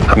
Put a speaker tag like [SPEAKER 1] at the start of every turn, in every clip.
[SPEAKER 1] I've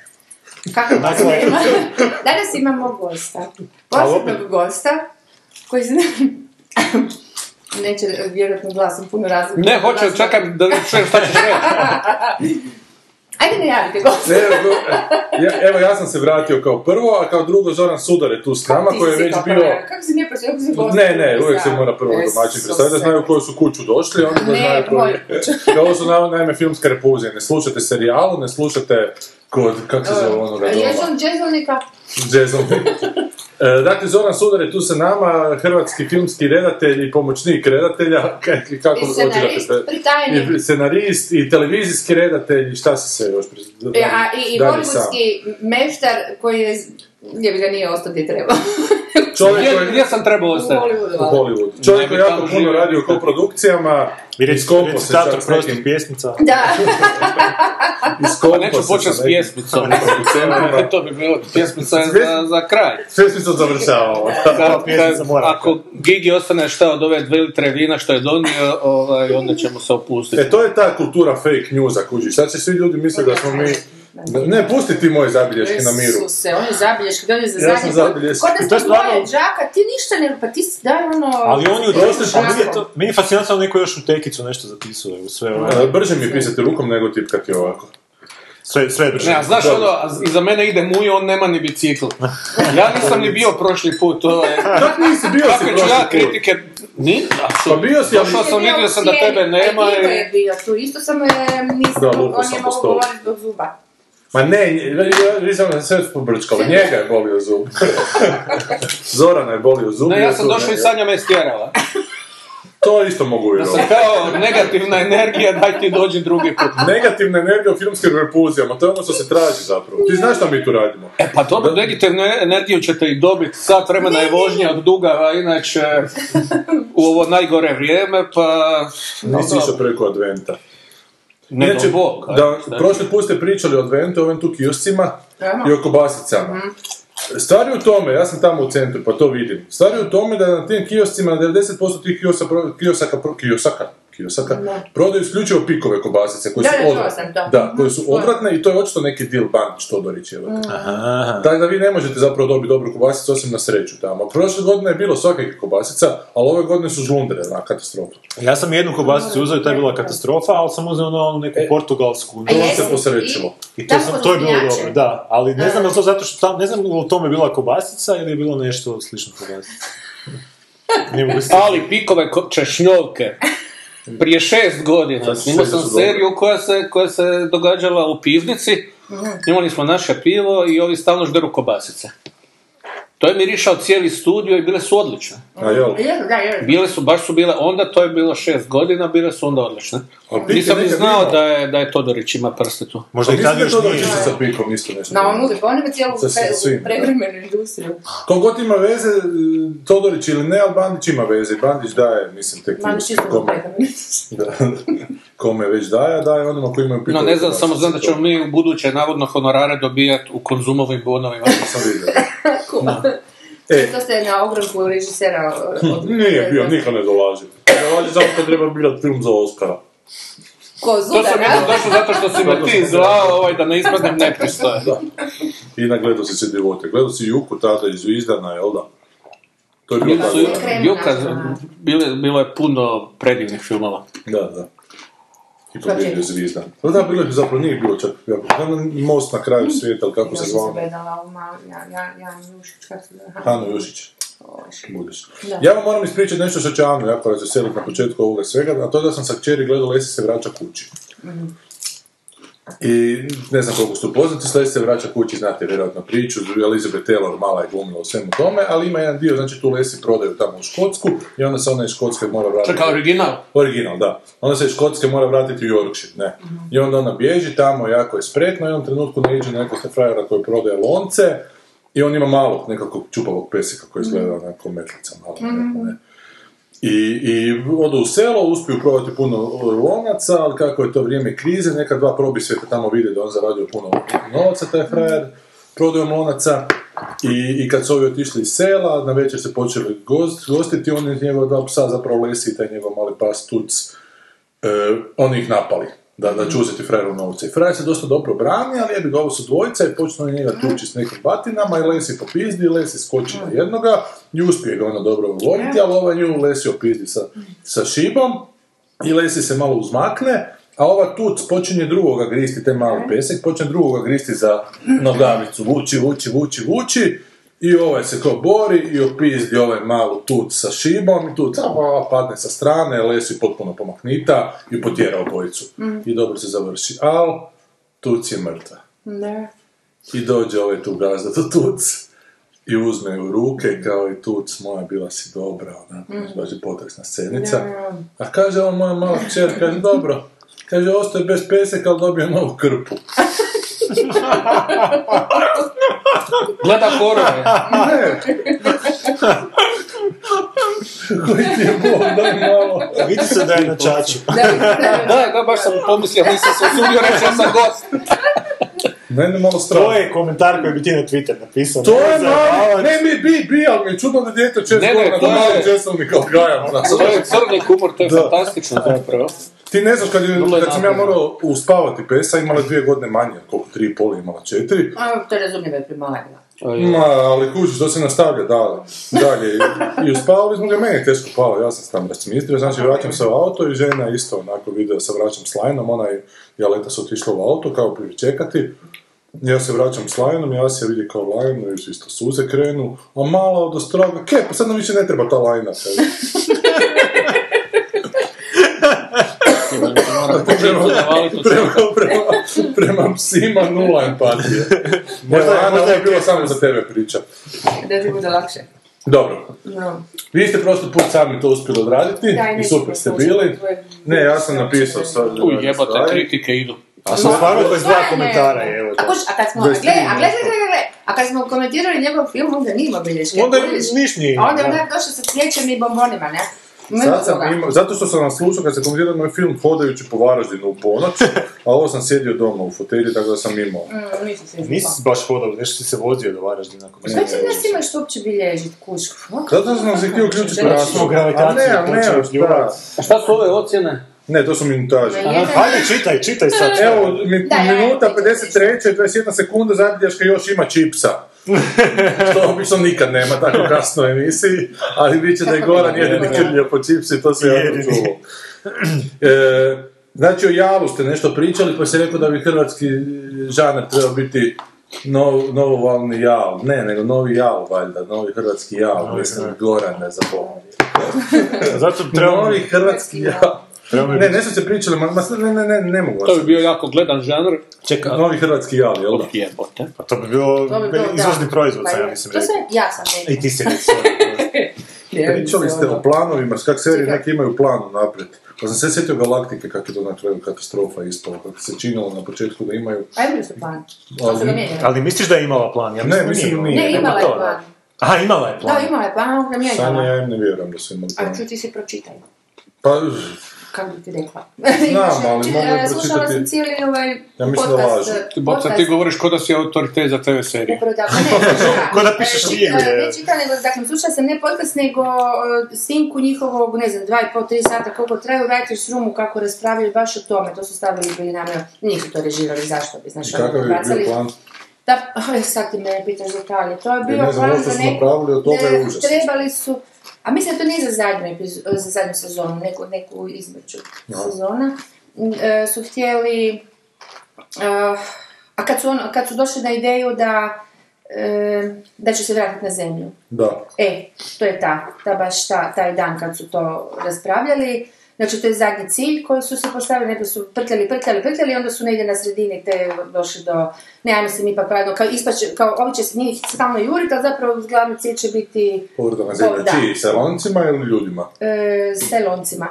[SPEAKER 2] Kako vas
[SPEAKER 3] Dakle.
[SPEAKER 2] nema? Danas imamo gosta. Posebnog gosta koji se... Neće eh, vjerojatno glasom puno razlika.
[SPEAKER 4] Ne, hoću, čekam da čujem šta ćeš reći.
[SPEAKER 2] Ajde ne javite gosta.
[SPEAKER 4] Ne, evo, ja, evo, ja sam se vratio kao prvo, a kao drugo Zoran Sudar je tu s nama,
[SPEAKER 2] Ti
[SPEAKER 4] koji je
[SPEAKER 2] si
[SPEAKER 4] već
[SPEAKER 2] kao
[SPEAKER 4] bio...
[SPEAKER 2] prva. Kako se nije prošao? Kako se gosta
[SPEAKER 4] Ne, ne, uvijek se
[SPEAKER 2] predstavio?
[SPEAKER 4] mora prvo domaćin
[SPEAKER 2] Isuse.
[SPEAKER 4] predstaviti, da znaju u koju su kuću došli, onda da
[SPEAKER 2] Ne,
[SPEAKER 4] znaju koji...
[SPEAKER 2] moju
[SPEAKER 4] Da, ovo su na- naime filmske repuzije, ne slušate serijalu, ne slušate kod, kako se zove onoga doma,
[SPEAKER 2] Jason Jezelnika.
[SPEAKER 4] Jason Big. E, Dakle, Zoran Sudar je tu sa nama, hrvatski filmski redatelj i pomoćnik redatelja, k- kako
[SPEAKER 2] I
[SPEAKER 4] hoćete
[SPEAKER 2] scenarist,
[SPEAKER 4] ste-
[SPEAKER 2] pritajnik.
[SPEAKER 4] i scenarist, i televizijski redatelj, i šta si sve još... pri-
[SPEAKER 2] E, A, I, i
[SPEAKER 4] dalje
[SPEAKER 2] hollywoodski meštar koji je... Gdje bi ga nije ostao gdje treba.
[SPEAKER 4] sam. Čovjek koji...
[SPEAKER 5] Gdje sam trebao
[SPEAKER 2] U Hollywoodu.
[SPEAKER 4] u
[SPEAKER 2] ali.
[SPEAKER 4] Hollywoodu. Čovjek
[SPEAKER 5] bi
[SPEAKER 4] koji jako
[SPEAKER 5] tamo
[SPEAKER 4] puno
[SPEAKER 5] živio.
[SPEAKER 4] radi u koprodukcijama,
[SPEAKER 3] I
[SPEAKER 4] iz kompo se čak
[SPEAKER 3] recitator
[SPEAKER 4] s
[SPEAKER 3] prostih
[SPEAKER 4] nekim...
[SPEAKER 3] pjesnica.
[SPEAKER 2] Da.
[SPEAKER 4] Iz
[SPEAKER 5] Pa
[SPEAKER 4] kompo
[SPEAKER 5] neću
[SPEAKER 4] se sa
[SPEAKER 5] početi s
[SPEAKER 4] nekim
[SPEAKER 5] pjesmicom.
[SPEAKER 4] producentima.
[SPEAKER 5] to bi bilo pjesmica je za, za kraj.
[SPEAKER 4] Sve svi su završavamo.
[SPEAKER 5] Kad-
[SPEAKER 3] pjesmica
[SPEAKER 5] kad-
[SPEAKER 3] mora.
[SPEAKER 5] ako Gigi ostane šta od ove dve litre vina što je donio, ovaj, onda ćemo se opustiti.
[SPEAKER 4] E, to je ta kultura fake newsa, kužiš. Sad će svi ljudi misliti da smo mi... Ne, pusti ti moje zabilješke na miru.
[SPEAKER 2] Isuse, on je zabilješki, on je za zadnje.
[SPEAKER 4] Ja sam zabilješki.
[SPEAKER 2] Kod
[SPEAKER 3] To je
[SPEAKER 2] nas dvoje
[SPEAKER 3] stvarno-
[SPEAKER 2] džaka, ti ništa ne, pa ti si daj ono...
[SPEAKER 3] Ali on je u dosta
[SPEAKER 2] Šta?
[SPEAKER 3] Meni je fascinantno da neko još u tekicu nešto zapisuje u sve ovo.
[SPEAKER 4] E, Brže mi je pisati rukom nego tipkati ovako.
[SPEAKER 3] Sve, sve je brže.
[SPEAKER 5] Ne, a znaš ono, a iza mene ide mujo, on nema ni bicikl. Ja nisam ni bio prošli put, ovaj.
[SPEAKER 4] Kak nisi bio
[SPEAKER 5] Kako
[SPEAKER 4] si
[SPEAKER 5] ću ja
[SPEAKER 4] prošli put?
[SPEAKER 5] kritike? Ni, a
[SPEAKER 4] Pa
[SPEAKER 5] što
[SPEAKER 4] bio si, ali...
[SPEAKER 5] Došao sam, vidio sam da tebe nema
[SPEAKER 2] i...
[SPEAKER 5] i-
[SPEAKER 2] e, je bio tu, isto sam, e, nisam,
[SPEAKER 4] Da,
[SPEAKER 2] on
[SPEAKER 4] lupao sam
[SPEAKER 2] je
[SPEAKER 4] po
[SPEAKER 2] mogu
[SPEAKER 4] stolu.
[SPEAKER 2] govoriti do zuba.
[SPEAKER 4] Ma ne, nje- ja nisam sve pobrčkala. Njega je bolio zub. Zorana je bolio zub.
[SPEAKER 5] Ne, ja sam
[SPEAKER 4] zub
[SPEAKER 5] došao i
[SPEAKER 4] njega.
[SPEAKER 5] Sanja me stjerala.
[SPEAKER 4] To isto mogu
[SPEAKER 5] Da
[SPEAKER 4] i
[SPEAKER 5] sam kao negativna energija, daj ti dođi drugi put.
[SPEAKER 4] Negativna energija u filmskim repulzijama, to je ono što se traži zapravo. Ti znaš šta mi tu radimo.
[SPEAKER 5] E pa dobro, negativnu energiju ćete i dobiti, sat vremena je vožnja od duga, a inače u ovo najgore vrijeme, pa...
[SPEAKER 4] Nisi išao preko Adventa.
[SPEAKER 5] Ne
[SPEAKER 4] Inače,
[SPEAKER 5] do Bog, ajde, znači.
[SPEAKER 4] da,
[SPEAKER 5] šta?
[SPEAKER 4] prošli put ste pričali o Adventu, ovim tu kioscima
[SPEAKER 2] Aha. Mhm.
[SPEAKER 4] i o kobasicama. Stvar je u tome, ja sam tamo u centru, pa to vidim. Stvar je u tome da na tim kioscima, na 90% tih kiosa, pro- kiosaka, pro- kiosaka, kiosaka, prodaju isključivo pikove kobasice koje
[SPEAKER 2] Da,
[SPEAKER 4] su
[SPEAKER 2] da, čula
[SPEAKER 4] odvratne.
[SPEAKER 2] sam Mhm. to.
[SPEAKER 4] Da, koje su
[SPEAKER 2] Mhm.
[SPEAKER 4] odvratne i to je očito neki deal Bandić Todorićeva. Tako da vi ne možete zapravo dobiti dobru kobasicu osim na sreću tamo. Prošle godine je bilo svakakve kobasica, ali ove godine su žlundere, na katastrofa.
[SPEAKER 3] Ja sam jednu kobasicu uzeo i to je bila katastrofa, ali sam uzeo ono neku
[SPEAKER 4] E,
[SPEAKER 3] portugalsku.
[SPEAKER 2] A
[SPEAKER 4] To
[SPEAKER 2] jesi
[SPEAKER 4] se posrećilo.
[SPEAKER 3] I to,
[SPEAKER 2] Tako
[SPEAKER 3] sam, to je bilo
[SPEAKER 2] odbijače.
[SPEAKER 3] dobro, da. Ali ne znam je li to zato što tam, ne znam je li u tome bila kobasica ili je bilo nešto slično kobasica. Ne mogu se...
[SPEAKER 5] Ali pikove ko- češnjovke. Prije šest godina snimao
[SPEAKER 4] sve da
[SPEAKER 5] sam
[SPEAKER 4] su dobre.
[SPEAKER 5] seriju koja se, koja se događala u pivnici. Imali smo naše pivo i ovi stalno žderu kobasice. To je mirišao cijeli studio i bile su odlične.
[SPEAKER 4] A jel?
[SPEAKER 2] Jel, da, jel.
[SPEAKER 5] Bile su, baš su bile onda, to je bilo šest godina, bile su onda odlične.
[SPEAKER 4] Ali pik je
[SPEAKER 5] Nisam ni
[SPEAKER 4] nekad
[SPEAKER 5] znao
[SPEAKER 4] imao.
[SPEAKER 5] da je, da je Todorić ima prste tu.
[SPEAKER 3] Možda i
[SPEAKER 4] Mislim
[SPEAKER 3] tad
[SPEAKER 4] da je
[SPEAKER 3] još
[SPEAKER 4] to
[SPEAKER 3] nije.
[SPEAKER 4] dođe sa pikom isto nešto.
[SPEAKER 2] Na on uvijek, on ima cijelu
[SPEAKER 4] Sa- sa
[SPEAKER 2] pre-
[SPEAKER 4] svim, da.
[SPEAKER 2] prevremenu industriju.
[SPEAKER 4] Ko god ima veze, eh, Todorić ili ne, ali Bandić ima veze. Bandić daje, mislim, te
[SPEAKER 2] Mami
[SPEAKER 4] ključ.
[SPEAKER 2] čisto za
[SPEAKER 4] Kome, da, kome već daje, a daje onima koji imaju
[SPEAKER 5] No
[SPEAKER 4] pitanje.
[SPEAKER 5] ne znam, samo znam da ćemo mi u buduće navodno honorare dobijati u konzumovim bonovima.
[SPEAKER 4] Sam vidio. E.
[SPEAKER 2] E. To ste na ogranku režisera eh, od...
[SPEAKER 4] Nije bio, nikad ne dolazi. Dolazi samo kad treba birat film za Oscara.
[SPEAKER 2] Ko
[SPEAKER 5] To
[SPEAKER 2] zuda,
[SPEAKER 5] sam jednom
[SPEAKER 2] ne?
[SPEAKER 5] došao zato što si me ti zvao ovaj, da ne ispadnem nepristojan.
[SPEAKER 4] I nagledao si se divote. Gledao si Juku tada iz Izdana, jel da? To je bilo
[SPEAKER 5] Bili
[SPEAKER 4] tako.
[SPEAKER 5] su,
[SPEAKER 4] da?
[SPEAKER 2] Kremna.
[SPEAKER 5] Juka, bile, bilo je puno predivnih filmova.
[SPEAKER 4] Da, da. I
[SPEAKER 2] Pa
[SPEAKER 4] pobjedio
[SPEAKER 2] je.
[SPEAKER 4] zvizdan. Da, da, bilo je zapravo nije bilo čak. jako- Ono, Most na
[SPEAKER 2] Mm.
[SPEAKER 4] kraju svijeta, ili kako se
[SPEAKER 2] Ja sam se
[SPEAKER 4] zvao.
[SPEAKER 2] gledala u ma... Ja, ja, ja, Jušić, kako se zove?
[SPEAKER 4] Hanu Jožić.
[SPEAKER 2] Bože.
[SPEAKER 4] budeš.
[SPEAKER 2] Da.
[SPEAKER 4] Ja vam moram ispričati nešto što će Anu jako razveseliti na početku ovoga svega, a to je da sam sa kćeri gledala Esi se vraća kući. I ne znam koliko ste upoznati, s Lesi se vraća kući, znate vjerojatno priču, Elizabeth Taylor mala je glumila u svemu tome, ali ima jedan dio, znači tu Lesi prodaju tamo u Škotsku i onda se ona iz Škotske mora vratiti.
[SPEAKER 5] Čekaj, original?
[SPEAKER 4] Original, da. Onda se iz Škotske mora vratiti u Yorkshire, ne. I onda ona bježi tamo, jako je spretna, i u jednom trenutku naiđe na nekog frajera koji prodaje lonce, I on ima malog nekakvog čupavog pesika koji izgleda onako metlica malo. nekako, ne. I, I odu u selo, uspiju probati puno e, lonaca, ali kako je to vrijeme krize, neka dva probisvijeta tamo vide da on zaradio puno novaca, taj frajer, prodajom lonaca. I, I kad su ovi otišli iz sela, na večer se počeli gost, gostiti, on je njegova dva psa, zapravo Lesi i taj njegov mali pas Tuc, e, oni ih napali. Da, da će uzeti frajeru novce. I frajer se dosta dobro brani, ali jebi ga, ovo su dvojica i počnu na njega tući s nekim batinama i Lesi popizdi, Lesi skoči na jednoga i uspije ga ona dobro uloviti, ali ova nju Lesi opizdi sa, sa šibom i Lesi se malo uzmakne, a ova tuc počinje drugoga gristi, taj mali pesek, počinje drugoga gristi za nogavicu, vuči, vuči, vuči, vuči, i ovaj se to bori i opizdi ovaj malu tuc sa šibom i tuc a, a, padne sa strane, lesi potpuno pomaknita i potjera obojicu. I dobro se završi. Al, tuc je mrtva.
[SPEAKER 2] Ne.
[SPEAKER 4] I dođe ovaj tu gazda do tuc i uzme ju u ruke kao i tuc, moja bila si dobra, onako, baš je potresna scenica.
[SPEAKER 2] Ja.
[SPEAKER 4] A kaže on moja mala kćer, kaže dobro, kaže ostaje bez peseka, ali dobio novu krpu.
[SPEAKER 5] Gleda korove.
[SPEAKER 4] Ne! Koji ti je bol, daj malo.
[SPEAKER 3] Vidi se da je na čaču.
[SPEAKER 2] Da, da,
[SPEAKER 5] Da, da, baš sam pomislio, nisam se usudio reći da sam gost.
[SPEAKER 4] Mene malo
[SPEAKER 3] To
[SPEAKER 4] strano.
[SPEAKER 3] je komentar koji bi ti na Twitter napisao.
[SPEAKER 4] To je malo,
[SPEAKER 3] Zabavač.
[SPEAKER 4] ne mi bi, bi, ali mi je čudno da djete čest
[SPEAKER 5] Ne, ne,
[SPEAKER 4] godina,
[SPEAKER 5] to
[SPEAKER 4] da
[SPEAKER 5] je-
[SPEAKER 4] malo česovnika odgajam. znaš.
[SPEAKER 5] To je crni humor, to je
[SPEAKER 4] Da.
[SPEAKER 5] fantastično zapravo.
[SPEAKER 4] Ti ne znaš, kad, je,
[SPEAKER 5] Vrlo je
[SPEAKER 4] kad sam ja
[SPEAKER 5] napredno.
[SPEAKER 4] morao uspavati pesa, imala je dvije godine manje, koliko, tri i pol, je imala četiri.
[SPEAKER 2] A, to razumijem, je premala je bila.
[SPEAKER 4] Ma, ali kužiš, to se nastavlja dalje. dalje. I- I uspavali smo ga, meni je teško palo, ja sam se tam rasmistrio, znači vraćam se u auto i žena je isto onako video da se vraćam s lajnom, ona je, ja leta se otišla u auto, kao pričekati. Ja se vraćam s lajnom, ja se vidi kao lajnu, još isto suze krenu, a malo od ostroga, ke, pa sad nam više ne treba ta lajna. kaže. prema, prema, prema, prema psima nula empatije. Možda,
[SPEAKER 3] je- možda
[SPEAKER 4] možda
[SPEAKER 3] je
[SPEAKER 4] je bilo samo za tebe priča.
[SPEAKER 2] Da ti bude lakše.
[SPEAKER 4] Dobro,
[SPEAKER 2] No.
[SPEAKER 4] vi ste prosto put sami to uspjeli odraditi
[SPEAKER 2] Daj,
[SPEAKER 4] i
[SPEAKER 2] neću
[SPEAKER 4] super ste
[SPEAKER 2] poslušati
[SPEAKER 4] bili.
[SPEAKER 2] tvoje-
[SPEAKER 4] Ne, ja sam napisao sad.
[SPEAKER 5] U jebote, kritike idu.
[SPEAKER 3] A sam stvarno 22 komentara,
[SPEAKER 2] je,
[SPEAKER 3] evo
[SPEAKER 2] A,
[SPEAKER 3] da.
[SPEAKER 2] kuš, a kad smo, a
[SPEAKER 4] Bez
[SPEAKER 2] gle,
[SPEAKER 4] filma.
[SPEAKER 2] a gle, gle, gle, gle, a kad smo komentirali njegov film, onda nije imao bilješke.
[SPEAKER 3] Onda je
[SPEAKER 2] kužiš?
[SPEAKER 3] niš nije
[SPEAKER 2] A onda je
[SPEAKER 3] imao,
[SPEAKER 2] onak došao sa cvijećem i bombonima, ne? Mimo
[SPEAKER 4] Sad sam
[SPEAKER 2] toga.
[SPEAKER 4] imao, zato što sam vam slušao kad se komentirao moj film hodajući po Varaždinu u ponoć, a ovo sam sjedio doma u fotelji, tako da sam imao.
[SPEAKER 2] Mm, nisam se
[SPEAKER 3] Nisi baš hodao, nešto si se vozio do Varaždina. ako
[SPEAKER 2] Šta će
[SPEAKER 3] se ne
[SPEAKER 2] nas
[SPEAKER 3] varam.
[SPEAKER 2] imaš što uopće bilježit, kuš?
[SPEAKER 4] Zato sam se htio uključiti
[SPEAKER 2] Da,
[SPEAKER 4] na
[SPEAKER 2] da,
[SPEAKER 4] raspravu.
[SPEAKER 3] gravitaciju
[SPEAKER 4] A ne, a ne,
[SPEAKER 3] počeo
[SPEAKER 4] šta?
[SPEAKER 3] ljubav.
[SPEAKER 5] A šta su ove ocjene?
[SPEAKER 4] Ne, to su minutaže.
[SPEAKER 2] Ma jedan-
[SPEAKER 3] Hajde, čitaj, čitaj sad.
[SPEAKER 4] Evo, mi,
[SPEAKER 2] Da, ja,
[SPEAKER 4] minuta
[SPEAKER 2] ja.
[SPEAKER 4] 53, 21 sekunda, zabilješka još ima čipsa. Što obično nikad nema tako kasno u emisiji, ali bit će da je Goran jedini krlja po čipsu i to se jako
[SPEAKER 3] Jedini.
[SPEAKER 4] čulo. E, znači, o Jalu ste nešto pričali, pa si rekao da bi hrvatski žanar trebao biti nov, novovalni Jal. Ne, nego novi Jal, valjda, novi hrvatski Jal, mislim, Goran ne zapomni.
[SPEAKER 3] Zato trebamo...
[SPEAKER 4] Novi hrvatski Jal.
[SPEAKER 3] Trebamo
[SPEAKER 4] Ne, nešto ste pričali, ma, ma, ne, ne, ne, ne mogu.
[SPEAKER 5] To bi bio jako gledan žanr.
[SPEAKER 4] Čekaj, novi hrvatski Jal, jel da?
[SPEAKER 5] Od jebote.
[SPEAKER 3] Pa to bi bilo
[SPEAKER 2] To bi bilo, da.
[SPEAKER 3] izvozni proizvod,
[SPEAKER 2] Pa
[SPEAKER 3] sam ja
[SPEAKER 2] je.
[SPEAKER 3] mislim
[SPEAKER 2] To
[SPEAKER 3] rekao.
[SPEAKER 2] sam- Ja sam rekla.
[SPEAKER 3] I ti si rekao.
[SPEAKER 2] Ja
[SPEAKER 4] Pričali
[SPEAKER 2] sam
[SPEAKER 4] ste
[SPEAKER 2] ono-
[SPEAKER 4] o planovima, s kak serije neki imaju plan naprijed. Pa sam se sjetio Galaktike kak je to na kraju katastrofa ispala, kako se činilo na početku da imaju...
[SPEAKER 2] Pa imali su plan. To su ga mijenjali.
[SPEAKER 3] Ali misliš da je imala plan? Ja mislim
[SPEAKER 4] Ne, mislim
[SPEAKER 3] da
[SPEAKER 4] da
[SPEAKER 2] Ne,
[SPEAKER 4] nije.
[SPEAKER 2] imala je
[SPEAKER 3] to, da.
[SPEAKER 2] plan.
[SPEAKER 3] Aha, imala je plan.
[SPEAKER 2] Da, imala je plan, ali ga
[SPEAKER 4] Sanja,
[SPEAKER 2] mijenjala.
[SPEAKER 4] ja im ne vjerujem da su imali plan.
[SPEAKER 2] A čuti si pročitaj.
[SPEAKER 4] Pa, ž,
[SPEAKER 2] Kako bi ti rekla?
[SPEAKER 4] ali
[SPEAKER 2] Inače,
[SPEAKER 4] mogu
[SPEAKER 2] e, Slušala
[SPEAKER 4] pročitati-
[SPEAKER 2] sam cijeli ovaj
[SPEAKER 4] Ja mislim da
[SPEAKER 2] podcast,
[SPEAKER 4] lažu.
[SPEAKER 2] e,
[SPEAKER 5] Boca, ti
[SPEAKER 2] podcast
[SPEAKER 5] govoriš kao da si autoritet za TV serije.
[SPEAKER 2] Upravo tako, ne, slušala.
[SPEAKER 3] Ko da pišeš
[SPEAKER 2] E, čit-
[SPEAKER 3] knjigu, je.
[SPEAKER 2] e, Ne čitala, nego, dakle, slušala sam ne podcast, nego e, snimku njihovog, ne znam, dva i pol, tri sata, koliko traju, Writers Roomu, kako raspravljaju baš o tome, to su stavili bili namjerno, nisu to režirali, zašto bi, znaš, ono,
[SPEAKER 4] kakav je bio
[SPEAKER 2] bacali.
[SPEAKER 4] plan?
[SPEAKER 2] Da, aj, sad ti me pitaš detalje, to je
[SPEAKER 4] Jer
[SPEAKER 2] Pa bio
[SPEAKER 4] ne znam,
[SPEAKER 2] plan
[SPEAKER 4] ovo što
[SPEAKER 2] za
[SPEAKER 4] su
[SPEAKER 2] neku
[SPEAKER 4] napravili od toga je
[SPEAKER 2] ne,
[SPEAKER 4] užas.
[SPEAKER 2] Trebali su, a mislim da to nije za zadnju, epiz- za zadnju sezonu, neku, neku između sezona, e, su htjeli, e, a kad su, on, kad su došli na ideju da, e, da će se vratiti na zemlju.
[SPEAKER 4] Da.
[SPEAKER 2] E, to je ta, ta baš ta, taj dan kad su to raspravljali. Znači, to je zadnji cilj koji su se postavili, nego su prtljali, prtljali, prtljali, onda su negdje na sredini te došli do, ne, ajmo se mi pa pravimo, kao ispaće, kao ovi će se njih stalno juriti, ali zapravo glavni cilj će biti
[SPEAKER 4] Povrda na
[SPEAKER 2] Da.
[SPEAKER 4] zemlji. Čiji? Sa loncima ili ljudima?
[SPEAKER 2] e, s teloncima.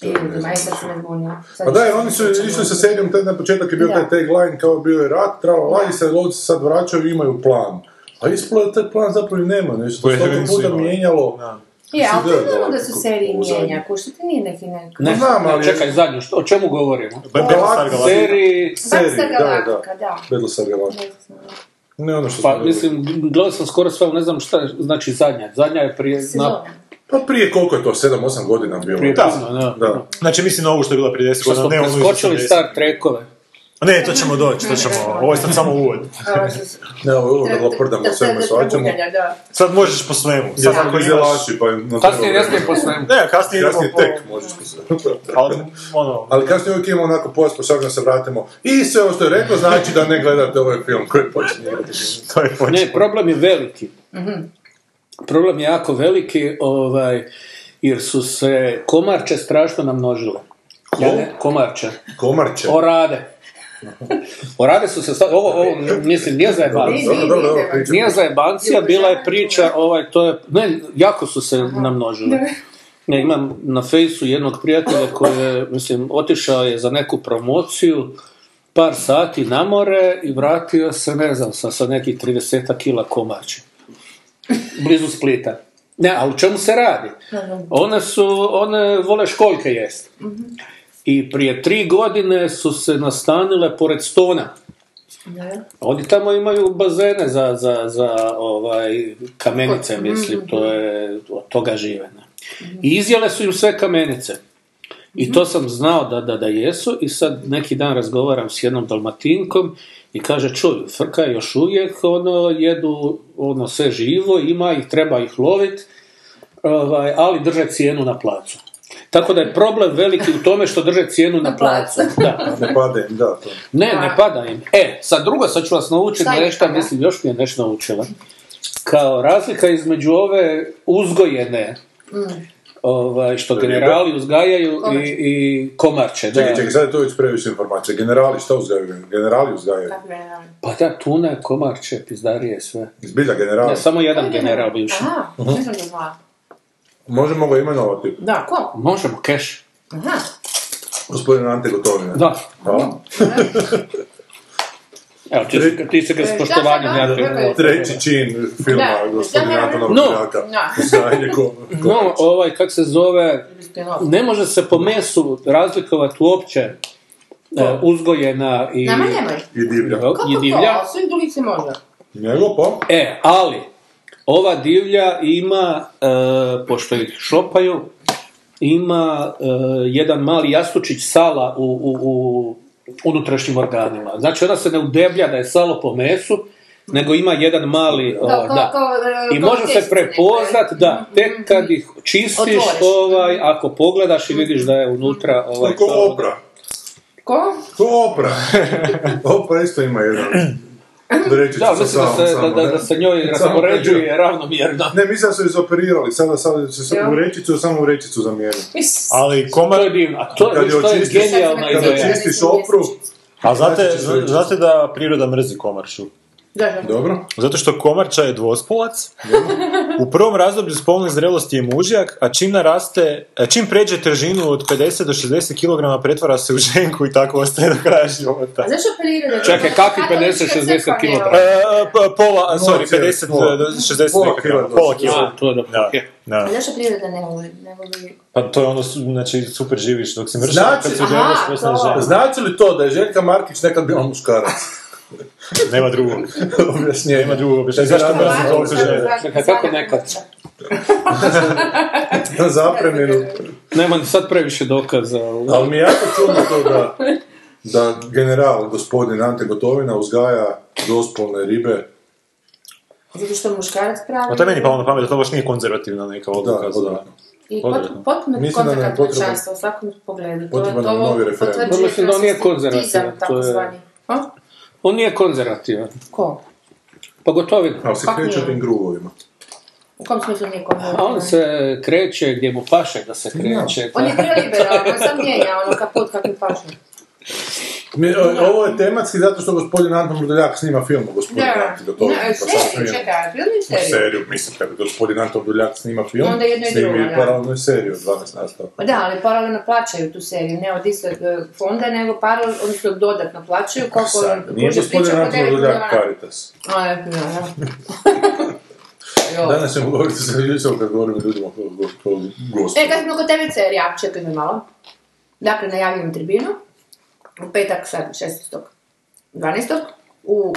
[SPEAKER 4] To ne znam.
[SPEAKER 2] Aj, sad sam me zbunila. Sad
[SPEAKER 4] Pa da, jer
[SPEAKER 2] nisam
[SPEAKER 4] oni su
[SPEAKER 2] sjećala.
[SPEAKER 4] išli sa serijom, taj, na početak je bio
[SPEAKER 2] Da.
[SPEAKER 4] taj tagline kao bio je rat, trava
[SPEAKER 2] Da.
[SPEAKER 4] i se lovci sad vraćaju i imaju plan. A ispalo je da taj plan zapravo i nema nešto. To
[SPEAKER 3] Koje
[SPEAKER 4] je toliko
[SPEAKER 3] nisu
[SPEAKER 4] puta
[SPEAKER 3] imali.
[SPEAKER 4] mijenjalo.
[SPEAKER 3] Da.
[SPEAKER 2] Je, ali to je
[SPEAKER 4] Mislim, da,
[SPEAKER 2] normalno
[SPEAKER 4] da,
[SPEAKER 2] da su
[SPEAKER 4] kako-
[SPEAKER 2] serije
[SPEAKER 4] u zadnjem.
[SPEAKER 2] mijenja, kušite, nije neki neki.
[SPEAKER 5] Ne,
[SPEAKER 4] znam,
[SPEAKER 5] ne,
[SPEAKER 4] ali-
[SPEAKER 5] čekaj, zadnju, što, o čemu govorimo?
[SPEAKER 3] Ba- Battlestar
[SPEAKER 4] Galak-
[SPEAKER 3] Galactica.
[SPEAKER 5] Seriji,
[SPEAKER 4] Seriji,
[SPEAKER 2] Battlestar
[SPEAKER 4] da,
[SPEAKER 2] Galactica, da.
[SPEAKER 4] da. Battlestar Galactica.
[SPEAKER 2] Ne znam.
[SPEAKER 4] Ne ono što
[SPEAKER 5] pa
[SPEAKER 4] smo
[SPEAKER 5] mislim, gledao sam skoro sve, ali ne znam šta je- znači zadnja. Zadnja je prije...
[SPEAKER 2] Sezona.
[SPEAKER 4] Pa prije koliko je to, 7-8 godina bilo.
[SPEAKER 5] prije
[SPEAKER 4] da,
[SPEAKER 5] puno, da.
[SPEAKER 4] da.
[SPEAKER 3] Znači mislim na ovu što je bila prije 10
[SPEAKER 5] Što
[SPEAKER 3] godina,
[SPEAKER 5] smo
[SPEAKER 3] ne ono iz
[SPEAKER 5] preskočili
[SPEAKER 3] 80.
[SPEAKER 5] Star Trekove.
[SPEAKER 3] Ne, to ćemo doći, to ćemo, ovo je sad samo uvod.
[SPEAKER 2] A, što su-
[SPEAKER 4] Ne, ovo je uvijek da loprdamo
[SPEAKER 2] Da,
[SPEAKER 4] o svemu i
[SPEAKER 2] da,
[SPEAKER 4] svačemu.
[SPEAKER 2] trabunjanja, da.
[SPEAKER 3] Sad možeš po svemu.
[SPEAKER 4] Ja
[SPEAKER 3] Sad
[SPEAKER 4] sam
[SPEAKER 3] ako
[SPEAKER 4] koji
[SPEAKER 3] imaš...
[SPEAKER 4] zelaši, pa... im na
[SPEAKER 5] Kasnije
[SPEAKER 4] drugo
[SPEAKER 5] ne smije
[SPEAKER 4] vreme.
[SPEAKER 5] po svemu.
[SPEAKER 3] Ne, kasnije idemo
[SPEAKER 4] Kasnije
[SPEAKER 3] po...
[SPEAKER 4] tek možeš poslušati.
[SPEAKER 3] Ali, ono,
[SPEAKER 4] Ali kasnije uvijek imamo onako post, pa sad da se vratimo. I sve ovo što je rekao znači da ne gledate ovaj film koji počinje.
[SPEAKER 3] to je počin.
[SPEAKER 5] Ne, problem je veliki. Problem je jako veliki, ovaj, jer su se komarče strašno namnožile. Ja ne- komarče.
[SPEAKER 4] Komarče.
[SPEAKER 5] Orade. Orade su se sta- ovo, ovo, mislim, nije zajebancija.
[SPEAKER 4] Dobro, dobro, dobro, pričamo.
[SPEAKER 5] Nije zajebancija, bila je priča, ovaj, to je, ne, jako su se namnožile. Ne, imam na fejsu jednog prijatelja koji je, mislim, otišao je za neku promociju, par sati na more i vratio se, ne znam, sa, sa nekih 30 kila komarča. Blizu Splita. Ne, a u čemu se radi? One su, one vole školjke jesti. I prije tri godine su se nastanile pored Stona.
[SPEAKER 2] Da.
[SPEAKER 5] Oni tamo imaju bazene za, za, za ovaj, kamenice, mislim, to je, od toga žive. ne. I izjele su im sve kamenice. I to sam znao da, da, da jesu i sad neki dan razgovaram s jednom dalmatinkom i kaže, čuj, frka je još uvijek, ono, jedu ono, sve živo, ima ih, treba ih lovit, ovaj, ali drže cijenu na placu. Tako da je problem veliki u tome što drže cijenu na placu. Da.
[SPEAKER 4] Ne pade im, da, to.
[SPEAKER 5] Ne, ne pada im. E, sad drugo, sad ću vas naučiti
[SPEAKER 2] Šta je
[SPEAKER 5] nešto,
[SPEAKER 2] pada?
[SPEAKER 5] mislim, još mi je nešto naučila. Kao razlika između ove uzgojene, ovaj, što
[SPEAKER 4] Ribe?
[SPEAKER 5] generali uzgajaju i,
[SPEAKER 2] Mm. Komarče.
[SPEAKER 5] i komarče. Da.
[SPEAKER 4] Čekaj, čekaj, sad je to već previše informacija. Generali šta uzgajaju? Generali uzgajaju.
[SPEAKER 2] Tako je, da.
[SPEAKER 5] Pa da, tune, komarče, pizdarije, sve.
[SPEAKER 4] Zbilja generali.
[SPEAKER 5] Ne, samo jedan general bivši.
[SPEAKER 2] Aha, ne znam da.
[SPEAKER 4] Možemo ga imenovati.
[SPEAKER 2] Da, ko?
[SPEAKER 5] Možemo, keš.
[SPEAKER 2] Aha,
[SPEAKER 4] Gospodin Ante Gotovina.
[SPEAKER 5] Da.
[SPEAKER 4] Da.
[SPEAKER 5] Evo, ti, si- ti se ga s
[SPEAKER 2] Da,
[SPEAKER 5] poštovanjem
[SPEAKER 2] da, da,
[SPEAKER 5] jako-
[SPEAKER 2] da, da.
[SPEAKER 4] Treći čin filma
[SPEAKER 2] Da.
[SPEAKER 4] gospodina
[SPEAKER 2] Da, da, da.
[SPEAKER 4] Antonovog
[SPEAKER 5] No.
[SPEAKER 4] Pirata.
[SPEAKER 2] Da.
[SPEAKER 4] Uzgajanje ko-
[SPEAKER 5] No, ovaj, kak se zove,
[SPEAKER 2] Kristijanov.
[SPEAKER 5] ne može se po mesu razlikovati uopće e, uzgojena i...
[SPEAKER 2] Nama nemoj.
[SPEAKER 4] I divlja.
[SPEAKER 5] i
[SPEAKER 2] Kako
[SPEAKER 5] divlja.
[SPEAKER 2] to? Svih drugih se može.
[SPEAKER 4] Njegov pa?
[SPEAKER 5] E, ali, ova divlja ima, e, pošto ih šopaju, ima e, jedan mali jastučić sala u, u, u unutrašnjim organima. Znači, ona se ne udeblja da je salo po mesu, nego ima jedan mali... o,
[SPEAKER 2] Kao- kao-
[SPEAKER 5] da.
[SPEAKER 2] kao, e,
[SPEAKER 5] I
[SPEAKER 2] kao
[SPEAKER 5] može se
[SPEAKER 2] test
[SPEAKER 5] prepoznat,
[SPEAKER 2] neki.
[SPEAKER 5] da, tek kad ih čistiš,
[SPEAKER 2] mhm, Otvoriš.
[SPEAKER 5] ovaj, ako pogledaš i vidiš da je unutra... Ovaj,
[SPEAKER 4] Ko
[SPEAKER 5] kao-
[SPEAKER 4] opra.
[SPEAKER 2] Ko?
[SPEAKER 4] Ko opra. opra isto ima jedan. Reći
[SPEAKER 5] Da, mislim da se, da, da, da se njoj raspoređuje ravnomjerno.
[SPEAKER 4] Ne, mislim da su izoperirali, sada, sada će se
[SPEAKER 2] Ja.
[SPEAKER 4] u rečicu, samo u rečicu zamijeniti.
[SPEAKER 2] Is.
[SPEAKER 3] Ali
[SPEAKER 5] To je
[SPEAKER 3] komar...
[SPEAKER 5] divno. A to,
[SPEAKER 4] Kad je
[SPEAKER 5] je, to je
[SPEAKER 4] očistiš-
[SPEAKER 5] genijalna
[SPEAKER 2] kad
[SPEAKER 4] Kada
[SPEAKER 5] ideja.
[SPEAKER 2] očistiš-
[SPEAKER 4] čistiš opru,
[SPEAKER 3] A znate,
[SPEAKER 4] Znači, će se-
[SPEAKER 3] znate da priroda mrzi komarču?
[SPEAKER 2] Da, da.
[SPEAKER 4] dobro.
[SPEAKER 3] Zato što komarča je dvospolac. U prvom razdoblju spolne zrelosti je mužjak, a čim naraste, a čim pređe težinu od 50 do 60 kg pretvara se u ženku i tako ostaje do kraja života.
[SPEAKER 2] A zašto priroda?
[SPEAKER 5] Čekaj, kakvi 50, 60 kilograma?
[SPEAKER 3] E, pa, pola, a, sorry,
[SPEAKER 4] cijeli,
[SPEAKER 3] 50
[SPEAKER 4] pola.
[SPEAKER 3] do 60
[SPEAKER 4] Pola
[SPEAKER 3] nekako,
[SPEAKER 4] kila,
[SPEAKER 3] pola
[SPEAKER 4] da.
[SPEAKER 3] kila.
[SPEAKER 5] A, to je dobro,
[SPEAKER 3] Da,
[SPEAKER 5] okej.
[SPEAKER 3] da.
[SPEAKER 2] A zašto priroda ne voli? Ne voli...
[SPEAKER 3] Pa to je ono, su- znači, super živiš dok si mršav,
[SPEAKER 4] Znači-
[SPEAKER 3] kad se
[SPEAKER 4] Aha,
[SPEAKER 3] udelaš, postaneš
[SPEAKER 2] to.
[SPEAKER 3] žena.
[SPEAKER 4] Znači li to da je Željka Markić nekad bila muškarac?
[SPEAKER 3] Nema drugog.
[SPEAKER 4] Objašnjenje.
[SPEAKER 3] Nema drugog objašnjenja. E, Zašto
[SPEAKER 4] Zašto
[SPEAKER 3] mrzim toliko žene?
[SPEAKER 5] Čekaj, kako nekad?
[SPEAKER 4] Na zapreminu.
[SPEAKER 5] Nema ni sad previše dokaza.
[SPEAKER 4] Ali mi je jako čudno to da, da general, gospodin Ante Gotovina, uzgaja dospolne ribe.
[SPEAKER 2] Zato što muškarac pravi...
[SPEAKER 3] Pa to je meni palo na pamet, da to baš nije konzervativna neka odluka. za-
[SPEAKER 4] odvratno.
[SPEAKER 2] I
[SPEAKER 3] Odvratno.
[SPEAKER 2] pot, potpuno
[SPEAKER 4] Mislim da nam je
[SPEAKER 2] kontra
[SPEAKER 4] potreban-
[SPEAKER 2] katoličanstva u svakom pogledu.
[SPEAKER 4] potreban nam novi referendum.
[SPEAKER 5] Pa mislim da on nije konzervativan,
[SPEAKER 2] konzervativan.
[SPEAKER 5] to je- On nije konzervativan.
[SPEAKER 2] Ko?
[SPEAKER 5] Pa gotovi.
[SPEAKER 4] Ali se
[SPEAKER 2] Pa
[SPEAKER 4] kreće
[SPEAKER 2] nije.
[SPEAKER 4] tim gruvovima.
[SPEAKER 2] U kom smislu nije
[SPEAKER 5] A
[SPEAKER 2] konzervativan?
[SPEAKER 5] on se kreće gdje mu paše da se kreće.
[SPEAKER 2] On je preliberalan, on sam mijenja ono kaput kakvi pažnje.
[SPEAKER 4] Mi, o- ovo je tematski zato što gospodin Anton Brdoljak snima film o gospodinu
[SPEAKER 2] Da,
[SPEAKER 4] Anton
[SPEAKER 2] Ne,
[SPEAKER 4] Brdoljak. pa sasvim
[SPEAKER 2] seriju,
[SPEAKER 4] je-
[SPEAKER 2] čekaj, film
[SPEAKER 4] Па
[SPEAKER 2] ili seriju?
[SPEAKER 4] seriju, mislim, kad gospodin Anton Brdoljak snima film,
[SPEAKER 2] Onda jedno i
[SPEAKER 4] snimi
[SPEAKER 2] drugo, da.
[SPEAKER 4] paralelnu i seriju od 12 nastavka.
[SPEAKER 2] Pa Da, ali paralelno plaćaju tu seriju, ne od istog e, fonda, nego paralelno, odnosno dodatno plaćaju koliko...
[SPEAKER 4] Sad, nije
[SPEAKER 2] koliko
[SPEAKER 4] gospodin
[SPEAKER 2] priča, oko
[SPEAKER 4] Anton
[SPEAKER 2] devet
[SPEAKER 4] Brdoljak
[SPEAKER 2] milijuna.
[SPEAKER 4] Caritas.
[SPEAKER 2] A, ja, ne, ne, ne. Jo.
[SPEAKER 4] Danas ćemo govoriti sa ljudima kad govorimo ljudima kao go, ko
[SPEAKER 2] E, kad smo kod tebe serija, čekaj me malo. Dakle, najavljujem tribinu. U petak, sad, 16. 12. U...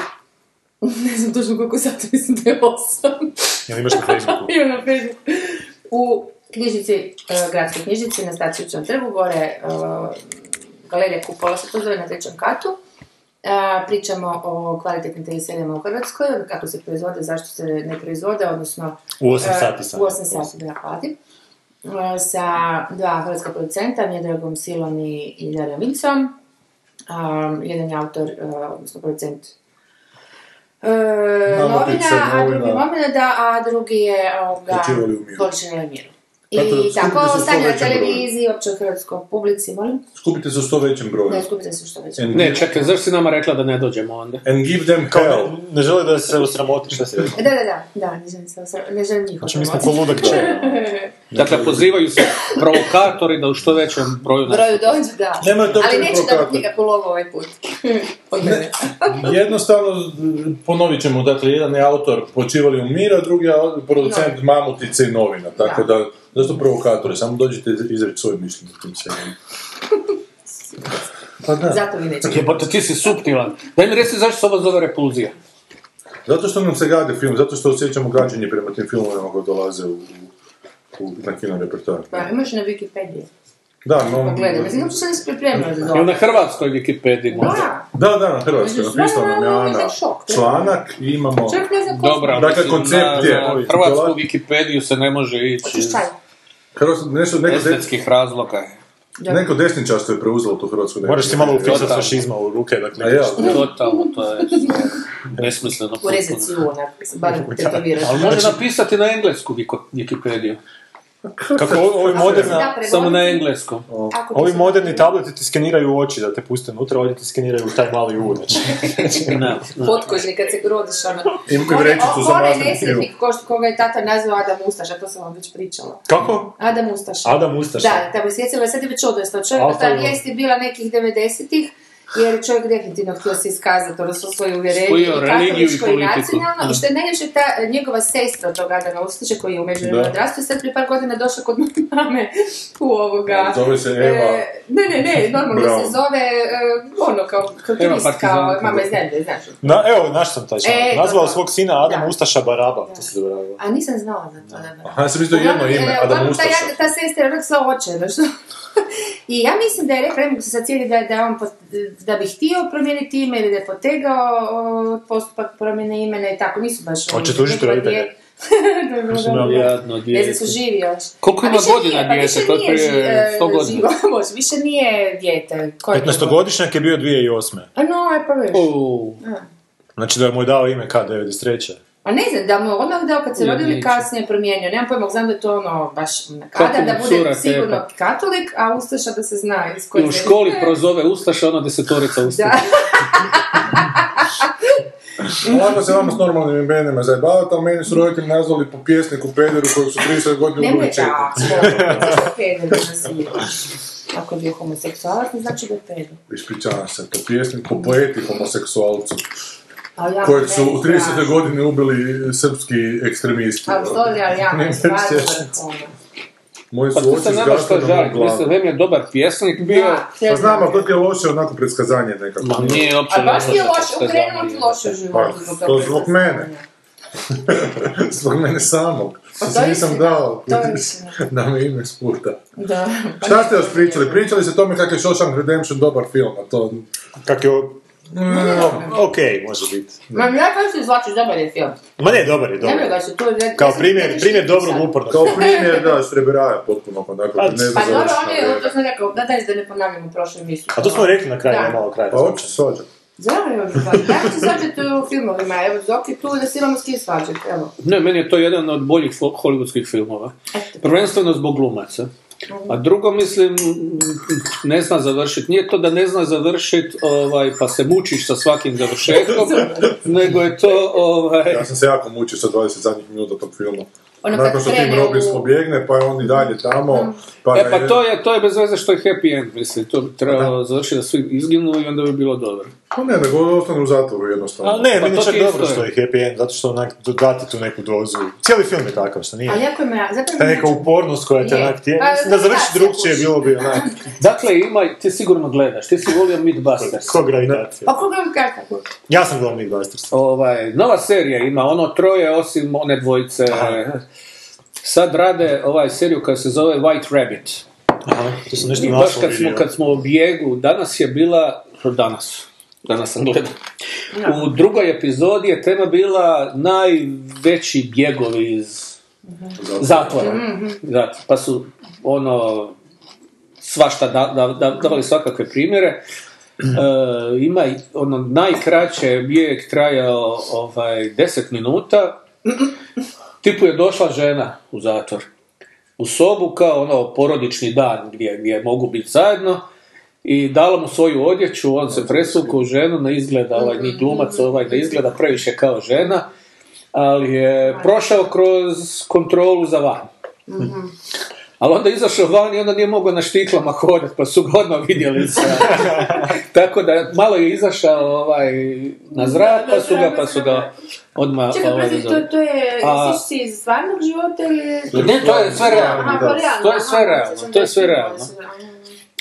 [SPEAKER 2] Ne znam točno koliko sati, mislim da je 8.
[SPEAKER 3] Jel imaš na Facebooku?
[SPEAKER 2] Imam na Facebooku. U knjižnici, e, gradskoj knjižnici na Stacijućnom trgu, gore e, galerija Kupola se to zove na trećem katu. E, pričamo o kvalitetnim teleserijama u Hrvatskoj, kako se proizvode, zašto se ne proizvode, odnosno...
[SPEAKER 3] U 8
[SPEAKER 2] e,
[SPEAKER 3] sati sam.
[SPEAKER 2] U 8 sati, da, hvala ti. E, Sa dva hrvatska producenta, Mjedragom Silom i, i Darijom Vincom. Um, jedan je autor, e, odnosno producent e, novina, a drugi
[SPEAKER 4] novina.
[SPEAKER 2] novina, da, a drugi je ovoga,
[SPEAKER 4] Počivali u miru.
[SPEAKER 2] Počivali u miru.
[SPEAKER 4] Tako da,
[SPEAKER 2] I
[SPEAKER 4] skupite se
[SPEAKER 2] tako,
[SPEAKER 4] u
[SPEAKER 2] stanje
[SPEAKER 4] što
[SPEAKER 2] na
[SPEAKER 4] većem broju.
[SPEAKER 2] televiziji, uopće u hrvatskoj publici, molim,
[SPEAKER 4] Skupite se u što većem broju.
[SPEAKER 2] da skupite se što već.
[SPEAKER 4] And,
[SPEAKER 5] Ne,
[SPEAKER 4] give-
[SPEAKER 5] čekaj, zašto si nama rekla da ne dođemo onda?
[SPEAKER 4] and give them
[SPEAKER 3] Kao,
[SPEAKER 4] hell.
[SPEAKER 3] ne, ne želi da se osramoti, šta se rekao?
[SPEAKER 2] E, Da, da, da, da, ne želim, se osra- ne želim njih
[SPEAKER 3] Znači, mi smo
[SPEAKER 2] osramotiti.
[SPEAKER 3] ko ludak
[SPEAKER 4] Да.
[SPEAKER 3] čovjek.
[SPEAKER 5] Dakle, pozivaju se provokatori da u što većem broju nas...
[SPEAKER 2] broju dođu, da.
[SPEAKER 4] Nemoj to
[SPEAKER 2] Ali neću dobiti
[SPEAKER 4] provokator.
[SPEAKER 2] nikakvu lovu ovaj put. Od mene.
[SPEAKER 4] Jednostavno, ponovit ćemo, dakle, jedan je autor počivali u miru, a drugi je producent mamutice i novina, tako da, zašto provokatori, samo dođite izreći svoje mišljenje o tim serijama. Pa da,
[SPEAKER 2] Zato vi neću.
[SPEAKER 5] Jebote, ti si suptilan. Daj mi reci zašto se ovo zove repulzija.
[SPEAKER 4] zato što nam se gade film, zato što osjećamo gađenje prema tim filmovima koji dolaze u, u, na kino repertoar.
[SPEAKER 2] Pa imaš na Wikipediji.
[SPEAKER 4] Da, no,
[SPEAKER 2] Pogledaj, mislim, uopće se nisi pripremila za
[SPEAKER 5] Ili
[SPEAKER 2] to.
[SPEAKER 5] na hrvatskoj Wikipediji možda.
[SPEAKER 2] Da,
[SPEAKER 4] da, da, na Hrvatskoj,
[SPEAKER 2] Mislim,
[SPEAKER 4] napisala nam je
[SPEAKER 2] stvarno,
[SPEAKER 4] Ana
[SPEAKER 2] mislim, šok.
[SPEAKER 4] članak i imamo...
[SPEAKER 2] čovjek ne zna ko
[SPEAKER 5] Dobra, ali
[SPEAKER 4] Dakle,
[SPEAKER 5] mislim,
[SPEAKER 4] koncept
[SPEAKER 5] na,
[SPEAKER 4] je,
[SPEAKER 5] na
[SPEAKER 4] ovi,
[SPEAKER 5] hrvatsku
[SPEAKER 4] dola-
[SPEAKER 5] Wikipediju se ne može ići
[SPEAKER 2] Hoćeš
[SPEAKER 5] iz
[SPEAKER 2] čaj?
[SPEAKER 4] Hrvatsko, nešto, neko, de,
[SPEAKER 5] estetskih razloga.
[SPEAKER 2] Dobro.
[SPEAKER 4] neko desničarstvo je preuzelo tu Hrvatsku.
[SPEAKER 3] Moraš si malo
[SPEAKER 4] upisati.
[SPEAKER 3] upisati fašizma u ruke, dakle.
[SPEAKER 4] A ja,
[SPEAKER 5] Totalno, to je besmisleno.
[SPEAKER 2] Urezat si ju onak, barem tetoviraš.
[SPEAKER 4] Znači,
[SPEAKER 5] Ali može napisati na englesku Wiki- Wikipediju.
[SPEAKER 3] Kako ovo- ovi moderna...
[SPEAKER 2] Da, prevoditi.
[SPEAKER 5] Samo na engleskom.
[SPEAKER 2] Ako ti
[SPEAKER 3] Ovi
[SPEAKER 2] se-
[SPEAKER 3] moderni tableti ti skeniraju oči da te puste unutra, ovdje ti skeniraju taj mali U, znači.
[SPEAKER 5] Ne, ne.
[SPEAKER 2] Potkožni kad se rodiš, ono...
[SPEAKER 4] Im- im vrećicu za
[SPEAKER 2] Onaj
[SPEAKER 4] masnu
[SPEAKER 2] nesretnik ko što- koga je tata nazvao Adam Ustaš, a to sam vam već pričala.
[SPEAKER 3] Kako?
[SPEAKER 2] Adam Ustaš.
[SPEAKER 3] Adam Ustaša.
[SPEAKER 2] Da, da bi sjećala, sad je već odvestao čovjek,
[SPEAKER 3] Alfa
[SPEAKER 2] ta
[SPEAKER 3] i Omega.
[SPEAKER 2] vijest je bila nekih 90-ih, jer je čovjek definitivno htio se iskazati, odnosno svoje uvjerenje,
[SPEAKER 5] Svoju
[SPEAKER 2] i
[SPEAKER 5] religiju i
[SPEAKER 2] katoličko i
[SPEAKER 5] politiku.
[SPEAKER 2] nacionalno, i što je najljepše ta e, njegova sestra od toga Adama Ustaše, koji je u međuvremenu
[SPEAKER 4] Da.
[SPEAKER 2] odrastao, je sad prije par godina došla kod mame u ovoga...
[SPEAKER 4] Zove se Eva.
[SPEAKER 2] E, ne, ne, ne, normalno
[SPEAKER 4] Brown.
[SPEAKER 2] se zove, e, ono, kao
[SPEAKER 5] Eva
[SPEAKER 2] kartunist, kao
[SPEAKER 5] Partizanka.
[SPEAKER 2] mama iz Zemlje, znaš.
[SPEAKER 3] Na, evo, naš sam taj članak.
[SPEAKER 2] E,
[SPEAKER 3] Nazvao
[SPEAKER 2] dobro.
[SPEAKER 3] svog sina Adam
[SPEAKER 2] Da.
[SPEAKER 3] Ustaša Baraba.
[SPEAKER 2] Da.
[SPEAKER 3] To se zaboravilo.
[SPEAKER 2] A nisam znala za to, da, da.
[SPEAKER 4] Aha, ja sam mislio jedno
[SPEAKER 2] Uglavnom,
[SPEAKER 4] ime,
[SPEAKER 2] e,
[SPEAKER 4] a da
[SPEAKER 2] uglavnom, ta,
[SPEAKER 4] Mustaša.
[SPEAKER 2] ja- ta sestra je rekla oče, znaš što? I ja mislim da je rekla, ne mogu se sad sjetiti da, je- da, je on pot- da bi htio promijeniti ime ili da je potegao o, postupak promjene imena i tako, nisu baš... oni-
[SPEAKER 3] Hoće tužiti
[SPEAKER 2] njegova
[SPEAKER 3] roditelje?
[SPEAKER 2] dje- Da, da, da, da.
[SPEAKER 5] Jadno
[SPEAKER 2] Ne znam,
[SPEAKER 5] dijete.
[SPEAKER 2] su Ja, živi još.
[SPEAKER 5] ja, Koliko
[SPEAKER 2] A
[SPEAKER 5] ima
[SPEAKER 2] više
[SPEAKER 5] godina
[SPEAKER 2] nije, pa
[SPEAKER 5] dijete?
[SPEAKER 2] više
[SPEAKER 5] To je
[SPEAKER 2] nije
[SPEAKER 5] prije
[SPEAKER 2] ži- e,
[SPEAKER 5] 100 godina.
[SPEAKER 2] živo, može, više nije dijete. Koje je
[SPEAKER 3] 15-godišnjak je bio 2008.
[SPEAKER 2] A no, je pa već.
[SPEAKER 5] U,
[SPEAKER 3] Znači da je mu je dao ime K93.
[SPEAKER 2] A ne znam, da mu odmah dao kad se
[SPEAKER 5] Ja
[SPEAKER 2] rodio ili
[SPEAKER 5] neću.
[SPEAKER 2] kasnije promijenio, nemam pojma, znam da je to ono baš
[SPEAKER 5] Kako
[SPEAKER 2] kada,
[SPEAKER 5] mu
[SPEAKER 2] da bude
[SPEAKER 5] cura
[SPEAKER 2] sigurno
[SPEAKER 5] tepa.
[SPEAKER 2] katolik, a Ustaša da se zna iz koje
[SPEAKER 5] I u
[SPEAKER 2] zemlje.
[SPEAKER 5] školi prozove Ustaša, ono ona desetorica Ustaša.
[SPEAKER 2] Da.
[SPEAKER 4] Lako se vama s normalnim imenima zajebavati, ali meni su roditelji nazvali po pjesniku Pederu kojeg su 30 godina
[SPEAKER 2] Nemoj
[SPEAKER 4] ubili
[SPEAKER 2] da,
[SPEAKER 4] četiri.
[SPEAKER 2] ako peder na svijetu. Ako je bio homoseksualac, ne znači da je pedo.
[SPEAKER 4] Ispričavam se, po pjesniku, po poeti homoseksualcu
[SPEAKER 2] Ali ja
[SPEAKER 4] kojeg su
[SPEAKER 2] ne
[SPEAKER 4] u
[SPEAKER 2] znam.
[SPEAKER 4] 30 godini ubili srpski ekstremisti.
[SPEAKER 2] Ali sorry, ali ja
[SPEAKER 4] Ne
[SPEAKER 2] ne stvarno
[SPEAKER 4] sjećam.
[SPEAKER 2] ono.
[SPEAKER 4] Moji
[SPEAKER 5] Pa
[SPEAKER 4] su
[SPEAKER 5] tu
[SPEAKER 4] oči
[SPEAKER 5] se nema što
[SPEAKER 4] zgasli na mom
[SPEAKER 5] žaliti.
[SPEAKER 4] glavu.
[SPEAKER 5] Mislim, Vem je dobar pjesnik bio.
[SPEAKER 2] Da,
[SPEAKER 4] Pa
[SPEAKER 2] ne znam.
[SPEAKER 4] znam, ali kako je loše onako predskazanje
[SPEAKER 5] Ma
[SPEAKER 4] nekako.
[SPEAKER 5] nije uopće
[SPEAKER 2] A baš ti je
[SPEAKER 5] loše
[SPEAKER 2] loše, ukrenuo ti
[SPEAKER 5] predskazanje.
[SPEAKER 2] loše u životu.
[SPEAKER 4] Pa,
[SPEAKER 2] zbog
[SPEAKER 4] to
[SPEAKER 2] toga.
[SPEAKER 4] zbog mene. Zbog mene samog.
[SPEAKER 2] Pa
[SPEAKER 4] Što
[SPEAKER 2] to
[SPEAKER 4] se
[SPEAKER 2] je
[SPEAKER 4] nisam
[SPEAKER 2] istina,
[SPEAKER 4] dao
[SPEAKER 2] to je istina. Pa
[SPEAKER 4] da me ime spurta.
[SPEAKER 2] Da.
[SPEAKER 4] Šta ste još pričali? Pričali ste o tome kako je Shawshank Redemption dobar film, a to...
[SPEAKER 3] Kak je ovo...
[SPEAKER 4] Mm,
[SPEAKER 3] Ok, može biti.
[SPEAKER 2] Ma ja kažem se izvlačiš, dobar je film.
[SPEAKER 3] Ma ne, dobar je, dobar
[SPEAKER 2] Nemoj
[SPEAKER 3] je.
[SPEAKER 2] ga se tu... ja- ja
[SPEAKER 3] Kao
[SPEAKER 2] sam
[SPEAKER 3] primjer,
[SPEAKER 2] vidiš
[SPEAKER 3] primjer
[SPEAKER 2] ništa.
[SPEAKER 3] dobrog
[SPEAKER 5] Pa
[SPEAKER 3] upornog.
[SPEAKER 4] Kao primjer, da, štreberaja potpuno, pa onako,
[SPEAKER 3] Pa,
[SPEAKER 4] ne
[SPEAKER 2] Pa
[SPEAKER 4] znam za
[SPEAKER 2] dobro,
[SPEAKER 4] oči
[SPEAKER 2] on
[SPEAKER 4] na
[SPEAKER 2] je,
[SPEAKER 4] vrijeme.
[SPEAKER 2] to sam rekao, da daj da ne ponavljamo prošle misli.
[SPEAKER 3] A to smo rekli na kraju,
[SPEAKER 2] Da.
[SPEAKER 3] da. malo kraj.
[SPEAKER 4] Pa oči svađa.
[SPEAKER 2] Zavrano je svađati. Ja ću se svađati u filmovima, evo, dok je tu, da se imamo s kim svađati, evo.
[SPEAKER 5] Ne, meni je to jedan od boljih fo- hollywoodskih filmova. Prvenstveno zbog glumaca. A drugo, mislim, ne zna završiti. Nije to da ne zna završiti ovaj, pa se mučiš sa svakim završetkom, nego je to... Ovaj,
[SPEAKER 4] Ja sam se jako mučio sa 20 zadnjih minuta tog filma.
[SPEAKER 2] Ono kad
[SPEAKER 4] Nakon što Tim
[SPEAKER 2] krene u- Mm.
[SPEAKER 4] Robbins pobjegne, pa je on i dalje tamo. Pa
[SPEAKER 5] e
[SPEAKER 4] ga
[SPEAKER 5] pa to je, to je bez veze što je happy end, mislim. To bi trebalo završiti da svi izginu i onda bi bilo dobro.
[SPEAKER 4] Pa ne, nego ostane u zatvoru jednostavno.
[SPEAKER 3] Ali ne,
[SPEAKER 5] Pa
[SPEAKER 3] meni
[SPEAKER 5] to
[SPEAKER 3] je čak
[SPEAKER 5] ti isto
[SPEAKER 3] dobro
[SPEAKER 5] je.
[SPEAKER 3] što je happy end, zato što onak dati tu neku dozu. Cijeli film je takav, što
[SPEAKER 2] Ali
[SPEAKER 3] nije.
[SPEAKER 2] jako je mra- zapravo
[SPEAKER 3] Ta
[SPEAKER 2] mi je
[SPEAKER 3] neka
[SPEAKER 2] način-
[SPEAKER 3] upornost koja te
[SPEAKER 2] Je.
[SPEAKER 3] onak tije.
[SPEAKER 2] Pa,
[SPEAKER 3] Mislim da završi
[SPEAKER 2] gravitacija
[SPEAKER 3] drugčije
[SPEAKER 2] kuži.
[SPEAKER 3] bilo bi onak,
[SPEAKER 5] Dakle, ima, ti sigurno gledaš, ti si volio Mythbusters.
[SPEAKER 3] ko gravitacija.
[SPEAKER 2] A koga bi kako?
[SPEAKER 3] Ja sam gledao Mythbusters.
[SPEAKER 5] Ovaj, nova serija ima, ono troje osim one dvojice. Sad rade ovaj seriju koja se zove White Rabbit.
[SPEAKER 3] Aha, to sam nešto
[SPEAKER 5] I baš
[SPEAKER 3] našao
[SPEAKER 5] kad smo,
[SPEAKER 3] vidio.
[SPEAKER 5] kad smo u bijegu, danas je bila, danas, danas sam gledao, u drugoj epizodi je tema bila najveći bjegovi iz zatvora. Da, pa su ono svašta da, da, da- davali svakakve primjere. E, ima i ono najkraće je bijeg trajao ovaj 10 minuta. Tipu je došla žena u zatvor u sobu kao ono porodični dan gdje, gdje mogu biti zajedno i dala mu svoju odjeću, on se presuku u ženu, ne izgleda ovaj ni glumac, ovaj ne izgleda previše kao žena, ali je prošao kroz kontrolu za van. Ali onda je izašao van i onda nije mogao na štiklama hodati, pa su godno vidjeli se. Tako da malo je izašao ovaj, na zrak, pa su ga, pa su ga odmah...
[SPEAKER 6] Čekaj,
[SPEAKER 5] ovaj,
[SPEAKER 6] prosim, to, to je,
[SPEAKER 5] A-
[SPEAKER 6] misliš si iz stvarnog života ili...
[SPEAKER 5] Ne, to je sve realno.
[SPEAKER 6] Aha, pa realno.
[SPEAKER 5] To je sve
[SPEAKER 6] aha,
[SPEAKER 5] realno,
[SPEAKER 6] sjećam
[SPEAKER 5] to je
[SPEAKER 6] se znači
[SPEAKER 5] sve
[SPEAKER 6] da
[SPEAKER 5] realno.
[SPEAKER 6] su- aha.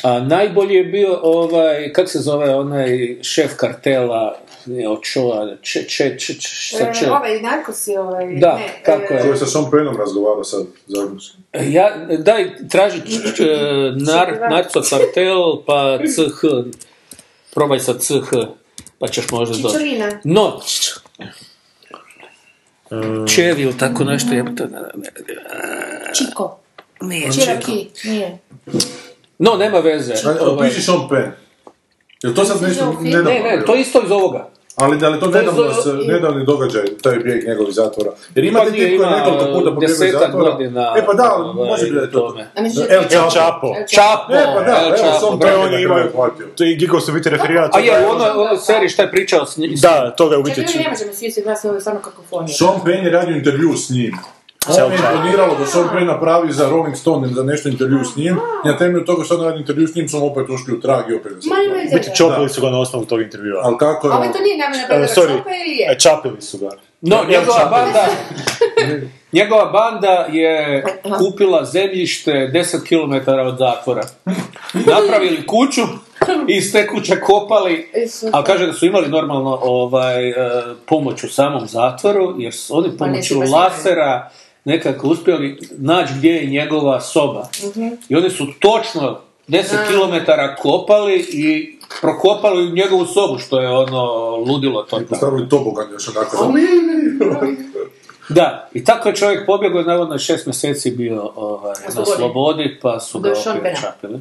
[SPEAKER 5] A najbolji je bio ovaj, kak se zove onaj šef kartela, ne, očova, če, če, če, če, sa če.
[SPEAKER 6] E, ovaj narkosi, ovaj...
[SPEAKER 5] Da,
[SPEAKER 6] ne,
[SPEAKER 5] tako je.
[SPEAKER 4] Koji je sa Sean Pennom razgovarao sad, zajednički.
[SPEAKER 5] Ja, daj, traži č- č- nar, narco kartel, pa CH, probaj sa CH, pa ćeš možda doći.
[SPEAKER 6] Čičorina.
[SPEAKER 5] No, čevi ili tako nešto, je to...
[SPEAKER 2] Čiko.
[SPEAKER 5] Nije
[SPEAKER 2] Čiraki. Nije.
[SPEAKER 5] No, nema veze. ovaj.
[SPEAKER 4] Piši Sean Penn. Jel to sad nešto
[SPEAKER 2] Mislim,
[SPEAKER 4] nedavno?
[SPEAKER 5] Ne, ne,
[SPEAKER 4] bilo?
[SPEAKER 5] to je isto iz ovoga.
[SPEAKER 4] Ali da li to
[SPEAKER 5] To je
[SPEAKER 4] nedavno,
[SPEAKER 5] za-
[SPEAKER 4] se, nedavni događaj, taj bijeg njegovih zatvora? Jer ima ono,
[SPEAKER 5] Pa
[SPEAKER 4] ti tip
[SPEAKER 5] nije,
[SPEAKER 4] koji je
[SPEAKER 5] ima
[SPEAKER 4] nekoliko puta pobjegao iz
[SPEAKER 5] desetak
[SPEAKER 4] zatvora.
[SPEAKER 5] godina,
[SPEAKER 4] E pa da, ali
[SPEAKER 5] ovaj,
[SPEAKER 4] može biti da je to.
[SPEAKER 5] tome.
[SPEAKER 2] A misliš da
[SPEAKER 4] El
[SPEAKER 2] je
[SPEAKER 3] El Chapo.
[SPEAKER 5] Čapo!
[SPEAKER 4] E pa da,
[SPEAKER 5] El
[SPEAKER 4] evo
[SPEAKER 5] Chapo,
[SPEAKER 4] sam
[SPEAKER 5] bravo.
[SPEAKER 4] to oni imaju hvatio.
[SPEAKER 3] To je i Giggle se u biti referirao.
[SPEAKER 5] A je, u onoj
[SPEAKER 4] ono,
[SPEAKER 5] onoj seriji šta je pričao s njim?
[SPEAKER 3] Da, toga je u biti
[SPEAKER 2] Čekaj,
[SPEAKER 3] ču-
[SPEAKER 2] ne možemo svi se glasiti, ovo je stvarno kakofonija.
[SPEAKER 4] Sean Penn je radio intervju s njim.
[SPEAKER 3] Sean
[SPEAKER 4] Ovo je
[SPEAKER 3] Penn.
[SPEAKER 4] imponiralo da Sean Penn napravi za Rolling Stone ili za nešto intervju s njim. I na temelju toga što on radi intervju s njim, su mu opet ušli u trag i opet ga
[SPEAKER 6] Ma
[SPEAKER 4] zatvori.
[SPEAKER 6] ima ideja.
[SPEAKER 3] čopili su ga na osnovu tog intervjua.
[SPEAKER 4] Ali kako je...
[SPEAKER 2] Ovo to nije namjena
[SPEAKER 3] E,
[SPEAKER 2] Pedra
[SPEAKER 3] sorry,
[SPEAKER 2] Šopa ili je?
[SPEAKER 3] e, čapili su ga.
[SPEAKER 5] No,
[SPEAKER 3] El
[SPEAKER 5] njegova
[SPEAKER 3] Chapo.
[SPEAKER 5] banda, njegova banda je kupila zemljište 10 km od zatvora. Napravili kuću i iz te kuće kopali,
[SPEAKER 6] Isus.
[SPEAKER 5] ali kaže da su imali normalno ovaj, e, pomoć u samom zatvoru, jer su oni pomoću
[SPEAKER 2] baš
[SPEAKER 5] lasera nekako uspjeli naći gdje je njegova soba. I oni su točno 10 km kopali i prokopali njegovu sobu, što je ono ludilo totalno.
[SPEAKER 4] Stavili tobogan još onako. za-
[SPEAKER 5] Da, i tako je čovjek pobjegao, navodno je šest mjeseci bio ovaj, na
[SPEAKER 2] slobodi.
[SPEAKER 5] slobodi, pa su ga
[SPEAKER 2] Do Sean
[SPEAKER 5] opet
[SPEAKER 2] Penna.
[SPEAKER 5] čapili.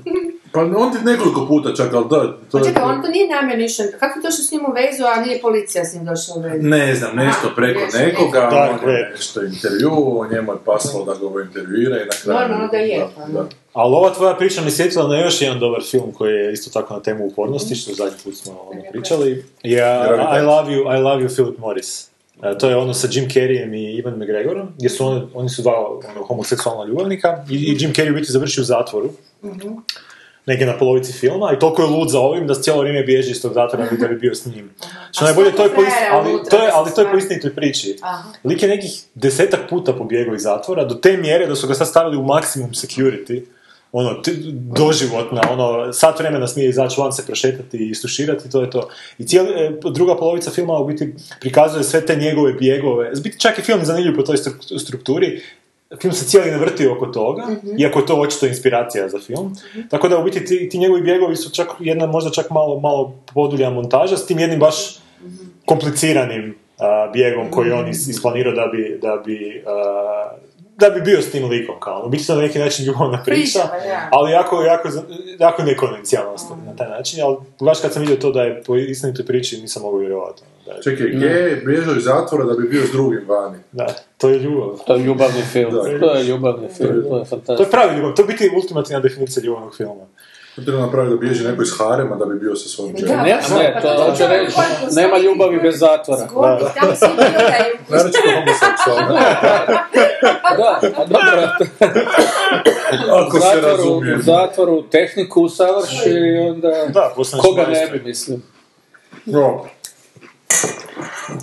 [SPEAKER 4] Pa on ti nekoliko puta čak, ali da... To
[SPEAKER 2] Pa
[SPEAKER 4] je-
[SPEAKER 2] čekaj, on to nije namjerno išao. Kako je došao s njim u vezu, a nije policija s njim došla u vezu?
[SPEAKER 4] Ne znam, nešto
[SPEAKER 2] A,
[SPEAKER 4] preko
[SPEAKER 2] nešto,
[SPEAKER 4] nekoga,
[SPEAKER 3] Dark
[SPEAKER 4] on je
[SPEAKER 3] web.
[SPEAKER 4] nešto intervju, njemu je pasalo da ga ovo intervjuira i na kraju...
[SPEAKER 2] Normalno da je, pa
[SPEAKER 4] da.
[SPEAKER 2] ne.
[SPEAKER 3] Ali ova tvoja priča mi sjetila na još jedan dobar film koji je isto tako na temu upornosti, što zadnji put smo ono pričali. Je I Love You, I Love You Philip Morris. E, To je ono sa Jim Carreyem i Ivan McGregorom, gdje su oni, oni su dva ono, homoseksualna ljubavnika i, i Jim Carrey u biti završi u zatvoru.
[SPEAKER 2] Mhm.
[SPEAKER 3] Negdje na polovici filma i toliko je lud za ovim da cijelo vrijeme bježi iz tog zatvora da bi bio s njim. Što
[SPEAKER 2] A
[SPEAKER 3] najbolje,
[SPEAKER 2] što
[SPEAKER 3] to je, po
[SPEAKER 2] frajera
[SPEAKER 3] isti- ali,
[SPEAKER 2] unutra,
[SPEAKER 3] to je,
[SPEAKER 2] da se
[SPEAKER 3] ali to je po
[SPEAKER 2] stvari-
[SPEAKER 3] istinitoj priči.
[SPEAKER 2] Aha.
[SPEAKER 3] Lik je nekih desetak puta pobjegao iz zatvora, do te mjere da su ga sad stavili u maksimum security, ono, ti- doživotna, ono, sat vremena smije izaći van se prošetati i istuširati, to je to. I cijeli, e, druga polovica filma u biti prikazuje sve te njegove bjegove, U biti čak i film je zanimljiv po toj stru- strukturi, film se cijeli navrti oko toga, iako je to očito inspiracija za film. Tako da u biti ti, ti njegovi bjegovi su čak jedna možda čak malo, malo podulja montaža s tim jednim baš uh,
[SPEAKER 2] Mm.
[SPEAKER 3] kompliciranim a, bijegom koji je on is- isplanirao da bi, da bi a, uh, da bi bio s tim likom, kao ono, biti to na neki način ljubavna priča,
[SPEAKER 2] Priča, pa da. Mm.
[SPEAKER 3] ali jako, jako, jako nekonvencionalna stvar na taj način, ali baš kad sam vidio to da je po istinitoj priči nisam mogao vjerovati. ono, Da, je-
[SPEAKER 4] Čekaj, gdje je bježao iz zatvora da bi bio s drugim vani?
[SPEAKER 3] da, to je ljubav.
[SPEAKER 5] To je ljubavni film,
[SPEAKER 4] Da.
[SPEAKER 5] to je ljubavni film, to je
[SPEAKER 3] To je
[SPEAKER 5] fantastično.
[SPEAKER 3] pravi ljubav, to je biti ultimativna definicija ljubavnog filma.
[SPEAKER 4] To treba napraviti da bježi neko iz harema da bi bio sa svojim čelom.
[SPEAKER 5] Ne, ne, to hoće reći, nema ljubavi bez zatvora.
[SPEAKER 2] Zgodni, tamo svi gledaju.
[SPEAKER 4] Naravno homoseksualno.
[SPEAKER 5] Da, a dobro, u
[SPEAKER 4] Ako se
[SPEAKER 5] zatvoru, u
[SPEAKER 4] razumijemo.
[SPEAKER 5] zatvoru tehniku usavrši i onda...
[SPEAKER 3] Da, postaneš
[SPEAKER 5] Koga ne
[SPEAKER 3] majstor.
[SPEAKER 5] bi, mislim.
[SPEAKER 4] No.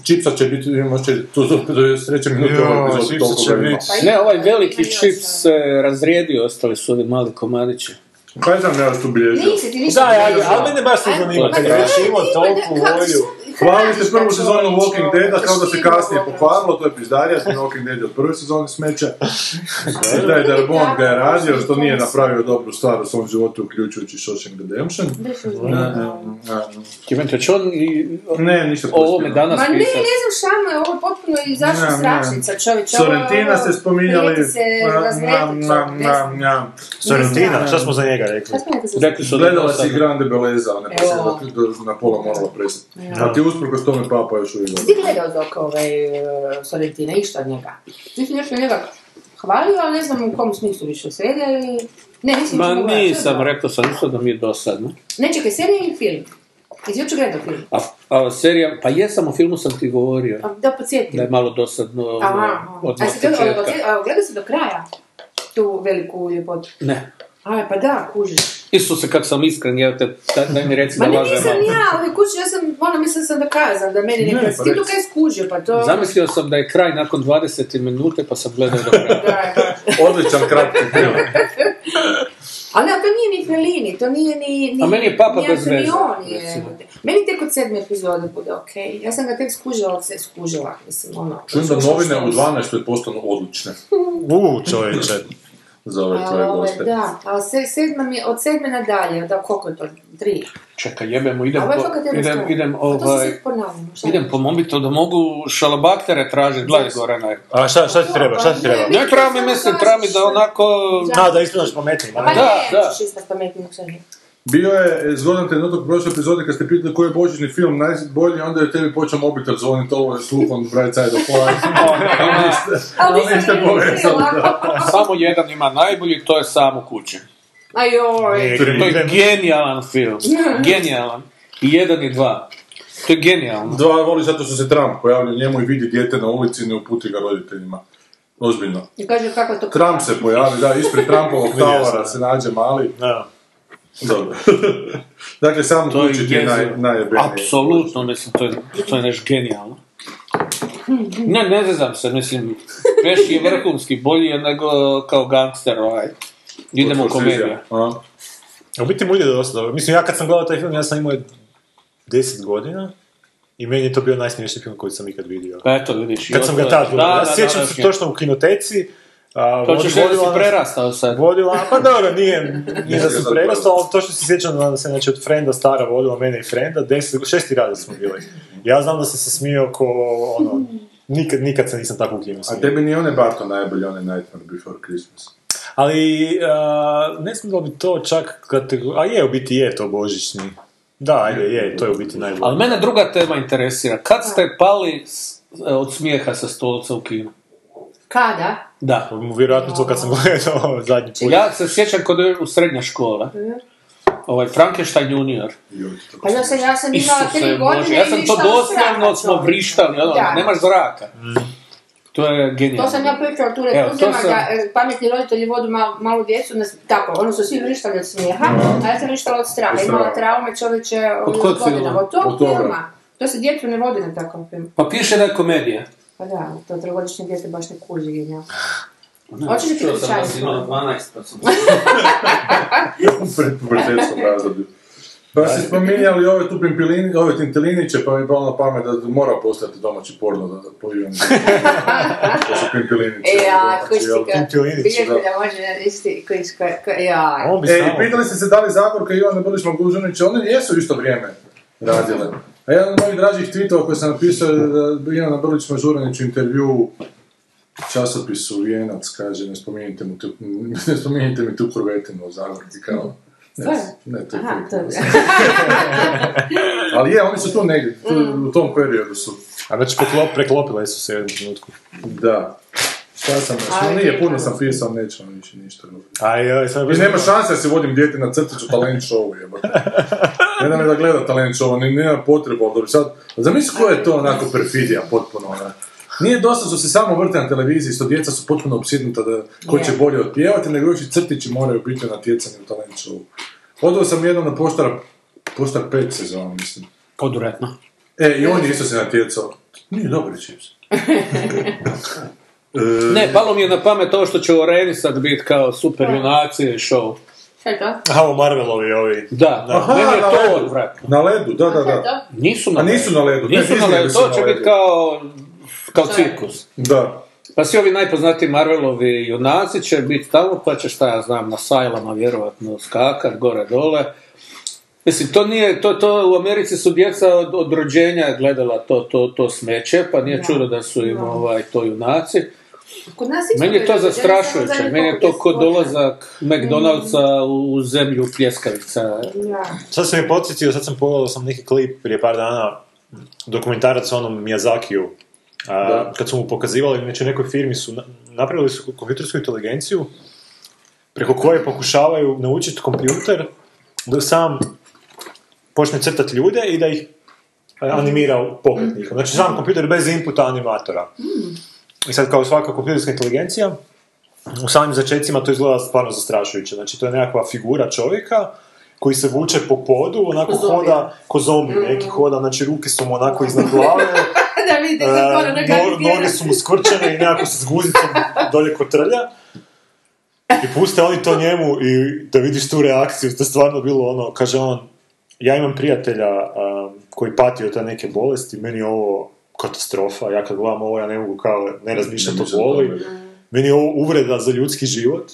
[SPEAKER 4] Čipsa će biti, možda će tu do, do sreće minute
[SPEAKER 3] Jo,
[SPEAKER 4] ovog epizoda
[SPEAKER 3] čipsa
[SPEAKER 4] toliko
[SPEAKER 3] će
[SPEAKER 4] ga ima.
[SPEAKER 3] biti.
[SPEAKER 5] Ne, ovaj veliki
[SPEAKER 2] Ima
[SPEAKER 5] čip
[SPEAKER 2] još,
[SPEAKER 5] se razrijedio, ostali su ovi mali komadići.
[SPEAKER 4] Kaj Pa znam ja tu bilježio?
[SPEAKER 2] Nisi ti ništa
[SPEAKER 3] Da, ja,
[SPEAKER 2] bilježio.
[SPEAKER 3] ali mene baš to
[SPEAKER 2] Ajmo,
[SPEAKER 3] zanima,
[SPEAKER 5] pa
[SPEAKER 3] kad je
[SPEAKER 5] da,
[SPEAKER 3] već imao
[SPEAKER 2] Ima
[SPEAKER 3] toliko
[SPEAKER 2] da- kako
[SPEAKER 3] volju.
[SPEAKER 2] su-
[SPEAKER 4] Hvalili ste prvu
[SPEAKER 2] Hrvatska
[SPEAKER 4] sezonu
[SPEAKER 2] čovječe,
[SPEAKER 4] Walking Dead-a, kao da se
[SPEAKER 2] štivo,
[SPEAKER 4] kasnije
[SPEAKER 2] ono.
[SPEAKER 4] pokvarilo, to je pizdarija, smo Walking Dead je od prve sezone smeća. I taj Darbon ga je radio, što nije napravio dobru stvar u svom životu, uključujući Shawshank Redemption.
[SPEAKER 5] Ti meni, to će on i
[SPEAKER 4] Um, Ne, ništa
[SPEAKER 5] o ovome
[SPEAKER 4] pozitivno.
[SPEAKER 5] danas
[SPEAKER 2] Ma ne,
[SPEAKER 5] pisati.
[SPEAKER 2] ne znam šamo je, ovo je potpuno izašla
[SPEAKER 4] Ne, ne.
[SPEAKER 2] strašnica, čovječ. ovo- ono-
[SPEAKER 4] Sorrentina ste spominjali.
[SPEAKER 2] Prijeti se razletu,
[SPEAKER 4] nam, nam, nam.
[SPEAKER 3] Sorrentina, šta smo za njega rekli?
[SPEAKER 5] Rekli su da je
[SPEAKER 4] Gledala si
[SPEAKER 5] dosadno.
[SPEAKER 4] Grande Beleza, ona je
[SPEAKER 2] Evo.
[SPEAKER 4] posljedna, do- na pola morala prestati. A ti usprkos tome papa još uvijek
[SPEAKER 2] Ti
[SPEAKER 4] dobro.
[SPEAKER 2] gledao dok ovaj, e, Sorrentina, išta od njega. Ti si nešto njega hvalio, ali ne znam u kom smislu više serija ili... Ne, mislim
[SPEAKER 5] Ma nisam, rekao sam isto da mi je dosadno.
[SPEAKER 2] Ne, čekaj, serija ili film? Jesi jučer gledao film?
[SPEAKER 5] A, a serija, pa jesam, u filmu sam ti govorio.
[SPEAKER 2] Pa Da podsjetim.
[SPEAKER 5] Da je malo dosadno
[SPEAKER 2] Aha,
[SPEAKER 5] ono,
[SPEAKER 2] aha.
[SPEAKER 5] od
[SPEAKER 2] A
[SPEAKER 5] nas
[SPEAKER 2] si gledao,
[SPEAKER 5] početka.
[SPEAKER 2] a gledao si do kraja tu veliku ljepotu?
[SPEAKER 5] Ne.
[SPEAKER 2] Aj, pa da, kužiš.
[SPEAKER 5] Isuse, kak sam iskren, ja te, daj, daj mi reci
[SPEAKER 2] Ma
[SPEAKER 5] da
[SPEAKER 2] ne,
[SPEAKER 5] lažem.
[SPEAKER 2] nisam ja, ali kući, ja sam, ono, mislila sam da kazam, da meni
[SPEAKER 4] Ne,
[SPEAKER 2] neka,
[SPEAKER 4] pa
[SPEAKER 2] ti to
[SPEAKER 4] reci.
[SPEAKER 2] kaj skužio, pa to...
[SPEAKER 5] Zamislio sam da je kraj nakon 20 minute, pa sam gledao do kraja.
[SPEAKER 2] Da, da.
[SPEAKER 4] Odličan kratki film.
[SPEAKER 2] Ali ne, to nije ni Fellini, to nije ni... ni
[SPEAKER 5] A meni je Papa
[SPEAKER 2] ni
[SPEAKER 5] bez veze,
[SPEAKER 2] Antonioni je.
[SPEAKER 5] recimo.
[SPEAKER 2] Meni tek od sedme epizode bude okej. Ja sam ga tek skužila, od se skužila, mislim, ono...
[SPEAKER 4] Čujem da novine u 12. postanu odlične
[SPEAKER 3] U, čovječe.
[SPEAKER 4] za ove
[SPEAKER 2] Ali
[SPEAKER 4] tvoje
[SPEAKER 2] ovo je,
[SPEAKER 4] goste.
[SPEAKER 2] ovaj, da, ali se, sedma mi, je- od sedme nadalje, da, koliko je to? Tri.
[SPEAKER 5] Čekaj, jebemo, idem,
[SPEAKER 2] A ovo je
[SPEAKER 5] po-
[SPEAKER 2] fakat jedna
[SPEAKER 5] idem,
[SPEAKER 2] stvar.
[SPEAKER 5] idem,
[SPEAKER 2] Pa To se
[SPEAKER 5] ovaj,
[SPEAKER 2] sad ponavljamo, šta
[SPEAKER 5] idem po mobitelu da mogu šalabaktere tražiti, gledaj Gorana.
[SPEAKER 3] A šta, šta ti treba, šta ti treba?
[SPEAKER 5] Ne treba mi, mislim, treba mi da onako...
[SPEAKER 3] A, da ispadaš pametni, ma
[SPEAKER 2] Pa
[SPEAKER 3] ne.
[SPEAKER 5] Da,
[SPEAKER 2] ne,
[SPEAKER 5] da.
[SPEAKER 2] ćeš ispast pametnijeg šta je.
[SPEAKER 4] Bio je zgodan trenutak u prošloj epizodi kad ste pitali koji je božićni film najbolji, onda je tebi počeo mobitel zvoniti ovo je slupom Bright Side of Life. Ali niste-
[SPEAKER 2] Ali
[SPEAKER 4] ali niste
[SPEAKER 2] nisam
[SPEAKER 4] povezali. da.
[SPEAKER 5] Ono, Samo jedan ima najbolji, to je sam u kući.
[SPEAKER 2] Ajoj.
[SPEAKER 3] Ne,
[SPEAKER 5] To je
[SPEAKER 3] idem.
[SPEAKER 5] genijalan film. Genijalan. I jedan i dva. To je genijalno.
[SPEAKER 4] Dva voli zato što se Trump pojavlja njemu i vidi dijete na ulici i ne uputi ga roditeljima. Ozbiljno.
[SPEAKER 2] I kaže kako je to...
[SPEAKER 4] Trump se pojavi, da, ispred Trumpovog tavara
[SPEAKER 3] sam.
[SPEAKER 4] se nađe mali.
[SPEAKER 3] Da.
[SPEAKER 4] Dobro. dakle, samo
[SPEAKER 5] To je
[SPEAKER 4] kući ti je naj,
[SPEAKER 5] jezivo.
[SPEAKER 4] najjebeniji.
[SPEAKER 5] Apsolutno, mislim, to je, to je nešto genijalno. Ne, ne zezam se, mislim, Peš je vrhunski, bolji je nego kao gangster, ovaj. Idemo komedija.
[SPEAKER 4] A?
[SPEAKER 3] U biti mulje dosta dobro. Mislim, ja kad sam gledao taj film, ja sam imao 10 godina i meni je to bio najsmješniji film koji sam ikad vidio.
[SPEAKER 5] Pa eto, vidiš. i
[SPEAKER 3] Kad sam
[SPEAKER 5] ostalo-
[SPEAKER 3] ga tad
[SPEAKER 5] Da,
[SPEAKER 3] gledao. Ja
[SPEAKER 5] da,
[SPEAKER 3] se
[SPEAKER 5] da,
[SPEAKER 3] sjećam
[SPEAKER 5] da,
[SPEAKER 3] se
[SPEAKER 5] da.
[SPEAKER 3] točno u kinoteci. a,
[SPEAKER 5] To ćeš reći da
[SPEAKER 3] vodila
[SPEAKER 5] si
[SPEAKER 3] nas-
[SPEAKER 5] prerastao sad.
[SPEAKER 3] Vodila, pa dobro, nije, nije da
[SPEAKER 4] ga
[SPEAKER 3] sam
[SPEAKER 4] zapravo.
[SPEAKER 3] prerastao, ali to što se sjećam da se znači, od frenda stara vodila mene i frenda, deset, šesti razred smo bili. Ja znam da sam se smio ko, ono, nikad, nikad se nisam tako u kinu
[SPEAKER 4] A
[SPEAKER 3] smio.
[SPEAKER 4] tebi ni one Barton najbolji, one Nightmare Before Christmas.
[SPEAKER 3] Ali, a, ne znam da li bi to čak kategorija, a je, u biti je to božićni. Da, ajde, je, to je u biti najbolje.
[SPEAKER 5] Ali mene druga tema interesira. Kad ste pali s- od smijeha sa stolica u kinu?
[SPEAKER 2] Kada?
[SPEAKER 5] Da.
[SPEAKER 3] Vjerojatno to kad sam gledao zadnji
[SPEAKER 4] E,
[SPEAKER 3] put.
[SPEAKER 5] Ja se sjećam kod je u srednja škola.
[SPEAKER 2] Mhm.
[SPEAKER 5] Ovaj Frankenstein junior.
[SPEAKER 4] Joj, kako
[SPEAKER 2] Pa ja sam, ja sam imala
[SPEAKER 5] Isuse
[SPEAKER 2] tri godine
[SPEAKER 5] Bože,
[SPEAKER 2] i
[SPEAKER 5] ja sam to
[SPEAKER 2] vrištala
[SPEAKER 5] doslovno
[SPEAKER 2] zraka,
[SPEAKER 5] smo
[SPEAKER 2] čovječe.
[SPEAKER 5] vrištali, ono,
[SPEAKER 2] Da.
[SPEAKER 5] nemaš zraka.
[SPEAKER 4] Mhm.
[SPEAKER 5] To je genijalno.
[SPEAKER 2] To sam ja pričala tu
[SPEAKER 5] Evo, to
[SPEAKER 2] rekuzima,
[SPEAKER 5] sam-
[SPEAKER 2] da e, pametni roditelji vodu mal, malu djecu, nas, tako, ono su svi vrištali od smijeha, a ja sam vrištala od straha,
[SPEAKER 4] Od
[SPEAKER 2] imala
[SPEAKER 4] straha.
[SPEAKER 2] traume čovječe
[SPEAKER 5] Od
[SPEAKER 2] od
[SPEAKER 5] kog filma?
[SPEAKER 2] godina, od tog
[SPEAKER 4] Od toga.
[SPEAKER 2] filma. To se djecu ne vodi na takav film.
[SPEAKER 5] Pa piše da je komedija.
[SPEAKER 2] Pa da, to trogodišnje djete baš ne kuži, genijalno.
[SPEAKER 5] Pa
[SPEAKER 2] Hoćeš li ti pričati?
[SPEAKER 5] 12, pa sam...
[SPEAKER 4] pred pubertetskom razdoblju. Pa ste spominjali ove tu pimpilini, ove tintiliniće, pa mi je palo na pamet da mora postati domaći porno da, da povijem. to su pimpiliniće.
[SPEAKER 2] E, ja,
[SPEAKER 4] domaći,
[SPEAKER 2] kuš ti
[SPEAKER 4] jel?
[SPEAKER 2] ga,
[SPEAKER 3] Tintilinić,
[SPEAKER 2] bilježbilja može isti, kuš, ko- ko- ja.
[SPEAKER 3] On bi
[SPEAKER 4] E,
[SPEAKER 3] samo-
[SPEAKER 4] i pitali ste se da li Zagorka i Ivana Brlić Magužanić, one jesu u isto vrijeme radile. A jedan od mojih dražih tweetova koji sam napisao je da Ivana Brlić Mažuranić u intervju časopisu Vijenac kaže ne spominjite, mu tu, ne spominjite mi tu kurvetinu u Zagorki kao. Ne, ne, to je
[SPEAKER 6] Aha, to
[SPEAKER 4] to.
[SPEAKER 6] je.
[SPEAKER 4] Ali je, oni su tu negdje, tu- u tom periodu su.
[SPEAKER 3] A znači poklop, preklopile su se u jednom trenutku.
[SPEAKER 4] Da. Šta sam, što
[SPEAKER 6] Ali
[SPEAKER 4] nije,
[SPEAKER 6] lijepo.
[SPEAKER 4] puno sam pisao, neću vam više ništa.
[SPEAKER 3] Aj, aj, e, sad
[SPEAKER 4] I nema šanse da se vodim dijete na crtiću talent show, jebote. Ne da me da gleda talent show, ni nema potrebu, ali da bi sad... Zamisli koja je to onako perfidija potpuno, ona. Nije dosta su se samo vrte na televiziji, što djeca su potpuno obsjednuta da ko će bolje otpjevati, nego još i crtići moraju biti na natjecanju u talent show. Odao sam jednom na poštara, poštar pet sezona, mislim.
[SPEAKER 5] Poduretno.
[SPEAKER 4] E, i on je isto se natjecao. Nije dobro čips.
[SPEAKER 5] Ne, palo mi je na pamet ovo što će u Areni sad biti kao super junaci show.
[SPEAKER 6] Šta je to?
[SPEAKER 3] A, o Marvelovi ovi.
[SPEAKER 5] Da,
[SPEAKER 4] Aha,
[SPEAKER 5] meni je
[SPEAKER 4] na
[SPEAKER 5] to
[SPEAKER 4] ledu.
[SPEAKER 5] odvratno.
[SPEAKER 4] Na ledu, da, da, da.
[SPEAKER 5] Nisu na
[SPEAKER 4] A nisu na ledu, ne,
[SPEAKER 5] Nisu na
[SPEAKER 4] Disney
[SPEAKER 5] ledu,
[SPEAKER 4] su
[SPEAKER 5] to
[SPEAKER 4] na
[SPEAKER 5] će
[SPEAKER 4] ledu.
[SPEAKER 5] biti kao, kao cirkus.
[SPEAKER 4] Da.
[SPEAKER 5] Pa svi ovi najpoznatiji Marvelovi junaci će biti tamo, pa će šta ja znam, na sajlama vjerovatno skakat gore-dole. Mislim, to nije, to, to u Americi su djeca od, od rođenja gledala to, to, to smeće, pa nije čudo da su im ovaj, to junaci.
[SPEAKER 6] Kod nas isto
[SPEAKER 5] Meni je to
[SPEAKER 6] bilo, ja
[SPEAKER 5] zastrašujuće,
[SPEAKER 6] sam
[SPEAKER 5] meni je to ko
[SPEAKER 6] zadnjih godina.
[SPEAKER 5] dolazak McDonald'sa u, u zemlju pljeskavica.
[SPEAKER 6] Ja.
[SPEAKER 3] Sad sam je podsjetio, sad sam pogledao sam neki klip prije par dana, dokumentarac o onom Miyazakiju. A, kad su mu pokazivali, znači u nekoj firmi su, na- napravili su kompjutersku inteligenciju preko koje pokušavaju naučiti kompjuter da sam počne crtati ljude i da ih e, animira pokret njihov. Znači sam kompjuter bez inputa animatora. I sad kao svaka kompjuterska inteligencija, u samim začecima to izgleda stvarno zastrašujuće. Znači to je nekakva figura čovjeka koji se vuče po podu, onako
[SPEAKER 6] Ko zombi.
[SPEAKER 3] hoda, ko zombi neki hoda, znači ruke su mu onako iznad glave,
[SPEAKER 6] Da vidite,
[SPEAKER 3] e,
[SPEAKER 6] zatvore na
[SPEAKER 3] no- noge su mu skvrčane i nekako se s guzicom dolje kotrlja. I puste oni to njemu i da vidiš tu reakciju, to je stvarno bilo ono, kaže on, ja imam prijatelja a, koji pati od te neke bolesti, meni je ovo katastrofa, ja kad gledam ovo ja ne mogu kao, ne razmišljati o boli, meni je ovo uvreda za ljudski život.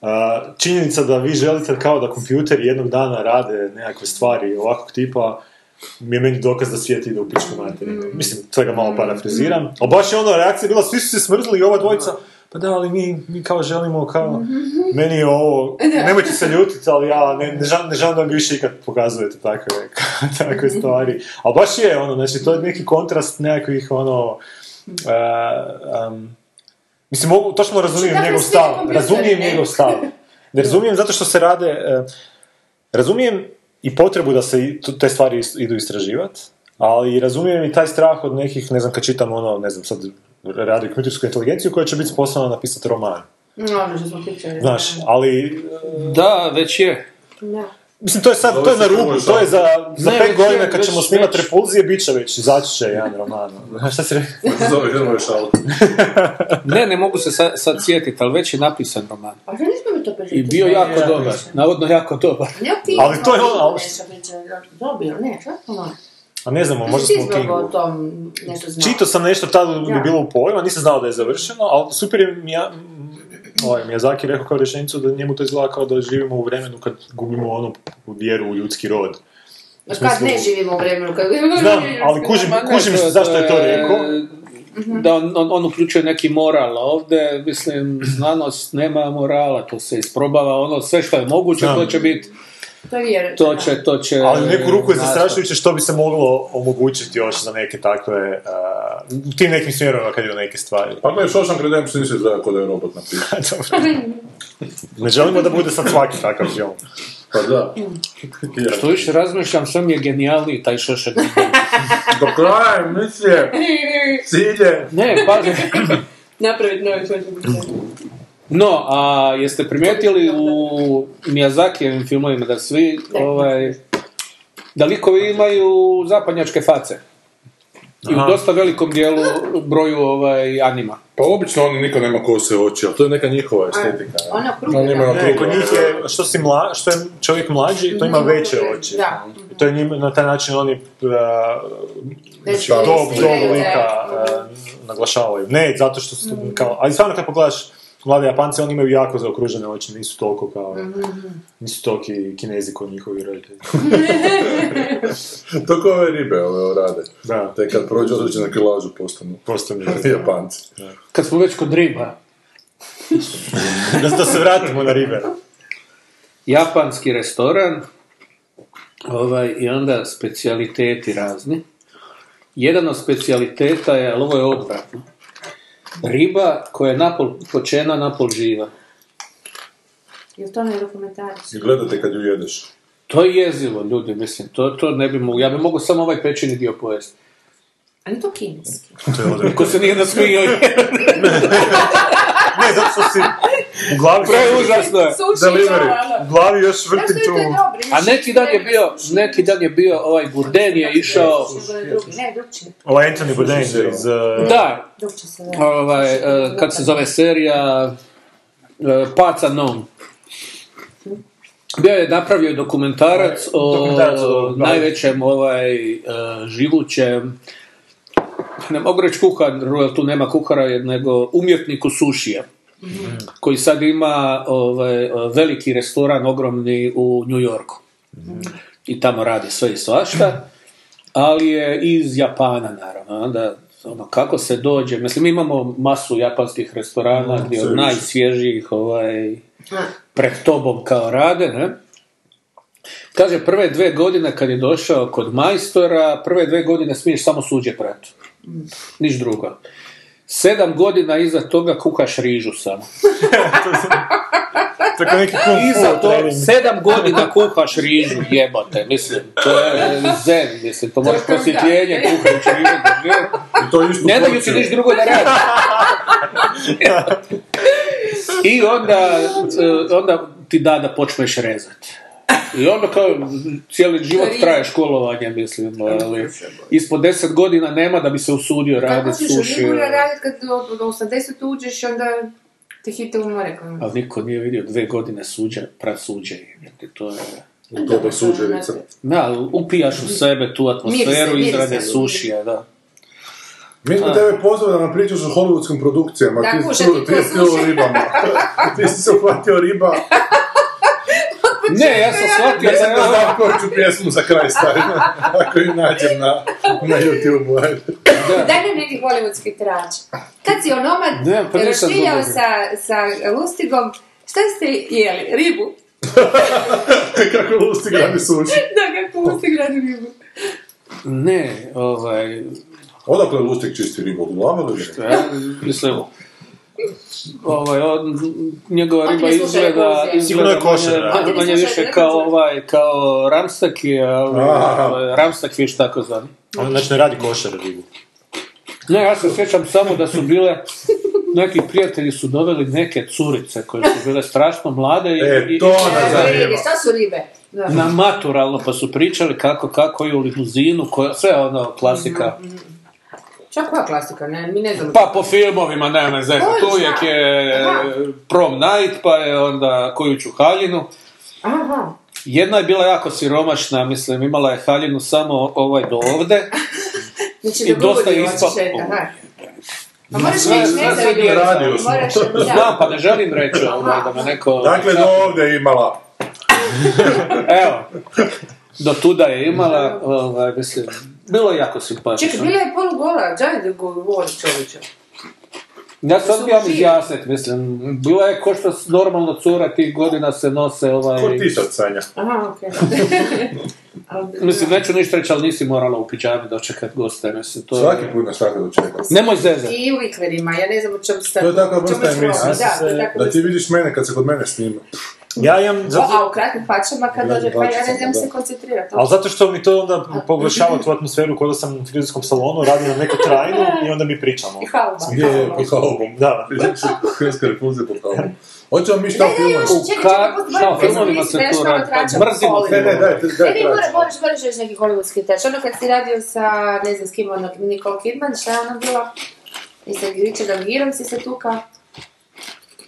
[SPEAKER 3] A, činjenica da vi želite kao da kompjuteri jednog dana rade nekakve stvari ovakvog tipa, mi je meni dokaz da svijet ide u pičku materinu. Mislim, sve ga malo parafraziram. Ali baš je ono reakcija bila, svi su se smrzli i ova dvojica, pa da, Mhm. ali mi, mi kao želimo, kao, meni je ovo, nemojte se ljutiti, ali ja ne, ne, želim, ne želim da mi više ikad pokazujete takve, takve stvari. Ali baš je, ono, znači, to je neki kontrast nekakvih, ono, e, um, mislim, mogu, točno razumijem
[SPEAKER 6] Dakle,
[SPEAKER 3] njegov
[SPEAKER 6] svi
[SPEAKER 3] stav,
[SPEAKER 6] kompjuteri,
[SPEAKER 3] razumijem
[SPEAKER 6] ne?
[SPEAKER 3] njegov stav. Ne razumijem zato što se rade, e, razumijem i potrebu da se i t- te stvari is- idu istraživati, ali razumijem i taj strah od nekih, ne znam, kad čitam ono, ne znam, sad radi kompjutersku inteligenciju koja će biti sposobna napisati roman.
[SPEAKER 6] No, ono što smo pričali.
[SPEAKER 3] Znaš, ali,
[SPEAKER 5] Da, već je.
[SPEAKER 6] Da.
[SPEAKER 3] mislim, to je sad, to je na rubu, to je za, za
[SPEAKER 5] Ne,
[SPEAKER 3] pet
[SPEAKER 5] već
[SPEAKER 3] godina
[SPEAKER 5] je,
[SPEAKER 3] kad
[SPEAKER 5] već-
[SPEAKER 3] ćemo snimati
[SPEAKER 5] već-
[SPEAKER 3] repulzije, bit će već, izaći će jedan roman. Šta si rekao?
[SPEAKER 4] Kako se zove Hrvoje Šalta?
[SPEAKER 5] Ne, ne mogu se sa- sad sjetiti, ali već je napisan roman.
[SPEAKER 6] Pa što nismo mi to pričali?
[SPEAKER 5] I bio jako dobar, navodno jako dobar.
[SPEAKER 6] Ne, ti
[SPEAKER 3] Ali
[SPEAKER 6] smo
[SPEAKER 3] to je ono,
[SPEAKER 6] dobili
[SPEAKER 3] ali-
[SPEAKER 6] nešto pričali, Dobio, ne, kako ono?
[SPEAKER 3] A ne znamo, možda
[SPEAKER 6] Ti
[SPEAKER 3] smo u
[SPEAKER 6] zbog o
[SPEAKER 3] Kingu.
[SPEAKER 6] tom nešto znao.
[SPEAKER 3] Čitao sam nešto tad mi je
[SPEAKER 6] Da.
[SPEAKER 3] bilo u pojma, nisam znao da je završeno, ali super je mi ja, ovaj, Miyazaki rekao kao rečenicu da njemu to izgleda kao da živimo u vremenu kad gubimo onu vjeru u ljudski rod.
[SPEAKER 6] Kad
[SPEAKER 3] smislu-
[SPEAKER 6] ne živimo u vremenu, kad...
[SPEAKER 3] Znam, ali kužim,
[SPEAKER 5] Ma ne, Mhm.
[SPEAKER 3] kužim zašto je to rekao.
[SPEAKER 5] Da, on, on, on uključuje neki moral, a ovdje, mislim, znanost nema morala, to se isprobava, ono, sve što je moguće,
[SPEAKER 3] Znam.
[SPEAKER 5] to će biti,
[SPEAKER 6] To je vjerojatno,
[SPEAKER 5] to
[SPEAKER 6] da.
[SPEAKER 5] će, to će... e,
[SPEAKER 3] Ali u neku ruku je
[SPEAKER 5] nastaviti.
[SPEAKER 3] zastrašujuće što bi se moglo omogućiti još za neke takve, uh, u tim nekim smjerovima kad idu neke stvari.
[SPEAKER 4] Pa gledaj, Shawshank Redemption nisi izgleda kao da je robot napisao.
[SPEAKER 3] Dobro. ne želimo da bude sad svaki takav film.
[SPEAKER 4] Pa da. Ja.
[SPEAKER 5] Što više razmišljam, sve mi je genijalniji taj šošak.
[SPEAKER 4] Do kraja je misije, cilje.
[SPEAKER 5] Ne, pazi,
[SPEAKER 6] Napraviti novi svoj
[SPEAKER 5] No, a jeste primijetili u Miyazakijevim filmovima da svi, ovaj, da likovi imaju zapadnjačke face? I u dosta velikom dijelu broju ovaj, anima.
[SPEAKER 4] Pa obično oni nikad nema kose oči, ali to je neka njihova estetika. ne?
[SPEAKER 5] ono-
[SPEAKER 6] Ona kruga,
[SPEAKER 4] Oni imaju
[SPEAKER 6] da.
[SPEAKER 4] kruga.
[SPEAKER 3] Kod njih je, što, si mla, što je čovjek mlađi, to ima veće oči.
[SPEAKER 6] Da.
[SPEAKER 3] I to je njima, na taj način oni e, uh,
[SPEAKER 6] Već
[SPEAKER 4] Dob-
[SPEAKER 3] dob,
[SPEAKER 6] investiraju, da.
[SPEAKER 3] dob
[SPEAKER 5] Mm.
[SPEAKER 3] lika e, naglašavaju. Ne, zato što su, kao, ali stvarno kad pogledaš Mladi Japanci, oni imaju jako zaokružene oči, nisu toliko kao...
[SPEAKER 5] Mm-hmm.
[SPEAKER 3] Nisu toliki kinezi koji njihovi roditelji.
[SPEAKER 4] To kao ove ribe ove rade.
[SPEAKER 3] Da.
[SPEAKER 4] Te kad prođe određena kilažu postanu
[SPEAKER 3] Posto mi je-
[SPEAKER 4] Japanci.
[SPEAKER 5] Kad smo već kod riba,
[SPEAKER 3] da, da se vratimo na ribe.
[SPEAKER 5] japanski restoran ovaj, i onda specijaliteti razni. Jedan od specijaliteta je, ali ovo je odvratno, riba koja je napol počena, napol živa.
[SPEAKER 2] Jel to ne dokumentariš?
[SPEAKER 4] I gledate kad ju jedeš.
[SPEAKER 5] To je jezivo, ljudi, mislim, to, to ne bi mogu, ja bi mogao samo ovaj pečeni dio pojesti.
[SPEAKER 2] Ali to kineski.
[SPEAKER 5] Ko se nije nasmio, je
[SPEAKER 3] Ne, zato što si u glavi,
[SPEAKER 5] preužasno je.
[SPEAKER 3] Delivery. u glavi još vrti tu.
[SPEAKER 5] A neki dan je bio, neki dan je bio, ovaj Burden je išao,
[SPEAKER 2] Ne, drugčije.
[SPEAKER 3] Ovaj Anthony Bourdain iz... uh,
[SPEAKER 5] da,
[SPEAKER 2] Drugčije se da.
[SPEAKER 5] ovaj, eh, kak se zove serija eh, Paca Non. Bio je napravio i dokumentarac o
[SPEAKER 3] Dokumentarac o-
[SPEAKER 5] najvećem ovaj eh, živućem ne mogu reći kuharu, jer tu nema kuhara, jer- nego umjetniku sušija, koji sad ima ovaj, eh, veliki restoran ogromni u New Yorku. I tamo radi sve i svašta, ali je iz Japana, naravno. Onda, ono, kako se dođe, mislim, mi imamo masu japanskih restorana gdje od najsvježijih ovaj, pred tobom kao rade, ne? Kaže, prve dve godine kad je došao kod majstora, prve dve godine smiješ samo suđe prati. Niš drugo. Sedam godina iza toga kuhaš rižu samo.
[SPEAKER 3] Tako neki kung
[SPEAKER 5] Iza
[SPEAKER 3] fu
[SPEAKER 5] to,
[SPEAKER 3] trening.
[SPEAKER 5] sedam godina kuhaš rižu, jebote, mislim, to je zen, mislim, to moraš prosvjetljenje kuhajući rižu. doživjeti.
[SPEAKER 4] I to isto
[SPEAKER 5] Ne daju ti niš drugo da radi. I onda, e, onda ti da da počneš rezati. I onda kao cijeli život traje školovanje, mislim, ali ispod 10 godina nema da bi se usudio
[SPEAKER 2] Kako
[SPEAKER 5] raditi
[SPEAKER 2] ćeš u
[SPEAKER 5] suši. e,
[SPEAKER 2] Rimura radit kad od od 80 uđeš, onda te hite umore. kao.
[SPEAKER 5] Ali niko nije vidio dve godine suđa, prasuđe. To je...
[SPEAKER 4] U doba suđerica.
[SPEAKER 5] Da, ali upijaš u sebe tu atmosferu
[SPEAKER 2] Mirise,
[SPEAKER 5] izrade
[SPEAKER 2] mirise.
[SPEAKER 5] sušija, da.
[SPEAKER 4] Mi smo tebe pozvali da nam pričaš o hollywoodskim produkcijama.
[SPEAKER 2] Da,
[SPEAKER 4] ti
[SPEAKER 2] kuže,
[SPEAKER 4] si
[SPEAKER 2] ti
[SPEAKER 4] tu, ti
[SPEAKER 2] to
[SPEAKER 4] si tu o
[SPEAKER 2] slušaj.
[SPEAKER 4] ribama. ti si se uhvatio riba.
[SPEAKER 2] Pa
[SPEAKER 5] Ne, ja sam shvatio da
[SPEAKER 4] Mislim
[SPEAKER 5] je
[SPEAKER 4] da
[SPEAKER 5] ovo-
[SPEAKER 4] znam koju ću pjesmu za kraj staviti. Ako ju nađem na, na YouTube-u. ajde.
[SPEAKER 2] Daj nam neki hollywoodski trač. Kad si onomad
[SPEAKER 5] Ne, pa nisam
[SPEAKER 2] raštiljao
[SPEAKER 5] dobro.
[SPEAKER 2] sa, sa lustigom, šta ste jeli? Ribu?
[SPEAKER 4] Kako lusti gradi suši.
[SPEAKER 2] da, kako lustig radi ribu?
[SPEAKER 5] Ne, ovaj,
[SPEAKER 4] Odakle lustik čisti ribu? Od glava ili ne?
[SPEAKER 5] Ja, mislim, ovaj, on, njegova
[SPEAKER 2] Otme
[SPEAKER 5] riba
[SPEAKER 2] slušaj,
[SPEAKER 5] izgleda,
[SPEAKER 2] Kozija.
[SPEAKER 5] izgleda
[SPEAKER 3] Sigurno je košer,
[SPEAKER 5] manje-
[SPEAKER 3] da.
[SPEAKER 5] manje,
[SPEAKER 2] Otme
[SPEAKER 5] manje
[SPEAKER 2] slušaj,
[SPEAKER 5] više
[SPEAKER 2] Kozija.
[SPEAKER 5] kao ovaj, kao ramstaki, ali
[SPEAKER 4] Aha.
[SPEAKER 5] ovaj, ramstak viš tako zvani.
[SPEAKER 3] On znači ne radi košar ribu.
[SPEAKER 5] Ne, ja se sjećam samo da su bile, neki prijatelji su doveli neke curice koje su bile strašno mlade i,
[SPEAKER 4] E,
[SPEAKER 5] i-
[SPEAKER 4] to nas
[SPEAKER 2] Ribe,
[SPEAKER 4] zanima.
[SPEAKER 2] šta su ribe? Da.
[SPEAKER 5] na maturalno, pa su pričali kako, kako i u limuzinu, koja, sve ono klasika.
[SPEAKER 2] Čak koja klasika, ne, mi ne znamo.
[SPEAKER 5] Pa po filmovima, nema veze,
[SPEAKER 2] Ko
[SPEAKER 5] tu
[SPEAKER 2] zna?
[SPEAKER 5] uvijek je
[SPEAKER 2] Aha.
[SPEAKER 5] prom night, pa je onda kojuću haljinu.
[SPEAKER 2] Aha.
[SPEAKER 5] Jedna je bila jako siromašna, mislim, imala je haljinu samo ovaj do ovde.
[SPEAKER 2] Znači,
[SPEAKER 5] I
[SPEAKER 2] do
[SPEAKER 5] dosta
[SPEAKER 2] grudi
[SPEAKER 5] ispa-
[SPEAKER 2] hoćeš reći, aha. Pa moraš
[SPEAKER 5] Sve-
[SPEAKER 2] reći
[SPEAKER 5] sve
[SPEAKER 2] ne
[SPEAKER 5] se
[SPEAKER 2] za ribu.
[SPEAKER 4] radio smo.
[SPEAKER 2] Moraš, da.
[SPEAKER 5] Znam, pa ne želim reći ovaj, da me neko...
[SPEAKER 4] Dakle, do ovdje je imala.
[SPEAKER 5] Evo, do tuda je imala, ovaj, mislim, bilo je jako
[SPEAKER 2] Čekaj,
[SPEAKER 5] simpatično.
[SPEAKER 2] bila je polugola, džaj da govori čovječe.
[SPEAKER 5] Ja sam
[SPEAKER 2] su
[SPEAKER 5] bio
[SPEAKER 2] živi.
[SPEAKER 5] jaset, mislim, bila je ko što s- normalno cura tih godina se nose ovaj...
[SPEAKER 4] Ko ti sad sanja?
[SPEAKER 2] Aha, okej. Ali-
[SPEAKER 5] Mislim, neću ništa reći, ali nisi morala u piđami dočekat goste, mislim, to je-
[SPEAKER 4] Svaki put nas tako dočekam.
[SPEAKER 5] Nemoj zezati.
[SPEAKER 2] I u viklerima, ja ne znam u čemu sam.
[SPEAKER 4] To je takva vrsta emisije. e, Da ti
[SPEAKER 2] emisija.
[SPEAKER 4] vidiš mene kad se kod mene snima.
[SPEAKER 3] Ja imam... zato-
[SPEAKER 2] A u kratkim pačama kad
[SPEAKER 4] Kratkim
[SPEAKER 2] dođe, pa ja ne
[SPEAKER 4] pačicama,
[SPEAKER 2] znam
[SPEAKER 4] da.
[SPEAKER 2] se koncentrirati.
[SPEAKER 3] Ali zato što mi to onda pogoršava tu atmosferu kao da sam u frizerskom salonu, radim na neku trajnu i onda mi pričamo.
[SPEAKER 2] I halba.
[SPEAKER 4] Je, je, pod halubom.
[SPEAKER 3] Da.
[SPEAKER 4] Hrvatska repulzija pod halubom. Hoćemo mi šta
[SPEAKER 2] Ne, ne, još,
[SPEAKER 4] filmati?
[SPEAKER 2] čekaj,
[SPEAKER 5] Ka-
[SPEAKER 2] čekaj,
[SPEAKER 5] šta,
[SPEAKER 2] postoji,
[SPEAKER 5] filmovima se to radi? Mrzimo
[SPEAKER 2] mrzimo
[SPEAKER 4] Ne, ne, daj,
[SPEAKER 2] Ne,
[SPEAKER 4] daj,
[SPEAKER 2] ne, moraš,
[SPEAKER 4] daj.
[SPEAKER 2] moraš, moraš reći neki hollywoodski trač. Ono kad si radio sa, ne znam s kim, ono, Nicole Kidman, šta je ona bila? I sa Richardom Girom si se tukao.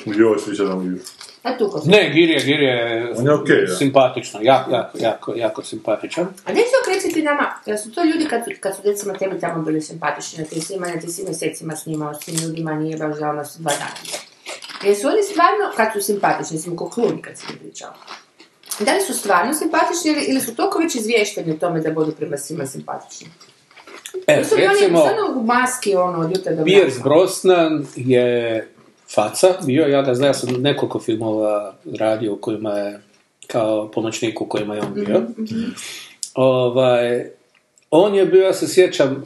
[SPEAKER 4] Joj, sviđa nam ju.
[SPEAKER 2] A tukao si.
[SPEAKER 5] Ne, Giri je, Giri je,
[SPEAKER 4] On je okej, da.
[SPEAKER 5] simpatično, jako, jako, jako, jako simpatičan.
[SPEAKER 2] A neću okrećati nama, jer su to ljudi kad, su- kad su recimo tebi tamo bili simpatični, na ti si ima, na ti si mjesecima snimao s tim ljudima, nije baš za ono s dva dana. Jesu oni stvarno, kad su simpatični, recimo ko kluni kad sam pričala, da li su stvarno simpatični ili, ili su toliko već izvješteni o tome da budu prema svima simpatični?
[SPEAKER 5] E,
[SPEAKER 2] Jesu li oni
[SPEAKER 5] recimo,
[SPEAKER 2] stvarno u maski ono od jutra do
[SPEAKER 5] Pierce
[SPEAKER 2] mraka?
[SPEAKER 5] Brosnan je faca bio, ja ga znam, ja sam nekoliko filmova radio u kojima je, kao pomoćnik u kojima je on bio.
[SPEAKER 2] Mhm,
[SPEAKER 5] Ovaj, on je bio, ja se sjećam,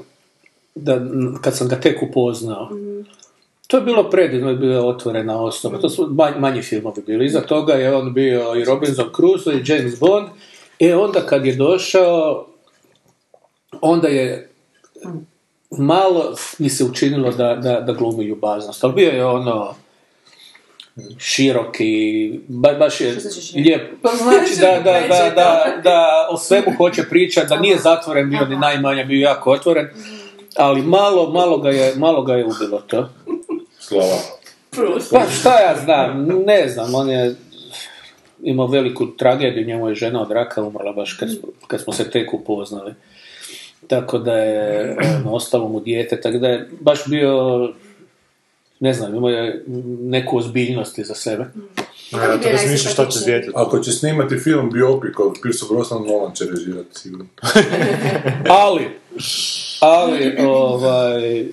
[SPEAKER 5] da, n- kad sam ga tek upoznao, to je bilo predivno, je bila otvorena osnova. To su manj- manji filmovi bili. Iza toga je on bio i Robinson Crusoe i James Bond. E onda kad je došao, onda je malo mi se učinilo da, da, da glumi ljubaznost. Ali bio je ono široki, ba- baš je
[SPEAKER 2] znači široki?
[SPEAKER 5] lijep. Pa znači da, da, da, da, da o svemu hoće pričati, da nije zatvoren bio ni
[SPEAKER 2] Aha.
[SPEAKER 5] najmanje, bio jako otvoren. Ali malo, malo ga je, malo ga je ubilo to.
[SPEAKER 4] Slava.
[SPEAKER 6] Prus.
[SPEAKER 5] Pa šta ja znam, ne znam, on je imao veliku tragediju, njemu je žena od raka umrla baš kad, smo- kad smo se tek upoznali. Tako da je ono, ostalo mu dijete, tako da je baš bio, ne znam, imao je neku ozbiljnost iza sebe.
[SPEAKER 3] Ja to razmišljam šta će s djetetom.
[SPEAKER 4] Ako će snimati film biopik o Pierce Brosnan, Nolan će režirati sigurno.
[SPEAKER 5] Ali, ali, ovaj, e,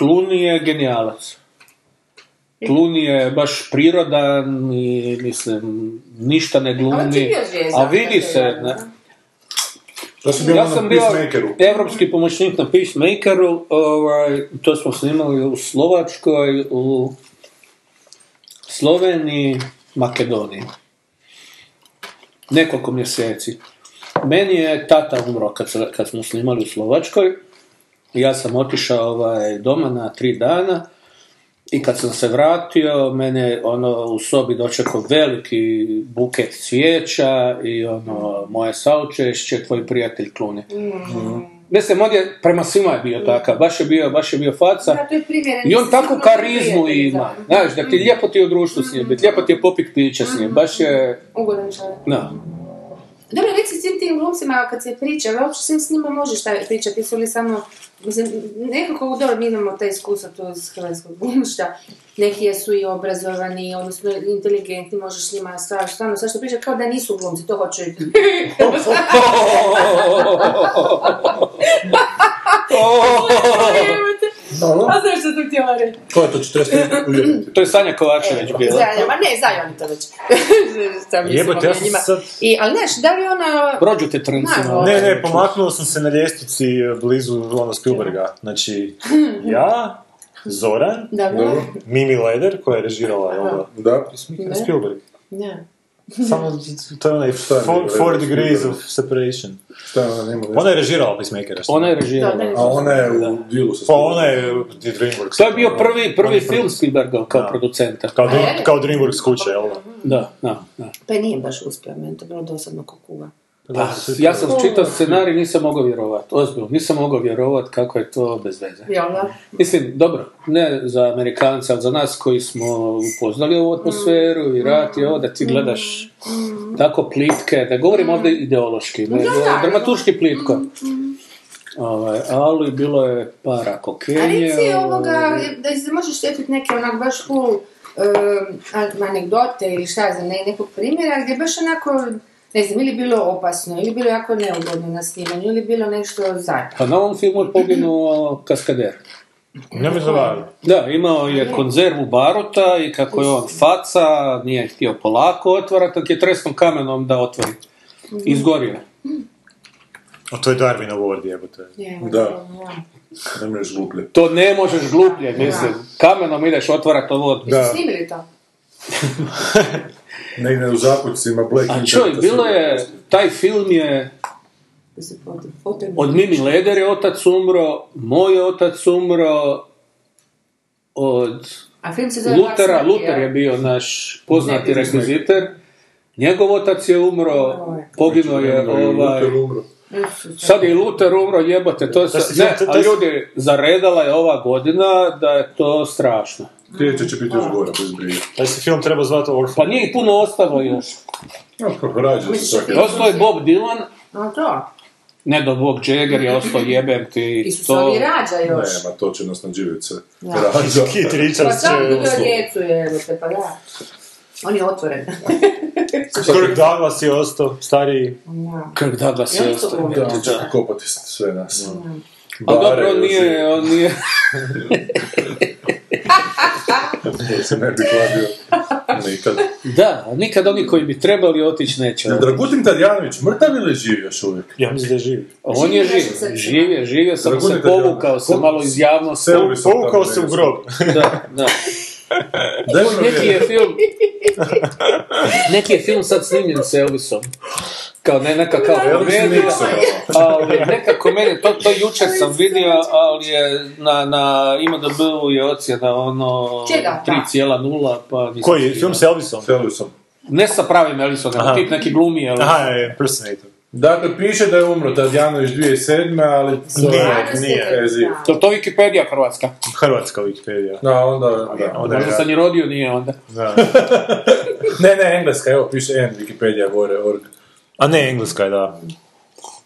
[SPEAKER 5] Clooney je genijalac.
[SPEAKER 2] E.
[SPEAKER 5] Kluni je baš prirodan i, mislim, ništa ne glumi.
[SPEAKER 2] A on ti je bio zvijezda,
[SPEAKER 5] A vidi
[SPEAKER 2] tako
[SPEAKER 5] se,
[SPEAKER 2] je,
[SPEAKER 5] ne.
[SPEAKER 4] Ja sam bio
[SPEAKER 5] Ja
[SPEAKER 4] na
[SPEAKER 5] sam bio
[SPEAKER 4] ono Peacemakeru.
[SPEAKER 5] evropski pomoćnik na Peacemakeru, ovaj, to smo snimali u Slovačkoj, u Sloveniji, Makedoniji. Nekoliko mjeseci. Meni je tata umro kad, se- kad smo snimali u Slovačkoj. Ja sam otišao ovaj, doma na tri dana i kad sam se vratio, mene je, ono u sobi dočekao veliki buket cvijeća i ono moje saučešće, tvoj prijatelj klune.
[SPEAKER 2] Mm.
[SPEAKER 5] Mislim, on je prema svima je bio takav, baš je bio, baš je bio faca.
[SPEAKER 2] Da, to je primjeren-
[SPEAKER 5] I on takvu
[SPEAKER 2] sigurno
[SPEAKER 5] karizmu
[SPEAKER 2] prijatelj,
[SPEAKER 5] ima.
[SPEAKER 2] da.
[SPEAKER 5] Znaš, da ti lijepo ti je u društvu s
[SPEAKER 2] Mm.
[SPEAKER 5] njim, biti, lijepo ti je popit piće s njim, baš je,
[SPEAKER 2] Ugodan čovjek.
[SPEAKER 5] da.
[SPEAKER 2] Dobro, već si svim tim glumcima kad se priča, ali uopće se s njima možeš šta pričati, su li samo, mislim, nekako, dobro, mi imamo te iskustva tu iz hrvatskog glumišta, neki jesu i obrazovani, odnosno inteligentni, možeš s njima stvar, stvarno, sve što priča, kao da nisu glumci, to hoću i
[SPEAKER 4] Dobro.
[SPEAKER 6] A znaš što sam htjela reći?
[SPEAKER 4] Ko je to 40 ujebiti?
[SPEAKER 5] To je Sanja Kovačević
[SPEAKER 2] E,
[SPEAKER 5] bila.
[SPEAKER 2] Zajedno, ma ne, zajedno to već. Šta mislim ono
[SPEAKER 3] Jebote, ja
[SPEAKER 2] o
[SPEAKER 3] sam
[SPEAKER 2] njima.
[SPEAKER 3] sad...
[SPEAKER 2] I, ali znaš, da li ona...
[SPEAKER 5] Prođu te trncima.
[SPEAKER 2] Nažalost.
[SPEAKER 3] Ne, ne, pomaknuo sam se na ljestvici eh, blizu ono Spielberga. Znači, ja, Zoran,
[SPEAKER 2] Da,
[SPEAKER 4] Dobro.
[SPEAKER 3] Mimi Leder, koja je režirala jel da,
[SPEAKER 4] Da.
[SPEAKER 3] Mislim, Spielberg.
[SPEAKER 2] Ne.
[SPEAKER 3] Samo to je onaj
[SPEAKER 4] Šta je
[SPEAKER 3] four,
[SPEAKER 4] Mimi
[SPEAKER 3] four
[SPEAKER 4] Leder,
[SPEAKER 3] degrees
[SPEAKER 4] Spielberg?
[SPEAKER 3] of separation.
[SPEAKER 4] Šta je ona nema nešto?
[SPEAKER 3] Ona je režirala Peacemakera. što-
[SPEAKER 5] Ona je
[SPEAKER 2] Da,
[SPEAKER 5] režirala.
[SPEAKER 2] ne.
[SPEAKER 4] A ona je u dilu sa
[SPEAKER 3] Pa ona je eh, Dreamworks.
[SPEAKER 5] To je bio prvi,
[SPEAKER 3] Ona je
[SPEAKER 5] prvi film Spielbergov kao
[SPEAKER 3] Da.
[SPEAKER 5] producenta.
[SPEAKER 3] Kao, Dream- kao Dreamworks kuća, jel da?
[SPEAKER 5] Da, da, da.
[SPEAKER 2] Pa nije baš uspio, meni je to bilo dosadno kokuva.
[SPEAKER 5] Pa, ja sam čitao scenarij, nisam mogao vjerovati, ozbiljno, nisam mogao vjerovati kako je to bez veze.
[SPEAKER 2] Jel da?
[SPEAKER 5] Mislim, dobro, ne za Amerikanca, ali za nas koji smo upoznali ovu atmosferu i rat i ovo, da ti gledaš tako plitke, da govorim ovdje ideološki, nego
[SPEAKER 2] da.
[SPEAKER 5] dramatuški plitko. Ovaj, ali bilo je para kokenje.
[SPEAKER 2] A reci
[SPEAKER 5] ovaj,
[SPEAKER 2] ovoga, da se možeš sjetiti neke onak baš cool em, a- anegdote ili šta za ne, nekog primjera gdje je baš onako, ne znam, ili bilo opasno, ili bilo jako neugodno na snimanju, ili bilo nešto zajedno.
[SPEAKER 5] Pa na ovom filmu je poginuo kaskader.
[SPEAKER 3] Ne mi zavali.
[SPEAKER 5] Da, imao je konzervu baruta i kako je on faca, nije htio polako otvarati, tako je tresnom kamenom da otvori. Izgorio. je.
[SPEAKER 3] A to je Darwin Award, jebote.
[SPEAKER 4] Da.
[SPEAKER 2] ono,
[SPEAKER 4] Ne mreš gluplje.
[SPEAKER 5] To ne možeš gluplje, mislim. Kamenom ideš otvarat ovo od...
[SPEAKER 3] Da.
[SPEAKER 2] Snimili to?
[SPEAKER 4] Negdje u zakućcima Black
[SPEAKER 5] A
[SPEAKER 4] Internet-
[SPEAKER 5] čuj, bilo je, taj film je,
[SPEAKER 2] Da se foto- foto-
[SPEAKER 5] od Mimi Leder je otac umro, moj je otac umro, od
[SPEAKER 2] A film se zove
[SPEAKER 5] Lutera,
[SPEAKER 2] Vaksnati,
[SPEAKER 5] Luter je
[SPEAKER 2] jel?
[SPEAKER 5] bio naš poznati rekviziter, njegov otac je umro, poginuo je ovaj...
[SPEAKER 4] Luther umro.
[SPEAKER 5] Sad je i Luter umro, jebote, to
[SPEAKER 3] To
[SPEAKER 5] se,
[SPEAKER 3] si-
[SPEAKER 5] ne,
[SPEAKER 3] to- to
[SPEAKER 5] ali
[SPEAKER 3] si-
[SPEAKER 5] ljudi, zaredala je ova godina da je to strašno.
[SPEAKER 4] Sljedeće će biti još gore, bez brige.
[SPEAKER 3] Taj se film treba zvati Orphan.
[SPEAKER 5] Pa nije ih puno ostalo još.
[SPEAKER 4] Ja, kako rađa se
[SPEAKER 2] Misliš da
[SPEAKER 4] čak.
[SPEAKER 2] ti-
[SPEAKER 5] Ostao je Bob Dylan,
[SPEAKER 2] A, da.
[SPEAKER 5] Ne do Bog Jagger je ostao jebem ti
[SPEAKER 2] Isus
[SPEAKER 5] to.
[SPEAKER 2] ovi rađa još.
[SPEAKER 4] Nema, to će nas na dživice.
[SPEAKER 2] Da.
[SPEAKER 4] Rađa.
[SPEAKER 3] Kit
[SPEAKER 2] Pa
[SPEAKER 3] Richards
[SPEAKER 2] sam
[SPEAKER 3] će...
[SPEAKER 2] dobio djecu, evo te, pa da. On je otvoren.
[SPEAKER 3] Kirk Douglas je ostao, stariji.
[SPEAKER 2] Da.
[SPEAKER 5] Kirk Douglas
[SPEAKER 2] Ja
[SPEAKER 5] je
[SPEAKER 2] isto
[SPEAKER 5] ostao.
[SPEAKER 2] volim.
[SPEAKER 5] Da,
[SPEAKER 4] On će
[SPEAKER 5] da.
[SPEAKER 4] kopati sve nas.
[SPEAKER 5] Ali dobro,
[SPEAKER 4] Bare
[SPEAKER 5] on
[SPEAKER 4] još
[SPEAKER 5] nije, on nije.
[SPEAKER 4] i- se ne bi kladio nikad.
[SPEAKER 5] Da, nikad oni koji bi trebali otići neće.
[SPEAKER 4] Jel Dragutin Tarjanović mrtav ili živ još uvijek?
[SPEAKER 3] Ja mislim da je živ.
[SPEAKER 5] On je
[SPEAKER 2] Živi
[SPEAKER 5] živ,
[SPEAKER 2] našim srcima.
[SPEAKER 5] živ je, živ je, samo
[SPEAKER 4] Dragutin
[SPEAKER 5] se
[SPEAKER 4] Tarjanović.
[SPEAKER 5] povukao se malo iz javnosti.
[SPEAKER 4] Selvi sam
[SPEAKER 3] Povukao
[SPEAKER 4] tamo
[SPEAKER 3] se u
[SPEAKER 4] negdje.
[SPEAKER 3] grob.
[SPEAKER 5] Da, da.
[SPEAKER 4] Daj mi
[SPEAKER 5] Neki je
[SPEAKER 4] vjeru.
[SPEAKER 5] film... Neki je film sad snimljen s Elvisom. Kao ne, neka kao
[SPEAKER 4] Elvis
[SPEAKER 5] komedija,
[SPEAKER 4] Nixon. ono.
[SPEAKER 5] ali neka komedija, to, to jučer sam vidio, ali je na, na IMDB-u je ocjena ono
[SPEAKER 2] Čega?
[SPEAKER 5] 3,0, pa nisam
[SPEAKER 3] Koji je?
[SPEAKER 5] siguran.
[SPEAKER 3] Film s Elvisom?
[SPEAKER 4] Selvi sam.
[SPEAKER 5] Ne sa pravim Elvisom, nego
[SPEAKER 3] Aha.
[SPEAKER 5] tip neki glumi Elvis.
[SPEAKER 3] Aha, je, impersonator.
[SPEAKER 4] Dakle, piše da je umro Tarjanović 2007. ali to
[SPEAKER 3] Nije,
[SPEAKER 4] je
[SPEAKER 3] nije.
[SPEAKER 4] Ezi.
[SPEAKER 5] To to je Wikipedia hrvatska.
[SPEAKER 3] Hrvatska Wikipedia.
[SPEAKER 4] Da, onda, da.
[SPEAKER 3] Onda je
[SPEAKER 5] Možda sam i rodio nije onda.
[SPEAKER 3] da.
[SPEAKER 4] Ne, ne, engleska, evo piše N, Wikipedia, gore, org.
[SPEAKER 3] A ne, engleska je, da.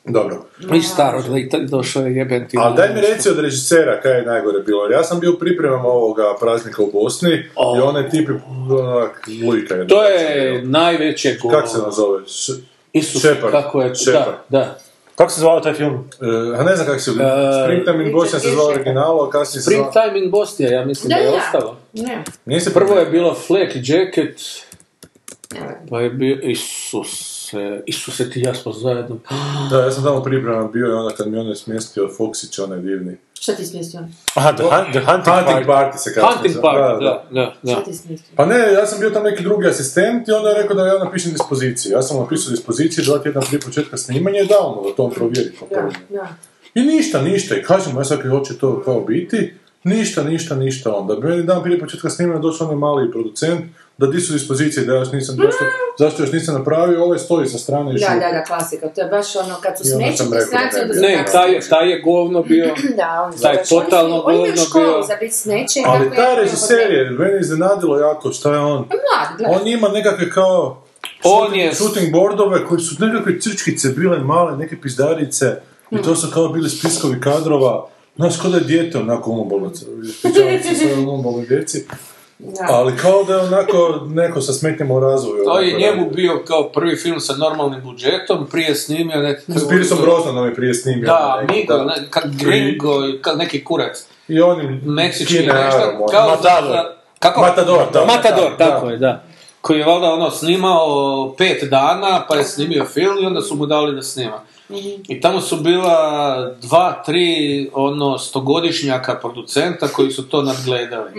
[SPEAKER 4] Dobro.
[SPEAKER 5] I staro, gle, došao je jeben ti.
[SPEAKER 4] Ali daj mi reci od režisera kaj je najgore bilo. Jer Ja sam bio u pripremama ovoga praznika u Bosni i one tipi onak lujka je.
[SPEAKER 5] To je najveće go...
[SPEAKER 4] Kako se nazove? Š-
[SPEAKER 5] Isus,
[SPEAKER 4] Shepard.
[SPEAKER 5] kako je,
[SPEAKER 4] Shepard.
[SPEAKER 5] da, da.
[SPEAKER 3] Kako se zvao taj film?
[SPEAKER 4] e, a ne znam kako se... Springtime in Bosnia se zvao originalo, a kasnije se
[SPEAKER 5] Spring
[SPEAKER 4] zvao...
[SPEAKER 5] Time in Bosnia, ja mislim da,
[SPEAKER 2] Da,
[SPEAKER 5] je
[SPEAKER 2] da.
[SPEAKER 5] ostalo.
[SPEAKER 2] Ne.
[SPEAKER 4] Nije se
[SPEAKER 5] Prvo je bilo Flak Jacket, pa je bio Isuse, Isuse ti i ja smo zajedno.
[SPEAKER 4] Da, ja sam tamo pripremama bio i onda kad mi on je smjestio Foxić, onaj divni.
[SPEAKER 2] Šta ti smijestio?
[SPEAKER 3] Aha, The, Hun- The Hunting
[SPEAKER 4] Hunting
[SPEAKER 3] Party.
[SPEAKER 4] Party se kasnije
[SPEAKER 5] Hunting
[SPEAKER 4] zvao.
[SPEAKER 5] Party, da, da, da.
[SPEAKER 2] Šta ti smijestio?
[SPEAKER 4] Pa ne, ja sam bio tamo neki drugi asistent i onda je rekao da ja napišem dispoziciju. Ja sam mu napisao dispoziciju dva tjedna prije početka snimanja i dao mu da to on provjeri. po
[SPEAKER 2] Da,
[SPEAKER 4] prvi.
[SPEAKER 2] da.
[SPEAKER 4] I ništa, ništa. I kažem mu, ja sad kaj hoće to kao biti, ništa, ništa, ništa onda. Bi meni dan prije početka snimanja došao onaj mali producent, da di su dispozicije, da ja još nisam, zašto, zašto još nisam napravio, ovaj stoji sa strane i
[SPEAKER 2] Da,
[SPEAKER 4] šuti.
[SPEAKER 2] da, da, klasika. To je baš ono, kad su
[SPEAKER 4] I onda
[SPEAKER 2] smeći,
[SPEAKER 4] sam
[SPEAKER 2] ti
[SPEAKER 4] rekao
[SPEAKER 2] stranci,
[SPEAKER 4] da
[SPEAKER 2] onda
[SPEAKER 4] je
[SPEAKER 2] su
[SPEAKER 5] Ne,
[SPEAKER 2] tako
[SPEAKER 5] taj, je- taj je govno bio.
[SPEAKER 2] Da, oni su
[SPEAKER 5] Taj
[SPEAKER 2] baš- oni su-
[SPEAKER 5] totalno
[SPEAKER 2] Oni imaju
[SPEAKER 5] govno
[SPEAKER 2] školu
[SPEAKER 5] bio.
[SPEAKER 2] za biti smeće. i
[SPEAKER 4] Ali
[SPEAKER 2] tako
[SPEAKER 4] taj
[SPEAKER 2] jako-
[SPEAKER 4] režiser je, mene iznenadilo jako šta je on.
[SPEAKER 2] Mlad, gledaj.
[SPEAKER 4] On ima nekakve kao
[SPEAKER 5] On
[SPEAKER 4] shooting-
[SPEAKER 5] je-
[SPEAKER 4] shooting boardove koji su nekakve crčkice bile male, neke pizdarice i to su kao bili spiskovi kadrova. Znaš, kao da je dijete onako umobolno, ispričavam se svojoj umobolnoj djeci,
[SPEAKER 2] Da.
[SPEAKER 4] ali kao da je onako neko sa smetnjama u razvoju.
[SPEAKER 5] To je
[SPEAKER 4] onako
[SPEAKER 5] njemu
[SPEAKER 4] radi.
[SPEAKER 5] bio kao prvi film sa normalnim budžetom, prije snimio neki...
[SPEAKER 4] S Pirisom Brosnanom je prije snimio.
[SPEAKER 5] Da,
[SPEAKER 4] neki,
[SPEAKER 5] Migo,
[SPEAKER 4] da.
[SPEAKER 5] ne, kad Gringo, i kad neki kurac.
[SPEAKER 4] I onim
[SPEAKER 5] Meksički
[SPEAKER 4] kinearom.
[SPEAKER 5] nešto.
[SPEAKER 4] onim.
[SPEAKER 5] Kao,
[SPEAKER 3] Matador.
[SPEAKER 5] Kako?
[SPEAKER 4] Matador, da.
[SPEAKER 5] Matador,
[SPEAKER 4] Da.
[SPEAKER 5] tako je, da. Koji je valjda ono snimao pet dana, pa je snimio film i onda su mu dali da snima. I tamo su bila dva, tri ono stogodišnjaka producenta koji su to nadgledali.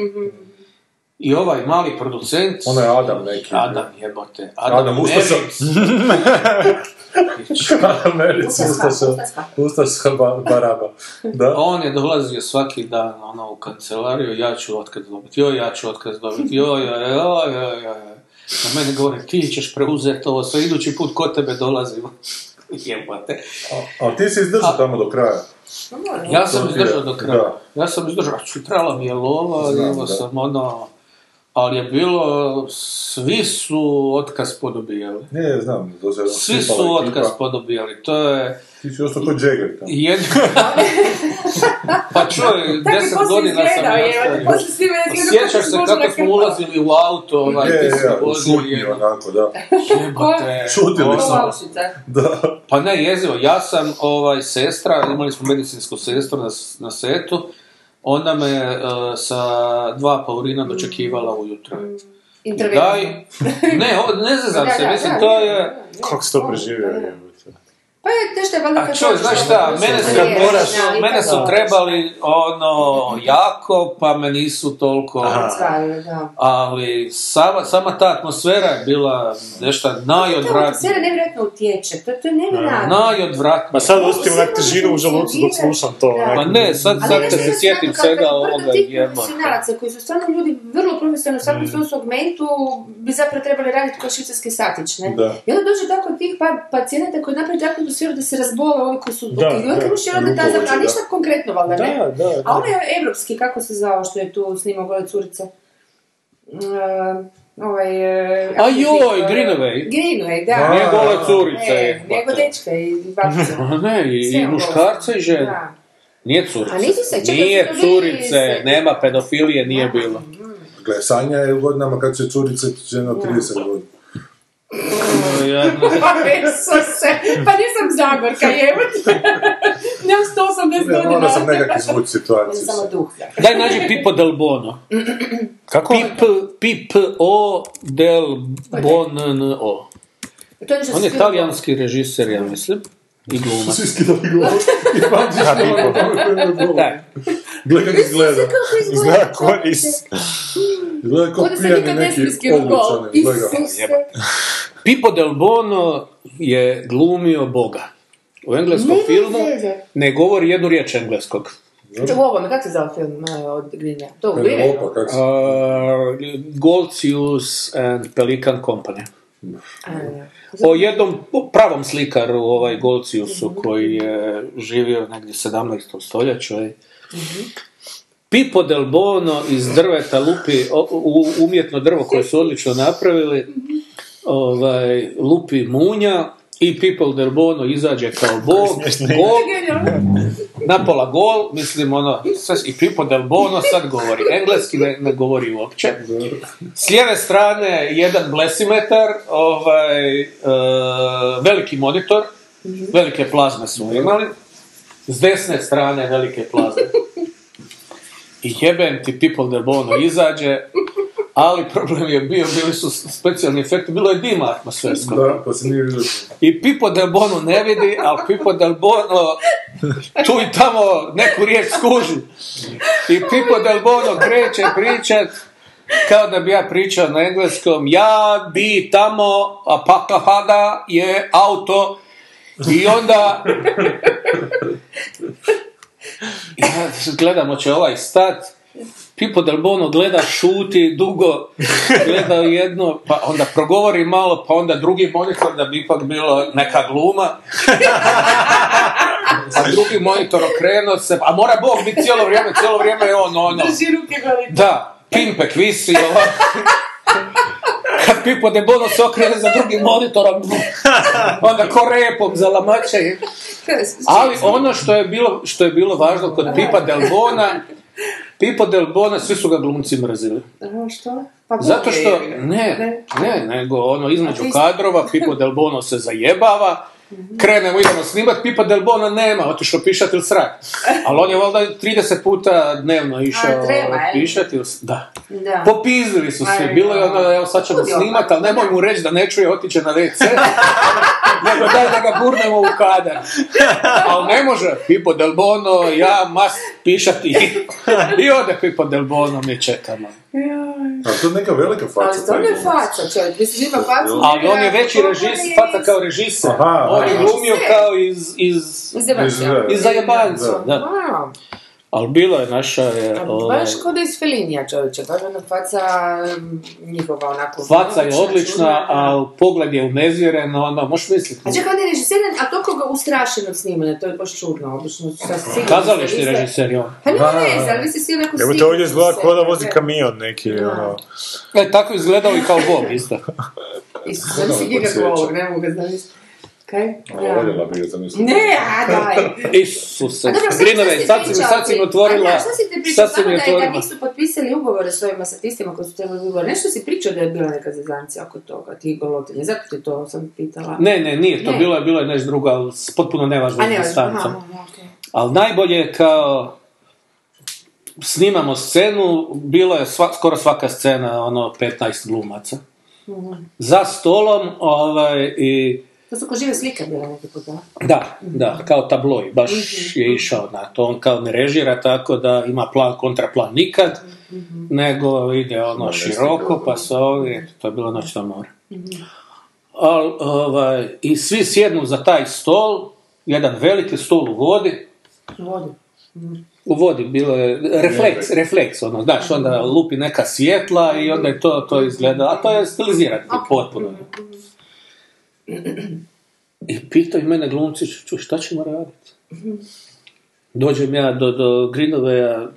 [SPEAKER 5] I ovaj mali producent...
[SPEAKER 4] Onaj Ono Adam neki.
[SPEAKER 5] Adam jebote.
[SPEAKER 4] Adam Ustaša.
[SPEAKER 5] Eriks.
[SPEAKER 4] Americi, Ustaša. Ustaša ba- Baraba. Da.
[SPEAKER 5] On je dolazio svaki dan ono, u kancelariju, ja ću otkaz dobiti, joj, ja ću otkaz dobiti, joj, joj, joj, joj, joj, joj. Na mene govori, ti ćeš preuzeti ovo sve, idući put kod tebe dolazimo. Jebate.
[SPEAKER 4] Ali ti si izdržao tamo do kraja.
[SPEAKER 5] Ja sam
[SPEAKER 4] To ti je,
[SPEAKER 5] izdržao do kraja.
[SPEAKER 4] da.
[SPEAKER 5] Ja sam izdržao, ču, trebala mi je lova,
[SPEAKER 4] Znam,
[SPEAKER 5] evo
[SPEAKER 4] da.
[SPEAKER 5] sam ono... Ali je bilo, svi su otkaz podobijali.
[SPEAKER 4] Ne, znam, to se
[SPEAKER 5] Svi
[SPEAKER 4] rasipala
[SPEAKER 5] su
[SPEAKER 4] ekipa.
[SPEAKER 5] otkaz podobijali, to je...
[SPEAKER 4] Ti si ostao kod Jagger tamo.
[SPEAKER 5] Jedno... pa čuj,
[SPEAKER 2] Tako je
[SPEAKER 5] deset
[SPEAKER 2] poslije
[SPEAKER 5] godina sam
[SPEAKER 2] izgledao, je,
[SPEAKER 5] nastavio.
[SPEAKER 2] poslije svi me izgledao
[SPEAKER 5] Sjećaš
[SPEAKER 2] su
[SPEAKER 5] se
[SPEAKER 2] možda
[SPEAKER 5] kako smo
[SPEAKER 2] nekako-
[SPEAKER 5] ulazili u auto, ovaj,
[SPEAKER 4] Je,
[SPEAKER 5] ti si
[SPEAKER 4] je, u ono.
[SPEAKER 5] vozio
[SPEAKER 4] šutnji
[SPEAKER 5] jedno.
[SPEAKER 4] onako, da.
[SPEAKER 5] Jebote.
[SPEAKER 4] Šutili
[SPEAKER 5] Ono,
[SPEAKER 2] Ovo
[SPEAKER 4] smo.
[SPEAKER 2] aušica.
[SPEAKER 4] Da.
[SPEAKER 5] Pa ne, jezivo, ja sam, ovaj, sestra, imali smo medicinsku sestru na, na setu, ona me eh, sa dva paurina dočekivala ujutro.
[SPEAKER 2] Interventno.
[SPEAKER 5] Daj, ne, ovo, ne znam
[SPEAKER 2] Da,
[SPEAKER 5] se,
[SPEAKER 2] da,
[SPEAKER 5] mislim,
[SPEAKER 2] da,
[SPEAKER 5] to
[SPEAKER 2] da,
[SPEAKER 5] je...
[SPEAKER 2] da, da.
[SPEAKER 3] Kako si to preživio?
[SPEAKER 2] Da, da.
[SPEAKER 3] jebote?
[SPEAKER 2] Pa je teško je valjda
[SPEAKER 5] A
[SPEAKER 2] kad ono
[SPEAKER 5] čuj,
[SPEAKER 2] dođeš
[SPEAKER 5] znaš
[SPEAKER 2] do
[SPEAKER 5] šta,
[SPEAKER 2] odnosa,
[SPEAKER 5] mene su,
[SPEAKER 2] to je,
[SPEAKER 5] moraš,
[SPEAKER 2] da,
[SPEAKER 5] mene su
[SPEAKER 2] ipak
[SPEAKER 5] trebali ono jako, pa me nisu toliko...
[SPEAKER 3] Aha.
[SPEAKER 2] Stvarno, da.
[SPEAKER 5] Ali sama, sama ta atmosfera je bila nešto
[SPEAKER 2] To sve
[SPEAKER 5] najodvratnija.
[SPEAKER 2] nevjerojatno utječe, to, to je nevjerojatno.
[SPEAKER 3] Ma
[SPEAKER 5] Najodvratnija.
[SPEAKER 3] sad osjetim onak težinu u želucu dok slušam to.
[SPEAKER 2] Da.
[SPEAKER 3] onak.
[SPEAKER 5] Pa ne, sad,
[SPEAKER 2] Ali
[SPEAKER 5] sad
[SPEAKER 2] ja
[SPEAKER 5] kad
[SPEAKER 2] mislim
[SPEAKER 5] se
[SPEAKER 2] da
[SPEAKER 5] sjetim
[SPEAKER 2] stvarno
[SPEAKER 5] svega
[SPEAKER 2] kad- kad
[SPEAKER 5] ovoga
[SPEAKER 2] tih
[SPEAKER 5] jebote.
[SPEAKER 2] profesionalaca koji su stvarno ljudi vrlo profesionalni u svakom svom segmentu bi zapravo trebali raditi kao švicarski satić, ne?
[SPEAKER 4] Da.
[SPEAKER 2] I onda dođe tako tih pa, pacijenata koji napravi takvu atmosferu da se razbole ovi koji su
[SPEAKER 3] Da,
[SPEAKER 2] okrivljeni,
[SPEAKER 3] da,
[SPEAKER 2] i onda ta
[SPEAKER 4] rukovođe,
[SPEAKER 2] zapravo, ali
[SPEAKER 4] da.
[SPEAKER 2] ništa konkretno valjda, ne?
[SPEAKER 3] Da, da,
[SPEAKER 2] A ono
[SPEAKER 3] da.
[SPEAKER 2] onaj europski, kako se zvao što je tu snimao gore curice? Mm, E, ovaj... eh,
[SPEAKER 5] A joj,
[SPEAKER 2] eh,
[SPEAKER 5] Greenaway.
[SPEAKER 2] Greenaway, da.
[SPEAKER 4] A,
[SPEAKER 5] Ne gola curica
[SPEAKER 2] E,
[SPEAKER 5] je.
[SPEAKER 2] nego dečke i babice.
[SPEAKER 5] A Pa ne, i,
[SPEAKER 2] Sve
[SPEAKER 5] i
[SPEAKER 2] ono
[SPEAKER 5] muškarca i žene.
[SPEAKER 2] Da.
[SPEAKER 5] Nije curice.
[SPEAKER 2] A nisu se, čekaj,
[SPEAKER 5] nije
[SPEAKER 2] su to bili
[SPEAKER 5] curice,
[SPEAKER 2] se-
[SPEAKER 5] nema pedofilije, nije bilo.
[SPEAKER 4] Gle, Sanja je u godinama kad se curice žena od 30 godina.
[SPEAKER 5] Ja,
[SPEAKER 6] Isuse, pa nisam Zagorka, jebate. Nemam 180
[SPEAKER 4] Ne, morao sam
[SPEAKER 6] godina.
[SPEAKER 4] nekak izvući situaciju.
[SPEAKER 2] Samo duh.
[SPEAKER 5] Daj nađi Pipo del Bono.
[SPEAKER 3] Kako?
[SPEAKER 5] Pip, pip, o, del,
[SPEAKER 2] Pa
[SPEAKER 5] bon, n, o.
[SPEAKER 2] To je nešto
[SPEAKER 5] On je
[SPEAKER 2] svi-
[SPEAKER 5] talijanski režiser, ja mislim. I glumac.
[SPEAKER 4] Svi skidali glavu i pamtiš na ovaj govor.
[SPEAKER 5] Da.
[SPEAKER 4] Gle kako izgleda.
[SPEAKER 2] Kako izgleda?
[SPEAKER 3] Izgleda ko iz...
[SPEAKER 4] Gleda kao
[SPEAKER 6] Onda se
[SPEAKER 4] pijani
[SPEAKER 6] nikad ne
[SPEAKER 4] neki
[SPEAKER 6] stiskio gol.
[SPEAKER 4] odlučani. Gle ga.
[SPEAKER 2] Isuse.
[SPEAKER 5] Pipo del Bono je glumio Boga. U engleskom
[SPEAKER 2] Nema
[SPEAKER 5] filmu
[SPEAKER 2] veze.
[SPEAKER 5] ne govori jednu riječ engleskog.
[SPEAKER 2] Čekaj, U ovome, kako se zove film eh, od Grinja? To u Greenaway?
[SPEAKER 4] Europa, kako se...
[SPEAKER 5] Uh, Golcius and Pelican Company.
[SPEAKER 2] A, da.
[SPEAKER 5] O jednom pravom slikaru, ovaj Golciusu, koji je živio negdje 17. stoljeću. ej. Pipo del Bono iz drveta lupi, o- u- umjetno drvo koje su odlično napravili, ovaj, lupi munja i Pipo del Bono izađe kao bog, gol, napola gol, mislim ono, sve, i Pipo del Bono sad govori, engleski ne, ne govori uopće. S lijeve strane jedan blesimetar, ovaj, e, veliki monitor, velike plazme smo imali, s desne strane velike plazme. I jebem ti People del Bono izađe, ali problem je bio, bili su specijalni efekti, bilo je dima atmosferskog.
[SPEAKER 4] Da, pa se nije vidio.
[SPEAKER 5] I Pipo del Bono ne vidi, ali Pipo del Bono tu i tamo neku riječ skuži. I Pipo del Bono kreće pričat kao da bi ja pričao na engleskom ja bi tamo a pakahada je auto i onda ja gledamo će ovaj stat Pipo del Bono gleda, šuti dugo, gleda jedno, pa onda progovori malo, pa onda drugi monitor da bi ipak bilo neka gluma. A drugi monitor okrenuo se, a mora Bog biti cijelo vrijeme, cijelo vrijeme je on ono.
[SPEAKER 6] Drži ruke goli.
[SPEAKER 5] Da, pimpek visi, ovako. Kad Pipo de Bono se okrene za drugim monitorom, onda ko repom za lamače. Ali ono što je bilo, što je bilo važno kod Pipa Delbona, Pipo Delbona, svi su ga glumci mrzili.
[SPEAKER 2] A, Što? Pa Bog
[SPEAKER 5] Zato
[SPEAKER 2] je
[SPEAKER 5] što,
[SPEAKER 2] jebio.
[SPEAKER 5] ne, ne, nego ono između
[SPEAKER 2] A ti si-
[SPEAKER 5] kadrova, Pipo Delbono se zajebava, krenemo, idemo snimat, Pipa Delbona nema, otišao pišat ili srak. Ali on je valjda 30 puta dnevno išao
[SPEAKER 2] treba, je.
[SPEAKER 5] pišat ili, s- da.
[SPEAKER 2] Da.
[SPEAKER 5] Popizdili su se,
[SPEAKER 2] Ajme.
[SPEAKER 5] bilo je ono, evo sad ćemo
[SPEAKER 2] Kudio.
[SPEAKER 5] snimat, ali nemoj mu reći da ne čuje, otiće na WC, nego daj da ga gurnemo u kadar. Ali ne može, Pipo del Bono, ja must pišati. I ode Pipo del Bono, mi čekamo.
[SPEAKER 4] A to je neka velika faca.
[SPEAKER 2] Ali stvarno je
[SPEAKER 4] taj glumac.
[SPEAKER 2] faca, čovjek. Mislim, ima facu.
[SPEAKER 5] Ali on je veći
[SPEAKER 2] Ovo
[SPEAKER 5] režis, faca kao režisar.
[SPEAKER 4] Aha,
[SPEAKER 5] On je
[SPEAKER 4] aha.
[SPEAKER 5] glumio kao iz, iz,
[SPEAKER 2] Iz Evanđelja.
[SPEAKER 5] iz zajebanca. Da.
[SPEAKER 2] Wow.
[SPEAKER 5] Ali bilo je naša... Je, ovaj,
[SPEAKER 2] Pa Baš kod iz Felinija čovječe, baš ona faca em, njihova onako...
[SPEAKER 5] faca je
[SPEAKER 2] čudna.
[SPEAKER 5] odlična, ali pogled je unezvjeren, ono, možeš misliti.
[SPEAKER 2] A čekaj, on je režisiran, a toliko ga ustrašen od snimanja, to je baš čudno, obično sa sigurno...
[SPEAKER 5] Kazališni režiser je on.
[SPEAKER 2] Pa nema
[SPEAKER 4] Da, da,
[SPEAKER 2] veze,
[SPEAKER 4] da.
[SPEAKER 2] ali vi ste svi onako
[SPEAKER 3] Evo te
[SPEAKER 2] sigurni
[SPEAKER 3] ovdje izgleda
[SPEAKER 2] u
[SPEAKER 3] ko da
[SPEAKER 2] sebe,
[SPEAKER 3] vozi
[SPEAKER 2] da.
[SPEAKER 3] kamion neki, ono...
[SPEAKER 5] E, tako je izgledao i kao Bob, isto.
[SPEAKER 2] Isus, sam si giga
[SPEAKER 4] podsjeća.
[SPEAKER 2] govor, ne mogu ga zamisliti. Kaj?
[SPEAKER 4] A,
[SPEAKER 2] Ja.
[SPEAKER 4] Ono, Voljela bi ga zamisliti.
[SPEAKER 2] Ne, a daj.
[SPEAKER 5] Isuse,
[SPEAKER 2] A dobro, sad
[SPEAKER 5] Greenaway,
[SPEAKER 2] ste
[SPEAKER 5] sad si mi,
[SPEAKER 2] pričali.
[SPEAKER 5] sad si mi otvorila,
[SPEAKER 2] A da, šta si ti pričao,
[SPEAKER 5] sad si
[SPEAKER 2] samo
[SPEAKER 5] mi
[SPEAKER 2] da, je, da
[SPEAKER 5] otvorila.
[SPEAKER 2] nisu potpisali ugovore s ovima satistima koji su trebali ugovor. Nešto si pričao da je bila neka zezancija oko toga, ti golotinje, zato ti to sam pitala.
[SPEAKER 5] Ne, ne, nije to,
[SPEAKER 2] Ne.
[SPEAKER 5] bilo je, bilo je nešto drugo, ali s potpuno nevažno
[SPEAKER 2] a ne, aha,
[SPEAKER 5] stanicom.
[SPEAKER 2] aha, okej.
[SPEAKER 5] Ali najbolje je kao snimamo scenu, bilo je sva- skoro svaka scena, ono, 15 glumaca.
[SPEAKER 2] Mhm.
[SPEAKER 5] Za stolom, ovaj, i
[SPEAKER 2] To su ko žive slike bile neke puta.
[SPEAKER 5] da, da, kao tabloj, baš je išao na to. On kao ne režira tako da ima plan, kontraplan nikad, nego ide ono široko, pa se ovi, to je bilo noćno more. Al, ovaj, I svi sjednu za taj stol, jedan veliki stol u vodi,
[SPEAKER 2] Vodi.
[SPEAKER 5] u vodi bilo je refleks, refleks ono, znaš, onda lupi neka svjetla i onda je to, to izgleda, a to je stilizirano potpuno. I pitaju mene glumci, "Ču, šta ćemo raditi? Dođem ja do, do Greenawaya,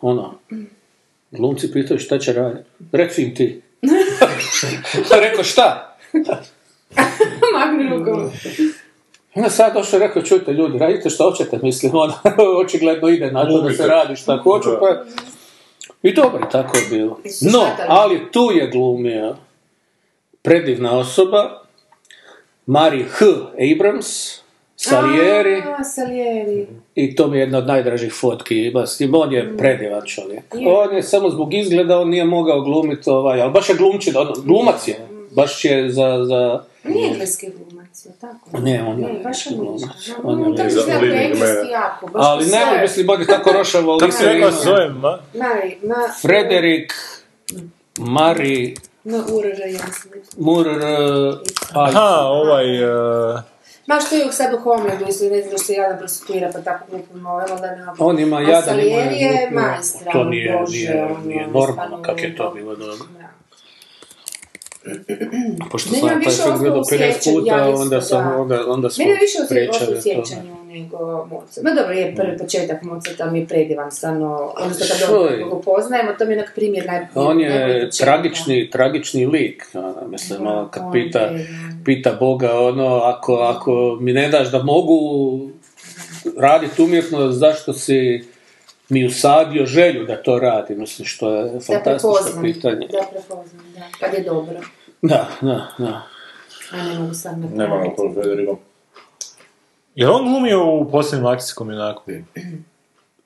[SPEAKER 5] ono, Glumci pitaju šta će raditi. Reci im ti. Pa rekao šta?
[SPEAKER 6] Magni rukom.
[SPEAKER 5] I onda sad došao i rekao, čujte ljudi, radite šta hoćete, mislim, ono, očigledno ide na to da se
[SPEAKER 4] Lubite.
[SPEAKER 5] radi šta hoću,
[SPEAKER 4] Da.
[SPEAKER 5] pa... I dobro, tako je bilo.
[SPEAKER 2] Jesu
[SPEAKER 5] No,
[SPEAKER 2] shvatali.
[SPEAKER 5] ali tu je glumio predivna osoba, Mari H. Abrams, Salieri, Mhm.
[SPEAKER 6] A, Salieri.
[SPEAKER 5] i to mi je jedna od najdražih fotki, ima s njim, on je predivan čovjek.
[SPEAKER 6] Je.
[SPEAKER 5] On je samo zbog izgleda, on nije mogao glumiti ovaj, ali baš je glumčin, ono, glumac je, baš je za, za,
[SPEAKER 2] Nije engleski glumac, je tako?
[SPEAKER 5] ne, on je
[SPEAKER 2] Ne, baš je
[SPEAKER 5] glumac.
[SPEAKER 2] muzički.
[SPEAKER 5] On je
[SPEAKER 2] To je
[SPEAKER 5] lik.
[SPEAKER 4] za-
[SPEAKER 2] sve
[SPEAKER 4] Lidia
[SPEAKER 2] engleski
[SPEAKER 4] Mera.
[SPEAKER 2] jako, baš
[SPEAKER 5] Ali
[SPEAKER 2] sve.
[SPEAKER 5] nemoj mislim biti tako rošavo
[SPEAKER 3] Kako se rekao zove, ma?
[SPEAKER 6] Mari, ma...
[SPEAKER 5] Frederik Mari
[SPEAKER 6] Na URR, ja sam.
[SPEAKER 5] Mur pa
[SPEAKER 3] Aha, ovaj... e,
[SPEAKER 2] Ma što je sad u Homelandu, isto ne znam da se jadan prostituira, pa tako glupim ovim, onda nema...
[SPEAKER 5] on ima
[SPEAKER 2] A
[SPEAKER 5] jadan ima
[SPEAKER 2] Salieri je
[SPEAKER 5] glupi-
[SPEAKER 2] majstra,
[SPEAKER 5] to nije,
[SPEAKER 2] Bože,
[SPEAKER 5] nije,
[SPEAKER 2] ono,
[SPEAKER 5] nije
[SPEAKER 2] ono,
[SPEAKER 5] normalno
[SPEAKER 2] stvarno
[SPEAKER 5] kak je to
[SPEAKER 2] ono.
[SPEAKER 5] bilo dobro.
[SPEAKER 2] Da.
[SPEAKER 5] Pošto
[SPEAKER 2] Meni
[SPEAKER 5] sam
[SPEAKER 2] je
[SPEAKER 5] taj
[SPEAKER 2] više
[SPEAKER 5] film gledao 50 puta,
[SPEAKER 2] ostalo sjećanje, ja
[SPEAKER 5] onda
[SPEAKER 2] isto,
[SPEAKER 5] sam
[SPEAKER 2] da.
[SPEAKER 5] onda, onda smo
[SPEAKER 2] Meni je više osjećao
[SPEAKER 5] pričali
[SPEAKER 2] u
[SPEAKER 5] o tome. Mm.
[SPEAKER 2] sjećanju nego Mozart. Ma dobro, je prvi početak Mozarta, mi je predivan stvarno, odnosno kad
[SPEAKER 5] Šoj.
[SPEAKER 2] ga- ga poznajemo, to mi je onak primjer naj...
[SPEAKER 5] On
[SPEAKER 2] najbolji
[SPEAKER 5] je
[SPEAKER 2] početak.
[SPEAKER 5] tragični, tragični lik, ono, mislim,
[SPEAKER 2] Da,
[SPEAKER 5] ono, kad
[SPEAKER 2] on
[SPEAKER 5] pita,
[SPEAKER 2] je, da.
[SPEAKER 5] pita Boga, ono, ako, ako mi ne daš da mogu raditi umjetno, zašto si mi usadio želju da to radim, mislim, što je
[SPEAKER 2] Da
[SPEAKER 5] fantastično
[SPEAKER 2] prepoznam,
[SPEAKER 5] pitanje.
[SPEAKER 2] Da prepoznam, da. Kad je dobro.
[SPEAKER 5] Da, da, da.
[SPEAKER 2] A ne mogu sad napraviti.
[SPEAKER 4] Nema ono na to Federico.
[SPEAKER 3] Je on glumio u posljednjem akcijskom junaku?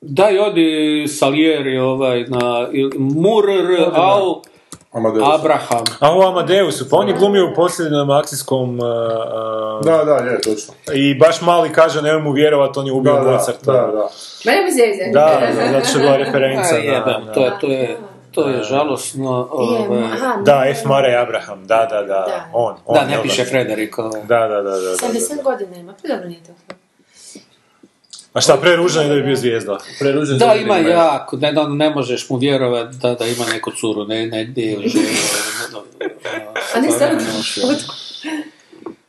[SPEAKER 5] Da, i odi Salieri ovaj, na Murr Al
[SPEAKER 4] Amadeus.
[SPEAKER 5] Abraham.
[SPEAKER 3] A u Amadeusu, pa on je glumio u posljednjem akcijskom... e, e,
[SPEAKER 4] Da, da, je, točno.
[SPEAKER 3] I baš mali kaže, nemoj mu vjerovat, on je
[SPEAKER 4] Da,
[SPEAKER 3] ubio
[SPEAKER 4] da,
[SPEAKER 3] Mozarta.
[SPEAKER 4] da,
[SPEAKER 5] ono.
[SPEAKER 4] da.
[SPEAKER 2] Ma nema zeze.
[SPEAKER 3] Da, da, zato što je bila referenca.
[SPEAKER 5] A, jebem,
[SPEAKER 3] na-
[SPEAKER 5] to, je, to, je, to je žalosno.
[SPEAKER 2] Je,
[SPEAKER 5] Ovaj.
[SPEAKER 2] aha,
[SPEAKER 3] Da, F. Mare Abraham, da, da, da,
[SPEAKER 2] Da.
[SPEAKER 3] on. on
[SPEAKER 5] Da, ne
[SPEAKER 3] dobar.
[SPEAKER 5] piše Frederik. ovaj.
[SPEAKER 3] Da, da, da, da, da, da,
[SPEAKER 2] 70 godina ima, pa dobro nije to.
[SPEAKER 3] A šta, preružan je da bi bio zvijezda?
[SPEAKER 4] Preruđen
[SPEAKER 5] Da,
[SPEAKER 4] za
[SPEAKER 5] ima
[SPEAKER 4] vrijeme.
[SPEAKER 5] jako, ne, da, ne možeš mu vjerovati da, da ima neku curu, ne, negdje ili ženu, ne,
[SPEAKER 2] A
[SPEAKER 5] stvarno
[SPEAKER 2] ne stvarno
[SPEAKER 5] Pa ne može.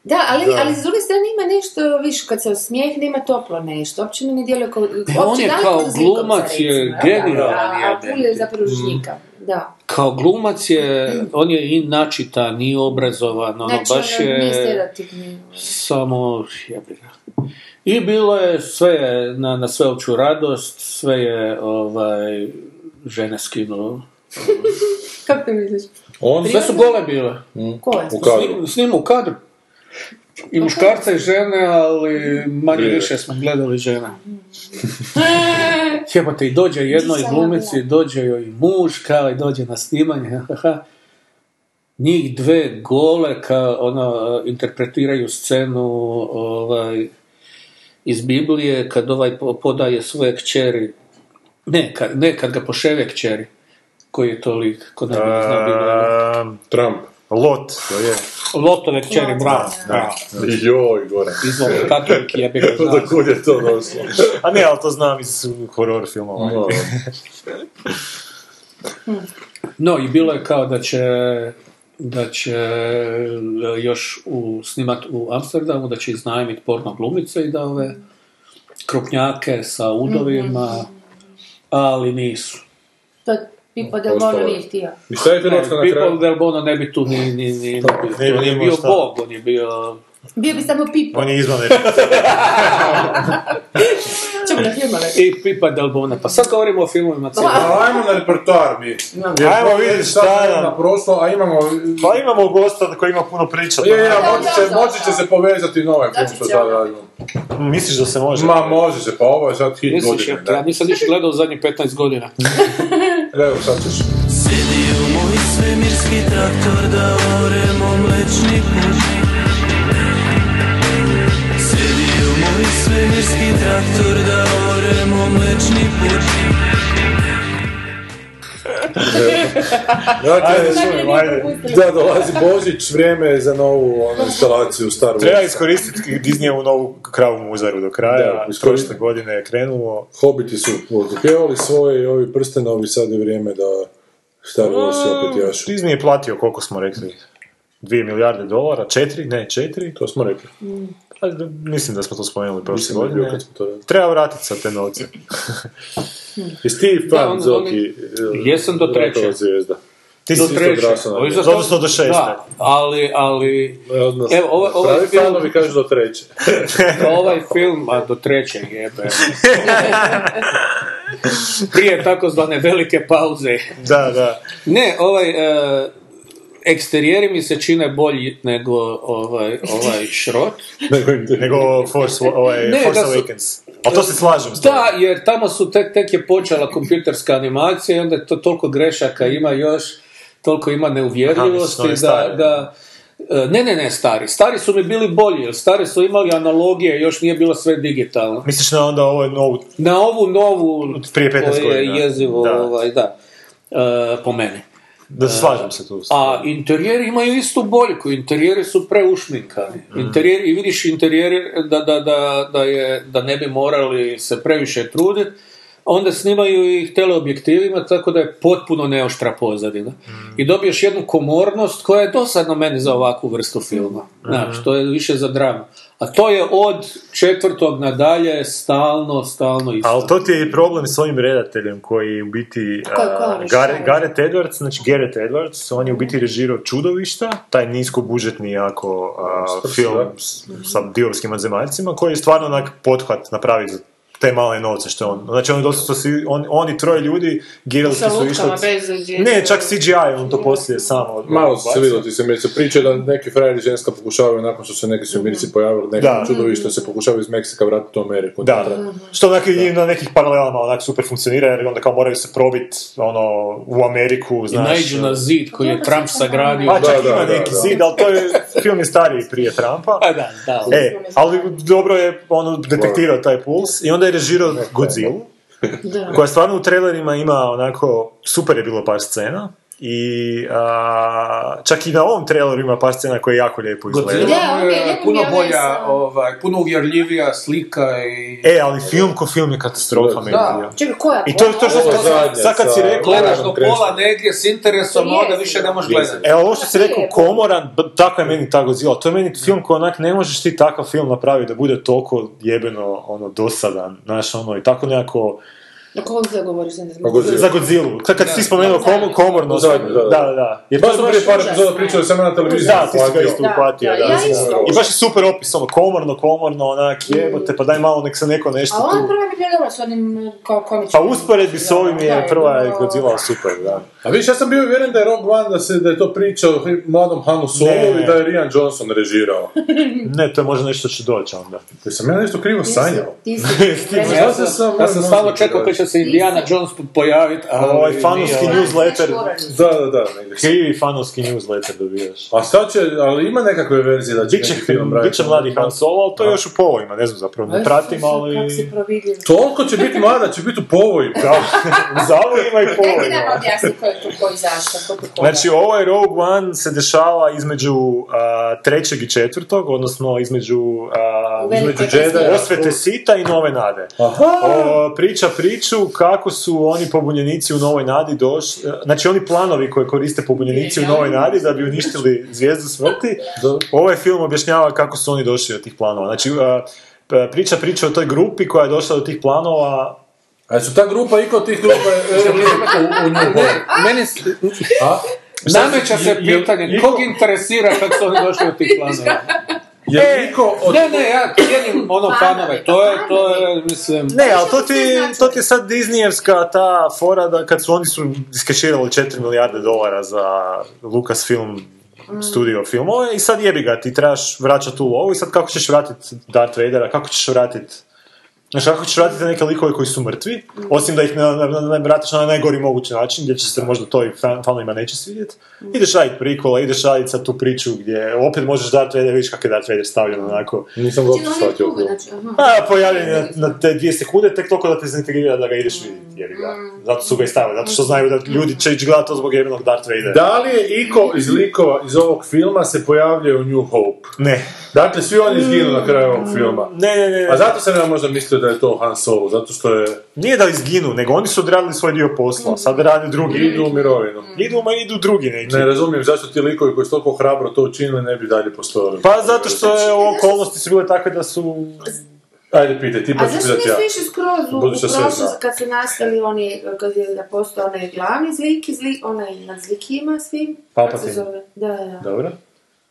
[SPEAKER 2] Da, ali, ali s druge strane ima nešto više, kad se osmijehne ima toplo nešto, uopće mi ne djeluje kao... uopće
[SPEAKER 5] E, on je
[SPEAKER 2] daleko
[SPEAKER 5] kao
[SPEAKER 2] od zlikovca,
[SPEAKER 5] glumac je
[SPEAKER 2] recimo, jel da?
[SPEAKER 5] genijalan, Mm.
[SPEAKER 2] A, a
[SPEAKER 5] jebote.
[SPEAKER 2] Pulj je zapravo žnjika, da.
[SPEAKER 5] Kao glumac je, on je i načitan, i obrazovan, ono,
[SPEAKER 2] Znači,
[SPEAKER 5] baš
[SPEAKER 2] ono, nije
[SPEAKER 5] je...
[SPEAKER 2] stereotipni.
[SPEAKER 5] samo jebi ga. I bilo je sve je na, na sveopću radost, sve je ovaj, žene skinuo.
[SPEAKER 2] Kako ti misliš?
[SPEAKER 4] On
[SPEAKER 5] Sve su gole bile.
[SPEAKER 2] Ko je?
[SPEAKER 4] u kadru.
[SPEAKER 5] Snim, snim u kadru. I muškarca i žene, ali manje
[SPEAKER 4] Vrijeme.
[SPEAKER 5] više smo gledali žena. Jebote, i dođe jednoj
[SPEAKER 2] Nisam ja
[SPEAKER 5] glumici, dođe joj i muž, kao i dođe na snimanje, haha. Njih dve gole, kao, ono, interpretiraju scenu, ovaj, iz Biblije, kad ovaj po- podaje svoje kćeri, ne, kad, ne, kad ga poševe kćeri, koji je to lik, kod nas ne zna Bibliju.
[SPEAKER 3] Ehm,
[SPEAKER 4] Trump.
[SPEAKER 3] Lot, to je.
[SPEAKER 5] Lotove kćeri, bravo, bravo.
[SPEAKER 4] Joj, gore.
[SPEAKER 5] Izvolite, katolik je bih
[SPEAKER 4] Da kud je to došlo?
[SPEAKER 3] A ne, ali to znam iz horror filmova.
[SPEAKER 4] No.
[SPEAKER 5] No, i bilo je kao da će da će e, još u, snimat u Amsterdamu, da će iznajmiti porno glumice i da ove krupnjake sa udovima, ali nisu.
[SPEAKER 2] To je Pipo Del Bono nije htio.
[SPEAKER 4] I šta je Hrvatska na
[SPEAKER 5] People
[SPEAKER 4] kraju?
[SPEAKER 5] Del Bono ne bi tu ni, ni, ni, ni,
[SPEAKER 3] Ne bi
[SPEAKER 5] on je
[SPEAKER 3] imao
[SPEAKER 5] bio
[SPEAKER 3] šta.
[SPEAKER 5] bog, on je bio...
[SPEAKER 2] Bio bi samo Pipo.
[SPEAKER 3] On je izvan
[SPEAKER 2] Čemu da filmale?
[SPEAKER 5] I Pipa Del Bono. Pa sad govorimo o filmovima cijelo.
[SPEAKER 4] A, Ajmo na repertoar mi.
[SPEAKER 3] Ajmo vidjeti šta
[SPEAKER 4] na
[SPEAKER 3] nam.
[SPEAKER 4] prošlo, a imamo...
[SPEAKER 3] Pa imamo gosta koji ima puno priča.
[SPEAKER 4] Je, je, a
[SPEAKER 2] Da,
[SPEAKER 4] moći
[SPEAKER 2] da,
[SPEAKER 4] će,
[SPEAKER 2] da,
[SPEAKER 4] moći
[SPEAKER 2] da.
[SPEAKER 4] će se povezati nove
[SPEAKER 2] Znači
[SPEAKER 4] film što
[SPEAKER 2] će
[SPEAKER 4] sad
[SPEAKER 2] ono.
[SPEAKER 4] radimo.
[SPEAKER 3] Misliš da se može?
[SPEAKER 4] Ma može se, pa ovo je sad hit
[SPEAKER 5] Misliš,
[SPEAKER 4] godine.
[SPEAKER 5] ja, ja
[SPEAKER 4] da.
[SPEAKER 5] nisam ništa gledao u zadnjih 15 godina.
[SPEAKER 4] Evo sad ćeš.
[SPEAKER 7] Sjedi u moj svemirski traktor da oremo mlečni put Sjedi u moj svemirski traktor da oremo mlečni put
[SPEAKER 4] Dakle,
[SPEAKER 3] Ajde, ajde.
[SPEAKER 4] da, dolazi Božić, vrijeme je za novu ono, instalaciju Star Wars.
[SPEAKER 3] Treba iskoristiti Disneyevu novu kravu muzaru do kraja.
[SPEAKER 4] Da, iskoristiti.
[SPEAKER 3] Prošle godine je krenulo.
[SPEAKER 4] Hobiti su odupjevali svoje i ovi prstenovi, sad je vrijeme da Star Wars je opet jašu.
[SPEAKER 3] Disney je platio, koliko smo rekli, 2 milijarde dolara, 4, ne, 4.
[SPEAKER 4] To smo rekli.
[SPEAKER 3] Pa, mislim da smo to spomenuli prošle
[SPEAKER 4] Mislim da je bio
[SPEAKER 3] godine.
[SPEAKER 4] kad smo to radili.
[SPEAKER 3] Treba vratiti sad te novce.
[SPEAKER 4] Jesi ti
[SPEAKER 5] Da,
[SPEAKER 4] fan
[SPEAKER 5] on-
[SPEAKER 4] Zoki?
[SPEAKER 3] eh,
[SPEAKER 5] Jesam do treće.
[SPEAKER 4] Ratova Zvijezda.
[SPEAKER 5] Do
[SPEAKER 3] Ti si
[SPEAKER 4] isto
[SPEAKER 5] treće.
[SPEAKER 4] odrasao na
[SPEAKER 5] Ovi za
[SPEAKER 3] to-
[SPEAKER 5] to-
[SPEAKER 3] do šeste.
[SPEAKER 5] Da, ali, ali
[SPEAKER 4] E, odnosno,
[SPEAKER 5] Evo, ovo- ovo je
[SPEAKER 4] pravi
[SPEAKER 5] bio-
[SPEAKER 4] fanovi kažu do treće.
[SPEAKER 5] ovaj film, a do trećeg jebe. Prije takozvane velike pauze.
[SPEAKER 3] Da, da.
[SPEAKER 5] Ne, ovaj, e, eksterijeri mi se čine bolji nego ovaj, ovaj šrot.
[SPEAKER 3] Nego Force, ovaj,
[SPEAKER 5] Ne,
[SPEAKER 3] Force
[SPEAKER 5] da su-
[SPEAKER 3] Awakens. A to se slažem s
[SPEAKER 5] Da, jer tamo su tek, tek je počela kompjuterska animacija i onda je to toliko grešaka ima još, toliko ima neuvjerljivosti
[SPEAKER 3] Aha,
[SPEAKER 5] da,
[SPEAKER 3] mislim, ovi stari.
[SPEAKER 5] da e, ne, ne, ne, stari. Stari su mi bili bolji, jer stari su imali analogije, još nije bilo sve digitalno.
[SPEAKER 3] Misliš na onda ovo novu...
[SPEAKER 5] Na ovu novu,
[SPEAKER 3] prije 15
[SPEAKER 5] koje je
[SPEAKER 3] godina.
[SPEAKER 5] jezivo,
[SPEAKER 3] Da.
[SPEAKER 5] ovaj, da, e, po meni.
[SPEAKER 3] Da, slažem se tu.
[SPEAKER 5] A interijeri imaju istu boljku, interijeri su preušminkani.
[SPEAKER 3] Mm.
[SPEAKER 5] Interijeri, I vidiš interijeri da, da, da, da, je, da ne bi morali se previše truditi, onda snimaju ih teleobjektivima tako da je potpuno neoštra pozadina.
[SPEAKER 3] Mm.
[SPEAKER 5] I dobiješ jednu komornost koja je dosadna meni za ovakvu vrstu filma.
[SPEAKER 3] Mm.
[SPEAKER 5] Znaš, to je više za dramu. A to je od četvrtog nadalje stalno, stalno isto.
[SPEAKER 3] Ali to ti je i problem s ovim redateljem koji u biti...
[SPEAKER 6] Ko- ko je on
[SPEAKER 3] a,
[SPEAKER 6] još?
[SPEAKER 3] Gare- Gareth Edwards, znači Gareth Edwards, on je u biti režirao Čudovišta, taj niskobudžetni jako a, film s- sa diovskim zemaljcima, koji je stvarno onak pothvat napravi za te male novce što je on. Znači on je doslovno si- on, on i troje ljudi gerilski
[SPEAKER 6] Sa
[SPEAKER 3] su išli...
[SPEAKER 6] lutkama, bez uđe.
[SPEAKER 3] Ne, čak CGI, on to poslije samo...
[SPEAKER 4] Malo su se vidjeli ti se mirice. Priča je da neki frajeri ženska pokušavaju nakon što se neki svemirici pojavili, neki
[SPEAKER 3] Da.
[SPEAKER 4] čudovišta se pokušavaju iz Meksika vratiti u Ameriku. Dakle,
[SPEAKER 3] Da,
[SPEAKER 4] Natrag.
[SPEAKER 6] Mhm.
[SPEAKER 3] što onak i na nekih paralelama onak super funkcionira jer onda kao moraju se probit ono u Ameriku,
[SPEAKER 5] I
[SPEAKER 3] znaš.
[SPEAKER 5] naiđu na zid koji je Trump sagradio.
[SPEAKER 3] Pa čak
[SPEAKER 4] Da,
[SPEAKER 3] ima
[SPEAKER 4] da,
[SPEAKER 3] neki
[SPEAKER 4] da, da.
[SPEAKER 3] zid, ali to je, film je stariji prije Trumpa.
[SPEAKER 5] Pa da, da.
[SPEAKER 3] E, ali dobro je ono detektirao taj puls i onda je režirao Godzilla,
[SPEAKER 6] Da.
[SPEAKER 3] koja stvarno u trailerima ima onako, super je bilo par scena i a, čak i na ovom traileru ima par scena koje jako lijepo izgledaju.
[SPEAKER 5] Godzilla
[SPEAKER 6] Da,
[SPEAKER 5] mu je
[SPEAKER 6] ok, lijepo mi
[SPEAKER 5] puno
[SPEAKER 6] je ovaj
[SPEAKER 5] bolja,
[SPEAKER 6] sa-
[SPEAKER 5] ovaj, puno uvjerljivija slika i...
[SPEAKER 3] E, ali film ko film je katastrofa meni
[SPEAKER 5] Da.
[SPEAKER 3] bio.
[SPEAKER 6] Čekaj, koja?
[SPEAKER 3] I to je to što
[SPEAKER 4] Ovo zadnje
[SPEAKER 3] sad kad si
[SPEAKER 4] sa-
[SPEAKER 3] rekla,
[SPEAKER 5] Gledaš do
[SPEAKER 4] Krestu.
[SPEAKER 5] pola negdje s interesom, a onda više ne možeš gledati.
[SPEAKER 3] E, ovo što si rekao,
[SPEAKER 6] Lijepo.
[SPEAKER 3] Komoran, b- tako je meni ta Godzilla. To je meni film koji onak, ne možeš ti takav film napraviti da bude toliko jebeno, ono, dosadan, znaš, ono, i tako nekako...
[SPEAKER 6] Na koliko se govoriš? Ne znam.
[SPEAKER 4] O Godzilla.
[SPEAKER 3] Za Godzillu. Kad, kad si ti spomenuo komo, komornost,
[SPEAKER 4] Zadnju, da, da.
[SPEAKER 3] da, da. Jer
[SPEAKER 4] Baš
[SPEAKER 3] to
[SPEAKER 4] sam
[SPEAKER 3] je
[SPEAKER 4] prije par
[SPEAKER 6] užasno.
[SPEAKER 4] epizoda pričao da sam ja na
[SPEAKER 3] baš-
[SPEAKER 4] televiziji.
[SPEAKER 3] da, ti si ga
[SPEAKER 4] uhvatio.
[SPEAKER 3] isto
[SPEAKER 6] Da,
[SPEAKER 3] upatio,
[SPEAKER 6] da,
[SPEAKER 3] da.
[SPEAKER 6] ja
[SPEAKER 4] isto.
[SPEAKER 3] I baš je super opis, ono, komorno, komorno, onak, jebote, pa daj malo, nek se neko nešto
[SPEAKER 6] A ona
[SPEAKER 3] tu...
[SPEAKER 6] prva mi je bila dobra s onim ko, komičnim.
[SPEAKER 3] Pa usporedbi s ovim
[SPEAKER 6] Da,
[SPEAKER 3] je prva je
[SPEAKER 6] bilo-
[SPEAKER 3] Godzilla super, da.
[SPEAKER 4] A vidiš, ja sam bio uvjeren da je Rogue One, da, se, da je to priča o mladom Hanu Solo
[SPEAKER 3] Ne.
[SPEAKER 4] i da je Rian Johnson režirao.
[SPEAKER 3] Ne, to je možda nešto što će doći onda.
[SPEAKER 4] Da sam ja nešto krivo
[SPEAKER 6] Ti si-
[SPEAKER 4] sanjao.
[SPEAKER 6] Ti si.
[SPEAKER 4] Ja
[SPEAKER 5] Ja
[SPEAKER 4] sam
[SPEAKER 5] sam,
[SPEAKER 4] samo-
[SPEAKER 5] ja sam stalno čekao kad će se Indiana Jones pojaviti, ali...
[SPEAKER 3] Ovaj fanovski
[SPEAKER 5] nije.
[SPEAKER 3] newsletter,
[SPEAKER 4] Da, da, da. negdje sam.
[SPEAKER 3] krivi fanovski newsletter dobijaš.
[SPEAKER 4] A sad će, ali ima nekakve verzije da će
[SPEAKER 3] Bit će,
[SPEAKER 4] neki film raditi.
[SPEAKER 3] bit će mladi Han Solo, ali to je još u povojima, ne znam zapravo, ne pratim, ali...
[SPEAKER 6] Kako si providio.
[SPEAKER 4] Toliko će biti mlada, će biti u povoju.
[SPEAKER 3] Da, u zavorima i
[SPEAKER 2] Daj ti nam
[SPEAKER 3] povojima.
[SPEAKER 2] objasni ko je tu, ko i zašto, ko tu ko
[SPEAKER 3] Znači, ovaj Rogue One se dešava između a, trećeg i četvrtog, odnosno između, a,
[SPEAKER 6] U velikoj
[SPEAKER 3] između Jedi,
[SPEAKER 6] verziji.
[SPEAKER 3] Osvete Sita i Nove Nade. O, priča priču kako su oni pobunjenici u Novoj Nadi došli, znači oni planovi koje koriste pobunjenici u Novoj Nadi da bi uništili zvijezdu smrti, ovaj film objašnjava kako su oni došli do tih planova. Znači, a, p- priča priča o toj grupi koja je došla do tih planova,
[SPEAKER 4] A su ta grupa, iko od tih grupa je e, u, u nju?
[SPEAKER 5] Mene s-
[SPEAKER 4] A?
[SPEAKER 5] nameće se
[SPEAKER 4] je-
[SPEAKER 5] pitanje,
[SPEAKER 4] je-
[SPEAKER 5] kog interesira kad su oni došli u tih planova?
[SPEAKER 6] E,
[SPEAKER 4] Je li iko od...
[SPEAKER 5] Ne, ne, ja cijenim ono fanove, to je, to je, mislim...
[SPEAKER 3] Ne, ali to ti, to ti je sad Disneyevska ta fora da kad su oni su diskeširali 4 milijarde dolara za Lucasfilm studio filmove i sad jebi ga, ti trebaš vraćati tu lovu i sad kako ćeš vratiti Darth Vadera, kako ćeš vratiti Znaš, kako ćeš vratiti neke likove koji su mrtvi, osim da ih ne, ne- ne- ne vratiš na najgori mogući način, gdje će se možda to i fan- fanovima neće svidjeti. Ideš radit prikola, ideš radit sad tu priču gdje opet možeš Darth Vader, vidiš kako je Darth Vader stavljen onako.
[SPEAKER 4] Nisam
[SPEAKER 2] Znači,
[SPEAKER 4] ga uopće shvatio.
[SPEAKER 3] Pa, pojavljen je na, na te dvije sekunde, tek toliko da te zaintegrira da ga ideš vidjeti, jebi ga. Zato su ga i stavili, zato što znaju da ljudi će ići gledati to zbog jebenog Darth Vadera.
[SPEAKER 4] Da li je iko iz likova iz ovog filma se pojavljuje u New Hope?
[SPEAKER 3] Ne.
[SPEAKER 4] Dakle, svi oni izginu na kraju ovog filma.
[SPEAKER 3] Ne, ne, ne. ne.
[SPEAKER 4] A Pa zato sam ja možda mislio da je to Han Solo, zato što je
[SPEAKER 3] Nije da izginu, nego oni su odradili svoj dio posla, sad rade drugi.
[SPEAKER 4] idu u mirovinu.
[SPEAKER 3] Idu, ma idu drugi neki.
[SPEAKER 4] Ne razumijem zašto ti likovi koji su toliko hrabro to učinili ne bi dalje postojali.
[SPEAKER 3] Pa zato što je okolnosti su bile takve da su...
[SPEAKER 4] Ajde pitaj, ti
[SPEAKER 2] A
[SPEAKER 4] pa ću
[SPEAKER 2] zašto
[SPEAKER 4] pitat ja.
[SPEAKER 2] nisu išli skroz u, u
[SPEAKER 4] Budući da sve
[SPEAKER 2] prošlost
[SPEAKER 4] zna.
[SPEAKER 2] kad su nastali oni, kad je da postao onaj glavni zlik, zlik onaj nad zlikima svim? kako se
[SPEAKER 3] Palpatine.
[SPEAKER 2] zove? Da, da, da.
[SPEAKER 4] Dobro.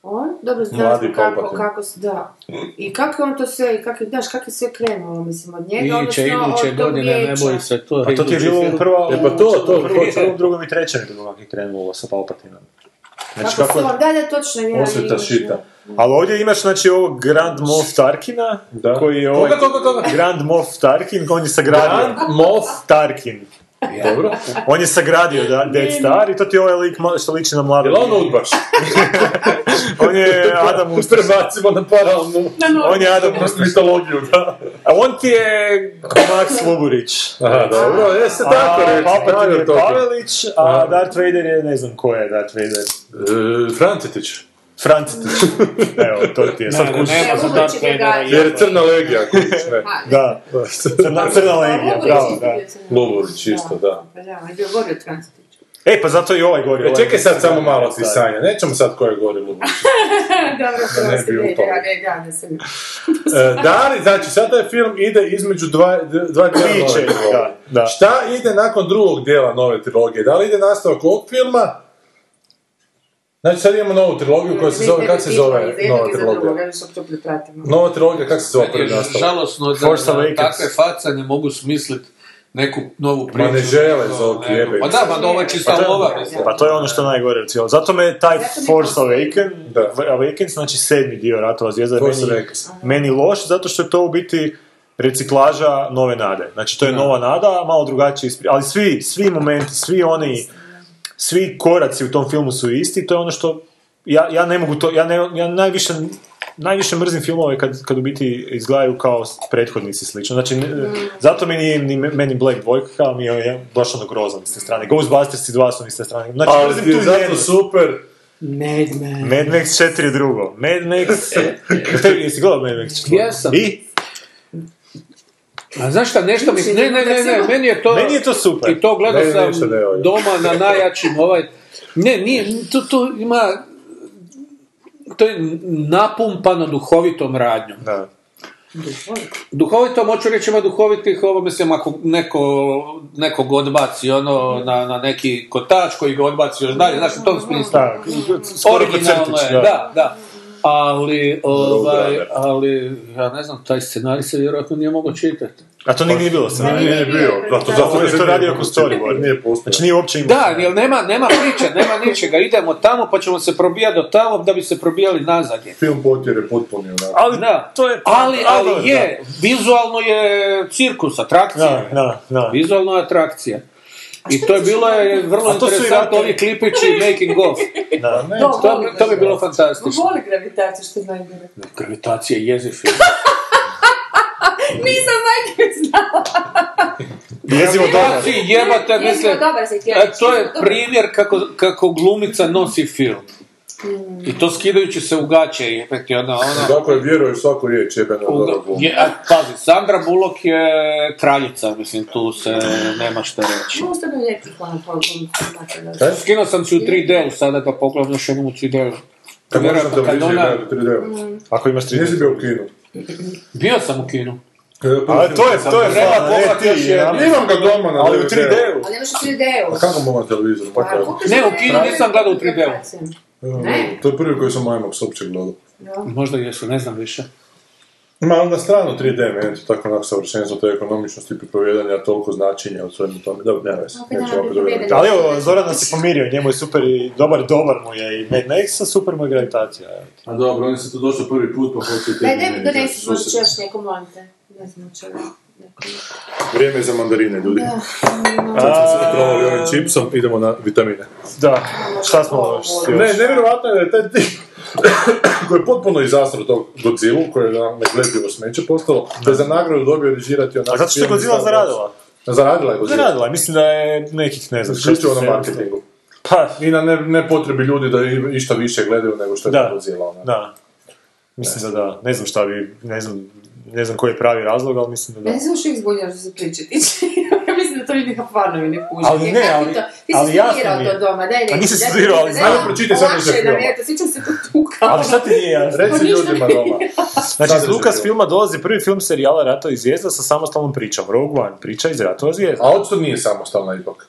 [SPEAKER 2] On? Dobro, znaš
[SPEAKER 4] Mladi
[SPEAKER 2] kako,
[SPEAKER 4] Palpatine.
[SPEAKER 2] kako se, da. I kako je on to sve, i kako, je- znaš, kako je sve krenulo, mislim, od njega,
[SPEAKER 5] Iće, iduće
[SPEAKER 2] tog
[SPEAKER 5] godine, ne
[SPEAKER 2] vijeća.
[SPEAKER 5] boj se, to
[SPEAKER 3] Pa to ti je bilo u prva...
[SPEAKER 4] E, pa to, to,
[SPEAKER 3] u prvom,
[SPEAKER 4] to.
[SPEAKER 3] prvom, drugom i trećem je bilo kako je krenulo sa Palpatinom. Znači
[SPEAKER 2] Kako
[SPEAKER 3] kako
[SPEAKER 2] se
[SPEAKER 3] je...
[SPEAKER 2] on, da, da, točno, je.
[SPEAKER 4] Osveta šita.
[SPEAKER 3] Ali ovdje imaš znači ovog Grand Moff Tarkina,
[SPEAKER 4] Da.
[SPEAKER 3] koji je ovaj...
[SPEAKER 4] Koga, koga, koga?
[SPEAKER 3] Grand Moff Tarkin, on je sagradio.
[SPEAKER 4] Grand Moff
[SPEAKER 3] Tarkin.
[SPEAKER 4] Dobro.
[SPEAKER 3] On je sagradio da, Dead Star i to ti je ovaj lik ma- što liči na mladu.
[SPEAKER 4] Jel on udbaš?
[SPEAKER 3] On je Adam Ustaš.
[SPEAKER 4] Prebacimo na paralelnu
[SPEAKER 3] On je Adam Ustaš.
[SPEAKER 4] mitologiju, da.
[SPEAKER 3] A on ti je Max Luburić.
[SPEAKER 4] Aha, dobro, e, je se tako
[SPEAKER 3] A
[SPEAKER 4] reći.
[SPEAKER 3] Palpatine
[SPEAKER 4] ajde
[SPEAKER 3] je
[SPEAKER 4] to.
[SPEAKER 3] Pavelić, a Darth Vader je, ne znam ko je Darth Vader.
[SPEAKER 4] E, Francetić.
[SPEAKER 3] Francetić. Evo, to ti je. Sad kuš.
[SPEAKER 5] nema za
[SPEAKER 2] Ubudući
[SPEAKER 5] Darth Vadera,
[SPEAKER 2] drugačije.
[SPEAKER 4] Jer je crna legija, kužiš, ne.
[SPEAKER 3] Da. Crna, crna legija, bravo, da.
[SPEAKER 4] Luburić isto, da.
[SPEAKER 2] Pa da, on je govorio o transtiču.
[SPEAKER 3] E, pa zato i ovaj gori.
[SPEAKER 4] E,
[SPEAKER 3] ovaj E,
[SPEAKER 4] čekaj sad samo malo ti
[SPEAKER 3] Star.
[SPEAKER 4] sanja, nećemo sad koje gori Luburić. Da
[SPEAKER 2] Dobro,
[SPEAKER 4] ne
[SPEAKER 2] prosti,
[SPEAKER 4] bi
[SPEAKER 2] ne,
[SPEAKER 4] upao.
[SPEAKER 2] ja ne, ja ne sam.
[SPEAKER 4] E, da li, znači, sad taj film ide između dva, dva dijela
[SPEAKER 3] Priče,
[SPEAKER 4] nove trilogije.
[SPEAKER 3] da, da.
[SPEAKER 4] Šta ide nakon drugog dijela nove trilogije? Da li ide nastavak ovog filma? Znači, sad imamo novu trilogiju koja se zove, kako se zove nova trilogija?
[SPEAKER 2] Ne znam što to pripratimo.
[SPEAKER 4] Nova trilogija, kako se zove prvi nastavak?
[SPEAKER 5] Žalosno da,
[SPEAKER 3] Force
[SPEAKER 5] da
[SPEAKER 3] Awakens.
[SPEAKER 5] takve facanje mogu smisliti neku novu priču.
[SPEAKER 4] ne žele,
[SPEAKER 5] No,
[SPEAKER 4] Zolki,
[SPEAKER 5] ne,
[SPEAKER 4] jebe.
[SPEAKER 5] Pa da, ma da, ovo je čista
[SPEAKER 3] Pa to-
[SPEAKER 5] lova. mislim.
[SPEAKER 3] Pa to je ono što je najgore u cijelom. Zato me taj
[SPEAKER 2] Zato mi
[SPEAKER 3] Force
[SPEAKER 2] postoji.
[SPEAKER 3] Awaken,
[SPEAKER 4] Da.
[SPEAKER 3] Awakens, znači sedmi dio Ratova zvijezda, je
[SPEAKER 4] Force
[SPEAKER 3] meni,
[SPEAKER 4] Awakens.
[SPEAKER 3] meni loš, zato što je to u biti reciklaža nove nade. Znači, to je nova nada, a malo drugačije ispri... Ali svi, svi momenti, svi oni, svi koraci u tom filmu su isti, to je ono što... Ja, ja ne mogu to, ja, ne, ja najviše, najviše mrzim filmove kad, kad u biti izgledaju kao s- prethodnici slično. Znači, ne- zato mi nije ni meni Black Boy mi je je došao do grozan s te strane. Ghostbusters i 2 su mi s te strane. Znači,
[SPEAKER 4] Ali
[SPEAKER 3] mrzim
[SPEAKER 4] ti je
[SPEAKER 3] tu
[SPEAKER 4] zato
[SPEAKER 3] jednost.
[SPEAKER 4] super,
[SPEAKER 3] Mad Max 4 je drugo. Mad Max... Te- Jesi gledao Mad Max 4?
[SPEAKER 5] Jesam.
[SPEAKER 3] I?
[SPEAKER 5] A znaš šta, nešto mi... Ne, ne, ne, ne, meni je to...
[SPEAKER 3] Meni je to super.
[SPEAKER 5] I to gledao
[SPEAKER 4] Ne,
[SPEAKER 5] sam
[SPEAKER 4] ništa ne valja.
[SPEAKER 5] doma na najjačim ovaj... Ne, nije, tu, tu ima... To je napumpano duhovitom radnjom.
[SPEAKER 3] Da.
[SPEAKER 5] Duhovito, hoću reći, ima duhovitih, ovo mislim, ako neko, nekog odbaci ono, na, na neki kotač koji ga odbaci još dalje, znaš, u tom smislu.
[SPEAKER 3] Da, skoro ko
[SPEAKER 5] Originalno
[SPEAKER 3] crtić,
[SPEAKER 5] je, da, da. Ali, ovaj,
[SPEAKER 4] Robert.
[SPEAKER 5] ali, ja ne znam, taj scenarij se vjerojatno nije mogao čitati.
[SPEAKER 3] A to nije ni bilo sam.
[SPEAKER 4] ne, nije bio. Zato, zato
[SPEAKER 3] Ovo je
[SPEAKER 4] ne
[SPEAKER 3] to
[SPEAKER 4] zanima.
[SPEAKER 3] radio ko storyboard.
[SPEAKER 4] Nije postao.
[SPEAKER 3] Znači nije uopće imao.
[SPEAKER 5] Da, jer nema, nema priče, nema ničega, idemo tamo pa ćemo se probijati do tamo da bi se probijali nazad.
[SPEAKER 4] Film potjere potpuni onako.
[SPEAKER 5] Ali, da.
[SPEAKER 3] to je- pa-
[SPEAKER 5] ali, ali
[SPEAKER 3] ali,
[SPEAKER 5] je, vizualno je cirkus, atrakcija.
[SPEAKER 3] Da, da, da.
[SPEAKER 5] Vizualno je atrakcija. I to je bilo je vrlo
[SPEAKER 3] A to su i
[SPEAKER 5] interesantno,
[SPEAKER 3] ratovi.
[SPEAKER 5] ovi klipići making of.
[SPEAKER 3] da.
[SPEAKER 4] Ne,
[SPEAKER 5] To, bi- to bi bilo fantastično.
[SPEAKER 2] Voli gravitaciju, što je najgore.
[SPEAKER 5] Gravitacija je jeziv film.
[SPEAKER 2] Nisam najgore znala.
[SPEAKER 3] Jezivo dobro.
[SPEAKER 5] Gravitaciji jebate, mislim,
[SPEAKER 2] Jesmo, dobar se
[SPEAKER 5] e, to je primjer kako, kako glumica nosi film. I to skidajući se u gaće, ono, jebe ti ona, ona,
[SPEAKER 4] Tako je, vjeruješ svaku riječ, jebena dobro gluma.
[SPEAKER 5] Je, a, pazi, Sandra Bullock je kraljica, mislim, tu se nema šta reći.
[SPEAKER 2] Možda bi neki plan pogledati.
[SPEAKER 4] Kaj?
[SPEAKER 5] Skinuo sam si u 3D-u sada da pogledam još jednom u 3D-u.
[SPEAKER 4] Kad možeš na
[SPEAKER 5] Vjerojatno kad
[SPEAKER 4] televiziji
[SPEAKER 5] ona-
[SPEAKER 4] gledati 3D.
[SPEAKER 3] Ako imaš tri...
[SPEAKER 4] Nisi bio u kinu.
[SPEAKER 5] Bio sam u kinu.
[SPEAKER 3] Ali to je, to je
[SPEAKER 5] Treba
[SPEAKER 3] fala,
[SPEAKER 4] "E,
[SPEAKER 3] ne
[SPEAKER 5] pogledati još
[SPEAKER 3] ti. ja.
[SPEAKER 5] jednom.
[SPEAKER 4] Imam ga doma na
[SPEAKER 3] Ali u 3D-u.
[SPEAKER 2] Ali nemaš u 3D-u.
[SPEAKER 4] A kako mogu na televizoru? Pa
[SPEAKER 2] Pa,
[SPEAKER 4] to
[SPEAKER 2] kupiš
[SPEAKER 5] Ne, u
[SPEAKER 2] te
[SPEAKER 5] kinu nisam gledao u 3D-u.
[SPEAKER 2] aplikacije.
[SPEAKER 4] je-
[SPEAKER 2] Ne.
[SPEAKER 4] To je prvi koji sam IMAX uopće gledao.
[SPEAKER 5] Možda jesu, ne znam više.
[SPEAKER 4] Ma ali na stranu 3D, meni to tako onako savršenstvo, te ekonomičnosti pripovijedanja, toliko značenja u svemu tome. Dobro, ne vezi,
[SPEAKER 2] Opet
[SPEAKER 4] neću
[SPEAKER 2] nema
[SPEAKER 4] opet dovedati.
[SPEAKER 2] pripovijedanja.
[SPEAKER 3] Ali evo, Zoran nas je pomirio, njemu je super i dobar, dobar mu je i Mad Max, a super mu je gravitacija. evo.
[SPEAKER 4] A dobro, oni su tu došli prvi put, pa hoće i
[SPEAKER 2] Daj, daj mi donesi možda još neko, molim te. Ne znam čega.
[SPEAKER 4] Vrijeme je za mandarine, ljudi.
[SPEAKER 2] Ja.
[SPEAKER 4] Sad sam se otrovali ovim čipsom, idemo na vitamine.
[SPEAKER 3] Da, šta smo još
[SPEAKER 4] Ne,
[SPEAKER 3] još?
[SPEAKER 4] nevjerovatno je da je taj tip koji je potpuno izastro tog Godzilla, koji je na negledivo smeće postalo, da je za nagradu dobio režirati onako...
[SPEAKER 3] A zato što je
[SPEAKER 4] film iz
[SPEAKER 3] Godzilla
[SPEAKER 4] Star Warsa.
[SPEAKER 3] zaradila.
[SPEAKER 4] Zaradila je Godzilla. ono
[SPEAKER 3] Zaradila, je, mislim da je nekih, ne znam,
[SPEAKER 4] Isključivo
[SPEAKER 3] 600,
[SPEAKER 4] na
[SPEAKER 3] 700.
[SPEAKER 4] marketingu.
[SPEAKER 3] Pa,
[SPEAKER 4] I na ne, ne potrebi ljudi da i- išta više gledaju nego što je ono.
[SPEAKER 3] Da.
[SPEAKER 4] Godzilla. Ona.
[SPEAKER 3] Da. Mislim da da. Ne znam šta bi, ne znam, Ne znam koji je pravi razlog, ali mislim da da.
[SPEAKER 2] Meni se još uvijek zbunjava što se priče tiče. ja mislim da to ljudi Hapvanovi ne kuže.
[SPEAKER 3] Ali ne, ali-
[SPEAKER 2] Ti
[SPEAKER 3] ali
[SPEAKER 2] si
[SPEAKER 3] jasno
[SPEAKER 2] studirao
[SPEAKER 3] mi je.
[SPEAKER 2] to doma, daj reći.
[SPEAKER 3] A nisi
[SPEAKER 2] daj,
[SPEAKER 3] studirao, ali
[SPEAKER 2] daj,
[SPEAKER 3] znam,
[SPEAKER 2] daj,
[SPEAKER 4] pročitaj sad nešto
[SPEAKER 2] lakše nam
[SPEAKER 4] filma.
[SPEAKER 2] je, to sjećam se to tuka.
[SPEAKER 3] Ali sad ti nije jasno.
[SPEAKER 4] Reci ljudima doma.
[SPEAKER 3] Znači,
[SPEAKER 4] Sad
[SPEAKER 3] iz
[SPEAKER 4] je
[SPEAKER 3] Lukas
[SPEAKER 4] zanimljivo.
[SPEAKER 3] filma dolazi prvi film serijala Ratovi zvijezda sa samostalnom pričom. Rogue One, priča iz Ratova zvijezda.
[SPEAKER 4] A očito nije samostalna ipak.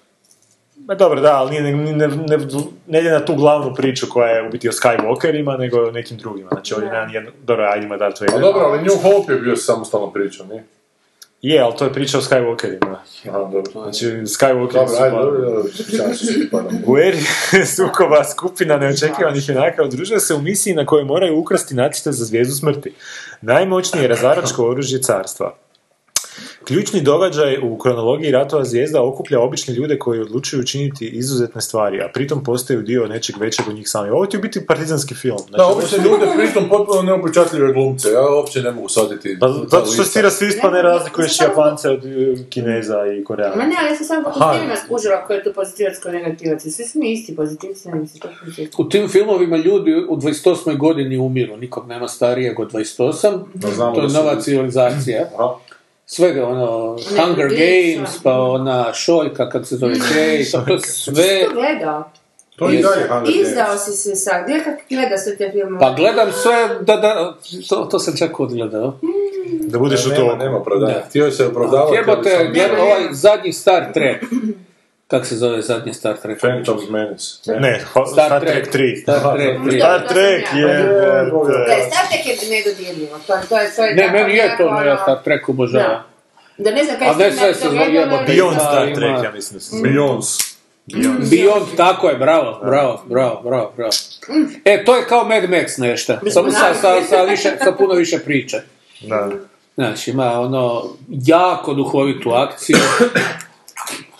[SPEAKER 3] Ma dobro, da, ali nije, ne, ne, ne, ne ide na tu glavnu priču koja je u biti o Skywalkerima, nego o nekim drugima. Znači, ovdje nema nijedno... Dobro, ajde ima Darth
[SPEAKER 4] A
[SPEAKER 3] Vader.
[SPEAKER 4] Pa dobro, ali New Hope je bio samostalno pričom, nije?
[SPEAKER 3] Je, ali to je priča o Skywalkerima.
[SPEAKER 4] Aha, dobro.
[SPEAKER 3] Znači, Skywalker
[SPEAKER 4] Dobro, ajde, dobro, dobro, ispričavam se, pardon.
[SPEAKER 3] Gueri sukoba skupina neočekivanih junaka udružuje se u misiji na kojoj moraju ukrasti nacite za zvijezdu smrti. Najmoćnije razaračko oružje carstva. Ključni događaj u kronologiji ratova zvijezda okuplja obične ljude koji odlučuju učiniti izuzetne stvari, a pritom postaju dio nečeg većeg od njih samih. Ovo ti je u biti partizanski film. Znači,
[SPEAKER 4] Da,
[SPEAKER 3] ovo-
[SPEAKER 4] obične ljude pritom potpuno neupečatljive glumce, ja uopće ne mogu shvatiti.
[SPEAKER 3] Pa,
[SPEAKER 4] ta
[SPEAKER 3] zato što
[SPEAKER 4] lista.
[SPEAKER 3] si rasist pa ne razlikuješ Japance od eh, Kineza i
[SPEAKER 2] Ma
[SPEAKER 3] Koreana.
[SPEAKER 2] ne, ali ja sam samo
[SPEAKER 3] Aha.
[SPEAKER 2] pozitivima skužila koji je to pozitivac, koji je negativac. Svi smo isti pozitivci, ne mislim, to je
[SPEAKER 5] U tim filmovima ljudi u 28. godini umiru, nikog nema starijeg od 28.
[SPEAKER 4] Da, znamo
[SPEAKER 5] to je
[SPEAKER 4] da su- Mhm.
[SPEAKER 5] nova civilizacija.
[SPEAKER 4] Aha.
[SPEAKER 5] Svega, ono, Hunger
[SPEAKER 2] Bivša.
[SPEAKER 5] Games, pa ona šoljka, kad se zove Kej, pa to sve...
[SPEAKER 2] gledao.
[SPEAKER 4] To i dalje Hunger Games.
[SPEAKER 2] Izdao si se sad. Gledaj kako gleda sve te filmove.
[SPEAKER 5] Pa gledam sve, da, da, to, to sam čak odgledao.
[SPEAKER 3] Da budeš u
[SPEAKER 4] Nema,
[SPEAKER 3] to.
[SPEAKER 4] nema opravdanja. Htio se opravdavati.
[SPEAKER 5] Jebote,
[SPEAKER 4] ali sam-
[SPEAKER 5] gledam ovaj zadnji Star Trek. Kak se zove zadnji Star Trek?
[SPEAKER 4] Phantom's Menace.
[SPEAKER 3] Ne, Star Trek 3.
[SPEAKER 5] Star Trek 3.
[SPEAKER 2] Star
[SPEAKER 3] Star Trek je...
[SPEAKER 2] Da, je Star Trek je nedodirljivo. To, to je, to je
[SPEAKER 5] Ne,
[SPEAKER 2] tako
[SPEAKER 5] meni je
[SPEAKER 2] nekako,
[SPEAKER 5] to, ne, ja
[SPEAKER 2] ono,
[SPEAKER 5] Star Trek obožavam.
[SPEAKER 2] Da. Da ne znam kaj
[SPEAKER 5] A ne
[SPEAKER 2] ste
[SPEAKER 5] sve
[SPEAKER 2] na
[SPEAKER 5] se
[SPEAKER 2] to
[SPEAKER 5] zove
[SPEAKER 2] gledali,
[SPEAKER 5] jebote.
[SPEAKER 2] ali-
[SPEAKER 3] Beyond Star Trek,
[SPEAKER 5] Ima-
[SPEAKER 3] ja mislim da se zove.
[SPEAKER 4] Beyoncé.
[SPEAKER 5] Beyond, tako je, bravo, bravo, bravo, bravo, bravo. E, to je kao Mad Max nešto, samo sa, sa, sa, više, sa puno više priče.
[SPEAKER 3] Da.
[SPEAKER 5] Znači, ima ono, jako duhovitu akciju,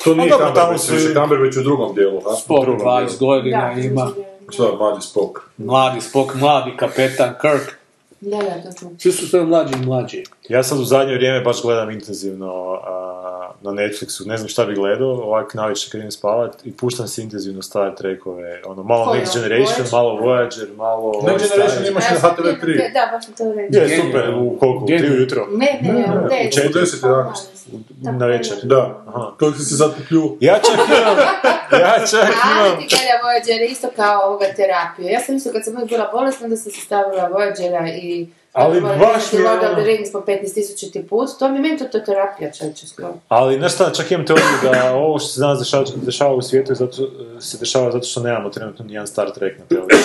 [SPEAKER 4] To nije
[SPEAKER 3] Pa dobro, tamo
[SPEAKER 4] Kamber,
[SPEAKER 3] su-
[SPEAKER 4] već je Kamber već u drugom dijelu. a?
[SPEAKER 5] Spock
[SPEAKER 4] U drugom
[SPEAKER 5] 20
[SPEAKER 4] dijelu.
[SPEAKER 5] godina ima,
[SPEAKER 4] Što je mladi Spock?
[SPEAKER 5] mladi Spock, mladi kapetan Kirk,
[SPEAKER 2] Da, da, to ću.
[SPEAKER 5] svi su sve mlađi i mlađi.
[SPEAKER 3] Ja sad u zadnje vrijeme baš gledam intenzivno a, na Netflixu, ne znam šta bi gledao, ovak navečer kad idem spavat i puštam si intenzivno Star Trekove, ono, malo
[SPEAKER 2] Koje?
[SPEAKER 3] Next Generation,
[SPEAKER 2] Voyager?
[SPEAKER 3] malo Voyager, malo... ovaj,
[SPEAKER 4] Next Generation
[SPEAKER 3] stari-
[SPEAKER 4] imaš
[SPEAKER 2] Ja
[SPEAKER 4] na
[SPEAKER 2] sam-
[SPEAKER 4] HTV 3.
[SPEAKER 2] Da, baš sam to reći.
[SPEAKER 3] Je, super, u koliko, u
[SPEAKER 5] Gdje?
[SPEAKER 3] tri ujutro,
[SPEAKER 2] Ne, ne, ne, ne,
[SPEAKER 4] U 10, 11.
[SPEAKER 3] na večer.
[SPEAKER 4] Da.
[SPEAKER 3] Aha.
[SPEAKER 4] Kako si se zakuplju?
[SPEAKER 3] Ja čak imam, ja čak imam...
[SPEAKER 2] Ali ti gleda Voyagera isto kao ovoga terapije. Ja sam mislila kad sam uvijek bila bolesna da sam se stavila Voyagera i...
[SPEAKER 3] Ali
[SPEAKER 2] Voyagera
[SPEAKER 3] baš
[SPEAKER 2] i
[SPEAKER 3] mi je
[SPEAKER 2] Lord of the
[SPEAKER 3] ono-
[SPEAKER 2] Rings po 15.000 put. To mi meni to, to je terapija čovječe skoro.
[SPEAKER 3] Ali, znaš šta, čak imam teoriju da ovo što se danas dešava, dešava u svijetu je zato, se dešava zato što nemamo trenutno nijan Star Trek na televiziji.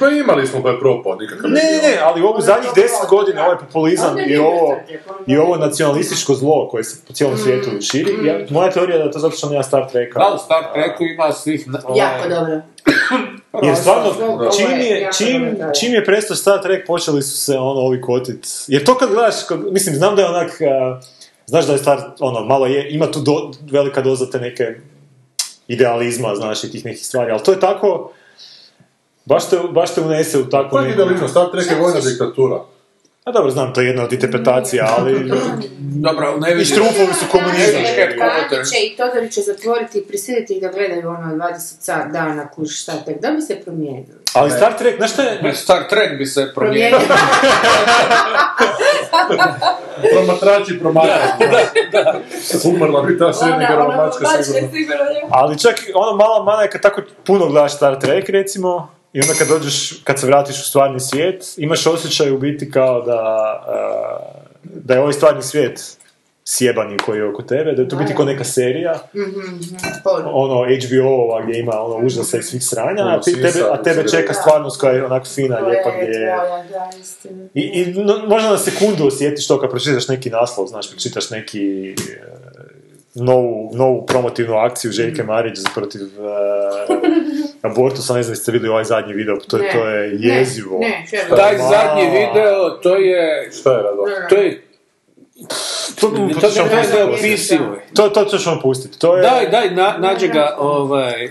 [SPEAKER 4] Pa imali smo pa je propao nikakav.
[SPEAKER 3] Ne, ne, ne, ali ovo zadnjih deset godina ovaj populizam
[SPEAKER 2] Onda
[SPEAKER 3] i
[SPEAKER 2] nije
[SPEAKER 3] ovo,
[SPEAKER 2] Star Trek, onda
[SPEAKER 3] i
[SPEAKER 2] nije.
[SPEAKER 3] ovo nacionalističko zlo koje se po
[SPEAKER 2] Mm.
[SPEAKER 3] cijelom svijetu širi, ja, moja teorija je da je to zato što nema Star Treka.
[SPEAKER 5] Da, u Star Treku ima svih... na- ovaj,
[SPEAKER 2] Jako dobro.
[SPEAKER 3] Jer stvarno,
[SPEAKER 2] Ovo je
[SPEAKER 3] čim je,
[SPEAKER 2] jako dobra
[SPEAKER 3] čim,
[SPEAKER 2] teorija.
[SPEAKER 3] čim je prestao Star Trek, počeli su se ono ovi kotit. Jer to kad gledaš, kad- mislim, znam da je onak, a, znaš da je Star, ono, malo je, ima tu do- velika doza te neke idealizma, znaš, i tih nekih stvari, ali to je tako, baš te, baš te unese u takvu
[SPEAKER 4] Koji je idealizam?
[SPEAKER 5] ono,
[SPEAKER 4] Star Trek je vojna diktatura.
[SPEAKER 3] A dobro, znam, to je jedna od interpretacija, ali...
[SPEAKER 2] Mm.
[SPEAKER 5] Dobro, ne
[SPEAKER 3] I
[SPEAKER 5] vidim.
[SPEAKER 3] štrufovi su komunizam.
[SPEAKER 2] Kadić će i Todorić će zatvoriti i prisiliti ih da gledaju ono 20 sat dana kuš šta tek. Da bi se promijenili.
[SPEAKER 3] Ali Star Trek, Ovaj, znaš šta je?
[SPEAKER 5] Star Trek bi se promijenio.
[SPEAKER 2] Promijenili.
[SPEAKER 4] Promatrači promatrači. Umrla bi ta srednja
[SPEAKER 6] ono,
[SPEAKER 4] garomačka sigurno.
[SPEAKER 3] Ali čak i ono mala mana je kad tako puno gledaš Star Trek recimo, i onda kad dođeš, kad se vratiš u stvarni svijet, imaš osjećaj u biti kao da, eh, da je ovaj stvarni svijet sjebani koji je oko tebe, da je to u biti ko neka serija, ono HBO gdje ima ono užasa i svih sranja, a, ti- tebe, a tebe čeka stvarnost koja je onako fina, lijepa, gdje je I, i no, možda na sekundu osjetiš to kad pročitaš neki naslov, znaš, pročitaš neki e, novu, novu promotivnu akciju Željke
[SPEAKER 2] Mhm.
[SPEAKER 3] Marić protiv e, abortusa, ne znam jeste vidjeli ovaj zadnji video, to, je-
[SPEAKER 2] Ne.
[SPEAKER 3] to je jezivo.
[SPEAKER 2] Ne, ne, čemu?
[SPEAKER 5] Taj
[SPEAKER 3] Ma.
[SPEAKER 5] zadnji video, to je...
[SPEAKER 4] Šta je radila?
[SPEAKER 5] To je... To, to, to,
[SPEAKER 3] ćemo
[SPEAKER 5] je
[SPEAKER 3] pustiti.
[SPEAKER 5] neopisivo.
[SPEAKER 3] To, to ćeš vam pustiti, to je...
[SPEAKER 5] Daj, daj, na, nađe ga, ovaj,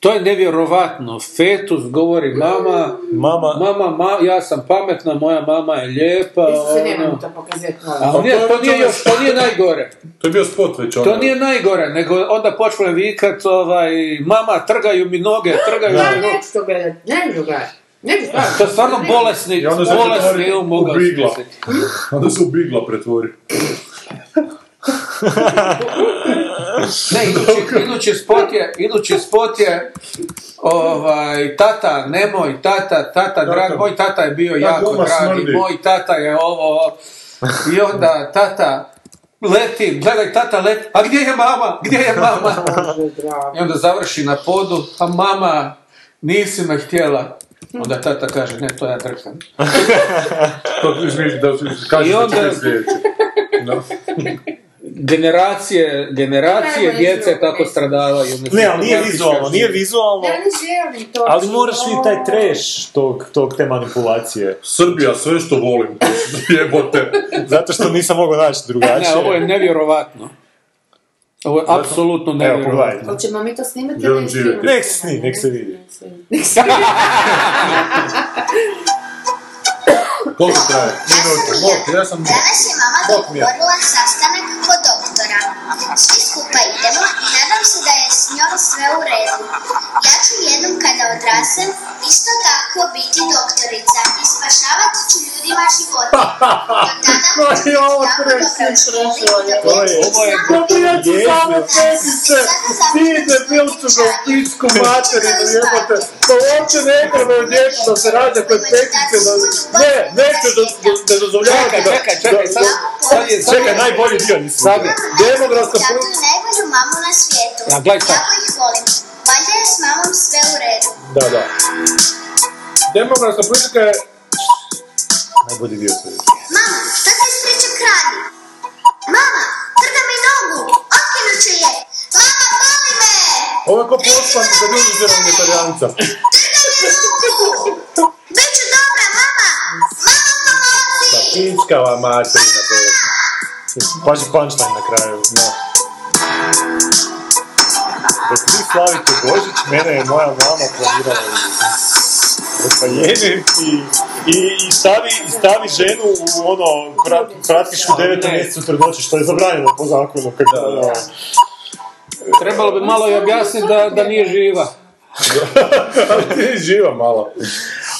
[SPEAKER 5] to je nevjerovatno. Fetus govori mama,
[SPEAKER 3] Mama,
[SPEAKER 5] mama, ma, ja sam pametna, moja mama je lijepa.
[SPEAKER 2] Isuse, nemoj
[SPEAKER 5] ono.
[SPEAKER 2] to pokazati.
[SPEAKER 5] A
[SPEAKER 4] to
[SPEAKER 5] nije,
[SPEAKER 4] je
[SPEAKER 5] to nije
[SPEAKER 4] čovjek-
[SPEAKER 5] još, to nije najgore.
[SPEAKER 4] To je bio spot već ono.
[SPEAKER 5] To nije najgore, nego onda počne vikat, ovaj, mama, trgaju mi noge, trgaju mi noge.
[SPEAKER 2] Neću to gledat. Ne, drugar.
[SPEAKER 6] Ne bi
[SPEAKER 5] To je stvarno bolesni,
[SPEAKER 4] I onda se
[SPEAKER 5] bolesni
[SPEAKER 4] pretvori
[SPEAKER 5] um
[SPEAKER 4] u
[SPEAKER 5] mogao
[SPEAKER 4] bigla.
[SPEAKER 5] smisliti.
[SPEAKER 4] Onda se u bigla pretvori.
[SPEAKER 5] Ne, idući, idući spot je, idući spot je ovaj, tata nemoj, tata, tata, drag moj, tata je bio jako
[SPEAKER 4] doma
[SPEAKER 5] dragi,
[SPEAKER 4] smrdi.
[SPEAKER 5] moj tata je ovo, i onda tata leti, gledaj tata leti, a gdje je mama, gdje je mama? I onda završi na podu, a mama nisi me htjela. Onda tata kaže, ne, to ja drkam.
[SPEAKER 4] To izmišlja da kažeš
[SPEAKER 5] I
[SPEAKER 4] da
[SPEAKER 5] onda-
[SPEAKER 4] će biti sljedeće. Da.
[SPEAKER 5] Generacije, generacije
[SPEAKER 6] Najbolje
[SPEAKER 5] djece
[SPEAKER 6] izgovor,
[SPEAKER 5] tako
[SPEAKER 6] ne.
[SPEAKER 5] stradavaju.
[SPEAKER 3] Ne, ali nije vizualno, nije vizualno.
[SPEAKER 6] Ja ne želim to. znači,
[SPEAKER 3] Ali moraš vidjeti taj trash tog, tog te manipulacije.
[SPEAKER 4] Srbija, sve što volim, jebote.
[SPEAKER 3] Zato što nisam mogao naći drugačije.
[SPEAKER 5] Ne, ovo je nevjerovatno. Ovo je apsolutno
[SPEAKER 3] e, Evo,
[SPEAKER 5] nevjerovatno.
[SPEAKER 3] pogledajte.
[SPEAKER 6] Hoćemo mi to snimati?
[SPEAKER 4] Želim
[SPEAKER 6] ili
[SPEAKER 4] živjeti.
[SPEAKER 6] snimati?
[SPEAKER 3] Nek se snimi, nek se vidi.
[SPEAKER 6] Nek se vidi.
[SPEAKER 4] Koliko traje? Minutu. Bok, ja sam...
[SPEAKER 8] Danas je mama
[SPEAKER 4] Bog mi je.
[SPEAKER 8] dogovorila sastanak kod doktora. Svi skupa idemo i nadam se da je s njom sve u redu. Ja ću jednom kada odrasem isto tako biti doktorica i spašavati ću ljudima živote. Do tada
[SPEAKER 3] Koji
[SPEAKER 8] ću biti
[SPEAKER 3] je ovo
[SPEAKER 8] jako
[SPEAKER 3] treš,
[SPEAKER 8] dobra u školi i
[SPEAKER 3] Ovo je-
[SPEAKER 8] dobijati
[SPEAKER 5] Ovo je
[SPEAKER 8] slavne
[SPEAKER 3] Jezu.
[SPEAKER 8] Petice, ti debilo ću ga u pičku materinu jebote, to uopće ne treba u djecu da se rađa kod Petice, da, ne, neću da, da, da dozvoljavati
[SPEAKER 5] Čekaj, čekaj, čekaj, sad, sad je, sad
[SPEAKER 3] Čekaj,
[SPEAKER 5] je,
[SPEAKER 3] najbolji dio nisam.
[SPEAKER 5] sad je.
[SPEAKER 8] demografska prvi... Zato je najbolju mamu na svijetu,
[SPEAKER 5] Ja, gledaj sad.
[SPEAKER 8] jako ih volim, valjda je s mamom sve u redu.
[SPEAKER 4] Da, da. Demografska politika je...
[SPEAKER 3] Najbolji dio sam.
[SPEAKER 8] Mama, šta se sreće kradi? Mama, trga mi nogu, otkinut ću je! Mama, boli me!
[SPEAKER 4] Ovo je ko poslan za ljudi zirani italijanca.
[SPEAKER 8] Trga mi nogu! Biću dobra, mama! Mama,
[SPEAKER 3] Pa
[SPEAKER 8] pomozi!
[SPEAKER 4] Pičkava materina bolest.
[SPEAKER 3] Paži punchline na kraju. No. Dok vi slavite Božić, mene je moja mama planirala Zahvaljenje i, i, i, stavi, i stavi ženu u ono pra, praktički u devetom mjesecu trudnoće, što je zabranjeno po zakonu. Kad, ono,
[SPEAKER 5] Trebalo bi malo i objasniti da, da nije živa.
[SPEAKER 4] Ti živa malo.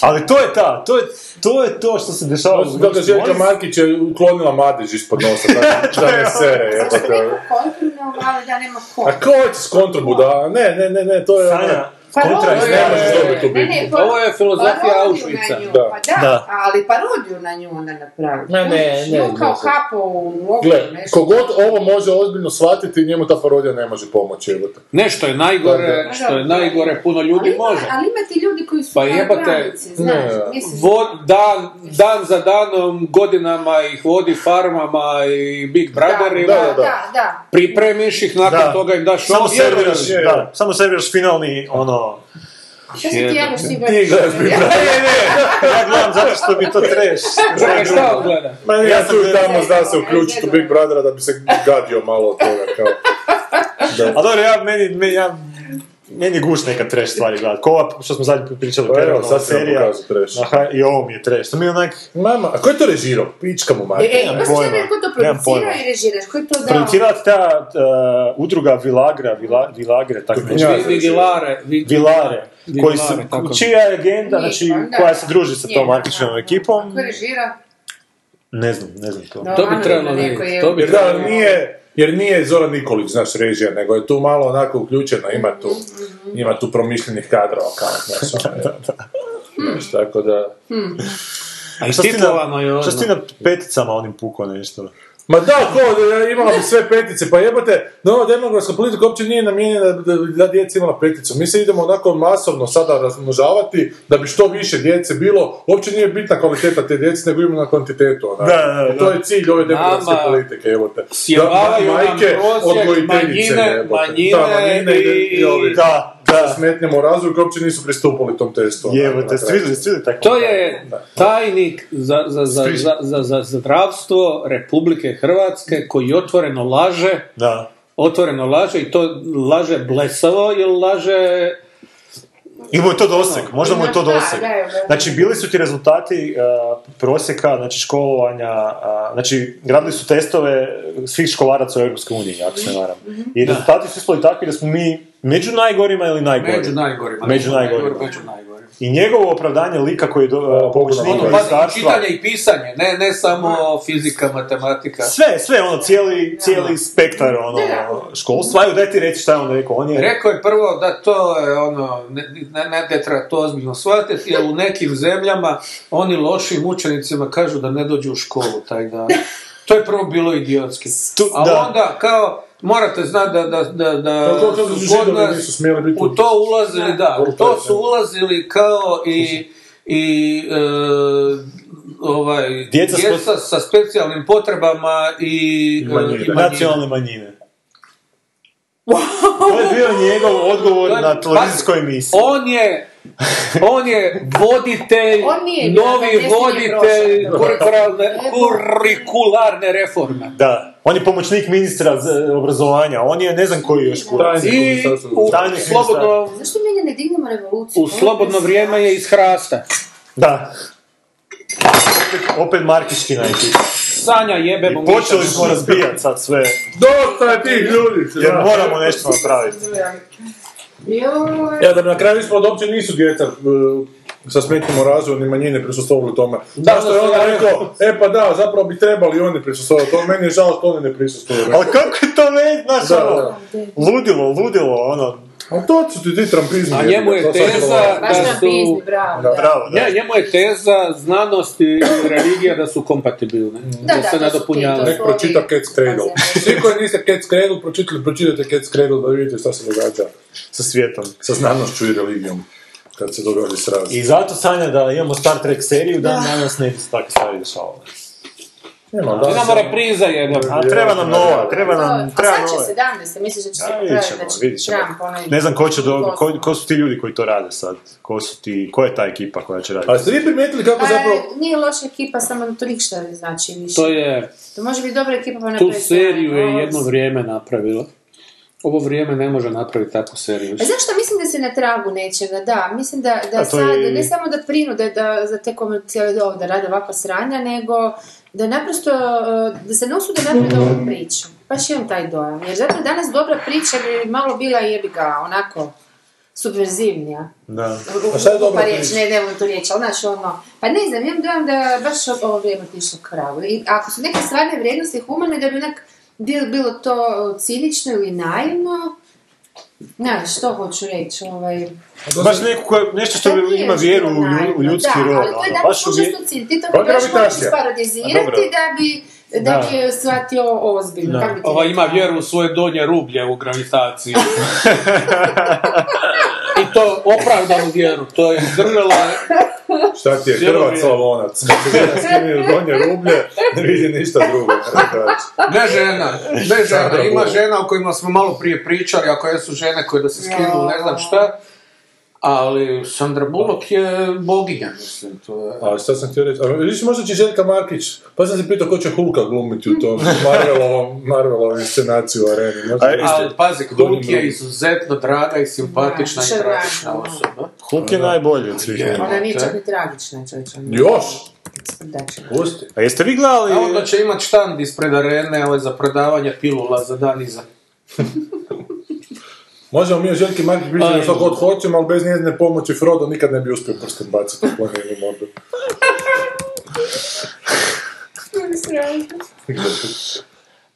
[SPEAKER 3] ali to je ta, to je to, je to što se dešava u
[SPEAKER 4] Dakle, Željka
[SPEAKER 3] Božiću.
[SPEAKER 4] Markić je uklonila madež ispod nosa, da, da ne sere,
[SPEAKER 6] Zašto
[SPEAKER 4] jebote.
[SPEAKER 6] neko kontru ne ovali, ja nema
[SPEAKER 4] pa A
[SPEAKER 6] kontru.
[SPEAKER 4] ko hoće s kontrabudala? Ne, ne, ne, ne, to je... ono,
[SPEAKER 3] Sanja,
[SPEAKER 6] Pa
[SPEAKER 3] kontra
[SPEAKER 6] dobro,
[SPEAKER 3] iz
[SPEAKER 5] ne
[SPEAKER 3] nema
[SPEAKER 5] možeš
[SPEAKER 4] dobiti u
[SPEAKER 6] Ne, ne,
[SPEAKER 4] Bibliji.
[SPEAKER 6] pa-
[SPEAKER 5] Ovo je filozofija
[SPEAKER 6] parodiju na
[SPEAKER 5] Auschwitza.
[SPEAKER 6] nju,
[SPEAKER 4] Da.
[SPEAKER 6] Pa da,
[SPEAKER 3] Da.
[SPEAKER 6] ali parodiju na nju onda napraviti.
[SPEAKER 5] Ne, ne, ne,
[SPEAKER 6] Nju kao
[SPEAKER 5] ne.
[SPEAKER 6] kapo u oku,
[SPEAKER 4] Gle,
[SPEAKER 6] nešto.
[SPEAKER 4] kogod ovo može ozbiljno shvatiti, njemu ta parodija ne može pomoći, jebote.
[SPEAKER 5] Ne, što je najgore, što je najgore, puno ljudi
[SPEAKER 6] Ali ima-
[SPEAKER 5] može.
[SPEAKER 6] Ali ima ti ljudi koji su
[SPEAKER 5] Pa
[SPEAKER 6] na
[SPEAKER 5] jebote,
[SPEAKER 6] granici, znaš,
[SPEAKER 4] ne.
[SPEAKER 6] mislim,
[SPEAKER 5] Vo- dan, dan za danom, godinama ih vodi farmama i Big Brotherima.
[SPEAKER 4] da, da.
[SPEAKER 6] da, da.
[SPEAKER 5] Pripremiš ih, nakon
[SPEAKER 3] Da.
[SPEAKER 5] toga im daš
[SPEAKER 3] samo
[SPEAKER 5] ovo, vjerujem.
[SPEAKER 3] serviraš, da, samo serviraš finalni ono
[SPEAKER 6] Šta si ti javaš ti baš?
[SPEAKER 3] Ne, ne, ne, ja gledam zato što mi to treš.
[SPEAKER 5] Čekaj, šta on gleda?
[SPEAKER 3] Ma ne,
[SPEAKER 4] Ja tu i
[SPEAKER 3] gledam.
[SPEAKER 4] tamo zna se uključiti u Big Brothera da bi se gadio malo od toga, kao...
[SPEAKER 3] A dobro, ja, meni, meni, ja, meni je guš nekad treš stvari gledat. Ko ova, što smo zadnji put pričali,
[SPEAKER 4] Pa evo,
[SPEAKER 3] Perelova
[SPEAKER 4] sad se nam
[SPEAKER 3] serija.
[SPEAKER 4] pokazuje trash.
[SPEAKER 3] Aha, i ovo mi je treš. To mi je onak,
[SPEAKER 4] Mama, a ko je to režirao? Pička mu
[SPEAKER 6] E,
[SPEAKER 4] majka.
[SPEAKER 6] e,
[SPEAKER 3] nemam
[SPEAKER 6] pa što
[SPEAKER 3] pojma,
[SPEAKER 6] je rekao to
[SPEAKER 3] nemam
[SPEAKER 6] producirao
[SPEAKER 3] pojma.
[SPEAKER 6] i režiraš? Koji to dao?
[SPEAKER 3] producirat ta uh, udruga Vilagra, Vila, Vilagre, tako nešto.
[SPEAKER 4] Ja,
[SPEAKER 5] Vigilare. vi-
[SPEAKER 3] Vilare, koji su,
[SPEAKER 5] Vilare, tako.
[SPEAKER 3] čija je agenda, znači,
[SPEAKER 6] Nije, da.
[SPEAKER 3] koja se druži sa
[SPEAKER 6] Nije,
[SPEAKER 3] tom
[SPEAKER 6] da,
[SPEAKER 3] marketinškom
[SPEAKER 6] da.
[SPEAKER 3] ekipom.
[SPEAKER 6] Ko režira?
[SPEAKER 3] Ne znam, ne znam to.
[SPEAKER 5] To bi trebalo vidjeti. To bi
[SPEAKER 4] Jer da, nije, jer nije Zoran Nikolić naš režija, nego je tu malo onako uključena, ima tu, ima tu promišljenih kadrova, kao, znaš, ono, znaš, tako da...
[SPEAKER 5] A
[SPEAKER 3] Šta si ti
[SPEAKER 5] istitlovano je
[SPEAKER 3] na,
[SPEAKER 5] ono.
[SPEAKER 3] šta si ti na peticama onim pukao nešto?
[SPEAKER 4] Ma da, ko, ja imala bi sve petice, pa jebote, nova demografska politika uopće nije namijenjena da, da djeca imala peticu. Mi se idemo onako masovno sada razmnožavati da bi što više djece bilo, uopće nije bitna kvaliteta te djece, nego imamo na kvantitetu. onako.
[SPEAKER 3] Da, da, da.
[SPEAKER 4] To je cilj ove demografske
[SPEAKER 5] Nama
[SPEAKER 4] politike, jebote.
[SPEAKER 5] sjebavaju nam prosjek,
[SPEAKER 4] odgojiteljice,
[SPEAKER 5] manjine,
[SPEAKER 4] jebote.
[SPEAKER 5] manjine
[SPEAKER 4] Da, manjine i,
[SPEAKER 5] i-
[SPEAKER 4] ovi.
[SPEAKER 3] Da, da.
[SPEAKER 4] Smetnjamo razvoj koji uopće nisu pristupali tom testu. onako,
[SPEAKER 3] Jevo te,
[SPEAKER 4] na kraju.
[SPEAKER 3] svidjeli, svidjeli tako.
[SPEAKER 5] To je tajnik za, za, za, za, za, za zdravstvo Republike Hrvatske koji otvoreno laže,
[SPEAKER 3] Da.
[SPEAKER 5] otvoreno laže i to laže blesavo jer laže
[SPEAKER 3] I mu je to doseg, možda mu je to
[SPEAKER 6] Ono, Da,
[SPEAKER 3] doseg.
[SPEAKER 6] da, da.
[SPEAKER 3] Znači, bili su ti rezultati uh, prosjeka, znači školovanja, uh, znači, radili su
[SPEAKER 6] Mhm,
[SPEAKER 3] testove svih školaraca u EU, ako se ne varam. I rezultati su ispali takvi da smo mi Među najgorima ili najgorima?
[SPEAKER 5] Među najgorima.
[SPEAKER 3] Među najgorima.
[SPEAKER 5] Među najgorima.
[SPEAKER 3] I njegovo opravdanje lika koji je do- e, pomoćnik
[SPEAKER 5] Ono, pazi,
[SPEAKER 3] ministarstva.
[SPEAKER 5] čitanje i pisanje, ne, ne samo fizika, matematika.
[SPEAKER 3] Sve, sve, ono, cijeli, cijeli spektar ono, školstva. Ajde, daj ti reći šta je on rekao. On je
[SPEAKER 5] Rekao je prvo da to je ono, ne, ne, ne, ne treba to ozbiljno shvatiti, jer u nekim zemljama oni lošim učenicima kažu da ne dođu u školu taj dan. To je prvo bilo idiotski.
[SPEAKER 3] Tu-
[SPEAKER 5] A
[SPEAKER 3] da.
[SPEAKER 5] onda kao, morate znati da, da, da, da
[SPEAKER 4] Pa to- to su
[SPEAKER 5] kod
[SPEAKER 4] Židovi
[SPEAKER 5] nas
[SPEAKER 4] nisu smjeli biti
[SPEAKER 5] u to ulazili, da, u to su ulazili kao i, i e, ovaj,
[SPEAKER 3] Djeca s-
[SPEAKER 5] sa specijalnim potrebama i, e,
[SPEAKER 4] manjine.
[SPEAKER 5] i manjine.
[SPEAKER 3] nacionalne manjine. To je bio njegov odgovor
[SPEAKER 5] To je- pa-
[SPEAKER 3] na televizijskoj emisiji.
[SPEAKER 5] On je, on je voditelj,
[SPEAKER 2] On nije bio, da,
[SPEAKER 5] novi
[SPEAKER 2] ne smije
[SPEAKER 5] voditelj
[SPEAKER 2] prošao.
[SPEAKER 5] kurikularne, kurikularne reforme.
[SPEAKER 3] Da, on je pomoćnik ministra z- obrazovanja, on je ne znam koji još kurac.
[SPEAKER 5] I u
[SPEAKER 3] Tajnik
[SPEAKER 5] slobodno,
[SPEAKER 2] Zašto mi ne dignemo revoluciju?
[SPEAKER 5] u slobodno vrijeme je iz hrasta.
[SPEAKER 3] Da. Opet Markiškina ekipa.
[SPEAKER 5] Sanja jebe mu
[SPEAKER 3] Počeli
[SPEAKER 5] mišljenje.
[SPEAKER 3] smo razbijati sad sve,
[SPEAKER 4] Dosta je tih ljudi!
[SPEAKER 3] jer moramo nešto napraviti.
[SPEAKER 2] Joj,
[SPEAKER 4] Ja E, da bi na kraju ispalo da uopće nisu djeca e, sa smetnjom u razvoju ni manjine prisustvovali tome. Da, što je
[SPEAKER 5] da su
[SPEAKER 4] onda
[SPEAKER 5] ja-
[SPEAKER 4] rekao, e pa da, zapravo bi trebali oni prisustvovati tome, meni je žao što oni ne prisustvuju.
[SPEAKER 3] Ali kako je to ne, znaš,
[SPEAKER 4] Da,
[SPEAKER 3] ono,
[SPEAKER 4] da.
[SPEAKER 3] ludilo, ludilo, ono,
[SPEAKER 4] A to su ti ti trampizmi.
[SPEAKER 5] A njemu je
[SPEAKER 4] jebote, to sad
[SPEAKER 5] teza-
[SPEAKER 4] ćemo-
[SPEAKER 2] baš
[SPEAKER 5] Da
[SPEAKER 2] nam
[SPEAKER 5] su-
[SPEAKER 2] pizni, bravo.
[SPEAKER 4] Da.
[SPEAKER 3] bravo, da.
[SPEAKER 5] Ne, njemu je teza znanosti i religija da su kompatibilne, da, se
[SPEAKER 2] da, to su ti, to
[SPEAKER 5] nadopunjavaju.
[SPEAKER 2] su-
[SPEAKER 4] Nek pročita Cat's Cradle.
[SPEAKER 2] Pazi.
[SPEAKER 4] Svi koji niste Cat's Cradle pročitali, pročitajte Cat's Cradle da vidite šta se događa
[SPEAKER 3] sa svijetom.
[SPEAKER 4] sa znanošću i religijom kad se dogodi sraz.
[SPEAKER 3] I zato sanja da imamo Star Trek seriju, da danas ne bi se takve stvari dešavale.
[SPEAKER 4] Nema,
[SPEAKER 5] Ne
[SPEAKER 4] da,
[SPEAKER 5] nam repriza jebe.
[SPEAKER 3] A treba nam nova, treba nam,
[SPEAKER 2] A
[SPEAKER 3] treba
[SPEAKER 2] sad
[SPEAKER 3] nova.
[SPEAKER 2] će 17, misliš da će se
[SPEAKER 3] A,
[SPEAKER 2] popraviti?
[SPEAKER 3] vidit ćemo,
[SPEAKER 2] da će
[SPEAKER 3] vidit ćemo.
[SPEAKER 2] Trump, ono, onaj-
[SPEAKER 3] Ne znam ko će do, ko, ko su ti ljudi koji to rade sad, ko su ti, ko je ta ekipa koja će raditi.
[SPEAKER 4] A ste vi primijetili kako
[SPEAKER 2] Pa,
[SPEAKER 4] zapravo...
[SPEAKER 2] nije loša ekipa, samo to ništa ne znači više.
[SPEAKER 5] To je,
[SPEAKER 2] To može biti dobra ekipa, pa
[SPEAKER 5] tu
[SPEAKER 2] napraviti
[SPEAKER 5] seriju je
[SPEAKER 2] novac.
[SPEAKER 5] jedno vrijeme napravila. Ovo vrijeme ne može napraviti takvu seriju.
[SPEAKER 2] A zašto mislim da se na tragu nečega, da, mislim da, da
[SPEAKER 3] A to
[SPEAKER 2] sad,
[SPEAKER 3] je-
[SPEAKER 2] ne samo da prinude da, za te komercijale da, da rade ovakva sranja, nego da naprosto, e, da se ne usude napraviti dobru priču. Baš imam taj dojam, jer zato danas dobra priča bi malo bila jebiga, onako, subverzivnija.
[SPEAKER 3] Da.
[SPEAKER 4] A šta je dobra
[SPEAKER 2] Pa riječ,
[SPEAKER 4] priča?
[SPEAKER 2] ne, ne volim tu riječ, ali znaš ono, pa ne znam, imam dojam da baš ovo vrijeme otišlo kravu. I ako su neke stvarne vrijednosti humane, da bi onak bilo, bilo to e, cinično ili naivno, znaš, što hoću reći, ovaj...
[SPEAKER 3] Baš neku koja- nešto što
[SPEAKER 2] Pa
[SPEAKER 3] bi-
[SPEAKER 2] nije
[SPEAKER 3] ima vjeru u,
[SPEAKER 2] bilo
[SPEAKER 3] lju- u
[SPEAKER 2] naivno,
[SPEAKER 3] ljudski
[SPEAKER 2] da,
[SPEAKER 3] rod,
[SPEAKER 2] ali to je
[SPEAKER 3] ono,
[SPEAKER 2] danas
[SPEAKER 3] baš u vje-
[SPEAKER 2] užasno cilj. Ti to
[SPEAKER 4] To je
[SPEAKER 2] baš moraš
[SPEAKER 4] gravitacija.
[SPEAKER 3] A dobro.
[SPEAKER 2] sparodizirati da bi, da,
[SPEAKER 3] Da.
[SPEAKER 2] bi je shvatio ozbiljno. kako bi ti
[SPEAKER 5] Ova
[SPEAKER 2] rekla.
[SPEAKER 5] ima vjeru u svoje donje rublje u gravitaciji. I to opravdanu vjeru, to je izdržala
[SPEAKER 4] Šta ti je
[SPEAKER 5] Cijelo
[SPEAKER 4] Hrvat
[SPEAKER 5] vrijeme.
[SPEAKER 4] Slavonac? Kad ti žena skine donje rublje, ne vidi ništa drugo.
[SPEAKER 5] Ne žena, ne žena, ima žena o kojima smo malo prije pričali, ako jesu žene koje da se skinu, ne znam šta. Ali Sandra Bullock je boginja, mislim, to je...
[SPEAKER 4] A šta sam htio reći? A, Vidiš, možda će Željka Markić, pa sam se pitao ko će Hulka glumiti u tom Marvelovom, Marvelovom inscenaciju u areni. Možda-
[SPEAKER 3] A, isto-
[SPEAKER 5] Ali pazi, Hulk je izuzetno draga i simpatična
[SPEAKER 2] Da,
[SPEAKER 5] i tragična
[SPEAKER 2] šarmantna.
[SPEAKER 5] osoba.
[SPEAKER 3] Hulk je najbolji od svih.
[SPEAKER 5] Je.
[SPEAKER 2] Ona nije čak ni tragična, čovječe. ona je
[SPEAKER 4] Još!
[SPEAKER 2] sprdačka.
[SPEAKER 4] Pusti.
[SPEAKER 3] A jeste vi
[SPEAKER 5] A
[SPEAKER 3] gledali,
[SPEAKER 5] onda će imat štand ispred arene ovaj, za prodavanje pilula za dan iza.
[SPEAKER 4] Možemo mi o Željki Markić biti na što god hoćemo, ali bez njezine pomoći Frodo nikad ne bi uspio prstom baciti u planinu mordu.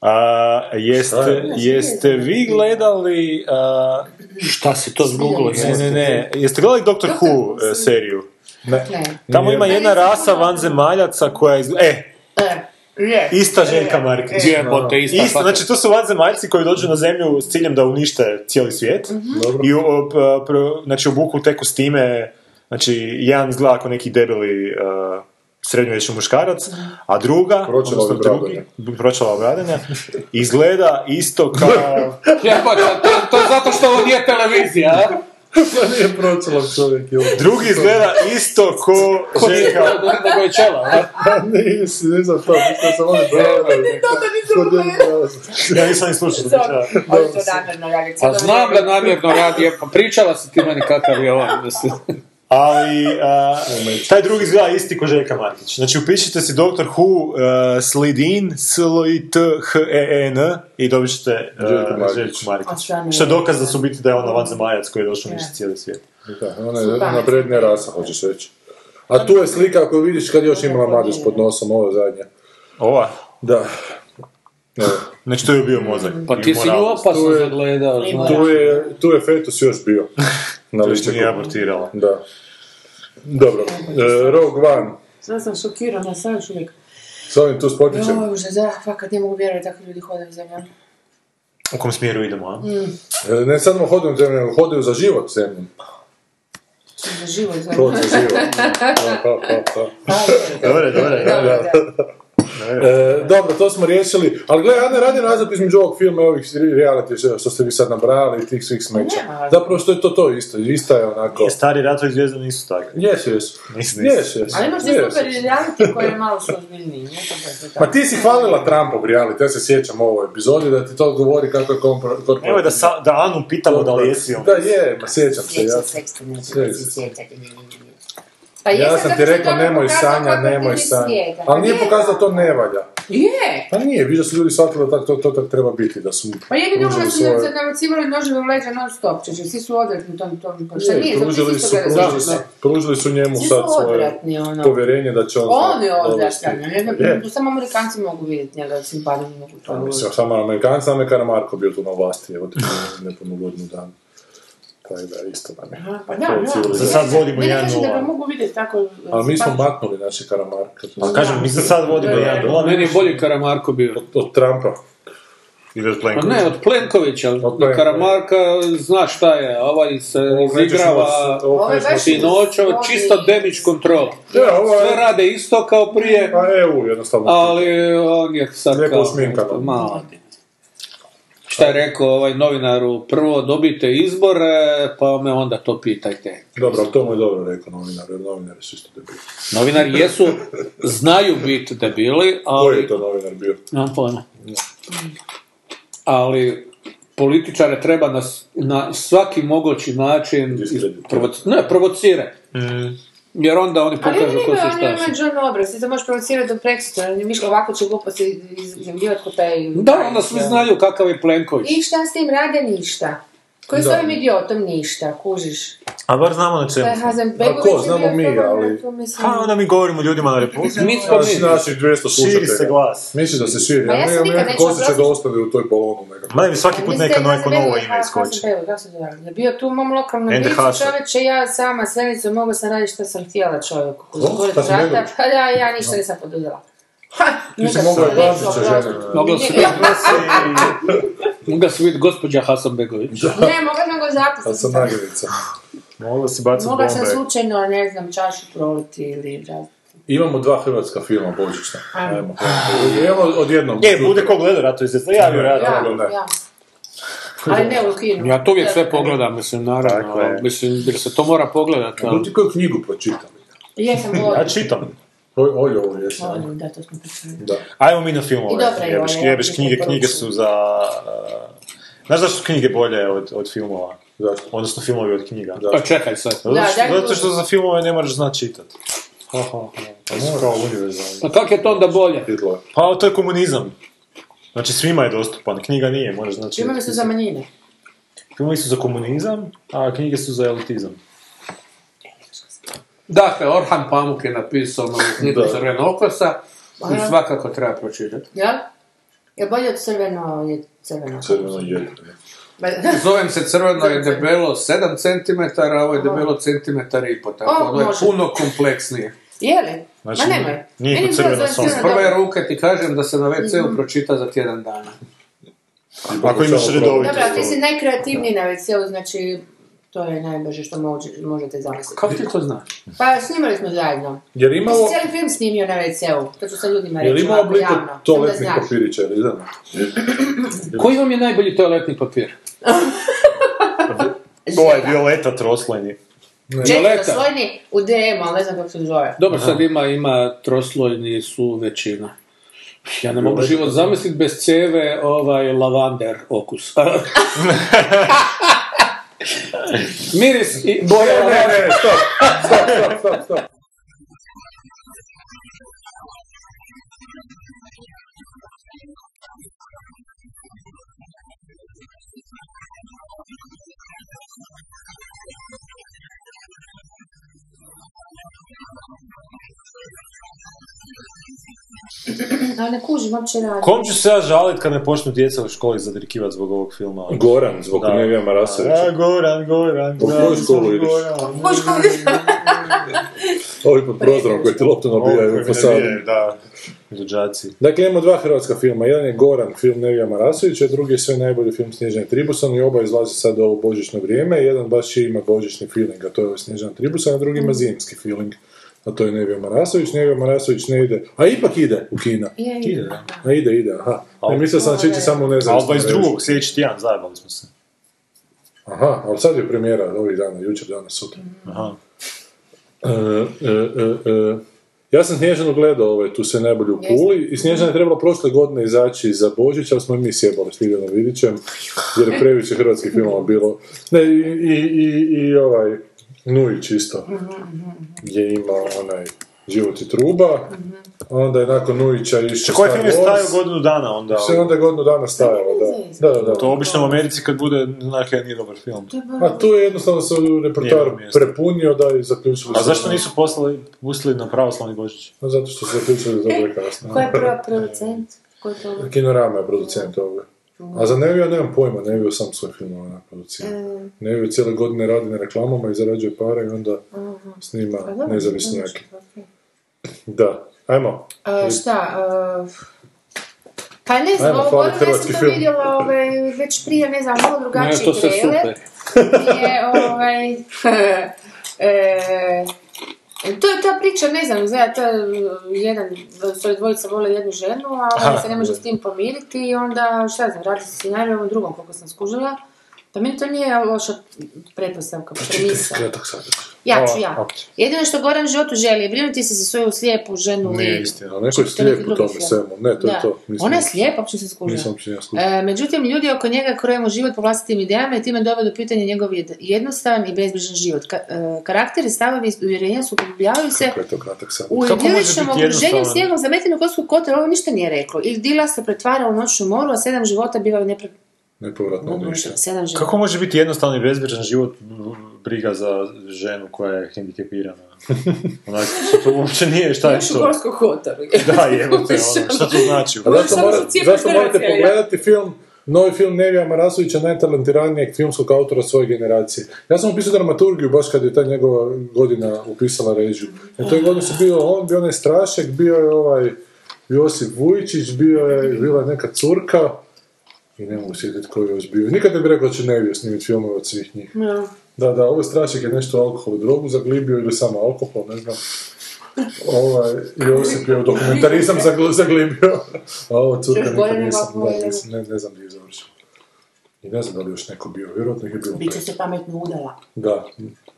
[SPEAKER 3] a, jeste, jeste vi gledali, a,
[SPEAKER 5] Šta si to zguglo?
[SPEAKER 3] ne, ne, ne, jeste gledali Doctor Who e, seriju?
[SPEAKER 2] Ne.
[SPEAKER 3] Tamo ima jedna rasa vanzemaljaca koja iz... E,
[SPEAKER 2] Je. E.
[SPEAKER 3] ista Željka Markić.
[SPEAKER 5] Jebote, ista
[SPEAKER 3] Isto, znači to su vanzemaljci koji dođu na zemlju s ciljem da unište cijeli svijet
[SPEAKER 2] Mhm.
[SPEAKER 4] Dobro.
[SPEAKER 3] i o- p- pr- znači, obuku teku s time, znači jedan izgleda ako neki debeli uh, srednjovječni muškarac,
[SPEAKER 2] Mhm.
[SPEAKER 3] a druga,
[SPEAKER 4] Pročelava
[SPEAKER 3] odnosno drugi,
[SPEAKER 4] bradanja.
[SPEAKER 3] pročelava bradanja, izgleda isto kao...
[SPEAKER 5] Jebote, to, to je zato što ovo nije televizija, a?
[SPEAKER 4] Pa nije pročelom čovjek. joj.
[SPEAKER 3] Drugi izgleda isto ko Željka...
[SPEAKER 5] Nego je čela, a?
[SPEAKER 4] A nisi, ne znam to, mislim da sam ono Kod jedne rase.
[SPEAKER 3] Ja nisam ni slušao. da.
[SPEAKER 2] Ovo je to namjerno, Dragica.
[SPEAKER 5] Pa znam da namjerno radi, pa pričala si ti meni kakav je on, mislim.
[SPEAKER 3] Ali a, taj drugi izgleda isti ko Željka Markić. Znači upišite si Dr. Who e, Slidin, S-L-I-T-H-E-N e i dobit ćete e,
[SPEAKER 4] Željku Markić.
[SPEAKER 3] Željku
[SPEAKER 2] A
[SPEAKER 3] Markić.
[SPEAKER 2] šta nije?
[SPEAKER 3] Što je dokaz da su u biti da je ona vanzemaljac koji je došao uništiti cijeli svijet.
[SPEAKER 4] Da, ona je naprednija rasa, hoćeš reći. A tu je slika koju vidiš kad je još imala Madež pod nosom, ovo je zadnja.
[SPEAKER 3] Ova.
[SPEAKER 4] Da. Evo.
[SPEAKER 3] Znači to je bio mozak.
[SPEAKER 5] Pa ti si nju opasno zagledao, znaš.
[SPEAKER 4] Tu je, tu je fetus još bio. Na
[SPEAKER 3] Još
[SPEAKER 4] lišćaku.
[SPEAKER 3] nije abortirala.
[SPEAKER 4] Da. Dobro, e, Rogue One.
[SPEAKER 2] Sada sam šokirana, sad još uvijek.
[SPEAKER 4] S ovim tu spotičem.
[SPEAKER 2] Joj, užas, da, fakat ne mogu vjerovati da takvi ljudi hodaju zemljom.
[SPEAKER 3] U kom smjeru idemo, a?
[SPEAKER 2] Mm.
[SPEAKER 4] E, Ne samo hodaju zemljom, nego hodaju za život zemljom.
[SPEAKER 2] Za život zemljom.
[SPEAKER 4] Proći za život. Pa, pa, pa, pa.
[SPEAKER 3] Dobre, dobre.
[SPEAKER 2] Da, da.
[SPEAKER 4] E, dobro, to smo riješili. Ali gledaj, ja ne radim razliku između ovog filma i ovih reality show što ste vi sad nabrali i tih svih smeća. Zapravo što je to to isto, ista je onako.
[SPEAKER 3] E, Stari ratovi zvijezda nisu takvi.
[SPEAKER 4] Jesu, jesu.
[SPEAKER 3] Nisu, nisu.
[SPEAKER 4] Jesu, jesu.
[SPEAKER 2] Ali imaš ti
[SPEAKER 4] Jesu,
[SPEAKER 2] super
[SPEAKER 4] jesu.
[SPEAKER 2] reality koji je malo su ozbiljniji. ne to baš je tako.
[SPEAKER 4] Ma ti si hvalila Trumpov reality, ja se sjećam o ovoj epizodi da ti to govori kako je kompro- korporativno.
[SPEAKER 3] Nemoj da, sa, da Anu pitamo da li jesi on.
[SPEAKER 4] Da je, ma sjećam se, ja.
[SPEAKER 6] Sjećam se, ekstra neću
[SPEAKER 4] Sjećam
[SPEAKER 6] se
[SPEAKER 4] se.
[SPEAKER 6] sjećati. ne, ne, ne, ne.
[SPEAKER 2] Pa
[SPEAKER 4] Ja
[SPEAKER 2] jesam
[SPEAKER 4] sam
[SPEAKER 2] zato
[SPEAKER 4] ti
[SPEAKER 2] što
[SPEAKER 4] rekao
[SPEAKER 2] tamo
[SPEAKER 4] nemoj
[SPEAKER 2] pokazao
[SPEAKER 4] sanja,
[SPEAKER 2] kako
[SPEAKER 4] nemoj
[SPEAKER 2] ti
[SPEAKER 4] sanja.
[SPEAKER 2] svijeta.
[SPEAKER 4] Ali nije
[SPEAKER 2] Pa
[SPEAKER 4] pokazao da to ne valja.
[SPEAKER 2] Je!
[SPEAKER 4] Pa nije, vidio su ljudi shvatili da tak- to, to, tak treba biti, da su
[SPEAKER 2] Pa je
[SPEAKER 4] pružili
[SPEAKER 2] bi dobro da su
[SPEAKER 4] svoje-
[SPEAKER 2] nam se navacivali noževe u leđa non stop, čeče, svi su odvratni u tom tom. Pa šta
[SPEAKER 4] Ne,
[SPEAKER 2] nije, zato
[SPEAKER 4] pružili
[SPEAKER 2] ti
[SPEAKER 4] su,
[SPEAKER 2] isto gledaš.
[SPEAKER 4] pružili, su, pružili su njemu
[SPEAKER 2] Svi
[SPEAKER 4] sad
[SPEAKER 2] su
[SPEAKER 4] svoje
[SPEAKER 2] odvratni, ono.
[SPEAKER 4] povjerenje da će on...
[SPEAKER 2] On je
[SPEAKER 4] dovesti.
[SPEAKER 2] odvratan, ne znam,
[SPEAKER 4] Je. Pa
[SPEAKER 2] tu samo Amerikanci mogu vidjeti njega, simpatni mogu to
[SPEAKER 4] Mislim,
[SPEAKER 2] vidjeti.
[SPEAKER 4] samo Amerikanci, samo je Karamarko bio tu na vlasti, evo ti nepunu godinu dan. Tako da, isto nam je.
[SPEAKER 2] Aha, Pa da,
[SPEAKER 4] To je
[SPEAKER 2] da.
[SPEAKER 4] cijelo-
[SPEAKER 3] Za sad vodimo
[SPEAKER 2] Ne, ne kažem da ga
[SPEAKER 3] 1-0.
[SPEAKER 2] mogu vidjeti tako... e,
[SPEAKER 4] Ali mi smo
[SPEAKER 2] simpatično.
[SPEAKER 4] maknuli naše Karamarka.
[SPEAKER 3] Pa kažem, mi za sad vodimo
[SPEAKER 4] Da.
[SPEAKER 3] 1-0.
[SPEAKER 5] Meni je bolji Karamarko bio.
[SPEAKER 4] Od Trumpa.
[SPEAKER 3] Ili od
[SPEAKER 5] Pa
[SPEAKER 3] Plenkovića.
[SPEAKER 5] ne, od Plenkovića, od
[SPEAKER 4] Plenkovića.
[SPEAKER 5] Karamarka zna šta je, a ovaj se izigrava
[SPEAKER 2] Ovo je baš
[SPEAKER 5] sinoćo,
[SPEAKER 2] iz-
[SPEAKER 5] čisto
[SPEAKER 2] iz-
[SPEAKER 5] damage control.
[SPEAKER 4] Ja, ovo
[SPEAKER 5] Sve
[SPEAKER 4] je...
[SPEAKER 5] rade isto kao prije,
[SPEAKER 4] Pa EU, jednostavno.
[SPEAKER 5] ali on je sad
[SPEAKER 4] Lijepo
[SPEAKER 5] kao...
[SPEAKER 4] osminkano.
[SPEAKER 5] Malo. Šta je rekao ovaj novinaru, prvo dobite izbore, pa me onda to pitajte.
[SPEAKER 4] Dobro, ali to mu je dobro rekao novinar, jer novinari su isto debili.
[SPEAKER 5] Novinari jesu, znaju biti debili,
[SPEAKER 4] Koji je
[SPEAKER 5] ali...
[SPEAKER 4] to novinar bio?
[SPEAKER 5] Nemam pojma. Ali političare treba na, s- na svaki mogući način
[SPEAKER 4] Diskreditirati.
[SPEAKER 5] provoci, ne, provocirati. Jer onda oni
[SPEAKER 2] Ali
[SPEAKER 5] pokažu
[SPEAKER 2] oni
[SPEAKER 5] ko
[SPEAKER 2] imaju,
[SPEAKER 5] su
[SPEAKER 2] oni
[SPEAKER 5] šta
[SPEAKER 2] imaju
[SPEAKER 5] su.
[SPEAKER 2] John obraz, ti to možeš provocirati do Brexita, ali mišlja ovako će glupo se izjavljivati ko taj...
[SPEAKER 5] Da, onda svi znaju kakav je Plenković.
[SPEAKER 2] I šta s tim rade? Ništa. Koji s
[SPEAKER 4] Da.
[SPEAKER 2] ovim idiotom ništa, kužiš.
[SPEAKER 3] A bar znamo na čemu.
[SPEAKER 2] Taj
[SPEAKER 3] smo.
[SPEAKER 4] A ko,
[SPEAKER 2] Hazenbegović
[SPEAKER 4] znamo mi, ali-
[SPEAKER 2] Tu, mislim...
[SPEAKER 3] Ha, onda mi govorimo ljudima na Republike.
[SPEAKER 5] Mi smo
[SPEAKER 4] Naši,
[SPEAKER 5] mi.
[SPEAKER 4] naših 200 slušatelja.
[SPEAKER 3] Širi se glas.
[SPEAKER 4] Misliš da se širi?
[SPEAKER 2] Pa ja
[SPEAKER 4] Ja
[SPEAKER 2] sam nikad
[SPEAKER 4] nekako
[SPEAKER 2] neću
[SPEAKER 4] osjećaj da
[SPEAKER 2] oprostiti.
[SPEAKER 4] ostane u toj balonu nekako.
[SPEAKER 3] Mada mi svaki put
[SPEAKER 2] Mislim,
[SPEAKER 3] neka
[SPEAKER 2] ja
[SPEAKER 3] neko
[SPEAKER 2] sam
[SPEAKER 3] novo
[SPEAKER 2] bila-
[SPEAKER 3] ime iskoči.
[SPEAKER 2] Hasanbegović, kako se zove? Je bio tu u mom lokalnom
[SPEAKER 3] Ende
[SPEAKER 2] vicu,
[SPEAKER 3] Hasan.
[SPEAKER 2] čovječe, ja sama s Venicom mogla sam raditi što sam htjela čovjeku.
[SPEAKER 4] O,
[SPEAKER 2] Zatvoriti
[SPEAKER 4] Hasanbegović.
[SPEAKER 2] vrata, pa da, ja ništa nisam poduzela. Ha,
[SPEAKER 4] Ti si
[SPEAKER 2] nikad
[SPEAKER 4] mogla
[SPEAKER 2] se
[SPEAKER 4] i
[SPEAKER 2] neću
[SPEAKER 4] Bazića
[SPEAKER 2] oprostiti.
[SPEAKER 4] ženiti.
[SPEAKER 5] Mogla se biti mogla se biti gospođa Hasanbegović.
[SPEAKER 2] Ne, mogla sam ga
[SPEAKER 4] Kad sam
[SPEAKER 2] zapisati.
[SPEAKER 4] nagljivica.
[SPEAKER 3] Mogla si bacati
[SPEAKER 2] Mogla sam
[SPEAKER 3] bombe.
[SPEAKER 2] slučajno, ne znam, čašu proliti ili različite.
[SPEAKER 4] Imamo dva hrvatska filma božićna.
[SPEAKER 5] E,
[SPEAKER 2] Ajmo.
[SPEAKER 4] Ajmo. Evo odjednom.
[SPEAKER 3] Je, bude ko gleda ratu iz ja bi ratu.
[SPEAKER 2] Ja,
[SPEAKER 4] pa da.
[SPEAKER 2] ja. Ali ne u kinu.
[SPEAKER 5] Ja to uvijek sve pogledam, mislim, naravno. ono,
[SPEAKER 3] Tako je.
[SPEAKER 5] Mislim, jer se to mora pogledati.
[SPEAKER 4] Kako
[SPEAKER 5] ali-
[SPEAKER 4] ti koju knjigu pročitali?
[SPEAKER 2] Jesam
[SPEAKER 3] Ja
[SPEAKER 2] volim.
[SPEAKER 3] čitam.
[SPEAKER 4] Oj, oj, ovo je sad.
[SPEAKER 2] Volim, da, to smo pričali.
[SPEAKER 4] Da.
[SPEAKER 3] Ajmo mi na filmove.
[SPEAKER 2] I dobra je
[SPEAKER 3] Jebeš,
[SPEAKER 2] ovo, ja
[SPEAKER 3] jebeš
[SPEAKER 2] bih
[SPEAKER 3] knjige,
[SPEAKER 2] preporučila.
[SPEAKER 3] knjige su za... uh, Znaš zašto su knjige bolje od, od filmova?
[SPEAKER 4] Zašto?
[SPEAKER 3] Odnosno filmovi od knjiga.
[SPEAKER 5] Pa čekaj sad.
[SPEAKER 3] Zato, što,
[SPEAKER 2] Da, da,
[SPEAKER 3] zato što za filmove ne moraš znati čitati. Oni su kao univerzalni.
[SPEAKER 5] Pa kak je to onda bolje?
[SPEAKER 4] Hitler.
[SPEAKER 3] Pa to je komunizam. Znači svima je dostupan, knjiga nije, moraš znati
[SPEAKER 2] Filmovi su za manjine.
[SPEAKER 3] Filmovi su za komunizam, a knjige su za elitizam.
[SPEAKER 5] Dakle, Orhan Pamuk je napisao ono, novu knjigu
[SPEAKER 4] Da.
[SPEAKER 5] Crveno okosa, koju
[SPEAKER 2] Aha.
[SPEAKER 5] svakako treba pročitati.
[SPEAKER 2] Jel? Je bolje od crveno, je crveno.
[SPEAKER 4] Crveno je.
[SPEAKER 2] Ba-
[SPEAKER 5] Zovem se crveno je debelo 7 cm, a ovo je debelo centimetar i po, tako
[SPEAKER 2] Pa. O,
[SPEAKER 5] ono je
[SPEAKER 2] može.
[SPEAKER 5] puno kompleksnije.
[SPEAKER 2] Je li?
[SPEAKER 3] Znači,
[SPEAKER 2] Ma nemoj.
[SPEAKER 3] nije
[SPEAKER 2] Meni
[SPEAKER 3] kod
[SPEAKER 2] bilo
[SPEAKER 3] crveno
[SPEAKER 2] za
[SPEAKER 3] sunce.
[SPEAKER 2] crveno
[SPEAKER 5] Prve
[SPEAKER 2] dobro.
[SPEAKER 5] ruke ti kažem da se na
[SPEAKER 2] Mhm.
[SPEAKER 5] WC-u pročita za tjedan dana.
[SPEAKER 3] Ako imaš redovito.
[SPEAKER 2] Dobro, ti si najkreativniji na WC-u, znači to je najbolje što mož- možete zamisliti.
[SPEAKER 5] Kako ti to znaš?
[SPEAKER 2] Pa snimali smo zajedno.
[SPEAKER 4] Jer
[SPEAKER 2] Ja sam
[SPEAKER 4] imao...
[SPEAKER 2] cijeli film snimio na WC-u, to ću sa ljudima
[SPEAKER 4] Jel
[SPEAKER 2] reći
[SPEAKER 4] ima
[SPEAKER 2] ovako
[SPEAKER 4] obliku
[SPEAKER 2] javno. samo da
[SPEAKER 4] toaletnih
[SPEAKER 2] znaš.
[SPEAKER 4] papirića, ili znam?
[SPEAKER 5] Koji vam je najbolji toaletni papir?
[SPEAKER 2] Znači,
[SPEAKER 3] Ovaj Violeta Troslajni.
[SPEAKER 2] Četvrto
[SPEAKER 5] Violeta.
[SPEAKER 2] slojni u DM, ali ne znam kako se zove.
[SPEAKER 5] Dobro, sad ima, ima troslojni su većina. Ja ne mogu život zamisliti bez ceve ovaj lavander okus. Miris i boja
[SPEAKER 6] Ne, ne, ne, stop, stop, stop, stop, stop.
[SPEAKER 2] Ali ne kužim uopće razlog.
[SPEAKER 3] Kom ću se ja žalit kad me počnu djeca u školi zadrikivati zbog ovog filma?
[SPEAKER 6] Goran, zbog
[SPEAKER 3] Da.
[SPEAKER 6] Nevija Marasovića.
[SPEAKER 3] A, Goran, Goran,
[SPEAKER 6] U koju školu ideš? Ovi pod prozorom koji ti loptom nabijaju u fasadu.
[SPEAKER 3] Da, luđaci.
[SPEAKER 6] Dakle, imamo dva hrvatska filma. Jedan je Goran, film Nevija Marasovića, drugi je sve najbolji film Snježan Tribusan i oba izlazi sad u ovo božićno vrijeme. Jedan baš i ima božićni feeling, a to je ovaj Snježan Tribusan, a drugi ima zimski feeling, a to je Nevija Marasović. Nevija Marasović ne ide, a ipak ide u kina.
[SPEAKER 2] Je,
[SPEAKER 3] Ide,
[SPEAKER 2] je.
[SPEAKER 3] da.
[SPEAKER 6] A ide, ide, aha. Ne,
[SPEAKER 3] Al-
[SPEAKER 6] mislio sam da će ići samo u
[SPEAKER 3] A
[SPEAKER 6] nezavisnu
[SPEAKER 3] oba iz
[SPEAKER 6] mrežu.
[SPEAKER 3] drugog, sljedeći tjedan, zajebali smo se.
[SPEAKER 6] Aha, ali sad je premijera ovih dana, jučer, danas, sutra.
[SPEAKER 3] Aha.
[SPEAKER 6] E, e, e, e. Ja sam Snježanu gledao ovaj, tu se najbolje u Puli i Snježana je trebala prošle godine izaći za Božić, ali smo je mi sjebali s Ljiljana Vidićem, jer je previše hrvatskih filmova bilo. Ne, i, i, i, i ovaj Nujić isto, gdje ima onaj Život i truba, a onda je nakon Nujića išao
[SPEAKER 3] Koji
[SPEAKER 6] Star
[SPEAKER 3] film je
[SPEAKER 6] Wars,
[SPEAKER 3] stajao godinu dana onda?
[SPEAKER 6] se onda je godinu dana stajalo, da. Da, da, da.
[SPEAKER 3] To obično u Americi kad bude, onak, jedan nije dobar film.
[SPEAKER 6] A Pa tu je jednostavno se repertoar
[SPEAKER 3] Njeno mjesto.
[SPEAKER 6] prepunio da i zaključili
[SPEAKER 3] A
[SPEAKER 6] su-
[SPEAKER 3] zašto nisu poslali, pustili na pravoslavni Božić?
[SPEAKER 6] Pa Zato što su zaključili da je dobro kasno.
[SPEAKER 2] E, Koja je prva producent? Ko je to?
[SPEAKER 6] Kinorama je producent ovoga. A za Nevio nemam pojma, Nevio sam svoj film ona producira.
[SPEAKER 2] E.
[SPEAKER 6] Nevio cijele godine radi na reklamama i zarađuje pare i onda snima
[SPEAKER 2] E.
[SPEAKER 6] nezavisnjake. Da, ajmo.
[SPEAKER 2] A, šta? a, pa ne znam,
[SPEAKER 6] Ajmo,
[SPEAKER 2] ovo
[SPEAKER 6] hvali
[SPEAKER 2] Borna, ja
[SPEAKER 6] hrvatski
[SPEAKER 2] sam to
[SPEAKER 6] film.
[SPEAKER 2] vidjela ovaj, već prije, ne znam, malo
[SPEAKER 5] Ne,
[SPEAKER 2] drugačiji
[SPEAKER 5] to sve
[SPEAKER 2] trailer.
[SPEAKER 5] super.
[SPEAKER 2] je, ovaj, e, to je ta priča, ne znam, izgleda to je jedan, svoje dvojica vole jednu ženu, a
[SPEAKER 3] Aha.
[SPEAKER 2] on se ne može s tim pomiriti i onda, šta ja znam, radi se scenarijom drugom, koliko sam skužila. Pa meni to nije loša pretpostavka,
[SPEAKER 6] Pa Čitaj
[SPEAKER 2] premisa.
[SPEAKER 6] skratak sad.
[SPEAKER 2] Ja
[SPEAKER 3] A,
[SPEAKER 2] ću, ja.
[SPEAKER 3] opće.
[SPEAKER 2] Jedino što Goran u životu želi je brinuti se za svoju slijepu ženu.
[SPEAKER 3] Nije
[SPEAKER 2] i-
[SPEAKER 3] istina.
[SPEAKER 6] A neko je
[SPEAKER 2] Čitaj neki
[SPEAKER 6] slijep u
[SPEAKER 2] drugi
[SPEAKER 6] tome
[SPEAKER 2] film.
[SPEAKER 6] svemu. Ne, to je
[SPEAKER 2] Da.
[SPEAKER 6] to. Nisam-
[SPEAKER 2] Ona je slijepa, uopće se skužila.
[SPEAKER 6] Nisam uopće ja skužila.
[SPEAKER 2] E, međutim, ljudi oko njega krojemo život po vlastitim idejama i time dovode u pitanje njegov jed- jednostavan i bezbrižan život. Ka- e, karakter i stavovi i uvjerenja sukobljavaju E, se
[SPEAKER 6] Kako je to kratak sad?
[SPEAKER 2] u
[SPEAKER 3] Kako može
[SPEAKER 2] idiličnom
[SPEAKER 3] biti
[SPEAKER 2] okruženju
[SPEAKER 3] jednostavan?
[SPEAKER 2] snijegom zametenu kosku kotor, ovo ništa nije reklo. I dila se pretvara u noćnu moru, a sedam života bivaju nepre...
[SPEAKER 6] Nepovratno ništa.
[SPEAKER 2] Sedam života.
[SPEAKER 3] Kako može biti jednostavni i bezbrižan život b- b- briga za ženu koja je hendikepirana? Onak, što to uopće nije, šta je
[SPEAKER 2] Još u
[SPEAKER 3] to?
[SPEAKER 2] Gorskom kotoru.
[SPEAKER 3] Da, jebote, ono, šta to znači?
[SPEAKER 6] A Zato,
[SPEAKER 2] Samo
[SPEAKER 6] mora,
[SPEAKER 2] su cijepaju
[SPEAKER 6] zato morate
[SPEAKER 2] Hrvatske, ja.
[SPEAKER 6] pogledati film, novi film Nevija Marasovića, najtalentiranijeg filmskog autora svoje generacije. Ja sam upisao dramaturgiju baš kad je ta njegova godina upisala režiju. Na toj godini su bio on, bio onaj Strašek, bio je ovaj Josip Vujičić, bio je, bila je neka curka, i ne mogu sjetiti koji je još bio. Nikad ne bih rekao da će Nevija snimiti filmove od svih njih. Da, da, ovo Strašek je nešto alkohol i drogu zaglibio ili samo alkohol, ne znam. Ovaj, Josip je u dokumentarizam zagl- zaglibio. A ovo curka nikad
[SPEAKER 2] Gorana
[SPEAKER 6] nisam, da,
[SPEAKER 2] Vapoljeva.
[SPEAKER 6] nisam, ne, ne znam gdje je završio. I ne znam da li još neko bio, vjerojatno ih je bilo
[SPEAKER 2] Biće
[SPEAKER 6] pet.
[SPEAKER 2] se pametno udala.
[SPEAKER 6] Da,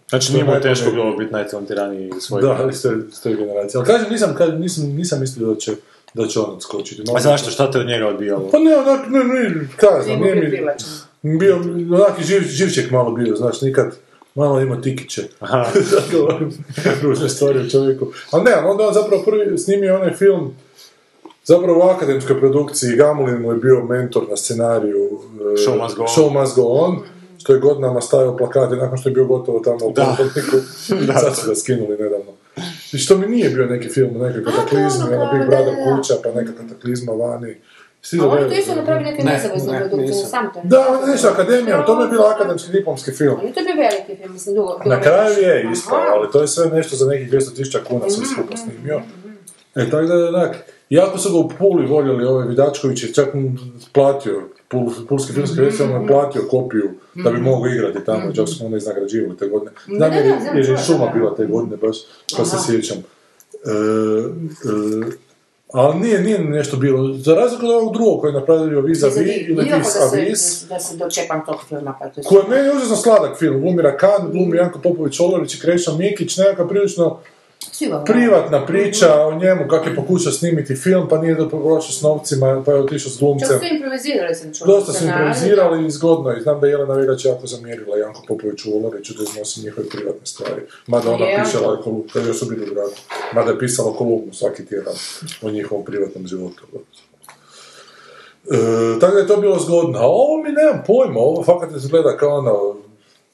[SPEAKER 3] Znači, nije mu
[SPEAKER 6] Najbolje.
[SPEAKER 3] teško bilo biti najtalentiraniji svoj.
[SPEAKER 6] da, iz te, iz te generacije. Ali kažem, nisam, kažem, nisam, nisam mislio da će, da će on odskočiti.
[SPEAKER 3] A zašto, šta te od njega odbijalo?
[SPEAKER 6] Pa ne, onak, ne, ne, kaj znam, nije
[SPEAKER 2] Nije
[SPEAKER 6] mi, bio, onak i živ, živček malo bio, znaš, nikad, malo ima tikiće.
[SPEAKER 3] Aha,
[SPEAKER 6] Da govorim ružne stvari o čovjeku. Ali ne, onda on zapravo prvi snimio onaj film, zapravo u akademskoj produkciji, Gamulin mu je bio mentor na scenariju e,
[SPEAKER 3] Show Must Go On.
[SPEAKER 6] Show Must Go On, što je godinama stavio plakate nakon što je bio gotovo tamo u
[SPEAKER 3] Da.
[SPEAKER 6] Potočniku. Sad su ga skinuli nedavno. I što mi nije bio neki film, neka kataklizma,
[SPEAKER 2] ono,
[SPEAKER 6] ono Big
[SPEAKER 2] da,
[SPEAKER 6] Brother
[SPEAKER 2] da, da.
[SPEAKER 6] kuća, pa neka kataklizma vani. Svi
[SPEAKER 2] A on
[SPEAKER 6] zaboravili.
[SPEAKER 2] to isto napravi neke
[SPEAKER 5] Ne,
[SPEAKER 2] nezavisne
[SPEAKER 5] ne,
[SPEAKER 2] produkcije,
[SPEAKER 5] nisam.
[SPEAKER 2] sam to. je.
[SPEAKER 6] Da, on je nešto akademija, to je bio akademski diplomski film.
[SPEAKER 2] Ali to je bio veliki film, mislim, dugo.
[SPEAKER 6] Na
[SPEAKER 2] dugo
[SPEAKER 6] kraju je
[SPEAKER 2] nešto.
[SPEAKER 6] isto,
[SPEAKER 2] znači, Aha. Mhm,
[SPEAKER 6] ali to je sve nešto za nekih 200.000 kuna sam skupa snimio. E, tako da je onak, jako su ga u Puli voljeli, ovaj Vidačković je čak m, platio, Pul, Pulski filmski
[SPEAKER 2] Mhm,
[SPEAKER 6] festival mu je platio kopiju da bi mogao igrati tamo, čak smo onda iznagrađivali te godine. Znam
[SPEAKER 2] da,
[SPEAKER 6] jer, je-
[SPEAKER 2] znam
[SPEAKER 6] jer je
[SPEAKER 2] čuo,
[SPEAKER 6] šuma
[SPEAKER 2] da.
[SPEAKER 6] bila te godine, baš, to se sjećam. E, e, ali nije, nije nešto bilo. Za razliku od ovog drugog koji je napravio Vis a
[SPEAKER 2] Mislim,
[SPEAKER 6] Vis ili
[SPEAKER 2] nikako
[SPEAKER 6] Vis
[SPEAKER 2] da
[SPEAKER 6] a
[SPEAKER 2] se-
[SPEAKER 6] Vis,
[SPEAKER 2] Da se dočepam tog filma, pa to je...
[SPEAKER 6] koji je meni užasno sladak film. Glumi Rakan, glumi Janko Popović Olević i Krešo Mikić, nekakav prilično
[SPEAKER 2] Sivo.
[SPEAKER 4] privatna priča
[SPEAKER 2] Mhm.
[SPEAKER 4] o njemu kako je pokušao snimiti film, pa nije doprošao s novcima, pa je otišao s glumcem.
[SPEAKER 2] Čak su improvizirali sam čula.
[SPEAKER 4] Dosta su
[SPEAKER 2] scenarij,
[SPEAKER 4] improvizirali i zgodno je. Znam da je Jelena Veljač jako zamjerila Janko Popoviću Olariću da iznosi njihove privatne stvari. Mada ona
[SPEAKER 2] Je.
[SPEAKER 4] pisala, kolu- kad je još su bili u braku, mada je pisala kolumnu svaki tjedan o njihovom privatnom životu. E, tako da je to bilo zgodno. A ovo mi nemam pojma, ovo fakat izgleda kao ono,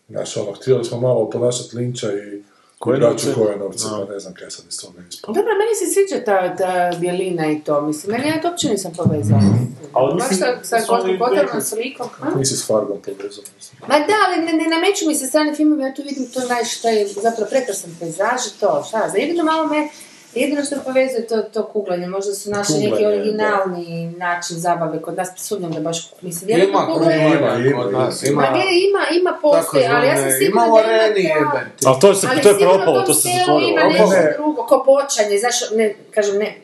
[SPEAKER 4] znaš, ono, htjeli smo malo ponašati Linča i Kojenovce.
[SPEAKER 3] Kojenovce?
[SPEAKER 4] Kojenovce, pa ne znam kaj sad iz toga
[SPEAKER 2] da.
[SPEAKER 4] ispalo.
[SPEAKER 2] Dobro, meni se sviđa ta, ta bjelina i to, mislim, meni ja to uopće nisam povezala.
[SPEAKER 3] Ali
[SPEAKER 2] Baš
[SPEAKER 3] mislim
[SPEAKER 2] sa, sa
[SPEAKER 3] da su
[SPEAKER 2] Gorskom
[SPEAKER 3] oni
[SPEAKER 2] Kotarom,
[SPEAKER 3] rekli-
[SPEAKER 2] s likom. a?
[SPEAKER 4] Nisi s Fargom povezan, mislim.
[SPEAKER 2] Ma da, ali ne, ne nameću mi se strani filmovi, ja tu vidim to naj, što je zapravo prekrasan pejzaž i to, šta, za jedino malo me, jedino što me povezuje to, to kuglanje, možda su naši neki
[SPEAKER 4] Kuglanje,
[SPEAKER 2] originalni način zabave kod nas, sumnjam da baš, mislim, jedno
[SPEAKER 5] Ima kuglanja kod nas,
[SPEAKER 2] Ma
[SPEAKER 5] ima...
[SPEAKER 2] gdje ima, ima
[SPEAKER 5] Tako
[SPEAKER 2] postoji, ali ja sam sigurna
[SPEAKER 5] ima
[SPEAKER 2] da
[SPEAKER 5] u areni
[SPEAKER 2] ima ta-
[SPEAKER 5] jebe. ti.
[SPEAKER 3] Ali to, se,
[SPEAKER 2] ali
[SPEAKER 3] to je
[SPEAKER 2] sigurno u
[SPEAKER 3] propalo,
[SPEAKER 2] tom
[SPEAKER 3] to se
[SPEAKER 2] selu
[SPEAKER 3] zatvorilo.
[SPEAKER 2] Ima
[SPEAKER 3] Ovo-
[SPEAKER 2] nešto
[SPEAKER 4] Ne.
[SPEAKER 2] drugo, ko počanje, znaš, ne, kažem, ne,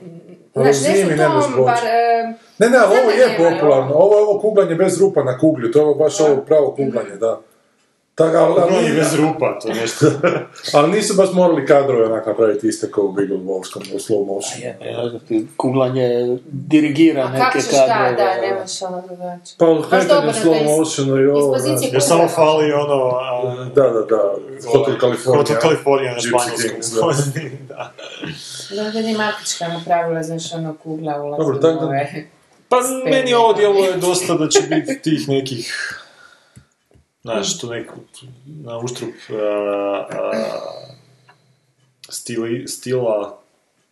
[SPEAKER 4] Ali
[SPEAKER 2] znaš, nešto
[SPEAKER 4] zimi
[SPEAKER 2] u
[SPEAKER 4] ne bez
[SPEAKER 2] tom, bar,
[SPEAKER 4] voća.
[SPEAKER 2] e,
[SPEAKER 4] Ne, ne, ali
[SPEAKER 2] Sada
[SPEAKER 4] ovo je
[SPEAKER 2] nema,
[SPEAKER 4] popularno. Ovo je ovo kuglanje bez rupa na kuglju, to je ovo baš ovo pravo kuglanje, da. Tako, ali, ali,
[SPEAKER 3] Pa Nije bez rupa, to je nešto.
[SPEAKER 4] ali nisu baš morali kadrove onak napraviti iste kao u Big Wolfskom, u slow motion.
[SPEAKER 5] Jebe, ja E, ti kuglanje dirigira
[SPEAKER 2] a pa kako
[SPEAKER 5] Pa neke
[SPEAKER 2] ćeš da,
[SPEAKER 5] kadrove.
[SPEAKER 2] da, nemaš ono drugačije.
[SPEAKER 4] Pa od
[SPEAKER 2] Baš
[SPEAKER 4] kretanja
[SPEAKER 2] dobro, to
[SPEAKER 4] slow
[SPEAKER 2] je iz-
[SPEAKER 4] motionu i ovo,
[SPEAKER 2] iz pozicije
[SPEAKER 4] znaš.
[SPEAKER 3] Jer znači, samo fali ono... a,
[SPEAKER 4] Da, da, da, Hotel California.
[SPEAKER 3] Hotel California na
[SPEAKER 4] Gypsy Kings,
[SPEAKER 3] španjolskom. Da.
[SPEAKER 2] Da, da je Markička napravila, znaš, ono kugla ulazi
[SPEAKER 4] Dobro,
[SPEAKER 2] u
[SPEAKER 4] tako da-
[SPEAKER 2] ove.
[SPEAKER 3] Pa meni ovo djelo je dosta da će biti tih nekih, znaš, tu neku, na uštrup a, a, stili, stila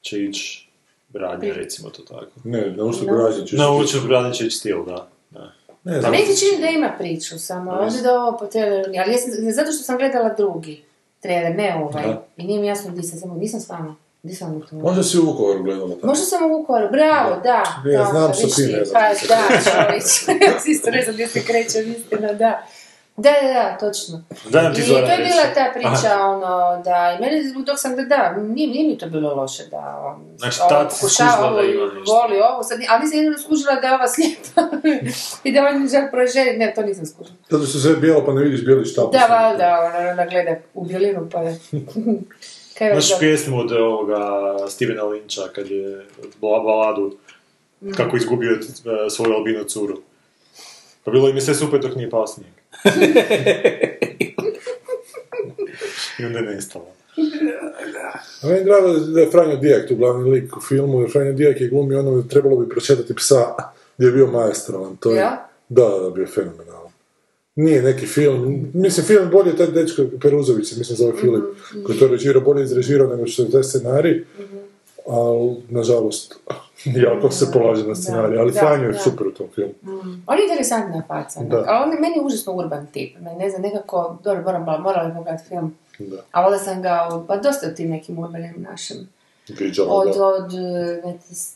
[SPEAKER 3] će ići radnje, recimo to tako.
[SPEAKER 4] Ne, na uštu građan ćeš.
[SPEAKER 3] Na uštrup radnje će ići stil, da. da.
[SPEAKER 4] Ne znam.
[SPEAKER 2] Pa Meni se čini da ima priču samo, ovdje da ovo po traileru nije, ali ja sam, zato što sam gledala drugi trailer, ne ovaj,
[SPEAKER 4] Da.
[SPEAKER 2] i nije mi jasno gdje sam, samo nisam s vama, gdje sam u tome.
[SPEAKER 4] Možda si u Vukovaru gledala tamo.
[SPEAKER 2] Možda sam u Vukovaru, bravo, da.
[SPEAKER 4] Ja
[SPEAKER 2] da,
[SPEAKER 4] znam što
[SPEAKER 2] viš
[SPEAKER 4] ti ne
[SPEAKER 2] ti,
[SPEAKER 4] znaš
[SPEAKER 2] Pa
[SPEAKER 4] gdje se
[SPEAKER 2] da, čovječ, ja se isto ne znam gdje se krećem, istina, da. Da, da, da, točno.
[SPEAKER 3] Daj nam
[SPEAKER 2] I
[SPEAKER 3] ti
[SPEAKER 2] to
[SPEAKER 3] Zoran
[SPEAKER 2] je bila
[SPEAKER 3] reći.
[SPEAKER 2] ta priča, ono, da, i meni, dok sam da, da, nije, nije mi to bilo loše, da, on,
[SPEAKER 3] Znači,
[SPEAKER 2] ovo
[SPEAKER 3] tad si skužila
[SPEAKER 2] ovo,
[SPEAKER 3] da ima nešto.
[SPEAKER 2] voli ovo, sad, ni- ali nisam jedino skužila da je ova slijepa i da on želi proželjeti, ne, to nisam skužila.
[SPEAKER 4] Zato što sve bijelo pa ne vidiš bijeli štap.
[SPEAKER 2] Da, valjda, ona, ona gleda u bjelinu, pa je. Kaj je
[SPEAKER 3] Znaš pjesmu od ovoga Stevena Linča, kad je bla- baladu, kako izgubio e, svoju albino curu. Pa bilo im je sve super dok nije pao snijeg. I onda je nestalo.
[SPEAKER 4] A meni je drago da je Franjo Dijak tu glavni lik u filmu, jer Franjo Dijak je glumio ono trebalo bi pročetati psa, gdje je bio majestralan. To je,
[SPEAKER 2] Ja?
[SPEAKER 4] Da, da, bio je fenomenalan. Nije neki film, mislim film bolje je taj dečko Peruzović, se mislim zove Filip,
[SPEAKER 2] Mhm,
[SPEAKER 4] koji je to režirao, bolje je izrežirao nego što je taj scenarij, ali nažalost, jako se polaže na scenarij, ali
[SPEAKER 2] da,
[SPEAKER 4] Franjo je
[SPEAKER 2] da.
[SPEAKER 4] super u tom filmu.
[SPEAKER 2] Mm. On je interesantna faca,
[SPEAKER 4] Da.
[SPEAKER 2] onak, ali on je meni užasno urban tip, me ne znam, nekako, dobro, moram, morala bi pogledati film.
[SPEAKER 4] Da,
[SPEAKER 2] A onda sam ga, u- pa dosta u tim nekim urbanim našim,
[SPEAKER 4] viđala,
[SPEAKER 2] od,
[SPEAKER 4] da.
[SPEAKER 2] od e, metas-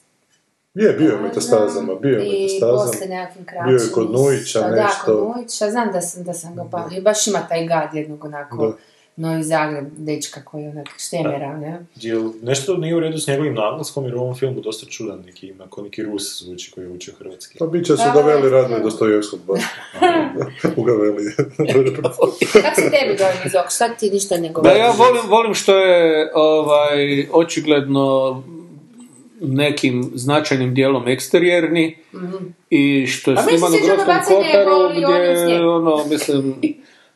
[SPEAKER 4] Je, bio je u metastazama, bio je u
[SPEAKER 2] i
[SPEAKER 4] metastazama.
[SPEAKER 2] poslije nekakvim kraćima.
[SPEAKER 4] Bio je kod Nujića nešto.
[SPEAKER 2] Da, kod Nujića, znam da sam, da sam ga pa, i baš ima taj gad jednog onako,
[SPEAKER 4] Da.
[SPEAKER 2] Novi Zagreb, dečka koji je onak štemera, ne?
[SPEAKER 3] Jel nešto nije u redu s njegovim naglaskom, jer u ovom filmu dosta čudan neki ima, ko neki Rus zvuči koji je učio hrvatski.
[SPEAKER 4] Pa bit će se
[SPEAKER 2] Da,
[SPEAKER 4] da veli
[SPEAKER 2] da.
[SPEAKER 4] radno Dostojevskog baš. U ga veli.
[SPEAKER 2] Kak se tebi dojim iz ovog? Šta ti ništa ne
[SPEAKER 5] Da,
[SPEAKER 2] govoriš?
[SPEAKER 5] ja volim, volim što je ovaj, očigledno nekim značajnim dijelom eksterijerni i što je
[SPEAKER 2] Mhm. A mislim
[SPEAKER 5] sniman u
[SPEAKER 2] se žena
[SPEAKER 5] Gorskom
[SPEAKER 2] bacanje
[SPEAKER 5] Kotaru
[SPEAKER 2] goli, ono, s
[SPEAKER 5] gdje
[SPEAKER 2] njega.
[SPEAKER 5] ono, mislim,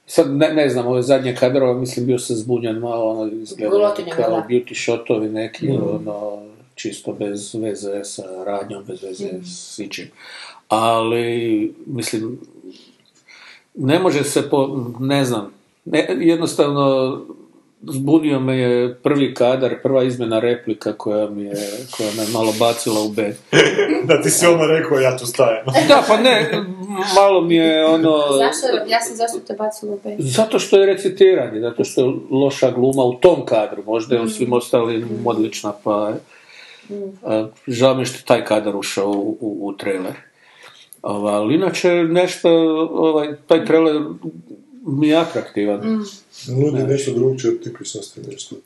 [SPEAKER 5] sad ne, ne znam, ove zadnje kadrove, mislim, bio sam zbunjan malo, ono, izgleda
[SPEAKER 2] Golotinja,
[SPEAKER 5] kao
[SPEAKER 2] da.
[SPEAKER 5] beauty shotovi neki, ono, čisto bez veze sa radnjom, bez veze s ičim. Ali, mislim, ne može se po, ne znam, ne, jednostavno zbunio me je prvi kadar, prva izmjena replika koja, mi je, koja me malo bacila u bed.
[SPEAKER 3] da ti si ono rekao, ja tu stajem.
[SPEAKER 5] Da, pa ne, malo mi je ono...
[SPEAKER 2] Zašto, ja sam zašto te bacila u bed?
[SPEAKER 5] Zato što je recitiranje, zato što je loša gluma u tom kadru, možda
[SPEAKER 2] Mm.
[SPEAKER 5] je u svim ostalim odlična, pa a, žao mi je što je taj kadar ušao u, u, u trailer. Ova, ali inače nešto, ovaj, taj trailer mi je atraktivan.
[SPEAKER 2] Mm.
[SPEAKER 4] Nudi nešto drugčije od tipičnosti nešto.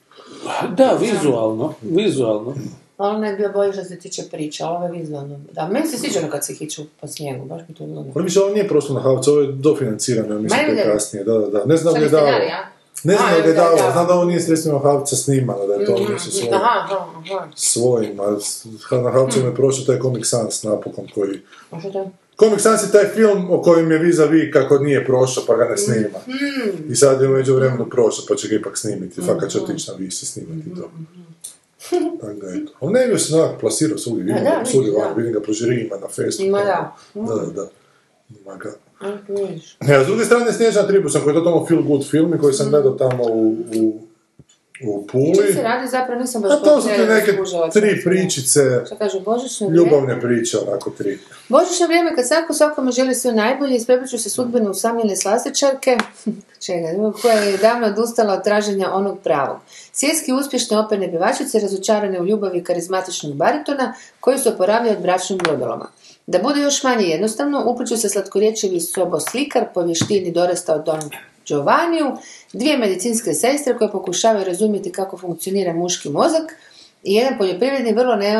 [SPEAKER 5] Pa Da, vizualno, vizualno.
[SPEAKER 2] Ali ne bi bio bolji što se tiče priče, ali ovo je vizualno. Da, meni se sviđa ono kad se hiću po snijegu, baš mi to bilo.
[SPEAKER 4] Ono Ali više ovo nije prosto na Havcu, ovo je dofinancirano, ja mislim
[SPEAKER 2] Ma je
[SPEAKER 4] da je
[SPEAKER 2] li?
[SPEAKER 4] kasnije, da, da, da. Ne znam
[SPEAKER 2] Šta
[SPEAKER 4] gdje je
[SPEAKER 2] niste
[SPEAKER 4] dao.
[SPEAKER 2] dali, a?
[SPEAKER 6] Ne znam
[SPEAKER 2] A,
[SPEAKER 6] da ga je
[SPEAKER 2] da, da.
[SPEAKER 6] davala, znam da ovo nije sredstvima Havca snimano, da je to
[SPEAKER 2] Mhm,
[SPEAKER 6] nešto svoje.
[SPEAKER 2] Aha, aha, aha.
[SPEAKER 6] svojim, a s- na Havcima
[SPEAKER 2] Mm.
[SPEAKER 6] je prošao taj Comic Sans napokon koji...
[SPEAKER 2] A što to?
[SPEAKER 6] Comic Sans je taj film o kojem je vis a vis kako nije prošao pa ga ne snima.
[SPEAKER 2] Mm-hmm.
[SPEAKER 6] I sad je među
[SPEAKER 2] Mm.
[SPEAKER 6] vremenu prošao pa će ga ipak snimiti, fakat će otići na vis i snimati to.
[SPEAKER 2] Mm-hmm.
[SPEAKER 6] Tako da eto. On ne bi se onak plasirao svugdje, vidim
[SPEAKER 2] da,
[SPEAKER 6] ga
[SPEAKER 2] vidiš,
[SPEAKER 6] svugdje van,
[SPEAKER 2] da.
[SPEAKER 6] vidim ga po žirijima na festu.
[SPEAKER 2] Ima da.
[SPEAKER 6] Da, da, da. Ima ga.
[SPEAKER 2] A, vidiš.
[SPEAKER 6] E, a s druge strane Snježan Tribusan koji je to tamo feel good film i koji sam gledao tamo u, u, u
[SPEAKER 2] Što
[SPEAKER 6] Puli.
[SPEAKER 2] Mhm. se radi zapravo, nisam baš
[SPEAKER 6] A Pa to su ti
[SPEAKER 2] konkretno
[SPEAKER 6] neke
[SPEAKER 2] skužila što
[SPEAKER 6] tri
[SPEAKER 2] se-
[SPEAKER 6] pričice,
[SPEAKER 2] Što kaže, božićno vrijeme?
[SPEAKER 6] ljubavne priče, onako tri.
[SPEAKER 2] Božićno vrijeme kad svako svakome želi sve najbolje, isprepliču se sudbine usamljene slastičarke, čega, koja je davno odustala od traženja onog pravog. Svjetski uspješne operne pjevačice razočarane u ljubavi karizmatičnog baritona koji se oporavlja od bračnog glodoloma. Da bude još manje jednostavno, upliču se slatkorječivi soboslikar po vještini dorastao Don Giovanniju, dvije medicinske sestre koje pokušavaju razumjeti kako funkcionira muški mozak i jedan poljoprivredni vrlo ne,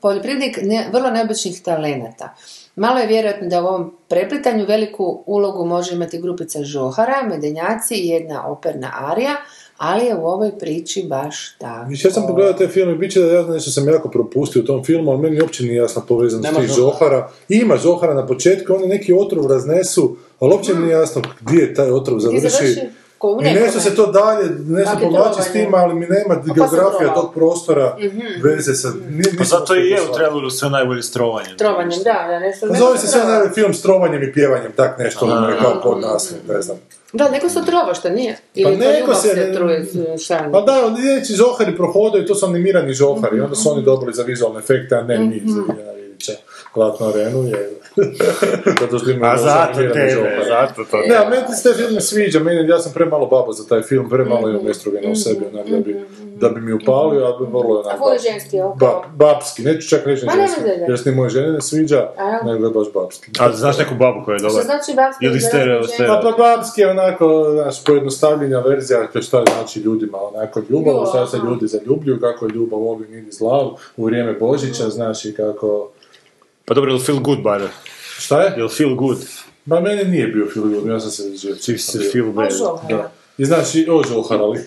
[SPEAKER 2] poljoprivrednik ne- vrlo neobičnih talenata. Malo je vjerojatno da u ovom preplitanju veliku ulogu može imati grupica žohara, medenjaci i jedna operna arija, ali je u ovoj priči baš tako.
[SPEAKER 6] Mislim, ja sam pogledao taj film i bit će da ja nešto sam jako propustio u tom filmu, ali meni uopće nije jasna povezanost
[SPEAKER 5] Nema
[SPEAKER 6] tih
[SPEAKER 5] Zohara.
[SPEAKER 6] Zohara. Ima Zohara na početku, oni neki otrov raznesu, ali uopće mi nije jasno gdje je taj otrov
[SPEAKER 2] Gdje
[SPEAKER 6] završi.
[SPEAKER 2] završi? Ko u
[SPEAKER 6] I nešto
[SPEAKER 2] nekome.
[SPEAKER 6] se to dalje, nešto
[SPEAKER 2] Dakle,
[SPEAKER 6] povlači s
[SPEAKER 2] trovanje.
[SPEAKER 6] tim, ali mi nema
[SPEAKER 2] se
[SPEAKER 6] geografija
[SPEAKER 2] trovao?
[SPEAKER 6] tog prostora
[SPEAKER 2] Mhm.
[SPEAKER 6] veze sa... ni- nisam
[SPEAKER 3] Pa Zato i je
[SPEAKER 6] uspio
[SPEAKER 3] u
[SPEAKER 6] shvatiti.
[SPEAKER 3] traileru sve najbolje s trovanjem.
[SPEAKER 2] Trovanjem, da, da, nešto.
[SPEAKER 6] Pa
[SPEAKER 2] neko
[SPEAKER 6] Zove se sve
[SPEAKER 2] trova.
[SPEAKER 6] naravno film s trovanjem i pjevanjem, tak nešto, ono je kao kod nas, ne znam.
[SPEAKER 2] Da, neko se trova, što nije? Ili
[SPEAKER 6] Pa
[SPEAKER 2] to
[SPEAKER 6] neko
[SPEAKER 2] ljubav
[SPEAKER 6] se
[SPEAKER 2] se,
[SPEAKER 6] ne-
[SPEAKER 2] truje, mm, šta je?
[SPEAKER 6] Pa da, oni riječi žohari prohodaju, to su animirani žohari, onda su
[SPEAKER 2] Mhm.
[SPEAKER 6] oni dobili za vizualne efekte, a ne mi za Iljana Vidića. Zlatnu arenu je... zato što imaju
[SPEAKER 3] A Pa zato
[SPEAKER 6] animirane
[SPEAKER 3] tebe,
[SPEAKER 6] žohari.
[SPEAKER 3] zato to.
[SPEAKER 6] Ne, a meni se taj film ne sviđa, meni, ja sam premalo baba za taj film, premalo
[SPEAKER 2] Mhm.
[SPEAKER 6] imam estrogena u sebi, onak da bi, da bi mi upalio, a bi vrlo je
[SPEAKER 2] A
[SPEAKER 6] onak...
[SPEAKER 2] ko je ženski oko?
[SPEAKER 6] bab- babski, neću čak reći ni
[SPEAKER 2] Pa ne
[SPEAKER 6] ženski,
[SPEAKER 2] veze.
[SPEAKER 6] jer se ni moje žene ne sviđa,
[SPEAKER 2] A.
[SPEAKER 6] nego je baš babski.
[SPEAKER 3] A znaš neku babu koja je
[SPEAKER 2] Što
[SPEAKER 3] dobra?
[SPEAKER 2] znači babsko
[SPEAKER 3] Ili stereo,
[SPEAKER 2] E.
[SPEAKER 3] stereo.
[SPEAKER 6] Pa, pa babski je onako, znaš, pojednostavljenja verzija, to šta znači ljudima onako ljubav,
[SPEAKER 2] Ljubav,
[SPEAKER 6] šta se
[SPEAKER 2] aha.
[SPEAKER 6] ljudi zaljubljuju, kako je ljubav ovim ili zlav, u vrijeme Božića, znaš i kako...
[SPEAKER 3] Pa dobro, ili feel good bar?
[SPEAKER 6] Šta je?
[SPEAKER 3] Ili feel good?
[SPEAKER 6] Ma meni nije bio film, ja sam se živio.
[SPEAKER 3] Ti se feel bad.
[SPEAKER 6] Da. I znaš, i ožoharali.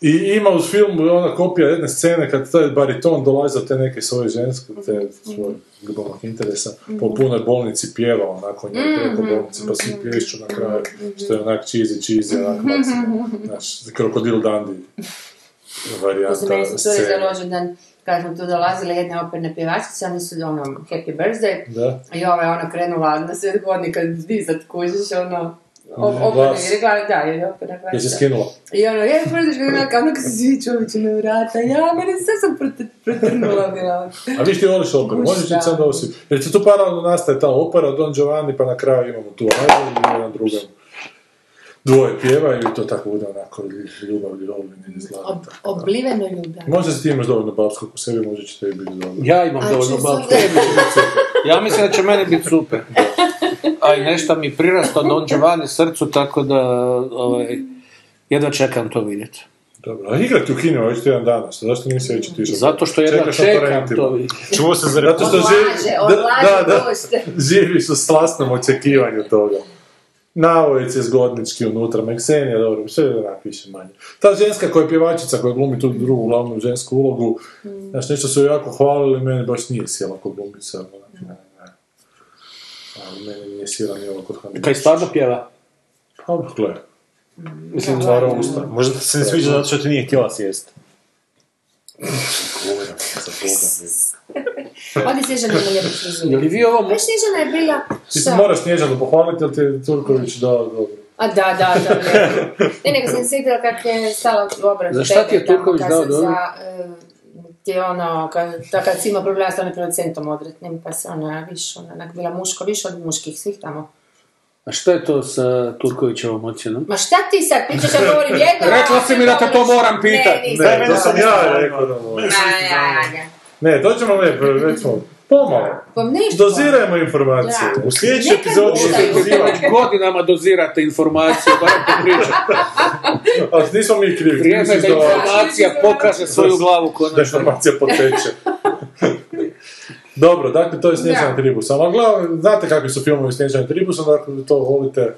[SPEAKER 6] I ima u filmu ona kopija jedne scene kad taj bariton dolazi do te neke svoje ženske, te svoje ljubavnog interesa, po punoj bolnici pjeva onako njoj preko bolnice, pa svi pješću na kraju, što je onak cheesy, cheesy, onak maksimum, znaš, krokodil dandi
[SPEAKER 2] Mislim, meni
[SPEAKER 6] varijanta
[SPEAKER 2] su to je za
[SPEAKER 6] scene.
[SPEAKER 2] rođendan, kad smo tu dolazile jedna operna pjevačica, oni su ono, happy birthday,
[SPEAKER 6] Da?
[SPEAKER 2] i ova je ona krenula na svetgodnika dizat, kužiš, ono, o- operna,
[SPEAKER 6] Glas.
[SPEAKER 2] i rekla, da, je operna
[SPEAKER 6] Jesi
[SPEAKER 2] pjevačica.
[SPEAKER 6] skinula?
[SPEAKER 2] I ono, je, prdiš ga, onako, ono kad se svi čovići na vrata, ja, meni sve sam prot- protrnula bila.
[SPEAKER 6] A vi ti voliš operu,
[SPEAKER 2] Kužiš,
[SPEAKER 6] možeš
[SPEAKER 2] da.
[SPEAKER 6] ići sad osim. Jer se tu paralelno nastaje ta opera, Don Giovanni, pa na kraju imamo tu Ajdu i jedan drugom. Dvoje pjevaju i to tako bude onako ljubav, ljubav, ili
[SPEAKER 2] Ob-
[SPEAKER 6] zlata.
[SPEAKER 2] Obliveno ljubav.
[SPEAKER 6] Možda si ti imaš dovoljno babskog u sebi, možda će tebi biti dobro.
[SPEAKER 5] Ja imam
[SPEAKER 2] A,
[SPEAKER 5] dovoljno
[SPEAKER 2] čisto
[SPEAKER 5] babke.
[SPEAKER 2] da.
[SPEAKER 5] Ja mislim da će meni biti super. A i nešto mi prirasta Don Giovanni srcu, tako da ovaj, jedva čekam to vidjeti.
[SPEAKER 6] Dobro, a igrati u kinima već jedan dana, što zašto nisi već otišao?
[SPEAKER 5] Zato što jedva
[SPEAKER 6] Čekaš na
[SPEAKER 5] čekam
[SPEAKER 6] torrentima.
[SPEAKER 5] to vidjeti.
[SPEAKER 3] Čuo se za
[SPEAKER 6] Zato što živi, da,
[SPEAKER 2] Odlaže,
[SPEAKER 6] da,
[SPEAKER 2] odlaže,
[SPEAKER 6] da,
[SPEAKER 2] došte.
[SPEAKER 6] živi su slasnom očekivanju toga. Navojec je zgodnički unutra, Meksenija, dobro, sve je onak više manje. Ta ženska koja je pjevačica, koja glumi tu drugu glavnu žensku ulogu, znaš, nešto su ju jako hvalili, meni baš nije sjela kod glumica, onak, ne, ne. Ali meni nije sjela ni ovo kod
[SPEAKER 5] Kaj
[SPEAKER 6] Hanimića.
[SPEAKER 5] stvarno pjeva?
[SPEAKER 6] Pa, gle,
[SPEAKER 5] Mislim,
[SPEAKER 6] stvara usta.
[SPEAKER 3] Možda ti se ne sviđa zato što ti nije htjela sjest.
[SPEAKER 6] Govorim, za Boga mi.
[SPEAKER 2] Ovdje Snježana ima lijepu frizuru.
[SPEAKER 5] je li vi ovo...
[SPEAKER 2] Pa Snježana je bila...
[SPEAKER 6] Ti se
[SPEAKER 2] šta?
[SPEAKER 6] moraš Snježanu pohvaliti, jer ti je Turković dao dobro.
[SPEAKER 2] A da, da, da. ne. Ne, nego sam se vidjela kako je stala u obranu
[SPEAKER 5] Za šta ti je
[SPEAKER 2] tebe, tamo
[SPEAKER 5] Turković
[SPEAKER 2] kad
[SPEAKER 5] dao
[SPEAKER 2] se
[SPEAKER 5] dobro?
[SPEAKER 2] za, e, Ti je ono, kad, da kad si imao problema sa onim producentom odretnim, pa se ona više, ona onak bila muško, više od muških svih tamo.
[SPEAKER 5] A što je to sa Turkovićevom ocjenom?
[SPEAKER 2] Ma šta ti sad pričaš, ja govorim jedno... a
[SPEAKER 5] Rekla
[SPEAKER 2] ti
[SPEAKER 5] si mi da te to
[SPEAKER 2] govoriš-
[SPEAKER 5] moram pitat.
[SPEAKER 2] Ne, nisam.
[SPEAKER 6] Ne, to sam ja
[SPEAKER 3] isto
[SPEAKER 6] rekao da moram.
[SPEAKER 2] Ma, ja, ja.
[SPEAKER 6] Ne, dođemo lijepo, već smo pomalo.
[SPEAKER 2] Pa nešto.
[SPEAKER 6] Dozirajmo informacije.
[SPEAKER 2] Da.
[SPEAKER 6] U sljedećoj
[SPEAKER 2] Nekad
[SPEAKER 6] epizodi
[SPEAKER 2] možda
[SPEAKER 6] ćete
[SPEAKER 2] i
[SPEAKER 6] dozirati.
[SPEAKER 5] Godinama dozirate informacije, barem po priču.
[SPEAKER 6] A nismo mi krivi. krivi
[SPEAKER 5] Vrijeme
[SPEAKER 6] su
[SPEAKER 5] da
[SPEAKER 6] izdavači.
[SPEAKER 2] Znači
[SPEAKER 5] informacija pokaže svoju glavu
[SPEAKER 6] Da
[SPEAKER 5] konačno.
[SPEAKER 6] informacija poteče. Dobro, dakle, to je Snježan
[SPEAKER 2] Da.
[SPEAKER 6] Tribus. Ali gledam, znate kakvi su filmovi Snježan Tribus, dakle, vi to volite.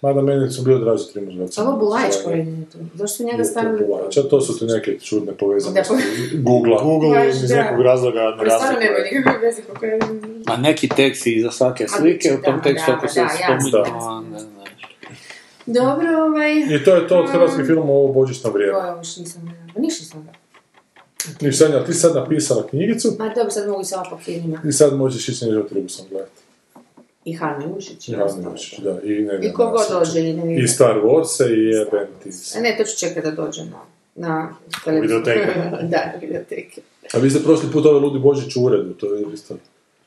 [SPEAKER 6] Mada meni su bili draži tri muževci.
[SPEAKER 2] Ovo Bulajić koji je tu. Zašto su njega stavili?
[SPEAKER 6] To su ti neke čudne povezanosti.
[SPEAKER 2] Da,
[SPEAKER 6] Googla.
[SPEAKER 3] Google iz
[SPEAKER 2] Da.
[SPEAKER 3] nekog razloga ne
[SPEAKER 2] Ali stvarno
[SPEAKER 3] razlikuje.
[SPEAKER 2] nema nikakve veze kako je...
[SPEAKER 5] A neki tekst iza svake slike, u tom
[SPEAKER 2] da,
[SPEAKER 5] tekstu
[SPEAKER 2] da,
[SPEAKER 5] ako se
[SPEAKER 2] da, jasno,
[SPEAKER 5] spominje,
[SPEAKER 2] jasno.
[SPEAKER 5] onda znaš.
[SPEAKER 2] Dobro, ovaj...
[SPEAKER 6] I to je to od hrvatskih filmova u ovo božićno vrijeme.
[SPEAKER 2] Ovo još nisam... Pa ništa sam ga.
[SPEAKER 6] I Sanja, ti sad napisala knjigicu
[SPEAKER 2] Ma dobro, sad mogu i samo po filmima.
[SPEAKER 6] i sad možeš ići nežu tribu sam gledati.
[SPEAKER 2] I Hanu Mušić.
[SPEAKER 6] I Razni Vučić, da. I, ne
[SPEAKER 2] I
[SPEAKER 6] znam,
[SPEAKER 2] ko god
[SPEAKER 6] Nasilče.
[SPEAKER 2] dođe i ne
[SPEAKER 6] I
[SPEAKER 2] vidim.
[SPEAKER 6] Star Wars i jebem ti. se.
[SPEAKER 2] E, Ne, to ću čekati da dođe na... Na
[SPEAKER 3] videoteke.
[SPEAKER 2] da, videoteke.
[SPEAKER 6] A vi ste prošli put ovaj Ludi Božić u uredu, to je isto.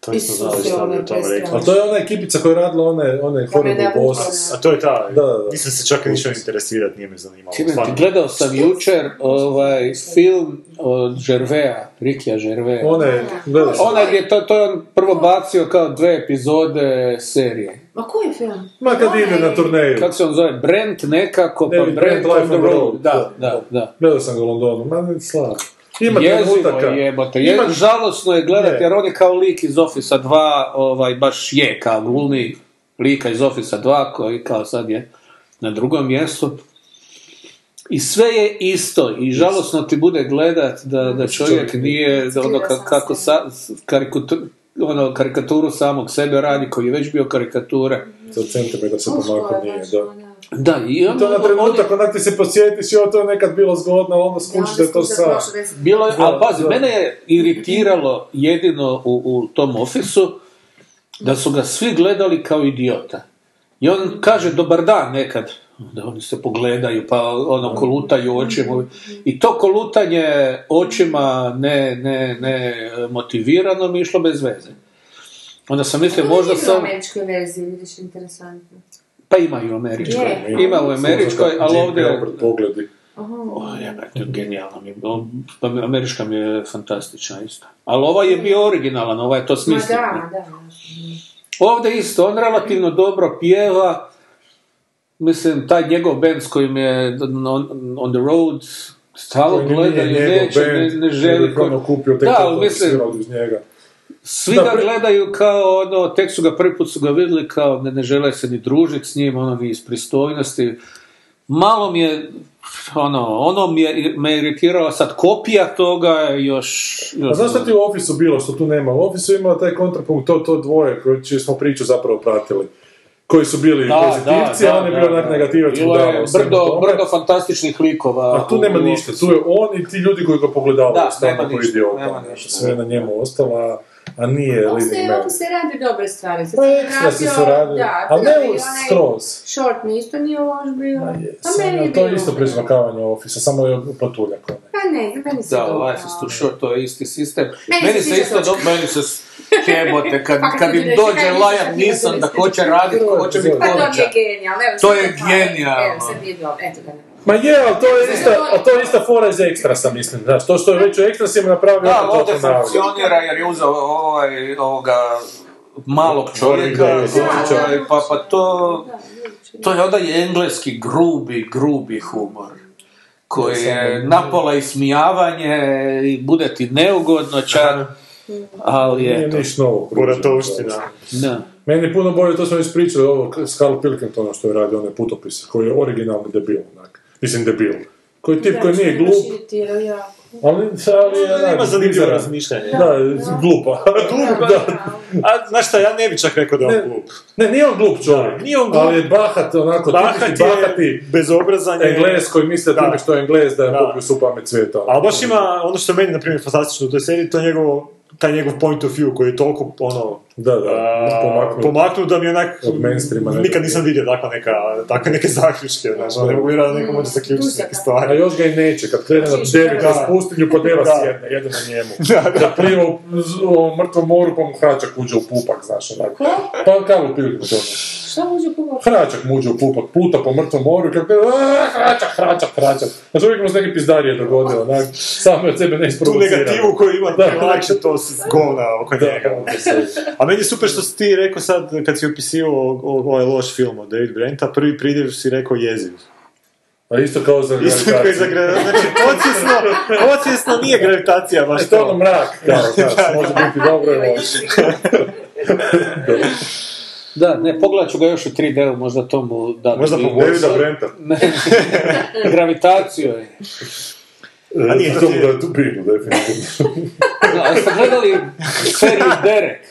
[SPEAKER 3] To isto
[SPEAKER 2] Isuse,
[SPEAKER 3] znali šta
[SPEAKER 2] ono
[SPEAKER 3] bi o
[SPEAKER 2] je
[SPEAKER 3] tome rekli.
[SPEAKER 6] A to je ona ekipica koja je radila one, one Horrible
[SPEAKER 2] ne budu
[SPEAKER 6] Bosses.
[SPEAKER 2] ona.
[SPEAKER 3] A to je ta,
[SPEAKER 6] Da, da, da.
[SPEAKER 3] nisam se čak išao interesirati, nije me zanimalo.
[SPEAKER 5] Čime ti
[SPEAKER 3] stvarno.
[SPEAKER 5] gledao sam jučer ovaj film od Žervea, Rikija Žervea.
[SPEAKER 6] One, gledaj se.
[SPEAKER 5] Onaj gdje to, to je on prvo bacio kao dve epizode serije.
[SPEAKER 2] Ma koji film?
[SPEAKER 6] Ma kad ide na turneju.
[SPEAKER 5] Kako se on zove? Brent nekako,
[SPEAKER 6] Ne,
[SPEAKER 5] pa
[SPEAKER 6] Brent
[SPEAKER 5] Brent
[SPEAKER 6] Life
[SPEAKER 5] on the road. Da, da, da.
[SPEAKER 6] Gledao sam ga u Londonu, ma ne slabo. Ima
[SPEAKER 5] Jezivo
[SPEAKER 6] trenutaka.
[SPEAKER 5] jebote. Je, žalosno je gledati,
[SPEAKER 6] Ne.
[SPEAKER 5] jer on je kao lik iz Office 2, ovaj, baš je kao glumi lika iz Office 2, koji kao sad je na drugom mjestu. I sve je isto i žalosno ti bude gledat da, da čovjek nije da ono ka- kako sa, karikatu- ono, karikaturu samog sebe radi koji je već bio karikatura.
[SPEAKER 6] Za centimetar se pomako nije, da.
[SPEAKER 5] Da, i on,
[SPEAKER 6] To je na
[SPEAKER 5] on- on je-
[SPEAKER 6] trenutak, onak ti se posjetiš, jo, to je nekad bilo zgodno, ali onda skučiš da je to sad.
[SPEAKER 2] да
[SPEAKER 5] Bilo je, ali pazi,
[SPEAKER 6] Da.
[SPEAKER 5] mene je iritiralo jedino u, u tom ofisu da su ga svi gledali kao idiota. I on kaže dobar dan nekad. Da oni se pogledaju, pa ono kolutaju očima. I to kolutanje očima ne, ne, ne motivirano mi je išlo bez veze. Onda sam mislio, možda sam...
[SPEAKER 2] U američkoj verziji, vidiš, interesantno.
[SPEAKER 5] Pa ima i u Američkoj.
[SPEAKER 2] Je.
[SPEAKER 5] Ima u Američkoj, ali ovdje...
[SPEAKER 6] Pogledi.
[SPEAKER 5] O, jebote, genijalno mi je. O, pa mi- Američka mi je fantastična isto. Ali ova je bio originalan, ova je to
[SPEAKER 2] Ma
[SPEAKER 5] smislio.
[SPEAKER 2] da, da.
[SPEAKER 5] Ovdje isto, on relativno dobro pjeva. Mislim, taj njegov band s kojim je on, on the road stalo
[SPEAKER 6] Koji
[SPEAKER 5] gleda i
[SPEAKER 6] nije njegov
[SPEAKER 5] neće, ne,
[SPEAKER 6] band,
[SPEAKER 5] ne
[SPEAKER 6] nego
[SPEAKER 5] želi.
[SPEAKER 6] ih ono kupio tek
[SPEAKER 5] da,
[SPEAKER 6] tako
[SPEAKER 5] ali mislim,
[SPEAKER 6] svirali uz njega.
[SPEAKER 5] svi
[SPEAKER 6] Da,
[SPEAKER 5] ga
[SPEAKER 6] pri-
[SPEAKER 5] gledaju kao ono, tek su ga prvi put su ga vidjeli kao ne, ne žele se ni družiti s njim, ono ni iz pristojnosti. Malo mi je, ono, ono mi je, me iritiralo sad kopija toga je još...
[SPEAKER 6] A
[SPEAKER 5] još
[SPEAKER 6] znaš šta ti u ofisu bilo, što tu nema? U ofisu ima taj kontrapunkt, to, to dvoje, koji čiju smo priču zapravo pratili. Koji su bili pozitivci, a on je bio onak negativac.
[SPEAKER 5] Bilo
[SPEAKER 6] budala
[SPEAKER 5] je
[SPEAKER 6] u svemu
[SPEAKER 5] brdo,
[SPEAKER 6] tome.
[SPEAKER 5] brdo fantastičnih likova.
[SPEAKER 6] A tu nema
[SPEAKER 5] u-
[SPEAKER 6] ništa, tu je on i ti ljudi koji ga pogledavaju
[SPEAKER 5] Da,
[SPEAKER 6] stalno
[SPEAKER 5] nema
[SPEAKER 6] koji
[SPEAKER 5] ništa,
[SPEAKER 6] idiota.
[SPEAKER 5] nema
[SPEAKER 6] znaš,
[SPEAKER 5] ništa.
[SPEAKER 6] Sve na njemu ostalo, a, a nije
[SPEAKER 2] Ovo se,
[SPEAKER 6] leading man.
[SPEAKER 3] да.
[SPEAKER 2] ovo se radi dobre stvari. Sad
[SPEAKER 6] Pa
[SPEAKER 2] sam
[SPEAKER 6] ekstra si
[SPEAKER 2] radio-
[SPEAKER 6] su radili,
[SPEAKER 2] Da,
[SPEAKER 6] ali
[SPEAKER 2] da,
[SPEAKER 6] ne
[SPEAKER 2] i
[SPEAKER 6] u-
[SPEAKER 2] onaj
[SPEAKER 6] skroz.
[SPEAKER 2] Short mi isto nije loš bio.
[SPEAKER 6] Ma je,
[SPEAKER 2] Pa
[SPEAKER 6] sve,
[SPEAKER 2] meni je
[SPEAKER 6] to je
[SPEAKER 2] bio
[SPEAKER 6] isto
[SPEAKER 2] ok.
[SPEAKER 6] preznakavanje ofisa, samo je ono. patuljak onaj.
[SPEAKER 2] Pa ne, meni se
[SPEAKER 5] Da,
[SPEAKER 2] dobro.
[SPEAKER 5] ovaj se slušao, to je isti sistem.
[SPEAKER 2] Meni
[SPEAKER 5] Meni,
[SPEAKER 2] se
[SPEAKER 5] se
[SPEAKER 2] sviđa
[SPEAKER 5] isto
[SPEAKER 2] točka.
[SPEAKER 5] dobro, meni se s- jebote, kad,
[SPEAKER 2] Pa kad
[SPEAKER 5] kad
[SPEAKER 2] ti
[SPEAKER 5] im
[SPEAKER 2] dođe,
[SPEAKER 5] dođe
[SPEAKER 2] kaj
[SPEAKER 5] lajan
[SPEAKER 2] nisam,
[SPEAKER 5] nisam da
[SPEAKER 2] nisam,
[SPEAKER 5] hoće raditi, ko hoće biti
[SPEAKER 2] Pa to
[SPEAKER 5] konačan.
[SPEAKER 2] je genijalno. evo,
[SPEAKER 5] To
[SPEAKER 2] sad
[SPEAKER 5] je
[SPEAKER 2] hvala,
[SPEAKER 5] genijalno.
[SPEAKER 2] Evo, sad nije dobro, eto ga ne.
[SPEAKER 6] Ma je, ali to je ista, ali to je ista fora iz ekstrasa, mislim. Znaš, to što je već u ekstrasima napravio,
[SPEAKER 5] Da,
[SPEAKER 6] opet to
[SPEAKER 5] ovdje
[SPEAKER 6] ponavlja.
[SPEAKER 5] funkcionira jer je uzeo ovaj, ovoga malog čovjeka,
[SPEAKER 6] Da,
[SPEAKER 5] Vučića, pa, pa to, to je onda je engleski grubi, grubi humor koji je napola ismijavanje i bude ti neugodno čak, ali
[SPEAKER 6] Nije
[SPEAKER 5] je
[SPEAKER 6] niš novo. pruženo.
[SPEAKER 3] Buratovština.
[SPEAKER 5] Da.
[SPEAKER 6] Meni je puno bolje, to smo već pričali, ovo s Carl Pilkingtonom što je radio onaj putopis, koji je originalni debil, onak. Mislim, debil. Koji je tip koji nije glup, ali, ali je,
[SPEAKER 3] Ima
[SPEAKER 6] onak,
[SPEAKER 3] zanimljivo
[SPEAKER 6] bizaran.
[SPEAKER 3] razmišljanje.
[SPEAKER 6] Da, glupa. Glupa, da.
[SPEAKER 3] A znaš šta, ja ne bi čak rekao da je
[SPEAKER 6] Ne.
[SPEAKER 3] on glup.
[SPEAKER 6] Ne, nije on glup čovjek.
[SPEAKER 3] Da, nije on glup.
[SPEAKER 6] Ali je bahat, onako,
[SPEAKER 3] Bahati
[SPEAKER 6] tipični bahati
[SPEAKER 3] je, bezobrazan je.
[SPEAKER 6] Englez koji misle
[SPEAKER 3] Da.
[SPEAKER 6] da. što je Englez da je
[SPEAKER 3] Da.
[SPEAKER 6] popio su pamet svijeta.
[SPEAKER 3] Ali baš ima, ono što je meni, na primjer, fantastično u toj seriji, to je njegovo, taj njegov point of view koji je toliko, ono,
[SPEAKER 6] Da, da,
[SPEAKER 3] a,
[SPEAKER 6] pomaknut.
[SPEAKER 3] pomaknut da mi je onak,
[SPEAKER 6] Od mainstreama, ne
[SPEAKER 3] nikad
[SPEAKER 6] znam.
[SPEAKER 3] nisam vidio takva neka, takve neke zaključke, znaš, ono, ne mogu vjerati da neko može zaključiti neke
[SPEAKER 6] A
[SPEAKER 3] stvari.
[SPEAKER 6] još ga i neće, kad krene na devet
[SPEAKER 3] Znači, Da.
[SPEAKER 6] kroz pustinju, kod deva
[SPEAKER 3] Da.
[SPEAKER 6] sjedne, jede na njemu. Kad pliva u, z- u mrtvom moru, pa mu hračak uđe u pupak, znaš, onako. Pa on kao u piliku to.
[SPEAKER 2] Šta uđe kupo?
[SPEAKER 6] Hračak mu uđe u pupak, pluta po mrtvom moru i kako je, "Aaa, hračak, hračak, hračak. Znači uvijek mu se neke pizdarije dogodilo, onak, samo je od sebe ne
[SPEAKER 3] Tu
[SPEAKER 6] isprovocira.
[SPEAKER 3] negativu koju ima,
[SPEAKER 6] Da.
[SPEAKER 3] lakše to se zgovna oko
[SPEAKER 6] Da,
[SPEAKER 3] njega. A meni je super što si ti rekao sad, kad si opisivao o- o- ovaj loš film od David Brenta, prvi pridjev si rekao jeziv.
[SPEAKER 6] A Pa isto kao za
[SPEAKER 3] Isto kao i za
[SPEAKER 6] gravitaciju.
[SPEAKER 3] gra- Znači, podsvjesno, podsvjesno nije gravitacija baš
[SPEAKER 6] E, to je ono
[SPEAKER 3] to.
[SPEAKER 6] mrak, kao, znaš, može biti dobro i loše.
[SPEAKER 5] Da, ne, pogledat ću ga još u 3D-u, možda to mu da...
[SPEAKER 3] Možda
[SPEAKER 5] i-
[SPEAKER 3] poboljša.
[SPEAKER 4] Davida Brenta.
[SPEAKER 5] Ne. Gravitaciju je.
[SPEAKER 4] A
[SPEAKER 6] E,
[SPEAKER 3] nije
[SPEAKER 4] nije
[SPEAKER 3] to-
[SPEAKER 4] to mu da tu brigu, definitivno.
[SPEAKER 5] Da, ali ste gledali seriju Derek.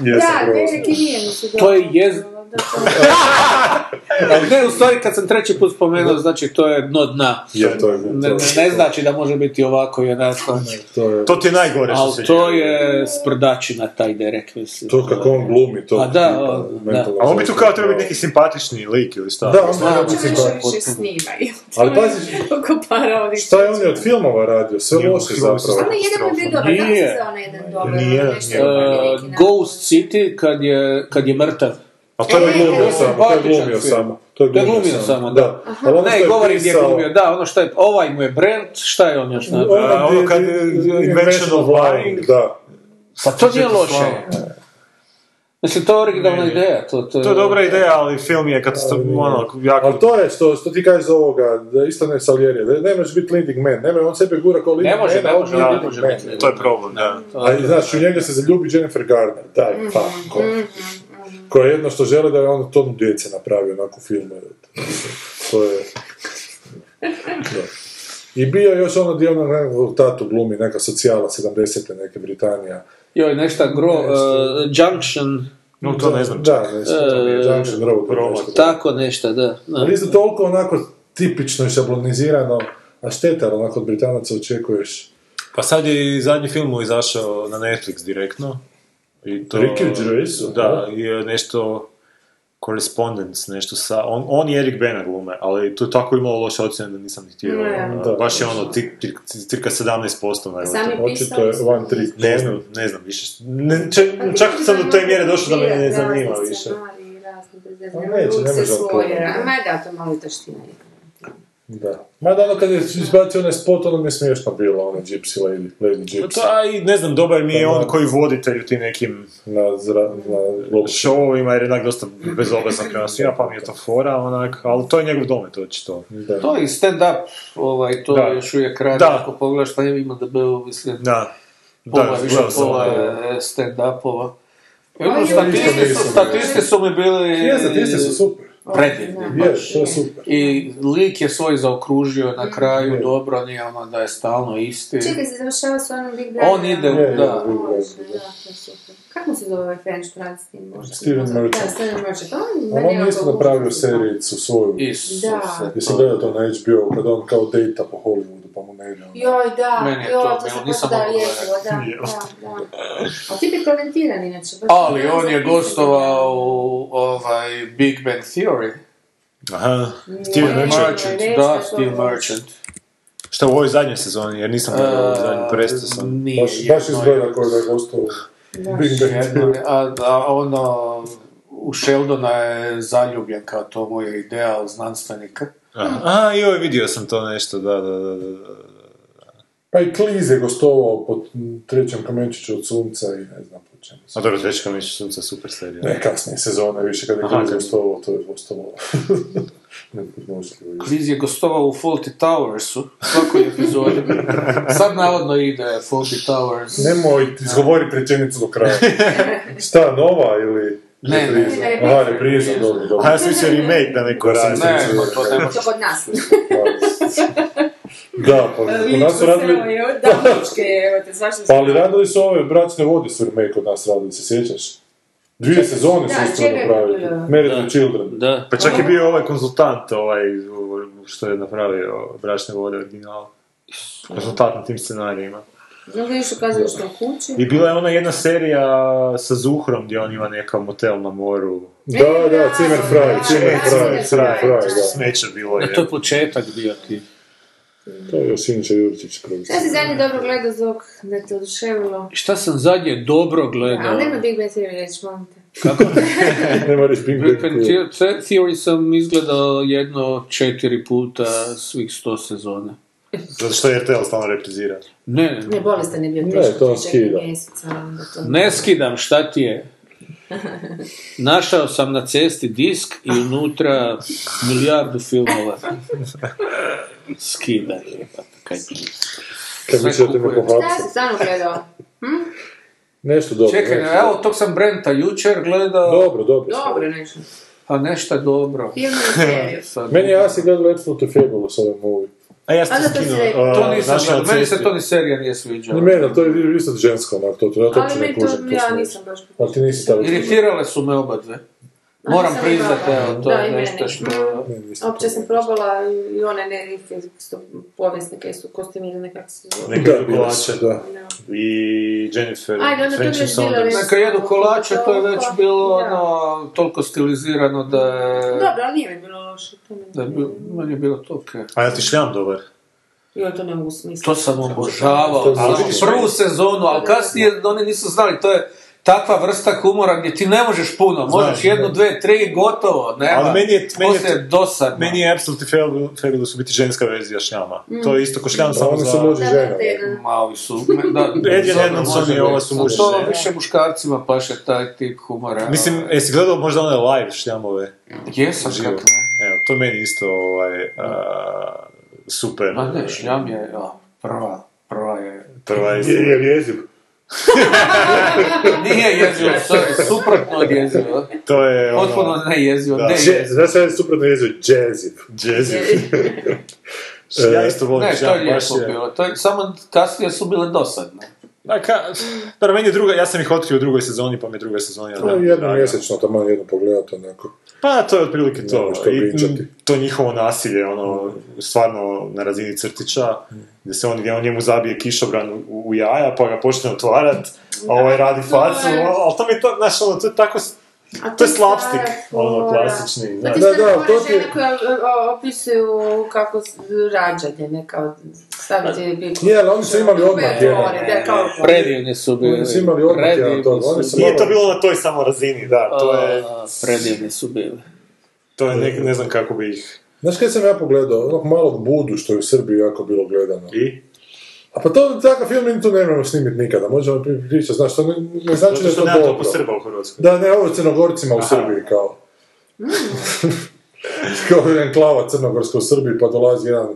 [SPEAKER 4] Jesam
[SPEAKER 6] Da,
[SPEAKER 4] probao.
[SPEAKER 6] Derek i nije mi se
[SPEAKER 5] To je
[SPEAKER 6] dopalo.
[SPEAKER 5] jez...
[SPEAKER 6] Da, to-
[SPEAKER 5] Ali Ne, u stvari kad sam treći put spomenuo, znači to je dno dna.
[SPEAKER 4] Je, to je,
[SPEAKER 5] Ne, ne, ne znači da može biti ovako i onako. ono.
[SPEAKER 4] to je,
[SPEAKER 3] To ti je najgore što se
[SPEAKER 5] Ali to je sprdačina taj Derek, mislim.
[SPEAKER 4] to kako on glumi, to
[SPEAKER 5] A da, o, da.
[SPEAKER 3] A on bi tu kao trebao biti neki simpatični lik ili šta?
[SPEAKER 4] Da, on mora
[SPEAKER 6] Uopće
[SPEAKER 4] biti
[SPEAKER 6] više
[SPEAKER 4] simpatičan.
[SPEAKER 6] više snimaju.
[SPEAKER 4] Ali pazi,
[SPEAKER 6] Oko para ovih
[SPEAKER 4] šta je on je od filmova radio? Sve
[SPEAKER 3] Njegov
[SPEAKER 4] loše
[SPEAKER 3] film se
[SPEAKER 4] zapravo.
[SPEAKER 6] Ali jedan je bio dobar, da li
[SPEAKER 5] Nije.
[SPEAKER 6] se onaj jedan dobar?
[SPEAKER 3] Nije,
[SPEAKER 6] nešto
[SPEAKER 3] nije.
[SPEAKER 5] E,
[SPEAKER 6] je neki način.
[SPEAKER 5] Ghost City kad je, kad je mrtav.
[SPEAKER 3] A to
[SPEAKER 4] To je
[SPEAKER 3] je bilo...
[SPEAKER 4] glumio samo, to je
[SPEAKER 5] simpatičan
[SPEAKER 4] glumio
[SPEAKER 5] film.
[SPEAKER 4] samo. To je
[SPEAKER 5] To je
[SPEAKER 4] glumio,
[SPEAKER 5] glumio samo, da.
[SPEAKER 4] Ali ono što
[SPEAKER 5] Ne,
[SPEAKER 4] je
[SPEAKER 5] govori gdje je
[SPEAKER 4] pisao-
[SPEAKER 5] glumio, da, ono što je, ovaj mu je brand, šta je on još napravio?
[SPEAKER 4] Ono
[SPEAKER 3] A, ono
[SPEAKER 4] gdje-
[SPEAKER 3] kad-
[SPEAKER 4] Invention of Lying, da.
[SPEAKER 5] Pa to nije loše.
[SPEAKER 3] Slava.
[SPEAKER 5] Mislim, to je originalna
[SPEAKER 3] Ne, ne.
[SPEAKER 5] ideja. To, to,
[SPEAKER 3] To je dobra ideja, ali film je
[SPEAKER 4] Ali-
[SPEAKER 3] katastrof... ono, jako...
[SPEAKER 4] Ali to je što, što ti kažeš za ovoga, da isto ne Saljerija, da ne možeš biti leading man, ne može, on sebe gura kao leading
[SPEAKER 5] Ne može,
[SPEAKER 4] man,
[SPEAKER 5] ne
[SPEAKER 4] a on
[SPEAKER 5] može,
[SPEAKER 4] je
[SPEAKER 5] ne
[SPEAKER 4] leading
[SPEAKER 5] može
[SPEAKER 4] man.
[SPEAKER 5] biti leading
[SPEAKER 3] To je problem, da.
[SPEAKER 4] A i znaš, u njega se Pa, zaljubi Jennifer Garner, daj, tako. Koja je jedno što žele da je on tonu djece napravio onako filmu. To je... Da. I bio je još ono gdje ono nekako tatu glumi, neka socijala 70. neke Britanija.
[SPEAKER 5] Joj, nešto gro... e, junction,
[SPEAKER 3] No, to ne znam.
[SPEAKER 4] Da, nešto, to mi je
[SPEAKER 5] E,
[SPEAKER 4] Junction Road. nešto.
[SPEAKER 5] tako nešto, da. da.
[SPEAKER 4] Ali isto toliko onako tipično i šablonizirano, a šteta, jer onako od Britanaca očekuješ.
[SPEAKER 3] Pa sad je i zadnji film mu izašao na Netflix direktno. I to,
[SPEAKER 4] Ricky Gervaisu,
[SPEAKER 3] Da, i je nešto Correspondence, nešto sa... On, on i Erik Bena glume, ali to je tako imalo loše ocjene da nisam ni htio.
[SPEAKER 6] Ne.
[SPEAKER 3] ono,
[SPEAKER 4] Da,
[SPEAKER 3] baš je ono, ti- ti- ti- cirka 17% na
[SPEAKER 6] Sam je
[SPEAKER 4] Očito je
[SPEAKER 6] pisao.
[SPEAKER 4] one trick.
[SPEAKER 3] Ne znam, ne znam više. Ne, čak,
[SPEAKER 2] Pa
[SPEAKER 3] čak sam do te mjere došao da me ne zanima više.
[SPEAKER 4] Pa neće, ne može on
[SPEAKER 6] A ma da, to malo i taština je.
[SPEAKER 4] Da. Mada ono kad je izbacio onaj spot, ono mi je smiješno bilo, ono Gypsy Lady, Lady
[SPEAKER 3] Pa
[SPEAKER 4] Gypsy.
[SPEAKER 3] to, a i ne znam, dobar mi je
[SPEAKER 4] Pa da.
[SPEAKER 3] on koji voditelj u tim nekim
[SPEAKER 4] Na, zra, na globu.
[SPEAKER 3] showovima jer je onak dosta bezobrazan prema svima, pa mi je to fora, onak, ali to je njegov domet očito.
[SPEAKER 4] Da.
[SPEAKER 5] To i stand-up, ovaj, to
[SPEAKER 3] Da.
[SPEAKER 5] još uvijek radi,
[SPEAKER 3] Da.
[SPEAKER 5] ako pogledaš šta je ima da bi, mislim,
[SPEAKER 3] Da.
[SPEAKER 5] pola,
[SPEAKER 3] Da,
[SPEAKER 5] više
[SPEAKER 3] gledao sam.
[SPEAKER 5] pola
[SPEAKER 3] ono.
[SPEAKER 5] e, stand-upova.
[SPEAKER 6] Ali
[SPEAKER 5] Evo,
[SPEAKER 6] je
[SPEAKER 5] statiste
[SPEAKER 4] isto
[SPEAKER 5] su,
[SPEAKER 4] nisam
[SPEAKER 5] statiste su mi bili...
[SPEAKER 4] Jeste, ti ste su super.
[SPEAKER 5] predivni.
[SPEAKER 6] Da.
[SPEAKER 4] Je, to je super.
[SPEAKER 5] I lik je svoj zaokružio na
[SPEAKER 4] Mm.
[SPEAKER 5] kraju, dobro, nije ono da je stalno isti.
[SPEAKER 6] Čekaj, se završava s onom Big Brother.
[SPEAKER 5] On ide,
[SPEAKER 4] Je, je,
[SPEAKER 5] da.
[SPEAKER 4] Big
[SPEAKER 6] Može,
[SPEAKER 4] Brother,
[SPEAKER 6] da,
[SPEAKER 4] da.
[SPEAKER 6] to je super. Kako se zove ovaj French Trans s tim možda?
[SPEAKER 4] Steven Merchant.
[SPEAKER 6] Da, Steven Merchant.
[SPEAKER 4] Ali
[SPEAKER 6] On,
[SPEAKER 4] on je isto napravio serijicu svoju.
[SPEAKER 5] Isuse.
[SPEAKER 6] Da.
[SPEAKER 4] Jesam gledao to na HBO, kad on kao data po Hollywoodu, pa mu ne ide. ono.
[SPEAKER 6] Joj, da,
[SPEAKER 5] Meni je
[SPEAKER 6] joj,
[SPEAKER 5] to
[SPEAKER 6] to
[SPEAKER 5] bilo,
[SPEAKER 6] sam
[SPEAKER 5] nisam
[SPEAKER 6] da,
[SPEAKER 5] mogla
[SPEAKER 6] jezivo, da, da, da. A ti bi talentiran inače. baš
[SPEAKER 5] Ali
[SPEAKER 6] ne
[SPEAKER 5] on
[SPEAKER 6] znam
[SPEAKER 5] je
[SPEAKER 6] kako se
[SPEAKER 5] gostovao
[SPEAKER 6] zove.
[SPEAKER 5] u ovaj Big Bang Theory.
[SPEAKER 3] Aha, Steven
[SPEAKER 6] Ne.
[SPEAKER 3] Merchant.
[SPEAKER 5] Merchant,
[SPEAKER 6] reći da
[SPEAKER 5] da,
[SPEAKER 6] to
[SPEAKER 5] Steve
[SPEAKER 6] je-
[SPEAKER 5] Merchant. E,
[SPEAKER 3] Šta u ovoj zadnjoj sezoni, jer nisam gledao ovu zadnju, prestao sam.
[SPEAKER 5] Nije
[SPEAKER 4] Baš, baš
[SPEAKER 5] jedno-
[SPEAKER 4] izgleda koji da je gostao u Big Bang
[SPEAKER 5] jedno-
[SPEAKER 4] Theory.
[SPEAKER 5] a, a ono, u Sheldona je zaljubljen kao to mu je ideal znanstvenika.
[SPEAKER 3] Aha, Aha, joj, vidio sam to nešto, da, da, da, da. da.
[SPEAKER 4] Pa i Kliz je gostovao pod trećem kamenčiću od sunca i ne znam po čemu.
[SPEAKER 3] A dobro, Dečka mi je sunca super serija.
[SPEAKER 4] Ne, kasnije sezone više kad je
[SPEAKER 3] Aha,
[SPEAKER 4] Kliz
[SPEAKER 3] da.
[SPEAKER 4] gostovao, to je postalo nepodnošljivo.
[SPEAKER 5] Kliz je gostovao u Fawlty Towersu, svakoj epizodi. Sad navodno ide Fawlty Towers.
[SPEAKER 4] Nemoj, izgovori rečenicu do kraja. Šta, nova ili...
[SPEAKER 5] Ne, ne,
[SPEAKER 4] repriza?
[SPEAKER 6] ne,
[SPEAKER 4] Aha,
[SPEAKER 6] repriza.
[SPEAKER 4] repriza, dobro, dobro.
[SPEAKER 3] A ja sam mislio remake da neko radi.
[SPEAKER 5] Ne, ma to ne može.
[SPEAKER 6] To kod nas.
[SPEAKER 4] Da, pa kod nas su radili...
[SPEAKER 6] Da, mučke, evo te, svašta
[SPEAKER 4] Pa ali radili su ove bračne vode su remake od nas radili, se sjećaš? Dvije sezone su
[SPEAKER 6] Da,
[SPEAKER 4] uspjeli
[SPEAKER 6] čega je
[SPEAKER 4] napraviti.
[SPEAKER 6] bilo?
[SPEAKER 4] Married with Children.
[SPEAKER 5] Da.
[SPEAKER 3] Pa čak je bio ovaj konzultant, ovaj, što je napravio bračne vode original. Konzultant na tim scenarijima.
[SPEAKER 6] Znam da je išao kazalište u kući.
[SPEAKER 3] I bila je ona jedna serija sa Zuhrom gdje on ima nekav motel na moru.
[SPEAKER 4] Da, da, Cimer Fraj,
[SPEAKER 6] E, Da,
[SPEAKER 4] Cimer
[SPEAKER 6] da,
[SPEAKER 4] Fraj,
[SPEAKER 6] Cimer
[SPEAKER 4] Cimer
[SPEAKER 6] Fraj,
[SPEAKER 4] Fraj,
[SPEAKER 6] da.
[SPEAKER 4] da.
[SPEAKER 3] Smeće bilo je.
[SPEAKER 5] E, To je početak bio ti.
[SPEAKER 4] To je još Inče Jurčić kroz.
[SPEAKER 6] Ja si zadnje dobro gledao zbog da te oduševilo.
[SPEAKER 5] Šta sam zadnje dobro gledao?
[SPEAKER 6] Ali nema Big Bang Theory reći, molim te.
[SPEAKER 4] Nema reći Bing Bang
[SPEAKER 5] Big Bang
[SPEAKER 4] Theory.
[SPEAKER 5] Theo- Theo- Theory sam izgledao jedno četiri puta svih sto sezona.
[SPEAKER 3] Zato što je RTL stalno reprizira.
[SPEAKER 5] Ne,
[SPEAKER 6] Ne, bolestan je bio
[SPEAKER 4] Ne,
[SPEAKER 6] teško.
[SPEAKER 4] to
[SPEAKER 6] četiri
[SPEAKER 4] skida.
[SPEAKER 6] mjeseca, onda to-
[SPEAKER 5] ne skidam šta ti je. Našao sam na cesti disk i unutra milijardu filmova. Skidaj. jebate, kaj ti.
[SPEAKER 4] Kad
[SPEAKER 5] Sve
[SPEAKER 4] mi ćete me
[SPEAKER 5] kupujem.
[SPEAKER 6] Šta
[SPEAKER 4] pohapsati.
[SPEAKER 6] si stvarno gledao? Nešto dobro.
[SPEAKER 5] Čekaj,
[SPEAKER 6] nešto
[SPEAKER 5] evo,
[SPEAKER 6] dobro.
[SPEAKER 5] tog sam Brenta jučer gledao,
[SPEAKER 6] Dobro, dobro.
[SPEAKER 2] Dobro nešto.
[SPEAKER 5] a nešto dobro.
[SPEAKER 2] Film ili seriju.
[SPEAKER 5] Sad,
[SPEAKER 6] Meni je Asi gledala Absolute Fabulous ovaj movie.
[SPEAKER 3] A ja sam
[SPEAKER 2] A da, to si
[SPEAKER 3] skinuo,
[SPEAKER 2] rekao.
[SPEAKER 3] a,
[SPEAKER 5] to nisam,
[SPEAKER 3] našao
[SPEAKER 5] gledao, meni se
[SPEAKER 3] cestu.
[SPEAKER 5] to ni serija nije sviđala.
[SPEAKER 6] Ni meni, ali to je isto žensko, onak, to, to, ja to
[SPEAKER 2] Ali
[SPEAKER 6] uopće ne
[SPEAKER 2] meni to,
[SPEAKER 6] kužim. to
[SPEAKER 2] ja
[SPEAKER 6] sve.
[SPEAKER 2] nisam baš...
[SPEAKER 6] Ali ti nisi tako.
[SPEAKER 5] Iritirale su me oba dve.
[SPEAKER 2] Ali
[SPEAKER 5] Moram
[SPEAKER 2] sam
[SPEAKER 5] priznati,
[SPEAKER 2] imala.
[SPEAKER 5] evo, to
[SPEAKER 2] Da,
[SPEAKER 5] je
[SPEAKER 2] i meni.
[SPEAKER 5] nešto što...
[SPEAKER 2] Opće sam probala i one ne rife su povjesnike su kostimirane kako se zove.
[SPEAKER 3] Neke
[SPEAKER 6] Da, bile
[SPEAKER 3] kolače.
[SPEAKER 6] su, da.
[SPEAKER 2] No.
[SPEAKER 3] I Jennifer
[SPEAKER 2] Ajde, onda to bi
[SPEAKER 3] Franklin
[SPEAKER 2] već bilo
[SPEAKER 3] Saunders.
[SPEAKER 2] već-
[SPEAKER 5] Neka jedu kolače, to je već bilo
[SPEAKER 2] Da.
[SPEAKER 5] ono, toliko stilizirano da je...
[SPEAKER 2] Dobro, ali nije mi bilo loše. To
[SPEAKER 5] Da je
[SPEAKER 2] ne...
[SPEAKER 5] bilo, meni je bilo to okej.
[SPEAKER 3] A ja ti šljam dobar.
[SPEAKER 2] Jo, to ne mogu smisliti.
[SPEAKER 5] To sam obožavao,
[SPEAKER 6] To je
[SPEAKER 5] ali
[SPEAKER 6] vidiš,
[SPEAKER 5] prvu sezonu, ali kasnije oni nisu znali, to je takva vrsta humora gdje ti ne možeš puno, možeš
[SPEAKER 3] Znaš,
[SPEAKER 5] jednu,
[SPEAKER 3] da.
[SPEAKER 5] dve, tri, gotovo, nema.
[SPEAKER 3] Ali meni je- meni je-
[SPEAKER 5] Poslije dosadno.
[SPEAKER 3] Meni je Absolutely Fabul- Fabulous u biti ženska verzija šljama.
[SPEAKER 2] Mm.
[SPEAKER 3] To je isto ko šljam, samo
[SPEAKER 6] Oni
[SPEAKER 3] za...
[SPEAKER 6] su muži
[SPEAKER 2] Da,
[SPEAKER 6] žena.
[SPEAKER 2] da, te-
[SPEAKER 5] Mali su, da,
[SPEAKER 3] Edwin
[SPEAKER 5] dobro,
[SPEAKER 3] Edmondson
[SPEAKER 5] može
[SPEAKER 3] i ova
[SPEAKER 5] biti.
[SPEAKER 3] su muži
[SPEAKER 5] To
[SPEAKER 3] žene.
[SPEAKER 5] više muškarcima paše taj tip humora.
[SPEAKER 3] Mislim, jesi gledao možda one live šljamove?
[SPEAKER 5] Jesam,
[SPEAKER 3] Živo.
[SPEAKER 5] kako ne.
[SPEAKER 3] Evo, to je meni isto ovaj, a, super.
[SPEAKER 5] Ma Pa ne, šljam je, ja, prva, prva je.
[SPEAKER 3] Prva je...
[SPEAKER 6] Je, je jeziv.
[SPEAKER 5] Nije jezivo, sorry, suprotno od jezivo.
[SPEAKER 3] To je ono...
[SPEAKER 5] Potpuno ne jezivo,
[SPEAKER 3] Da.
[SPEAKER 5] ne
[SPEAKER 6] Je-
[SPEAKER 5] jezivo.
[SPEAKER 6] Znaš šta je suprotno jeziv? Jazziv.
[SPEAKER 3] Jazzy. ja isto volim
[SPEAKER 5] Ne, to
[SPEAKER 3] šljam,
[SPEAKER 5] je
[SPEAKER 3] baš
[SPEAKER 5] lijepo
[SPEAKER 3] je.
[SPEAKER 5] bilo, to je, samo kasnije su bile dosadne.
[SPEAKER 3] A ka... Dobro, meni je druga, ja sam ih otkrio u drugoj sezoni, pa mi je druga sezona...
[SPEAKER 6] To je jedno mjesečno, tamo jedno pogledati onako.
[SPEAKER 3] Pa to je otprilike to.
[SPEAKER 6] Nema što
[SPEAKER 3] I,
[SPEAKER 6] pričati.
[SPEAKER 3] m, to njihovo nasilje, ono, stvarno na razini crtića, gdje se on, gdje on njemu zabije kišobran u, u jaja, pa ga počne otvarat, a ovaj radi facu,
[SPEAKER 2] je-
[SPEAKER 3] ali to mi je to, znaš, ono, to je tako, s-
[SPEAKER 2] A
[SPEAKER 3] to je
[SPEAKER 2] stara
[SPEAKER 3] slapstick, ono,
[SPEAKER 2] fora.
[SPEAKER 3] klasični,
[SPEAKER 2] Pa
[SPEAKER 3] znaš.
[SPEAKER 5] Znači,
[SPEAKER 2] ti
[SPEAKER 6] Da,
[SPEAKER 2] sad
[SPEAKER 6] da,
[SPEAKER 2] govore
[SPEAKER 6] to ti-
[SPEAKER 2] žene koje o, opisuju kako s- rađanje, ne kao staviti biti...
[SPEAKER 6] Nije, ali oni su imali odmah jedan.
[SPEAKER 2] Da, kao...
[SPEAKER 5] Predivni su bili.
[SPEAKER 6] E, Oni su imali odmah
[SPEAKER 5] Predivni
[SPEAKER 6] jedan ton, oni su-
[SPEAKER 3] Nije to bilo na toj samo razini, da, to je,
[SPEAKER 5] A, Predivni su bili.
[SPEAKER 3] to je ne, ne znam kako bi ih...
[SPEAKER 6] Znaš kaj sam ja pogledao? Onog malog Budu što je u Srbiji jako bilo gledano.
[SPEAKER 3] I?
[SPEAKER 6] A pa to, takav film mi tu nemojmo snimiti nikada. Možemo pri- pričati, znaš, to ne, ne znači da
[SPEAKER 3] Zato
[SPEAKER 6] je
[SPEAKER 3] što
[SPEAKER 6] to
[SPEAKER 3] nema toliko
[SPEAKER 6] dobro.
[SPEAKER 3] Srba u Hrvatskoj.
[SPEAKER 6] Da, ne, ovo je Crnogorcima u Srbiji, kao.
[SPEAKER 3] Mm.
[SPEAKER 6] kao jedan klava Crnogorska u Srbiji, pa dolazi jedan,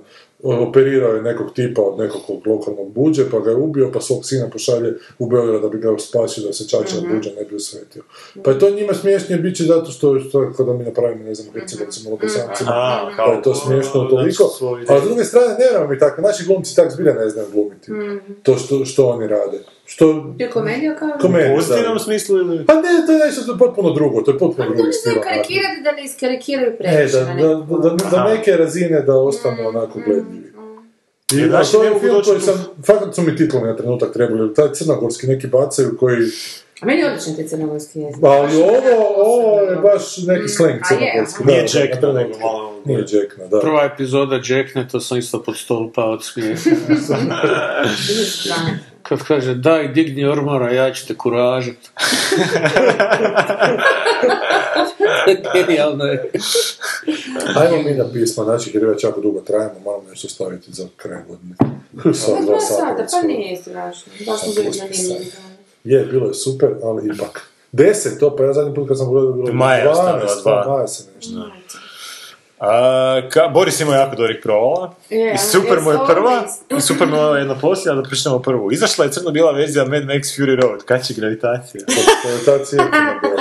[SPEAKER 6] o- operirao je nekog tipa od nekog lokalnog buđe, pa ga je ubio, pa svog sina pošalje u Beograd da bi ga spasio, da se čača
[SPEAKER 3] Mhm.
[SPEAKER 6] buđa ne bi osvetio. Pa je to njima smješnije biće zato što, što kada mi napravimo, ne znam, hercegovcima, lokosancima,
[SPEAKER 3] A,
[SPEAKER 6] pa je to smiješno toliko.
[SPEAKER 3] Mhm.
[SPEAKER 6] A s druge strane, nemamo mi tako, naši glumci tak zbilja ne znaju glumiti. To što, što oni rade. Što,
[SPEAKER 2] Je komedija kao...
[SPEAKER 6] komedija,
[SPEAKER 3] U
[SPEAKER 6] da.
[SPEAKER 3] pozitivnom smislu ili...
[SPEAKER 6] Pa ne, to je nešto to je potpuno drugo, to je potpuno
[SPEAKER 2] Ali to
[SPEAKER 6] drugi
[SPEAKER 2] ne
[SPEAKER 6] stil.
[SPEAKER 2] znaju
[SPEAKER 6] onako.
[SPEAKER 2] karikirati da ne iskarikiraju
[SPEAKER 6] E,
[SPEAKER 2] previše.
[SPEAKER 6] da,
[SPEAKER 2] na
[SPEAKER 6] da,
[SPEAKER 2] neku
[SPEAKER 6] da, da, da
[SPEAKER 3] Aha.
[SPEAKER 6] neke razine da ostanu onako gledljivi. I,
[SPEAKER 3] Jer
[SPEAKER 6] a
[SPEAKER 3] naši
[SPEAKER 6] to
[SPEAKER 3] ne
[SPEAKER 6] je
[SPEAKER 3] mogu
[SPEAKER 6] film
[SPEAKER 3] doći
[SPEAKER 6] koji
[SPEAKER 3] do-
[SPEAKER 6] sam, fakat su mi titlovi na trenutak trebali, jer taj crnogorski neki bacaju koji,
[SPEAKER 2] A Meni je odličan te crnogorski jezik.
[SPEAKER 6] ali ovo, ovo je baš neki slang
[SPEAKER 2] Mm, A je,
[SPEAKER 6] crnogorski.
[SPEAKER 3] Nije
[SPEAKER 6] da,
[SPEAKER 3] Jack,
[SPEAKER 6] da,
[SPEAKER 3] to
[SPEAKER 6] da,
[SPEAKER 3] nego malo...
[SPEAKER 6] Nije Jackna, da.
[SPEAKER 5] Prva epizoda Jackne, to sam isto pod stolpa od smijeha. Kad kaže, daj, digni ormara, ja ću te kuražit. Genijalno je.
[SPEAKER 6] Ajmo mi na pisma, znači jer već jako dugo trajamo, moramo nešto staviti za kraj godine. Sa
[SPEAKER 2] Pa
[SPEAKER 6] dva
[SPEAKER 2] dva
[SPEAKER 6] sata
[SPEAKER 2] sata,
[SPEAKER 6] već
[SPEAKER 2] pa
[SPEAKER 6] skoro.
[SPEAKER 2] nije strašno. Da smo bili zanimljivi.
[SPEAKER 6] Je, bilo je super, ali ipak. Deset, to pa ja zadnji put kad sam gledao bilo je
[SPEAKER 3] Maja je ostavila
[SPEAKER 6] 12,
[SPEAKER 3] dva.
[SPEAKER 6] pa Maja se nešto.
[SPEAKER 3] A, ka, Boris imao jako dobrih provala.
[SPEAKER 2] Je,
[SPEAKER 3] I super mu je
[SPEAKER 2] ali
[SPEAKER 3] prva,
[SPEAKER 2] always.
[SPEAKER 3] i super mu je jedna posljedna, da pričnemo prvu. Izašla je crno-bijela verzija Mad Max Fury Road, kad će gravitacija?
[SPEAKER 6] Konotacije puno bilo.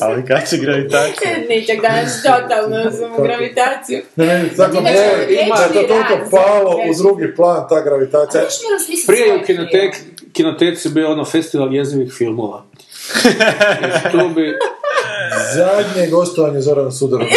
[SPEAKER 3] Ali kad će gravitacija?
[SPEAKER 2] Nećak danas totalno sam u gravitaciju.
[SPEAKER 6] Ne, ne, dakle,
[SPEAKER 2] Ne,
[SPEAKER 6] ne,
[SPEAKER 2] ne,
[SPEAKER 6] ima da je to
[SPEAKER 2] ne,
[SPEAKER 6] toliko
[SPEAKER 2] ne,
[SPEAKER 6] palo
[SPEAKER 2] ne.
[SPEAKER 6] u drugi plan, ta gravitacija.
[SPEAKER 2] Možeš mi razmisliti
[SPEAKER 5] Prije je u
[SPEAKER 2] svoj film?
[SPEAKER 5] kinotek, kinoteci bio ono festival jezivih filmova. I tu bi...
[SPEAKER 6] Zadnje gostovanje Zorana Sudorova.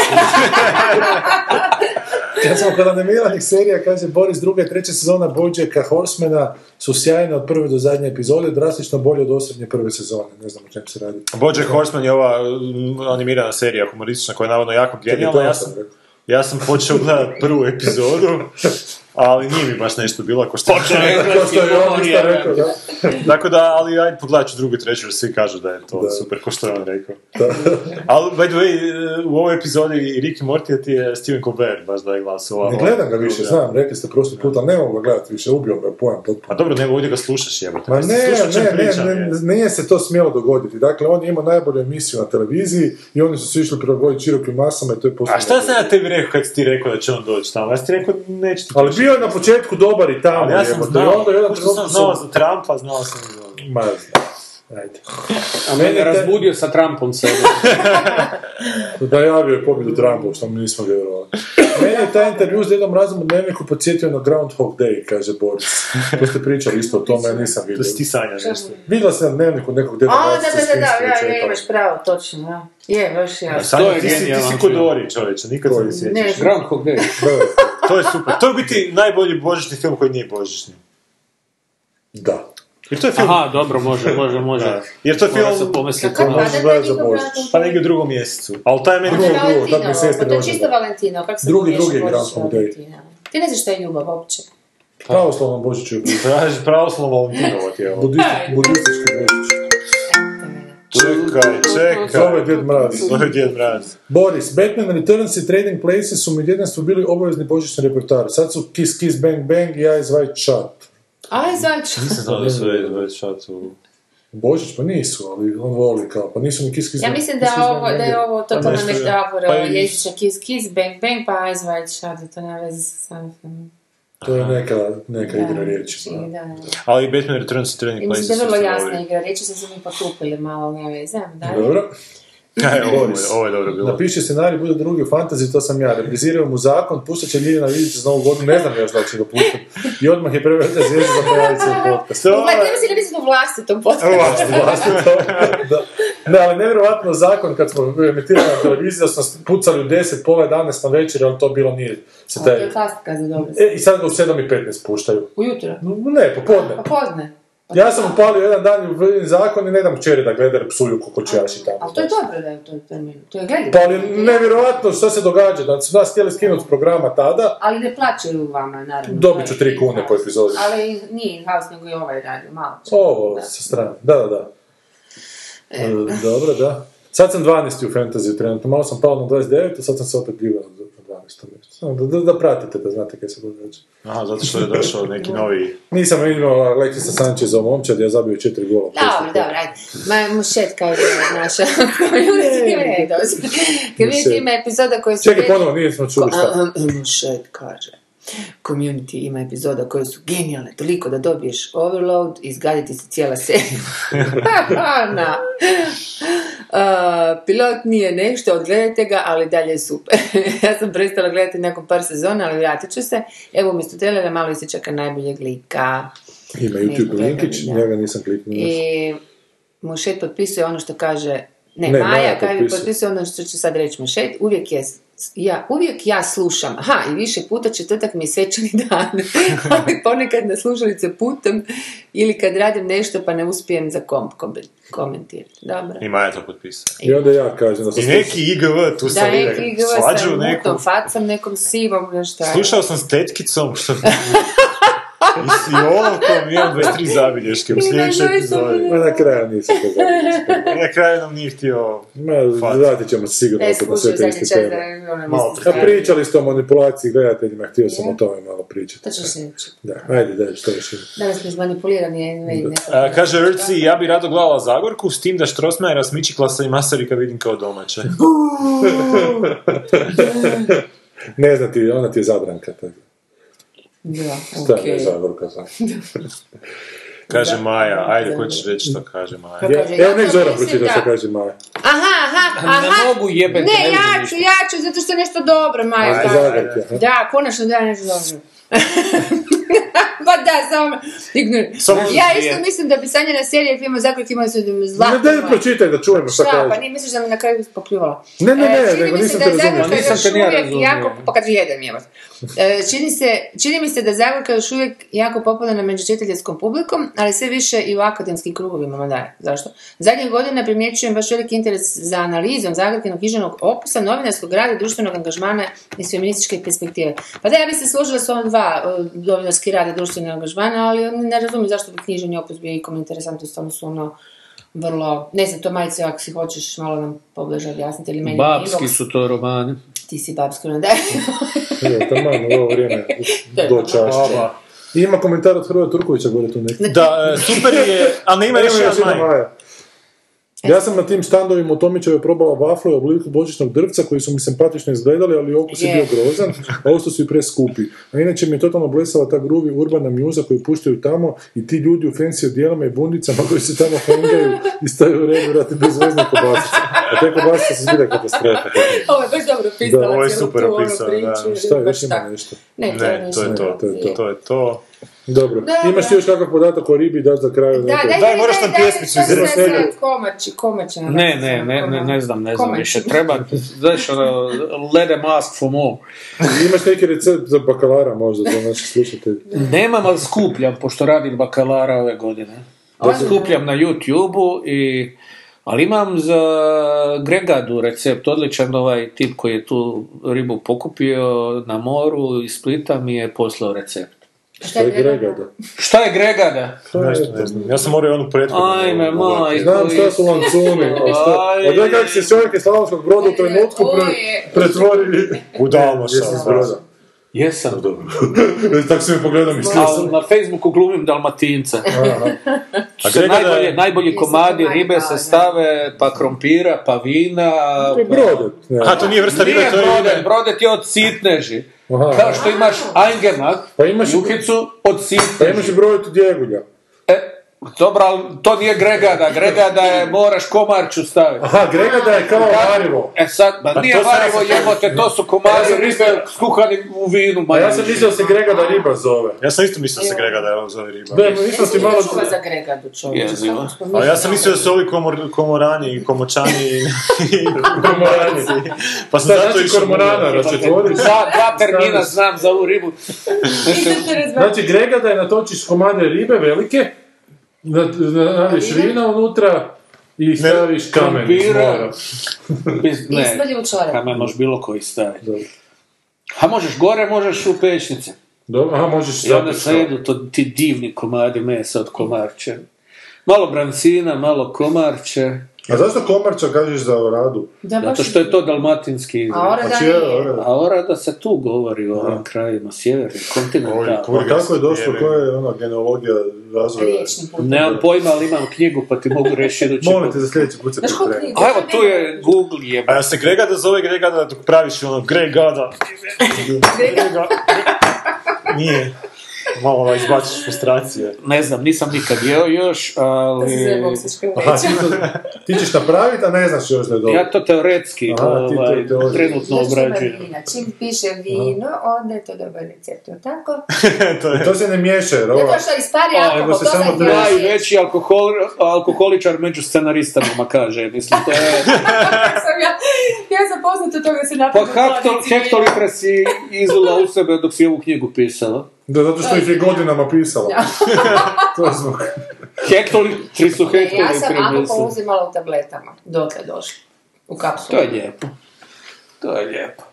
[SPEAKER 6] Kad smo kod animiranih serija, kaže Boris druga i treća sezona Bođeka Horsemana su sjajne od prve do zadnje epizode, drastično bolje od osrednje prve sezone. Ne znam o čem se radi.
[SPEAKER 3] Bojack Horseman je ova mm, animirana serija humoristična koja je navodno jako genijalna. Ja sam, ja sam počeo gledat prvu epizodu, ali nije mi baš nešto bilo ako što.
[SPEAKER 6] Kao što je on isto rekao, da.
[SPEAKER 3] Tako da, ali ajde pogledat ću drugu i treću, jer svi kažu da je to super, ko što je on rekao. ali, by the way, e, u ovoj epizodi i Ricky Morty ti je Steven Colbert baš da je glasovao.
[SPEAKER 6] Ne gledam ga više, znam, rekli ste prošli put, ali ne mogu ga gledati više, ubio me pojam
[SPEAKER 3] A
[SPEAKER 6] potpuno.
[SPEAKER 3] Pa dobro, nego ovdje ga slušaš, jebote.
[SPEAKER 6] Ma ne,
[SPEAKER 3] Pa Mislim,
[SPEAKER 6] ne,
[SPEAKER 3] slušat ću
[SPEAKER 6] ne,
[SPEAKER 3] pričam,
[SPEAKER 6] ne,
[SPEAKER 3] je.
[SPEAKER 6] nije se to smjelo dogoditi. Dakle, on je imao najbolju emisiju na televiziji i oni su se išli prilagoditi širokim masama i to je postalo.
[SPEAKER 3] A šta sam ja tebi rekao kad si ti rekao da će on doći tamo? Ja sam ti rekao neće ti
[SPEAKER 6] Ali bio je na početku dobar i tamo.
[SPEAKER 3] Ali ja sam
[SPEAKER 6] jebote,
[SPEAKER 3] znao,
[SPEAKER 6] i onda jedan
[SPEAKER 3] kuš, sam
[SPEAKER 6] trenutak
[SPEAKER 3] znao
[SPEAKER 6] sam...
[SPEAKER 3] za Trumpa, znao sam za...
[SPEAKER 4] Ma, ja znam. Ajde.
[SPEAKER 5] A mene
[SPEAKER 4] te-
[SPEAKER 5] razbudio sa Trumpom sebe.
[SPEAKER 4] Najavio je pobjedu Trumpu, što mi nismo vjerovali. Mene je taj intervju s jednom razumom dnevniku podsjetio na Groundhog Day, kaže Boris. To ste pričali isto o tome, ja nisam
[SPEAKER 3] To
[SPEAKER 4] vidio.
[SPEAKER 3] si ti sanja nešto.
[SPEAKER 4] Vidjela sam na dnevniku nekog djeda
[SPEAKER 2] A, da,
[SPEAKER 4] Vasića
[SPEAKER 2] da, da, da,
[SPEAKER 4] Svinjskovića
[SPEAKER 2] ja,
[SPEAKER 4] i
[SPEAKER 2] ja,
[SPEAKER 4] tako.
[SPEAKER 2] imaš pravo, točno, ja. Je, baš ja.
[SPEAKER 5] To je
[SPEAKER 3] E, Sanja, ti si, ti
[SPEAKER 5] genijalan
[SPEAKER 3] si
[SPEAKER 5] film.
[SPEAKER 3] kodori čovječe, nikad se ne sjećaš.
[SPEAKER 2] Ne,
[SPEAKER 5] Groundhog Day.
[SPEAKER 3] To je super. To je u biti najbolji božićni film koji nije božićni.
[SPEAKER 4] Da.
[SPEAKER 3] Jer to je film,
[SPEAKER 5] Aha, dobro, može, može, može.
[SPEAKER 3] jer to je
[SPEAKER 5] Mora se
[SPEAKER 3] film
[SPEAKER 5] pomisliti.
[SPEAKER 2] Kako
[SPEAKER 5] ono.
[SPEAKER 2] pada
[SPEAKER 4] možeš
[SPEAKER 2] taj
[SPEAKER 4] gledat za
[SPEAKER 2] njihov
[SPEAKER 4] Božić.
[SPEAKER 2] Groundhog
[SPEAKER 3] pa
[SPEAKER 2] Day?
[SPEAKER 3] negdje u drugom mjesecu. Ali taj je meni
[SPEAKER 2] To je
[SPEAKER 3] drugo.
[SPEAKER 4] drugo, tad mi
[SPEAKER 2] Valentinovo,
[SPEAKER 4] sestra
[SPEAKER 2] pa to je
[SPEAKER 4] dođe,
[SPEAKER 2] čisto
[SPEAKER 4] da.
[SPEAKER 2] Valentino, kako se
[SPEAKER 4] Drugi,
[SPEAKER 2] miješa
[SPEAKER 4] drugi je
[SPEAKER 2] Božić i
[SPEAKER 4] Groundhog Day.
[SPEAKER 2] Valentinovo. Ti ne znaš šta je ljubav uopće.
[SPEAKER 3] Pa.
[SPEAKER 4] Pravoslavnom Božiću je
[SPEAKER 3] Traži pravoslavno Valentinovo tijelo.
[SPEAKER 4] budistički, budistički Božić.
[SPEAKER 3] Čekaj, čekaj.
[SPEAKER 4] Zove Djed Mraz.
[SPEAKER 3] Zove Djed Mraz.
[SPEAKER 4] Boris, Batman Returns i Trading Places su mi u djetinjstvu bili obavezni božićni repertoar. Sad su Kiss Kiss Bang Bang i I Zvaj Chat.
[SPEAKER 2] Aj, znači,
[SPEAKER 3] Nisam znao da su Red Shatu.
[SPEAKER 4] Božić pa nisu, ali on voli kao, pa nisu ni Kiss Kiss
[SPEAKER 2] ja
[SPEAKER 4] Bang-
[SPEAKER 2] mislim
[SPEAKER 4] Kiss
[SPEAKER 2] da,
[SPEAKER 4] Kiss Bang
[SPEAKER 2] ovo, da
[SPEAKER 4] Bang
[SPEAKER 2] je
[SPEAKER 4] je-
[SPEAKER 2] ovo totalna
[SPEAKER 3] nešto je-
[SPEAKER 2] metafora
[SPEAKER 3] pa i-
[SPEAKER 2] jeziča kiss kiss, bang bang, pa aj zvaj šadi, to nema veze sa samim filmom.
[SPEAKER 4] To je neka, neka igra riječi.
[SPEAKER 2] Znači,
[SPEAKER 6] pa.
[SPEAKER 3] pa-
[SPEAKER 4] da.
[SPEAKER 2] da.
[SPEAKER 3] Ali i Batman Returns i Training
[SPEAKER 2] I mislim
[SPEAKER 3] Places
[SPEAKER 2] da je vrlo
[SPEAKER 3] su
[SPEAKER 2] jasna
[SPEAKER 3] dobri.
[SPEAKER 2] igra, reći se mi potupili malo, nema veze, ajmo dalje.
[SPEAKER 4] Dobro.
[SPEAKER 3] E, ovo je- Ovo je dobro bilo.
[SPEAKER 4] Napiši scenarij, bude drugi u fantasy, to sam ja. Repriziraju mu zakon, pustat će Ljiljana Vidića za novu godinu, ne znam još da li će ga pustiti. I odmah je prevedena zvijezda za pojavit se u podcast.
[SPEAKER 2] Uvijek, ne mislim da u vlastitom potpuno.
[SPEAKER 4] da. Ne, ali nevjerojatno zakon kad smo emitirali na televiziji da smo pucali u 10, pola 11 na večer, ali to bilo nije. Se
[SPEAKER 2] To
[SPEAKER 4] taj...
[SPEAKER 2] je klasika za dobro.
[SPEAKER 4] E, I sad ga u 7 i 15 puštaju.
[SPEAKER 2] Ujutro.
[SPEAKER 4] No, Ne, popodne.
[SPEAKER 2] Popodne. Pa,
[SPEAKER 4] Ja sam upalio jedan dan u zakon i ne dam kćeri da gleda jer psuju kokočaši tamo.
[SPEAKER 2] Ali to je dobro da je u toj terminu. To je gledano.
[SPEAKER 4] Pa ali nevjerojatno što se događa, da su nas htjeli skinuti s programa tada,
[SPEAKER 2] Ali ne plaćaju vama, naravno.
[SPEAKER 4] dobit ću 3 kune po epizodi.
[SPEAKER 2] Ali nije in-house, nego i ovaj radio, malo. će.
[SPEAKER 4] Ovo,
[SPEAKER 2] Da.
[SPEAKER 4] sa strane, da, da, da. E, dobro, da. Sad sam 12. u fantasy trenutno, malo sam pao na 29, a sad sam se opet digao na 12. mjesto. Samo Da, da, da pratite, da znate kaj se događa.
[SPEAKER 3] Aha, zato što je došao neki novi...
[SPEAKER 4] Nisam imao Alexisa Sancheza u momčad, ja zabio četiri gola.
[SPEAKER 2] Dobro, dobro, ajde. Ma, mušet kao da je naša. Ne, dobro. Kad vidite ima epizoda koje su...
[SPEAKER 4] Čekaj, ponovo, nismo čuli šta.
[SPEAKER 2] Mušet kaže. Community ima epizoda koje su genijalne, toliko da dobiješ overload i zgaditi se cijela serija. Ana. Uh, pilot nije nešto, odgledajte ga, ali dalje je super. ja sam prestala gledati nakon par sezona, ali vratit ću se. Evo, umjesto trailera malo se čeka najboljeg lika.
[SPEAKER 4] Ima YouTube
[SPEAKER 2] Nismo
[SPEAKER 4] linkić,
[SPEAKER 2] gledali, da.
[SPEAKER 4] njega nisam kliknuo.
[SPEAKER 2] I Mušet potpisuje ono što kaže, ne,
[SPEAKER 4] Ne,
[SPEAKER 2] Maja,
[SPEAKER 4] Maja
[SPEAKER 2] kaže,
[SPEAKER 4] potpisuje.
[SPEAKER 2] potpisuje ono što ću sad reći Mušet, uvijek je ja, uvijek ja slušam, aha, i više puta četvrtak mi je svečani dan, ali ponekad na slušalice putem ili kad radim nešto pa ne uspijem za komp kombe- komentirati. Dobro.
[SPEAKER 3] I Maja to potpisao.
[SPEAKER 4] I onda ja kažem da sam
[SPEAKER 3] I neki IGV tu
[SPEAKER 2] Da,
[SPEAKER 3] sam vidio,
[SPEAKER 2] neki igla
[SPEAKER 3] svađu
[SPEAKER 2] sa
[SPEAKER 3] neku.
[SPEAKER 2] mutom, facom, nekom sivom, nešto.
[SPEAKER 3] Slušao sam s tetkicom što... I s Jolkom imam 23 zabilješke u sljedećoj
[SPEAKER 2] Imam 23
[SPEAKER 3] epizodi.
[SPEAKER 4] Ma na kraju nisam to zabio.
[SPEAKER 3] I na kraju nam nije htio...
[SPEAKER 4] Ma, vratit ćemo se sigurno
[SPEAKER 2] E,
[SPEAKER 4] opet na
[SPEAKER 2] slušao
[SPEAKER 4] sve te
[SPEAKER 2] zadnji
[SPEAKER 4] iste
[SPEAKER 2] čas da
[SPEAKER 4] teme.
[SPEAKER 2] ono,
[SPEAKER 3] Malo
[SPEAKER 2] mislim,
[SPEAKER 4] A pričali ste o manipulaciji gledateljima, htio sam o tome malo pričati.
[SPEAKER 2] To ćeš se učiti.
[SPEAKER 4] Da, ajde, daj, što još ima.
[SPEAKER 2] Danas smo izmanipulirani, anyway, nekako.
[SPEAKER 3] A, kaže Rci, ja bi rado gledala Zagorku, s tim da Štrosmajera, Smičiklasa i Masarika vidim kao domaće.
[SPEAKER 4] Ne znam ti, ona ti je zabranka. tako.
[SPEAKER 2] Da,
[SPEAKER 4] Šta je
[SPEAKER 2] okej.
[SPEAKER 4] zabranka? znam.
[SPEAKER 3] Kaže Maja, ajde, ko će reći što kaže Maja.
[SPEAKER 4] Ja-
[SPEAKER 2] Kaže, ja
[SPEAKER 4] Evo nek
[SPEAKER 2] to
[SPEAKER 4] Zoran
[SPEAKER 2] mislim
[SPEAKER 4] pročita
[SPEAKER 2] da-
[SPEAKER 4] što kaže Maja.
[SPEAKER 2] Aha, aha,
[SPEAKER 5] Ne
[SPEAKER 2] aha.
[SPEAKER 5] mogu jebati,
[SPEAKER 2] Ne,
[SPEAKER 5] ne,
[SPEAKER 2] ja
[SPEAKER 5] ne
[SPEAKER 2] ću, ja ću, zato što je nešto dobro, Maja.
[SPEAKER 4] Ajde,
[SPEAKER 2] Pa da.
[SPEAKER 4] Zagorke, aha.
[SPEAKER 2] Da, konačno da je nešto dobro. pa da, samo me ignoriraj.
[SPEAKER 3] Samo
[SPEAKER 2] Ja
[SPEAKER 5] dvije.
[SPEAKER 2] isto mislim da bi sanjala serija filma Zagreb imao su zlato.
[SPEAKER 4] Ne, daj
[SPEAKER 2] moje.
[SPEAKER 4] pročitaj da čujemo šta
[SPEAKER 2] Šta, pa
[SPEAKER 4] kaže.
[SPEAKER 2] nije misliš da me na kraju ispopljuvala?
[SPEAKER 4] Ne, ne, ne,
[SPEAKER 2] E, čini
[SPEAKER 4] nego
[SPEAKER 2] mi se
[SPEAKER 4] nisam
[SPEAKER 2] da
[SPEAKER 4] te
[SPEAKER 2] je
[SPEAKER 4] razumio.
[SPEAKER 2] Zagorka
[SPEAKER 5] Nisam
[SPEAKER 2] još
[SPEAKER 5] te ni ja
[SPEAKER 2] uvijek
[SPEAKER 5] razumio.
[SPEAKER 2] jako, pa kad jedem je vas. E, čini, se, čini mi se da je Zagorka još uvijek jako popularna među čitateljskom publikom, ali sve više i u akademskim krugovima, ma da, zašto? Zadnjih godina primjećujem baš veliki interes za analizom Zagorkinog književnog opusa, novinarskog rada, društvenog angažmana iz feminističke perspektive. Pa da, ja bi se složila s ova dva, e, novinarski rad i društveni angažman, ali ne razumijem zašto bi književni opus bio ikom interesantan, samo su ono vrlo, ne znam, to majice, ako si hoćeš malo nam pobliže objasniti ili meni
[SPEAKER 5] Babski
[SPEAKER 2] inbox.
[SPEAKER 5] su to romani.
[SPEAKER 2] Ti si babski onda.
[SPEAKER 4] Evo, taman, u ovo vrijeme do čašća. I Ima komentar od Hrvoja Turkovića, gore tu neki.
[SPEAKER 3] Da, e, super je, ali ne ima
[SPEAKER 4] Evo
[SPEAKER 3] još
[SPEAKER 4] još
[SPEAKER 3] jedan
[SPEAKER 4] jedna
[SPEAKER 3] Maja.
[SPEAKER 4] Maja. Ja sam na tim standovima u Tomićevoj probala vafle u obliku božićnog drvca koji su mi simpatično izgledali, ali okus je
[SPEAKER 6] Je.
[SPEAKER 4] bio grozan, a ovo su i preskupi. A inače mi je totalno blesala ta gruvi urbana mjuza koju puštaju tamo i ti ljudi u fancy odjelama i bundicama koji se tamo hengaju i staju u redu rati bezvezne kobasice. A te kobasice su bile katastrofe.
[SPEAKER 6] Ovo je baš dobro opisala
[SPEAKER 3] Da, ovo je
[SPEAKER 6] cijelu
[SPEAKER 3] super
[SPEAKER 6] tu ono
[SPEAKER 3] opisano,
[SPEAKER 6] priču,
[SPEAKER 3] da.
[SPEAKER 6] ili
[SPEAKER 4] Šta je,
[SPEAKER 6] baš
[SPEAKER 4] još ima
[SPEAKER 6] tak.
[SPEAKER 4] nešto.
[SPEAKER 6] Ne, to je
[SPEAKER 3] Ne, to je
[SPEAKER 6] ništa.
[SPEAKER 3] to, to je to. to, je to.
[SPEAKER 4] Dobro.
[SPEAKER 6] Dobro.
[SPEAKER 4] Imaš ti još kakav podatak o ribi daš za kraj?
[SPEAKER 6] Da, daj,
[SPEAKER 3] Daj, moraš nam pjesmicu
[SPEAKER 6] sad, sad,
[SPEAKER 3] izreći.
[SPEAKER 6] sad, Komači, komači. nam
[SPEAKER 5] Ne,
[SPEAKER 6] radi,
[SPEAKER 5] ne,
[SPEAKER 6] sad,
[SPEAKER 5] ne, ne,
[SPEAKER 6] komači.
[SPEAKER 5] ne znam, ne znam
[SPEAKER 6] Komači.
[SPEAKER 5] više. Treba, znaš, ono, let them ask for more.
[SPEAKER 4] Imaš neki recept za bakalara možda za naše slušatelje?
[SPEAKER 5] Nemam, ali skupljam, pošto radim bakalara ove godine.
[SPEAKER 2] Pa
[SPEAKER 5] Ali skupljam na youtube i... Ali imam za Gregadu recept, odličan ovaj tip koji je tu ribu pokupio na moru iz Splita mi je poslao recept.
[SPEAKER 4] Što je Gregada?
[SPEAKER 5] Šta je Gregada? Ovaj,
[SPEAKER 3] Nešto ne znam. Ja sam morao i onu prethodnu.
[SPEAKER 5] Ajme,
[SPEAKER 3] ugledati.
[SPEAKER 5] maj,
[SPEAKER 4] Znam šta su lancuni, a šta...
[SPEAKER 5] Aj.
[SPEAKER 4] A da kak se čovjek iz Slavonskog broda u trenutku pre-
[SPEAKER 6] Uje.
[SPEAKER 4] pretvorili...
[SPEAKER 3] U Dalmoša.
[SPEAKER 4] Jesi iz broda.
[SPEAKER 5] Jesam.
[SPEAKER 4] Dobro. Tako sam mi pogledao i slio
[SPEAKER 5] A
[SPEAKER 4] sam.
[SPEAKER 5] na Facebooku glumim Dalmatinca.
[SPEAKER 3] A
[SPEAKER 5] Se
[SPEAKER 3] Gregada
[SPEAKER 5] najbolje,
[SPEAKER 3] je...
[SPEAKER 5] najbolji
[SPEAKER 6] Nisam
[SPEAKER 5] komadi
[SPEAKER 6] to
[SPEAKER 5] ribe
[SPEAKER 6] navikala,
[SPEAKER 5] se
[SPEAKER 6] da. Dakle,
[SPEAKER 5] stave, pa krompira, pa vina.
[SPEAKER 4] To je brode. ne.
[SPEAKER 3] A to nije vrsta ribe,
[SPEAKER 5] Nije
[SPEAKER 3] to je
[SPEAKER 5] brodet,
[SPEAKER 3] ime.
[SPEAKER 5] brodet je od sitneži.
[SPEAKER 4] Aha.
[SPEAKER 5] Kao što imaš Eingemak,
[SPEAKER 4] Pa imaš-
[SPEAKER 5] juhicu od
[SPEAKER 4] Pa imaš
[SPEAKER 5] sitneži.
[SPEAKER 4] i brode tu djegulja.
[SPEAKER 5] E, dobro, ali to nije Gregada. Gregada je moraš komarču staviti.
[SPEAKER 4] Aha, Gregada je kao varivo.
[SPEAKER 5] E sad, ma nije
[SPEAKER 3] Pa to sam ja
[SPEAKER 5] varivo
[SPEAKER 3] sam-
[SPEAKER 5] jebote, to su komadi ribe skuhani u vinu.
[SPEAKER 4] A
[SPEAKER 5] Ma
[SPEAKER 4] Pa ja sam mislio da se Gregada riba zove.
[SPEAKER 3] Ja sam isto mislio da se Gregada je ovo zove riba.
[SPEAKER 4] Da, ma nisam si malo...
[SPEAKER 6] Čuva za Gregadu čovječe.
[SPEAKER 5] Jezivo.
[SPEAKER 6] samo smo mi
[SPEAKER 3] A ja sam
[SPEAKER 6] znali.
[SPEAKER 3] mislio da su ovi komor, komorani i komočani i, i
[SPEAKER 4] Kormorani.
[SPEAKER 3] Pa sam
[SPEAKER 4] Šta
[SPEAKER 3] zato
[SPEAKER 4] znači
[SPEAKER 3] išao
[SPEAKER 4] kormorana, razčetvoriš?
[SPEAKER 5] Dva, dva termina znam za ovu ribu.
[SPEAKER 6] Nisam se razvratila.
[SPEAKER 4] Znači, grega da je natočiš komade ribe velike, na- na- naviš vina unutra i staviš kamen iz
[SPEAKER 5] krompira.
[SPEAKER 4] mora.
[SPEAKER 5] Bez-
[SPEAKER 6] I smrljivu čorak.
[SPEAKER 5] Kamen možeš bilo koji staviti.
[SPEAKER 4] Dobro.
[SPEAKER 5] A možeš gore, možeš u pećnici.
[SPEAKER 4] Dobro, aha, možeš
[SPEAKER 5] I onda
[SPEAKER 4] zapiš
[SPEAKER 5] se jedu to, ti divni komadi mesa od komarče. Malo brancina, malo komarče.
[SPEAKER 4] A zašto komarča kažeš za oradu?
[SPEAKER 6] Da, baš-
[SPEAKER 5] Zato što je to dalmatinski izraz.
[SPEAKER 6] A ora da
[SPEAKER 4] Znači, je,
[SPEAKER 6] nije.
[SPEAKER 4] orada.
[SPEAKER 5] A orada se tu govori u ovim krajima, sjeverni, kontinentalno.
[SPEAKER 4] A kako je došlo, koja je ona genealogija razvoja?
[SPEAKER 6] Riječni put.
[SPEAKER 5] Nemam pojma, ali imam knjigu, pa ti mogu reći
[SPEAKER 3] Znači,
[SPEAKER 5] idući
[SPEAKER 4] Molim
[SPEAKER 5] put.
[SPEAKER 4] te za sljedeći put se
[SPEAKER 6] Znaš koliko
[SPEAKER 4] pripremi.
[SPEAKER 5] A evo, tu je Google je.
[SPEAKER 3] A ja se Gregada zove Gregada dok praviš ono Gregada. Grega. Nije. Malo ovaj, izbaciš frustracije.
[SPEAKER 5] Ne znam, nisam nikad jeo još,
[SPEAKER 6] Da
[SPEAKER 5] ali...
[SPEAKER 6] se zove boksička
[SPEAKER 4] Aha,
[SPEAKER 6] vreća.
[SPEAKER 4] ti, to- ti ćeš napraviti, a ne znaš još da je dobro.
[SPEAKER 5] Ja to teoretski
[SPEAKER 4] Aha, ti to
[SPEAKER 5] ovaj,
[SPEAKER 4] teoretski.
[SPEAKER 5] trenutno
[SPEAKER 6] Znaš što ima
[SPEAKER 5] obrađujem.
[SPEAKER 6] vina? Čim piše vino, onda je to dobar recept, jel tako?
[SPEAKER 3] to je
[SPEAKER 4] To se ne miješa, jer ova...
[SPEAKER 6] Zato što ispari
[SPEAKER 4] A,
[SPEAKER 6] alkohol,
[SPEAKER 4] nego se
[SPEAKER 6] to
[SPEAKER 4] samo
[SPEAKER 6] sam
[SPEAKER 4] treba-
[SPEAKER 6] ja i
[SPEAKER 5] Najveći alkohol, alkoholičar među scenaristama, kaže. Mislim, to je...
[SPEAKER 6] sam ja, ja sam poznat od toga da se
[SPEAKER 5] Pa
[SPEAKER 6] napravim.
[SPEAKER 5] Hector, Hector Litres je izula u sebe dok si ovu knjigu pisala.
[SPEAKER 4] Da, zato što ih je godinama pisala. to je zbog...
[SPEAKER 5] Hektolitri su Hector
[SPEAKER 6] E, Ja sam alkohol
[SPEAKER 5] Litres.
[SPEAKER 6] uzimala u tabletama, dotle došla. U
[SPEAKER 5] To
[SPEAKER 6] kapsulu.
[SPEAKER 5] je lijepo. To je lijepo.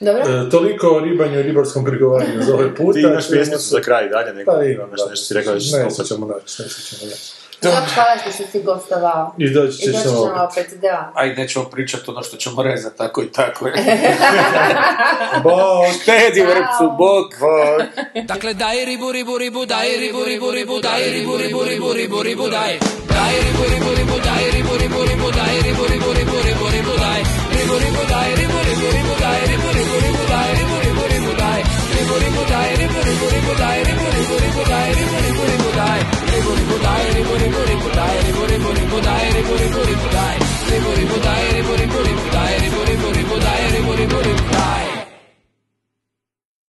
[SPEAKER 6] Dobro?
[SPEAKER 4] E, toliko o ribanju i ribarskom prigovaranju za ovaj put.
[SPEAKER 3] Ti imaš pjesmicu za kraj dalje, neko
[SPEAKER 4] Pa imam,
[SPEAKER 3] imaš nešto si rekao da ćeš
[SPEAKER 4] Nešto
[SPEAKER 3] stopati.
[SPEAKER 4] ćemo naći, nešto ćemo naći.
[SPEAKER 6] Dobro, hvala što si ti gostovao.
[SPEAKER 4] I doći
[SPEAKER 6] I doći
[SPEAKER 4] ćeš na
[SPEAKER 6] ćemo
[SPEAKER 4] ovo.
[SPEAKER 6] opet, da.
[SPEAKER 5] Ajde, nećemo pričati ono što ćemo rezati, tako i tako.
[SPEAKER 4] Bog!
[SPEAKER 5] Štedi vrpcu, bok!
[SPEAKER 7] Dakle daj ribu ribu ribu daj ribu ribu ribu daj ribu ribu ribu ribu ribu daj Daj ribu ribu ribu